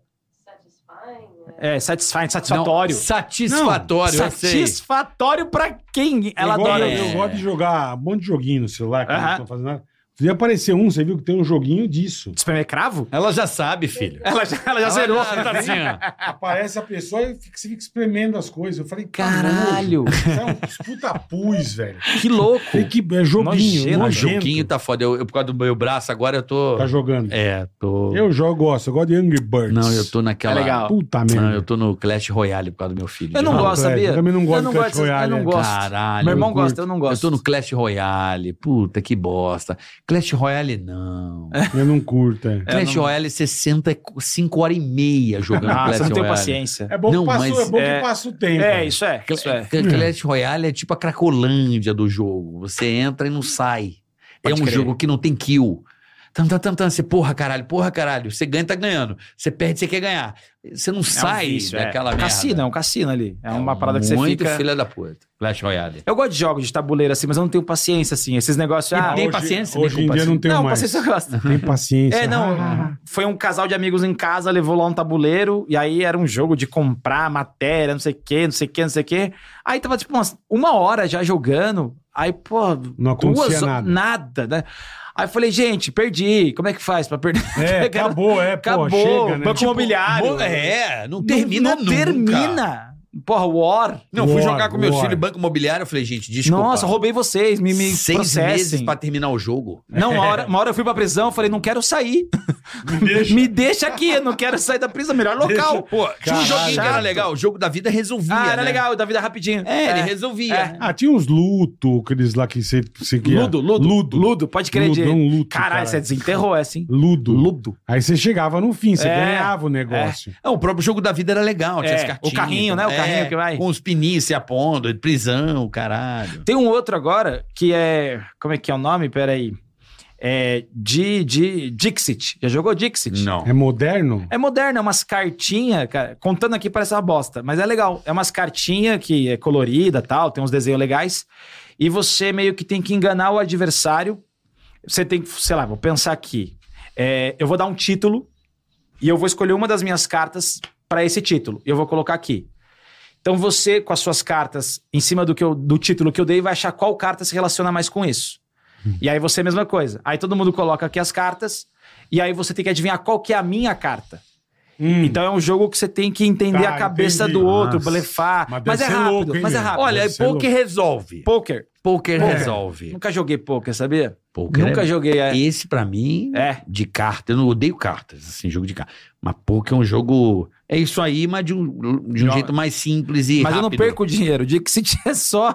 Speaker 3: É, satisfying, satisfatório.
Speaker 2: Não, satisfatório, eu sei.
Speaker 3: satisfatório pra quem? Ela
Speaker 1: eu,
Speaker 3: adora.
Speaker 1: gosto-
Speaker 2: isso.
Speaker 1: Eu gosto de jogar um monte de joguinho no celular, que eu
Speaker 3: Aham.
Speaker 1: não tô fazendo nada. Podia aparecer um, você viu que tem um joguinho disso.
Speaker 3: Supermercado?
Speaker 2: Ela já sabe, filho.
Speaker 3: Ela já, ela já zerou.
Speaker 2: Ela tá assim, ó.
Speaker 1: Aparece a pessoa e fica- você fica espremendo as coisas. Eu falei,
Speaker 3: Caralho.
Speaker 1: "Nojo, Isso é um puta pus, velho.
Speaker 3: Que louco.
Speaker 1: Tem que, é joguinho,
Speaker 3: Nojento.
Speaker 2: Ah,
Speaker 1: nojento.
Speaker 2: Joguinho tá foda. Eu, eu, por causa do meu braço, agora eu tô.
Speaker 1: Tá jogando.
Speaker 2: É, tô.
Speaker 1: Eu jogo, gosto, eu gosto de Angry Birds.
Speaker 2: Não, eu tô naquela.
Speaker 3: É legal.
Speaker 1: Puta merda.
Speaker 2: Não, eu tô no Clash Royale por causa do meu filho.
Speaker 3: Eu não
Speaker 2: Não,
Speaker 3: gosto,
Speaker 1: Clash,
Speaker 3: sabia?
Speaker 1: eu também não gosto
Speaker 3: eu não
Speaker 1: de Clash
Speaker 3: gosto, eu
Speaker 1: Royale,
Speaker 3: não
Speaker 1: é.
Speaker 3: gosto.
Speaker 2: Caralho.
Speaker 3: Meu irmão
Speaker 2: curto.
Speaker 3: gosta, eu não gosto.
Speaker 2: Eu tô no Clash Royale. Puta, que bosta. Clash Royale não.
Speaker 1: Eu não curto. É,
Speaker 2: Clash
Speaker 3: não-
Speaker 2: Royale, você senta 5 horas e meia jogando
Speaker 3: [LAUGHS] Ah,
Speaker 2: Clash
Speaker 3: você não tem
Speaker 2: Royale.
Speaker 3: paciência.
Speaker 1: É bom,
Speaker 2: Não,
Speaker 1: que, passa,
Speaker 2: mas
Speaker 1: é bom
Speaker 3: é-
Speaker 1: que passa o tempo.
Speaker 3: É, isso é,
Speaker 2: Cla-
Speaker 3: isso é.
Speaker 2: Cla- Clash Royale é tipo a Cracolândia do jogo. Você entra e não sai.
Speaker 3: Pode
Speaker 2: é um
Speaker 3: crer.
Speaker 2: jogo que não tem kill. Tam, tam, tam, tam. Você, porra, caralho, porra, caralho. Você ganha, tá ganhando. Você perde, você quer ganhar. Você não sai
Speaker 3: vício, é.
Speaker 2: daquela merda.
Speaker 3: Cassino, é um cassino ali. É, uma parada que você
Speaker 2: muito
Speaker 3: fica...
Speaker 2: filha da puta. Clash Royale.
Speaker 3: Eu gosto de jogos de tabuleiro assim, mas eu não tenho paciência assim. Esses negócios... Ah,
Speaker 2: tem
Speaker 1: hoje-
Speaker 2: paciência,
Speaker 1: Hoje
Speaker 2: nem
Speaker 1: em
Speaker 2: com
Speaker 1: dia eu não tenho
Speaker 3: não,
Speaker 1: mais.
Speaker 3: paciência eu gosto.
Speaker 1: Tem paciência.
Speaker 3: É, não.
Speaker 1: Ah,
Speaker 3: Foi um casal de amigos em casa, levou lá um tabuleiro, e aí era um jogo de comprar matéria, não sei o quê, não sei o quê, não sei o quê. Aí tava, tipo, umas, uma hora já jogando. Aí, pô,
Speaker 1: Não acontecia
Speaker 3: duas ho-
Speaker 1: nada.
Speaker 3: Nada, né? Aí eu falei, gente, perdi. Como é que faz pra perder?
Speaker 1: É,
Speaker 3: [LAUGHS]
Speaker 1: acabou, é,
Speaker 3: Acabou.
Speaker 1: pô, chega, né?
Speaker 3: banco imobiliário.
Speaker 2: Mo- É, não
Speaker 3: Não-
Speaker 2: termina
Speaker 3: não
Speaker 2: nunca.
Speaker 3: termina. Porra, War.
Speaker 2: Não, fui
Speaker 1: War,
Speaker 2: jogar com meus
Speaker 1: war.
Speaker 2: filhos Banco Imobiliário. Eu falei, gente, desculpa.
Speaker 3: Nossa, roubei vocês, me, me
Speaker 2: Seis
Speaker 3: processem.
Speaker 2: meses pra terminar o jogo.
Speaker 3: Não, uma hora, uma hora eu fui pra prisão, eu falei, não quero sair.
Speaker 1: Me deixa.
Speaker 3: Me deixa aqui, eu não quero sair da prisão, melhor local.
Speaker 2: Pô, tinha um
Speaker 1: Caralho.
Speaker 2: joguinho que era legal. O jogo da vida resolvia,
Speaker 3: Ah, era
Speaker 2: né?
Speaker 3: legal, da vida rapidinho.
Speaker 2: É, ele
Speaker 3: resolveu.
Speaker 2: resolvia.
Speaker 3: É.
Speaker 1: Ah, tinha uns luto, aqueles lá que você seguia.
Speaker 3: Ludo, Ludo.
Speaker 1: Ludo.
Speaker 3: Ludo, pode crer.
Speaker 1: Ludo,
Speaker 3: de-
Speaker 1: é um luto,
Speaker 3: Caralho,
Speaker 1: caralho.
Speaker 3: você desenterrou essa, hein?
Speaker 1: Ludo.
Speaker 3: Ludo.
Speaker 1: Aí você chegava no fim, você
Speaker 3: É,
Speaker 1: ganhava o negócio.
Speaker 2: É, o próprio jogo da vida era legal. Tinha
Speaker 3: É,
Speaker 2: as cartinhas. É,
Speaker 3: o carrinho, né? O carrinho que vai.
Speaker 2: Com os pinis se apondo, prisão, caralho.
Speaker 3: Tem um outro agora que é. Como é que é o nome? Peraí. É. Di, Di, Dixit. Já jogou Dixit?
Speaker 2: Não.
Speaker 1: É, moderno?
Speaker 3: É moderno, é umas cartinhas, cara. Contando aqui parece uma bosta, mas é legal. É umas cartinhas que é colorida tal, tem uns desenhos legais. E você meio que tem que enganar o adversário. Você tem que, sei lá, vou pensar aqui. É, eu vou dar um título e eu vou escolher uma das minhas cartas para esse título. E eu vou colocar aqui. Então você, com as suas cartas em cima do, que eu- do título que eu dei, vai achar qual carta se relaciona mais com isso. E aí você, é mesma coisa. Aí todo mundo coloca aqui as cartas. E aí você tem que adivinhar qual que é a minha carta.
Speaker 1: Hum.
Speaker 3: Então é um jogo que você tem que entender
Speaker 1: Tá,
Speaker 3: a cabeça
Speaker 1: entendi.
Speaker 3: do outro,
Speaker 1: Nossa.
Speaker 3: blefar.
Speaker 1: Mas
Speaker 3: Mas,
Speaker 1: deve
Speaker 3: é
Speaker 1: ser
Speaker 3: rápido,
Speaker 1: louco, hein,
Speaker 3: mas é
Speaker 1: velho?
Speaker 3: rápico.
Speaker 2: Olha,
Speaker 1: Deve
Speaker 2: é
Speaker 1: ser
Speaker 2: poker resolve.
Speaker 3: Poker.
Speaker 2: Poker
Speaker 1: É.
Speaker 2: resolve.
Speaker 3: Nunca joguei poker, sabia?
Speaker 2: Poker
Speaker 3: Nunca
Speaker 2: é-
Speaker 3: joguei. É.
Speaker 2: Esse, pra mim,
Speaker 3: É.
Speaker 2: de carta. Eu não odeio cartas, assim, jogo de carta. Mas poker é um jogo. É isso aí, mas de um, de um
Speaker 3: Não.
Speaker 2: jeito mais simples e.
Speaker 3: Mas eu não
Speaker 2: rápido.
Speaker 3: perco dinheiro. Digo que se tiver só.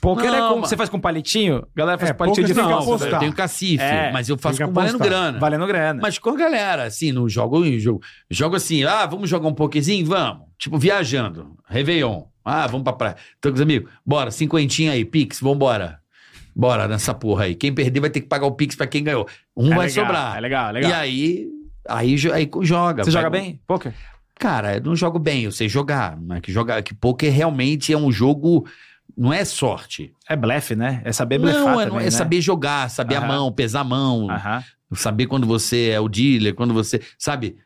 Speaker 3: Poker
Speaker 2: Não,
Speaker 3: é como.
Speaker 2: mano.
Speaker 3: Você faz com palitinho? Galera faz
Speaker 1: É,
Speaker 3: com palitinho de
Speaker 1: poker tem que
Speaker 3: calça.
Speaker 1: apostar.
Speaker 2: Eu tenho cacife,
Speaker 3: É,
Speaker 2: mas eu faço
Speaker 1: tem
Speaker 2: com
Speaker 1: que
Speaker 2: valendo
Speaker 1: apostar.
Speaker 2: grana.
Speaker 3: Valendo grana.
Speaker 2: Mas com a galera, assim, não jogo em jogo. Jogo assim, ah, vamos jogar um pokezinho? Vamos. Tipo, viajando. Réveillon. Ah, vamos pra praia. Tô com os amigos. Bora, cinquentinha aí, Pix, vambora. Bora nessa porra aí. Quem perder vai ter que pagar o Pix pra quem ganhou. Um
Speaker 3: É
Speaker 2: vai
Speaker 3: legal,
Speaker 2: sobrar.
Speaker 3: É legal, é legal.
Speaker 2: E aí, aí, jo- aí joga.
Speaker 3: você joga
Speaker 2: Pega- um
Speaker 3: bem? Poker?
Speaker 2: Cara, eu não jogo bem, eu sei jogar. Mas que jogar, que poker realmente é um jogo. Não é sorte.
Speaker 3: É blefe, né? É saber blefar.
Speaker 2: não, é,
Speaker 3: também,
Speaker 2: não- é
Speaker 3: né?
Speaker 2: saber jogar, saber a
Speaker 3: Aham.
Speaker 2: mão, pesar a mão
Speaker 1: Ah.
Speaker 3: Aham.
Speaker 2: saber quando você é o dealer, quando você, sabe?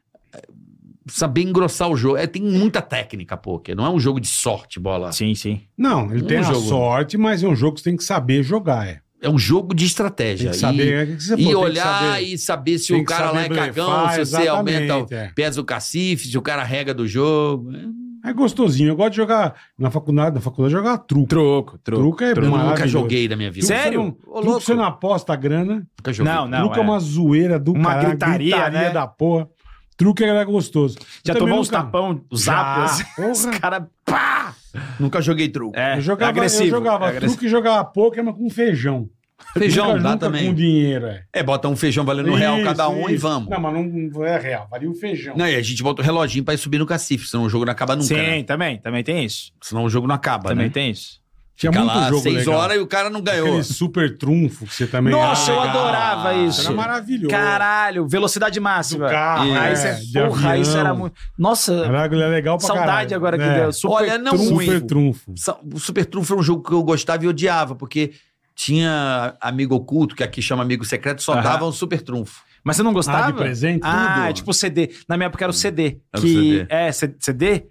Speaker 2: Saber engrossar o jogo. É, tem muita técnica, poker. Não é um jogo de sorte, bola.
Speaker 3: Sim, sim.
Speaker 1: Não, ele
Speaker 2: Um
Speaker 1: tem a
Speaker 2: jogo.
Speaker 1: sorte, mas é um jogo que você tem que saber jogar, é.
Speaker 2: É um jogo de
Speaker 1: Tem
Speaker 2: estratégia.
Speaker 1: que saber. o que você
Speaker 2: e,
Speaker 1: pode, tem
Speaker 2: e
Speaker 1: que
Speaker 2: olhar
Speaker 1: saber-
Speaker 2: e saber se
Speaker 1: tem
Speaker 2: o
Speaker 1: que
Speaker 2: cara lá é
Speaker 1: saber
Speaker 2: cagão,
Speaker 1: blefar,
Speaker 2: se você
Speaker 1: exatamente,
Speaker 2: aumenta,
Speaker 1: é.
Speaker 2: pesa o cacife, se o cara rega do jogo. Eu
Speaker 1: É gostosinho. Eu gosto de jogar na faculdade, na faculdade eu jogava truco.
Speaker 3: Troco, troco.
Speaker 1: Truco é
Speaker 2: nunca
Speaker 1: maravilhoso.
Speaker 2: joguei na minha vida.
Speaker 1: Truco
Speaker 3: Sério?
Speaker 1: Você não,
Speaker 2: Ô,
Speaker 1: truco
Speaker 2: louco.
Speaker 1: você não aposta a grana.
Speaker 2: Nunca joguei.
Speaker 3: Não,
Speaker 1: truco é
Speaker 3: é.
Speaker 1: uma zoeira do
Speaker 3: Uma
Speaker 1: caralho.
Speaker 3: gritaria, né?
Speaker 1: da porra. Truco é gostoso.
Speaker 3: Já
Speaker 1: Eu também
Speaker 3: tomou uns
Speaker 1: nunca-
Speaker 3: tapão, os
Speaker 1: Já,
Speaker 3: zapas.
Speaker 2: assim?
Speaker 3: Os
Speaker 1: porra.
Speaker 3: caras. Pá!
Speaker 2: Nunca joguei truco.
Speaker 3: É,
Speaker 1: eu jogava,
Speaker 3: é agressivo.
Speaker 1: eu jogava
Speaker 3: é agressivo.
Speaker 1: truque e jogava poker, mas com feijão.
Speaker 2: Feijão
Speaker 1: nunca,
Speaker 2: dá
Speaker 1: nunca
Speaker 2: também.
Speaker 1: com dinheiro, é.
Speaker 2: É, bota um feijão valendo um real
Speaker 1: Isso,
Speaker 2: cada um e
Speaker 1: isso.
Speaker 2: vamos.
Speaker 1: Não, mas não é real, valia o feijão.
Speaker 2: Não, e a gente bota o reloginho pra ir subir no cacife, senão o jogo não acaba nunca.
Speaker 3: Sim,
Speaker 2: né?
Speaker 3: também, também tem isso.
Speaker 2: Senão o jogo não acaba,
Speaker 3: também
Speaker 2: né?
Speaker 3: tem isso.
Speaker 1: Tinha
Speaker 2: Fica
Speaker 1: muito
Speaker 2: lá
Speaker 1: jogo
Speaker 2: seis
Speaker 1: legal.
Speaker 2: horas e o cara não ganhou.
Speaker 1: Aquele super trunfo que você também...
Speaker 3: Nossa, eu
Speaker 1: legal.
Speaker 3: adorava isso.
Speaker 1: Era maravilhoso.
Speaker 3: Caralho, velocidade
Speaker 1: Do
Speaker 3: máxima.
Speaker 1: carro,
Speaker 3: Aí
Speaker 1: é,
Speaker 3: você,
Speaker 1: de
Speaker 3: porra,
Speaker 1: avião.
Speaker 3: isso era muito. Nossa,
Speaker 1: Caralho, ele é legal pra
Speaker 3: saudade
Speaker 1: caralho.
Speaker 3: agora que
Speaker 1: É.
Speaker 3: deu. Super
Speaker 2: Olha, não
Speaker 1: Trunfo,
Speaker 2: ruim.
Speaker 1: Super trunfo.
Speaker 2: Sa- O Super Trunfo era um jogo que eu gostava e odiava, porque tinha amigo oculto, que aqui chama amigo secreto, só
Speaker 3: Aham.
Speaker 2: dava um Super Trunfo.
Speaker 3: Mas você não gostava?
Speaker 1: Ah, de presente?
Speaker 3: Ah,
Speaker 1: Tudo. Hum.
Speaker 3: é tipo CD. Na minha época era o CD.
Speaker 2: Era o
Speaker 3: que
Speaker 2: CD.
Speaker 3: É, C- CD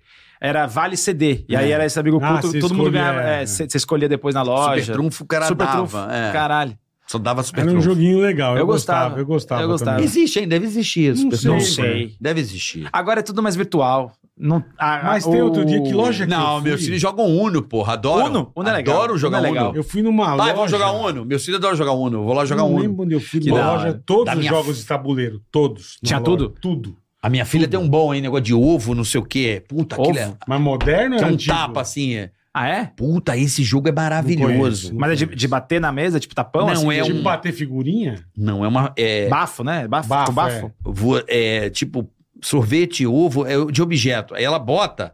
Speaker 3: era Vale CD. E aí
Speaker 2: É.
Speaker 3: era esse amigo
Speaker 1: Ah,
Speaker 3: culto, todo
Speaker 1: você
Speaker 3: mundo
Speaker 1: escolhia,
Speaker 3: ganhava.
Speaker 1: é.
Speaker 3: é, Você você escolhia depois na
Speaker 2: Super
Speaker 3: loja.
Speaker 2: Trunfo o cara
Speaker 3: Super
Speaker 2: dava.
Speaker 3: trunfo.
Speaker 2: é.
Speaker 3: Caralho.
Speaker 2: só dava Super
Speaker 1: Era um
Speaker 2: Trunfo.
Speaker 1: joguinho legal. Eu,
Speaker 3: Eu
Speaker 1: gostava,
Speaker 3: gostava.
Speaker 1: Eu gostava.
Speaker 3: Eu gostava.
Speaker 1: também.
Speaker 2: Existe, ainda deve existir.
Speaker 1: Não
Speaker 2: Super
Speaker 1: sei,
Speaker 2: Trunfo.
Speaker 3: não sei.
Speaker 2: Deve existir.
Speaker 3: Agora é tudo mais virtual. Não, a-
Speaker 1: Mas
Speaker 3: a-
Speaker 1: tem outro
Speaker 3: o-
Speaker 1: dia que loja que eu
Speaker 2: Não,
Speaker 1: fui,
Speaker 2: meus filhos jogam Uno, porra. Adoro.
Speaker 3: Uno? Uno é legal.
Speaker 2: Adoro jogar
Speaker 3: Uno é
Speaker 2: Uno.
Speaker 3: legal.
Speaker 1: Eu fui numa loja...
Speaker 2: Pai, vamos jogar Uno. Meus filhos adoram jogar Uno. Eu vou lá jogar
Speaker 1: não
Speaker 2: Uno.
Speaker 1: lembro onde eu fui
Speaker 2: Que
Speaker 1: numa
Speaker 2: da
Speaker 1: loja,
Speaker 2: hora.
Speaker 1: todos
Speaker 2: Da
Speaker 1: os
Speaker 2: minha
Speaker 1: jogos de tabuleiro, todos. na
Speaker 3: Tinha
Speaker 1: loja,
Speaker 3: tudo?
Speaker 1: Tudo.
Speaker 2: A minha filha tem um bom, hein? Negócio de ovo, não sei o quê. Puta,
Speaker 3: Ovo?
Speaker 2: aquilo é...
Speaker 1: Mas moderno
Speaker 2: Que
Speaker 1: era
Speaker 2: é um
Speaker 1: antigo.
Speaker 2: tapa, assim. É.
Speaker 3: Ah, é?
Speaker 2: Puta, esse jogo é maravilhoso.
Speaker 1: Não
Speaker 3: Mas é de, de bater na mesa, tipo tapão?
Speaker 2: Não,
Speaker 3: assim,
Speaker 2: é
Speaker 1: Tipo
Speaker 3: de
Speaker 2: um-
Speaker 1: bater figurinha?
Speaker 2: Não, é uma... É,
Speaker 3: Bafo, né? Bafo.
Speaker 1: Bafo,
Speaker 3: Bafo. bafo.
Speaker 2: vo- é, tipo, sorvete, ovo, é de objeto. Aí ela bota,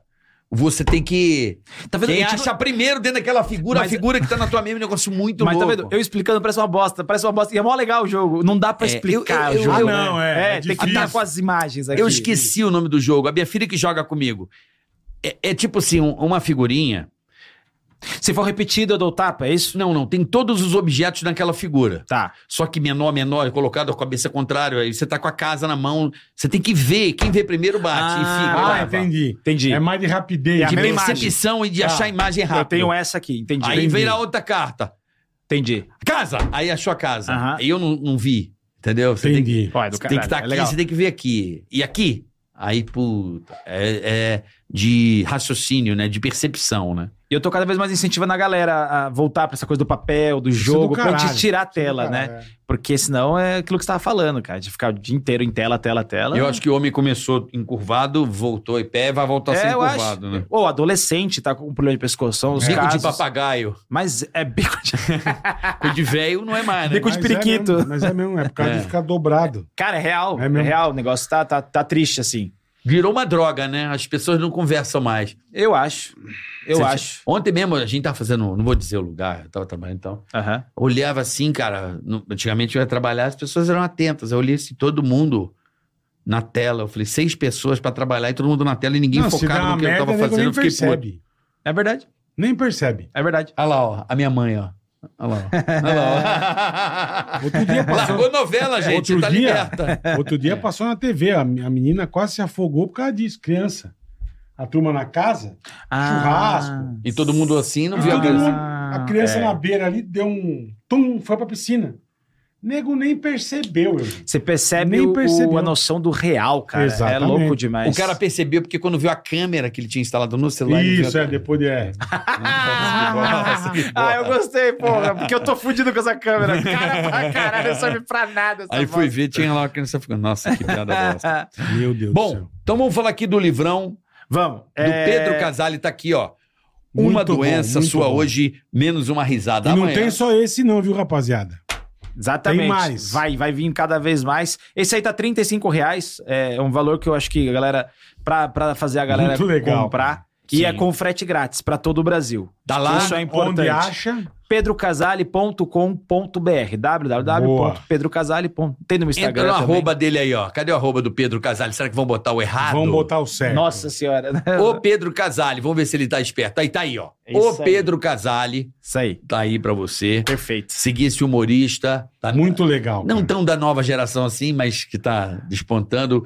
Speaker 2: você tem que.
Speaker 3: Tá vendo?
Speaker 2: Quem
Speaker 3: Eu tive-
Speaker 2: acha primeiro dentro daquela figura,
Speaker 3: Mas-
Speaker 2: a figura que tá na tua mesa, é um negócio muito
Speaker 3: Mas tá
Speaker 2: louco.
Speaker 3: vendo? Eu explicando parece uma bosta, parece uma bosta. E é mó legal o jogo. Não dá pra
Speaker 2: É,
Speaker 3: explicar
Speaker 2: eu- eu-
Speaker 3: o jogo.
Speaker 2: eu-
Speaker 3: né?
Speaker 1: Ah, não, é, é
Speaker 3: tem que
Speaker 1: difícil.
Speaker 3: estar com as imagens aqui.
Speaker 2: Eu esqueci o nome do jogo. A minha filha que joga comigo. É, é tipo assim, um- uma figurinha.
Speaker 3: Se for repetido, eu dou tapa, é isso?
Speaker 2: Não, não, tem todos os objetos naquela figura.
Speaker 3: Tá.
Speaker 2: Só que menor, menor, colocado com a cabeça contrária. Aí você tá com a casa na mão. Você tem que ver. Quem vê primeiro bate.
Speaker 3: Ah,
Speaker 2: e fica.
Speaker 1: Ah,
Speaker 3: Agora,
Speaker 1: entendi.
Speaker 3: Entendi.
Speaker 1: É mais de rapidez.
Speaker 3: É a
Speaker 2: de
Speaker 1: né?
Speaker 3: mesma imagem. Tá.
Speaker 2: percepção e de
Speaker 1: Ah,
Speaker 2: achar a imagem rápida.
Speaker 3: eu tenho essa aqui, entendi.
Speaker 2: Aí vem a outra carta.
Speaker 3: Entendi.
Speaker 2: Casa! Aí achou a casa.
Speaker 3: Aham.
Speaker 2: Eu não, não vi. Entendeu? Você tem,
Speaker 1: Entendi.
Speaker 3: Ó, é
Speaker 2: que- você
Speaker 3: do caralho,
Speaker 2: tem que estar
Speaker 3: é
Speaker 2: aqui,
Speaker 3: legal.
Speaker 2: você tem que ver aqui. E aqui? Aí, puta. É, é de raciocínio, né? De percepção, né?
Speaker 3: E eu tô cada vez mais incentivando a galera a voltar pra essa coisa do papel, do
Speaker 1: Isso é do
Speaker 3: jogo, pra
Speaker 1: caralho,
Speaker 3: gente tirar a
Speaker 1: isso é do
Speaker 3: tela, né?
Speaker 1: caralho, é.
Speaker 3: Porque senão é aquilo que você tava falando, cara, de ficar o dia inteiro em tela, tela, tela.
Speaker 2: Eu acho que o homem começou encurvado, voltou em pé, vai voltar sem
Speaker 3: é, eu
Speaker 2: encurvado,
Speaker 3: acho.
Speaker 2: né?
Speaker 3: Ou adolescente tá com um problema de pescoção, os
Speaker 2: Bico
Speaker 3: casos.
Speaker 2: de papagaio.
Speaker 3: Mas é bico de. [LAUGHS]
Speaker 2: Bico de velho não é mais, né?
Speaker 3: Bico de
Speaker 1: Mas é
Speaker 3: periquito.
Speaker 1: mesmo, mas é mesmo, é por causa
Speaker 2: É.
Speaker 1: de ficar dobrado.
Speaker 3: Cara, é real.
Speaker 1: É
Speaker 3: É,
Speaker 1: mesmo.
Speaker 3: real. O negócio tá, tá, tá triste, assim.
Speaker 2: Virou uma droga, né? As pessoas não conversam mais.
Speaker 3: Eu acho. Eu
Speaker 2: Você-
Speaker 3: acho.
Speaker 2: Ontem mesmo a gente tava fazendo, não vou dizer o lugar, eu tava trabalhando então.
Speaker 3: Aham.
Speaker 2: olhava assim, cara. no- antigamente eu ia trabalhar, as pessoas eram atentas. Eu olhei assim, todo mundo na tela. Eu falei, seis pessoas pra trabalhar e todo mundo na tela e ninguém
Speaker 1: Não, se dá
Speaker 2: focado
Speaker 1: uma
Speaker 2: no que eu
Speaker 1: merda,
Speaker 2: tava
Speaker 1: nego
Speaker 2: fazendo.
Speaker 1: nem
Speaker 2: Eu fiquei puto.
Speaker 1: percebe.
Speaker 3: É verdade.
Speaker 1: Nem percebe.
Speaker 3: É verdade.
Speaker 2: Olha lá, ó, a minha mãe, ó. Olha lá, ó. Olha lá, ó.
Speaker 1: Outro
Speaker 2: [LAUGHS]
Speaker 1: dia passou,
Speaker 2: Largou novela, gente.
Speaker 1: Outro
Speaker 2: tá
Speaker 1: dia?
Speaker 2: liberta.
Speaker 1: outro dia passou na TV, a, a menina quase se afogou por causa disso, criança. A turma na casa, Churrasco.
Speaker 2: E todo mundo assim, não
Speaker 1: E
Speaker 2: viu a
Speaker 1: todo
Speaker 2: criança. Ah,
Speaker 1: mundo- a criança
Speaker 3: é.
Speaker 1: na beira ali deu um... Tum, foi pra piscina. Nego nem percebeu, eu.
Speaker 3: Você percebe
Speaker 1: Nem
Speaker 3: o-
Speaker 1: percebeu.
Speaker 3: a noção do real, cara.
Speaker 1: Exatamente.
Speaker 3: É louco demais.
Speaker 2: O cara percebeu porque quando viu a câmera que ele tinha instalado no celular. ele
Speaker 1: Isso,
Speaker 2: viu a-
Speaker 1: é, depois de... É.
Speaker 3: Ah, [LAUGHS] ah, eu gostei, porra. Porque eu tô fudido com essa câmera. Cara pra caralho, não serve pra nada. Essa
Speaker 2: Aí fui
Speaker 3: voz.
Speaker 2: ver, tinha lá a criança ficando. Nossa, que piada bosta.
Speaker 1: Meu Deus do
Speaker 2: Bom,
Speaker 1: céu.
Speaker 2: então vamos falar aqui do livrão.
Speaker 3: [LAUGHS] Vamos.
Speaker 2: do Pedro Casale tá aqui, ó.
Speaker 1: Muito
Speaker 2: Uma
Speaker 1: bom,
Speaker 2: doença
Speaker 1: muito
Speaker 2: sua
Speaker 1: bom.
Speaker 2: hoje, menos uma risada.
Speaker 1: E não
Speaker 2: tá Amanhã.
Speaker 1: tem só esse não, viu, rapaziada?
Speaker 3: Exatamente.
Speaker 1: Tem mais.
Speaker 3: Vai, vai vir cada vez mais. Esse aí tá R$ 35 reais. É um valor que eu acho que a galera. Pra, pra fazer a galera
Speaker 1: Muito legal.
Speaker 3: comprar. E
Speaker 2: Sim.
Speaker 3: é com frete grátis pra todo o Brasil.
Speaker 2: Dá lá.
Speaker 3: Isso é importante.
Speaker 1: Onde acha,
Speaker 3: pedrocasale.com.br www.pedrocasale. Tem no meu Instagram
Speaker 2: Entra no
Speaker 3: também.
Speaker 2: arroba dele aí, ó. Cadê o arroba do Pedro Casale? Será que vão botar o errado?
Speaker 1: vão botar o certo.
Speaker 3: Nossa senhora. né?
Speaker 2: O Pedro Casale, vamos ver se ele tá esperto. Aí tá aí, ó.
Speaker 3: É isso
Speaker 2: o
Speaker 3: aí.
Speaker 2: Pedro Casale
Speaker 3: [LAUGHS] Isso aí.
Speaker 2: tá aí pra você.
Speaker 3: Perfeito.
Speaker 2: Seguir esse humorista. Tá
Speaker 1: Muito legal.
Speaker 2: Não
Speaker 1: cara.
Speaker 2: tão da nova geração assim, mas que tá despontando.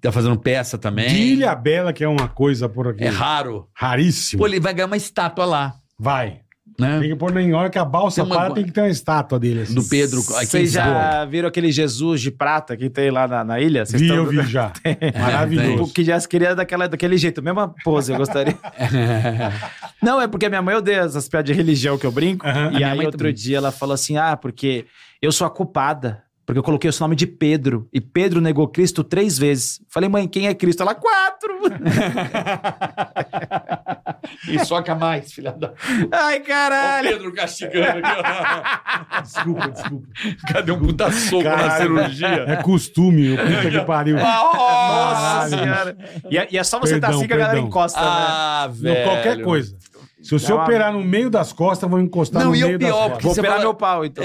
Speaker 2: Tá fazendo peça também.
Speaker 1: De Ilha Bela, que é uma coisa por aqui.
Speaker 2: É raro.
Speaker 1: Raríssimo.
Speaker 2: Pô, ele vai ganhar uma estátua lá,
Speaker 1: Vai.
Speaker 2: né?
Speaker 1: Tem que pôr na hora que a balsa
Speaker 2: Tem uma-
Speaker 1: para, tem que ter uma estátua dele. Assim.
Speaker 2: Do Pedro aqui em
Speaker 3: Vocês já viram aquele Jesus de prata que tem lá na, na ilha? Vocês
Speaker 1: Vi,
Speaker 3: tão-
Speaker 1: eu
Speaker 3: [LAUGHS]
Speaker 1: vi
Speaker 2: [LAUGHS]
Speaker 1: já.
Speaker 2: É, né,
Speaker 1: Maravilhoso.
Speaker 3: Que já se queria daquela, daquele jeito, mesma pose, eu gostaria. Não, é porque minha mãe odeia essas piadas de religião que eu brinco.
Speaker 1: Aham.
Speaker 3: E
Speaker 2: minha
Speaker 3: aí,
Speaker 2: mãe
Speaker 3: outro
Speaker 2: também.
Speaker 3: dia, ela falou assim: ah, porque eu sou a culpada. Porque eu coloquei o seu nome de Pedro. E Pedro negou Cristo três vezes. Falei, mãe, quem é Cristo? Ela, quatro!
Speaker 2: [LAUGHS] E soca mais, filha da.
Speaker 3: Ai,
Speaker 4: Olha
Speaker 3: caralho!
Speaker 4: o Pedro castigando aqui,
Speaker 1: Desculpa, desculpa.
Speaker 4: ó. Cadê um puta soco na
Speaker 1: Caralho.
Speaker 4: cirurgia?
Speaker 1: É costume, o puta que pariu.
Speaker 3: Nossa
Speaker 2: Ah,
Speaker 1: Caralho.
Speaker 3: senhora! E é, e é só você estar
Speaker 1: Perdão,
Speaker 3: assim que a galera
Speaker 1: perdão.
Speaker 3: encosta, né?
Speaker 2: Ah,
Speaker 1: Não,
Speaker 2: velho.
Speaker 1: qualquer coisa. Se você
Speaker 3: Dá uma-
Speaker 1: operar no meio das costas, vão encostar
Speaker 2: Não,
Speaker 1: no
Speaker 2: e o
Speaker 1: meio das
Speaker 2: pior,
Speaker 1: costas.
Speaker 3: Vou
Speaker 2: Você
Speaker 3: operar
Speaker 2: fala- É.
Speaker 3: meu pau, então.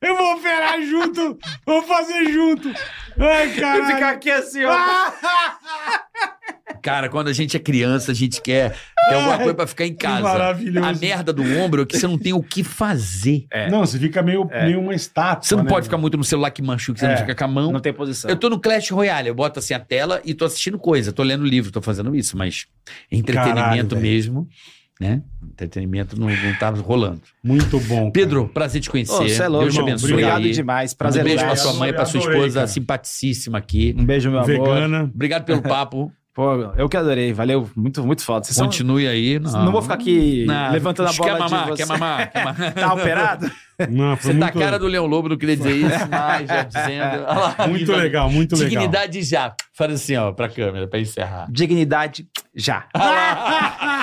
Speaker 1: Eu vou operar junto, vou fazer junto. Ai,
Speaker 3: [LAUGHS] Vou ficar
Speaker 1: caralho.
Speaker 3: aqui assim, ó.
Speaker 2: Ah! Cara, quando a gente é criança, a gente quer, quer alguma coisa pra ficar em casa.
Speaker 1: maravilhoso.
Speaker 2: A merda do ombro é que você não tem o que fazer.
Speaker 3: É.
Speaker 1: Não, você fica meio, meio uma estátua.
Speaker 2: Você não
Speaker 1: né,
Speaker 2: pode
Speaker 1: meu?
Speaker 2: ficar muito no celular que machuca, você
Speaker 1: É.
Speaker 2: não fica com a mão.
Speaker 3: Não tem posição.
Speaker 2: Eu tô no Clash Royale, eu boto assim a tela e tô assistindo coisa, tô lendo livro, tô fazendo isso, mas entretenimento
Speaker 1: Caralho, velho.
Speaker 2: mesmo, né? Entretenimento não, não tá rolando.
Speaker 1: Muito bom. cara.
Speaker 2: Pedro, prazer te conhecer.
Speaker 3: Ô, cê é louco,
Speaker 2: Deus te
Speaker 1: irmão.
Speaker 2: abençoe.
Speaker 3: Obrigado
Speaker 2: aí.
Speaker 3: demais.
Speaker 2: Prazer
Speaker 3: Prazer é
Speaker 2: um beijo pra
Speaker 1: demais.
Speaker 2: sua mãe, pra sua
Speaker 1: Adorei,
Speaker 2: esposa,
Speaker 1: cara.
Speaker 2: simpaticíssima aqui.
Speaker 3: Um beijo, meu amor.
Speaker 1: Vegana.
Speaker 2: Obrigado pelo papo.
Speaker 3: Pô, eu que adorei. Valeu. Muito, muito foda. Vocês são-
Speaker 2: Continue aí.
Speaker 3: Não vou ficar aqui
Speaker 2: Ah. Não,
Speaker 3: levantando a bola
Speaker 2: Quer
Speaker 3: de
Speaker 2: mamar,
Speaker 3: você.
Speaker 2: quer mamar, quer mamar.
Speaker 3: [LAUGHS] Tá
Speaker 2: [LAUGHS]
Speaker 3: operado?
Speaker 1: Não, foi
Speaker 2: Você tá a
Speaker 1: muito,
Speaker 2: cara do Leão Lobo, não queria dizer isso, mas já dizendo. Olha lá,
Speaker 1: muito
Speaker 2: risada.
Speaker 1: legal, muito legal.
Speaker 2: Dignidade já. Faz assim, ó, pra câmera, pra
Speaker 3: [LAUGHS]
Speaker 2: encerrar.
Speaker 3: Dignidade, já.
Speaker 2: Ah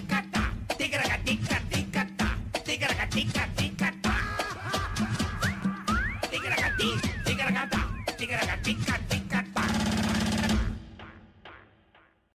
Speaker 5: Tigra-tica, tigra-tica, tigra-tica, tigra-tica.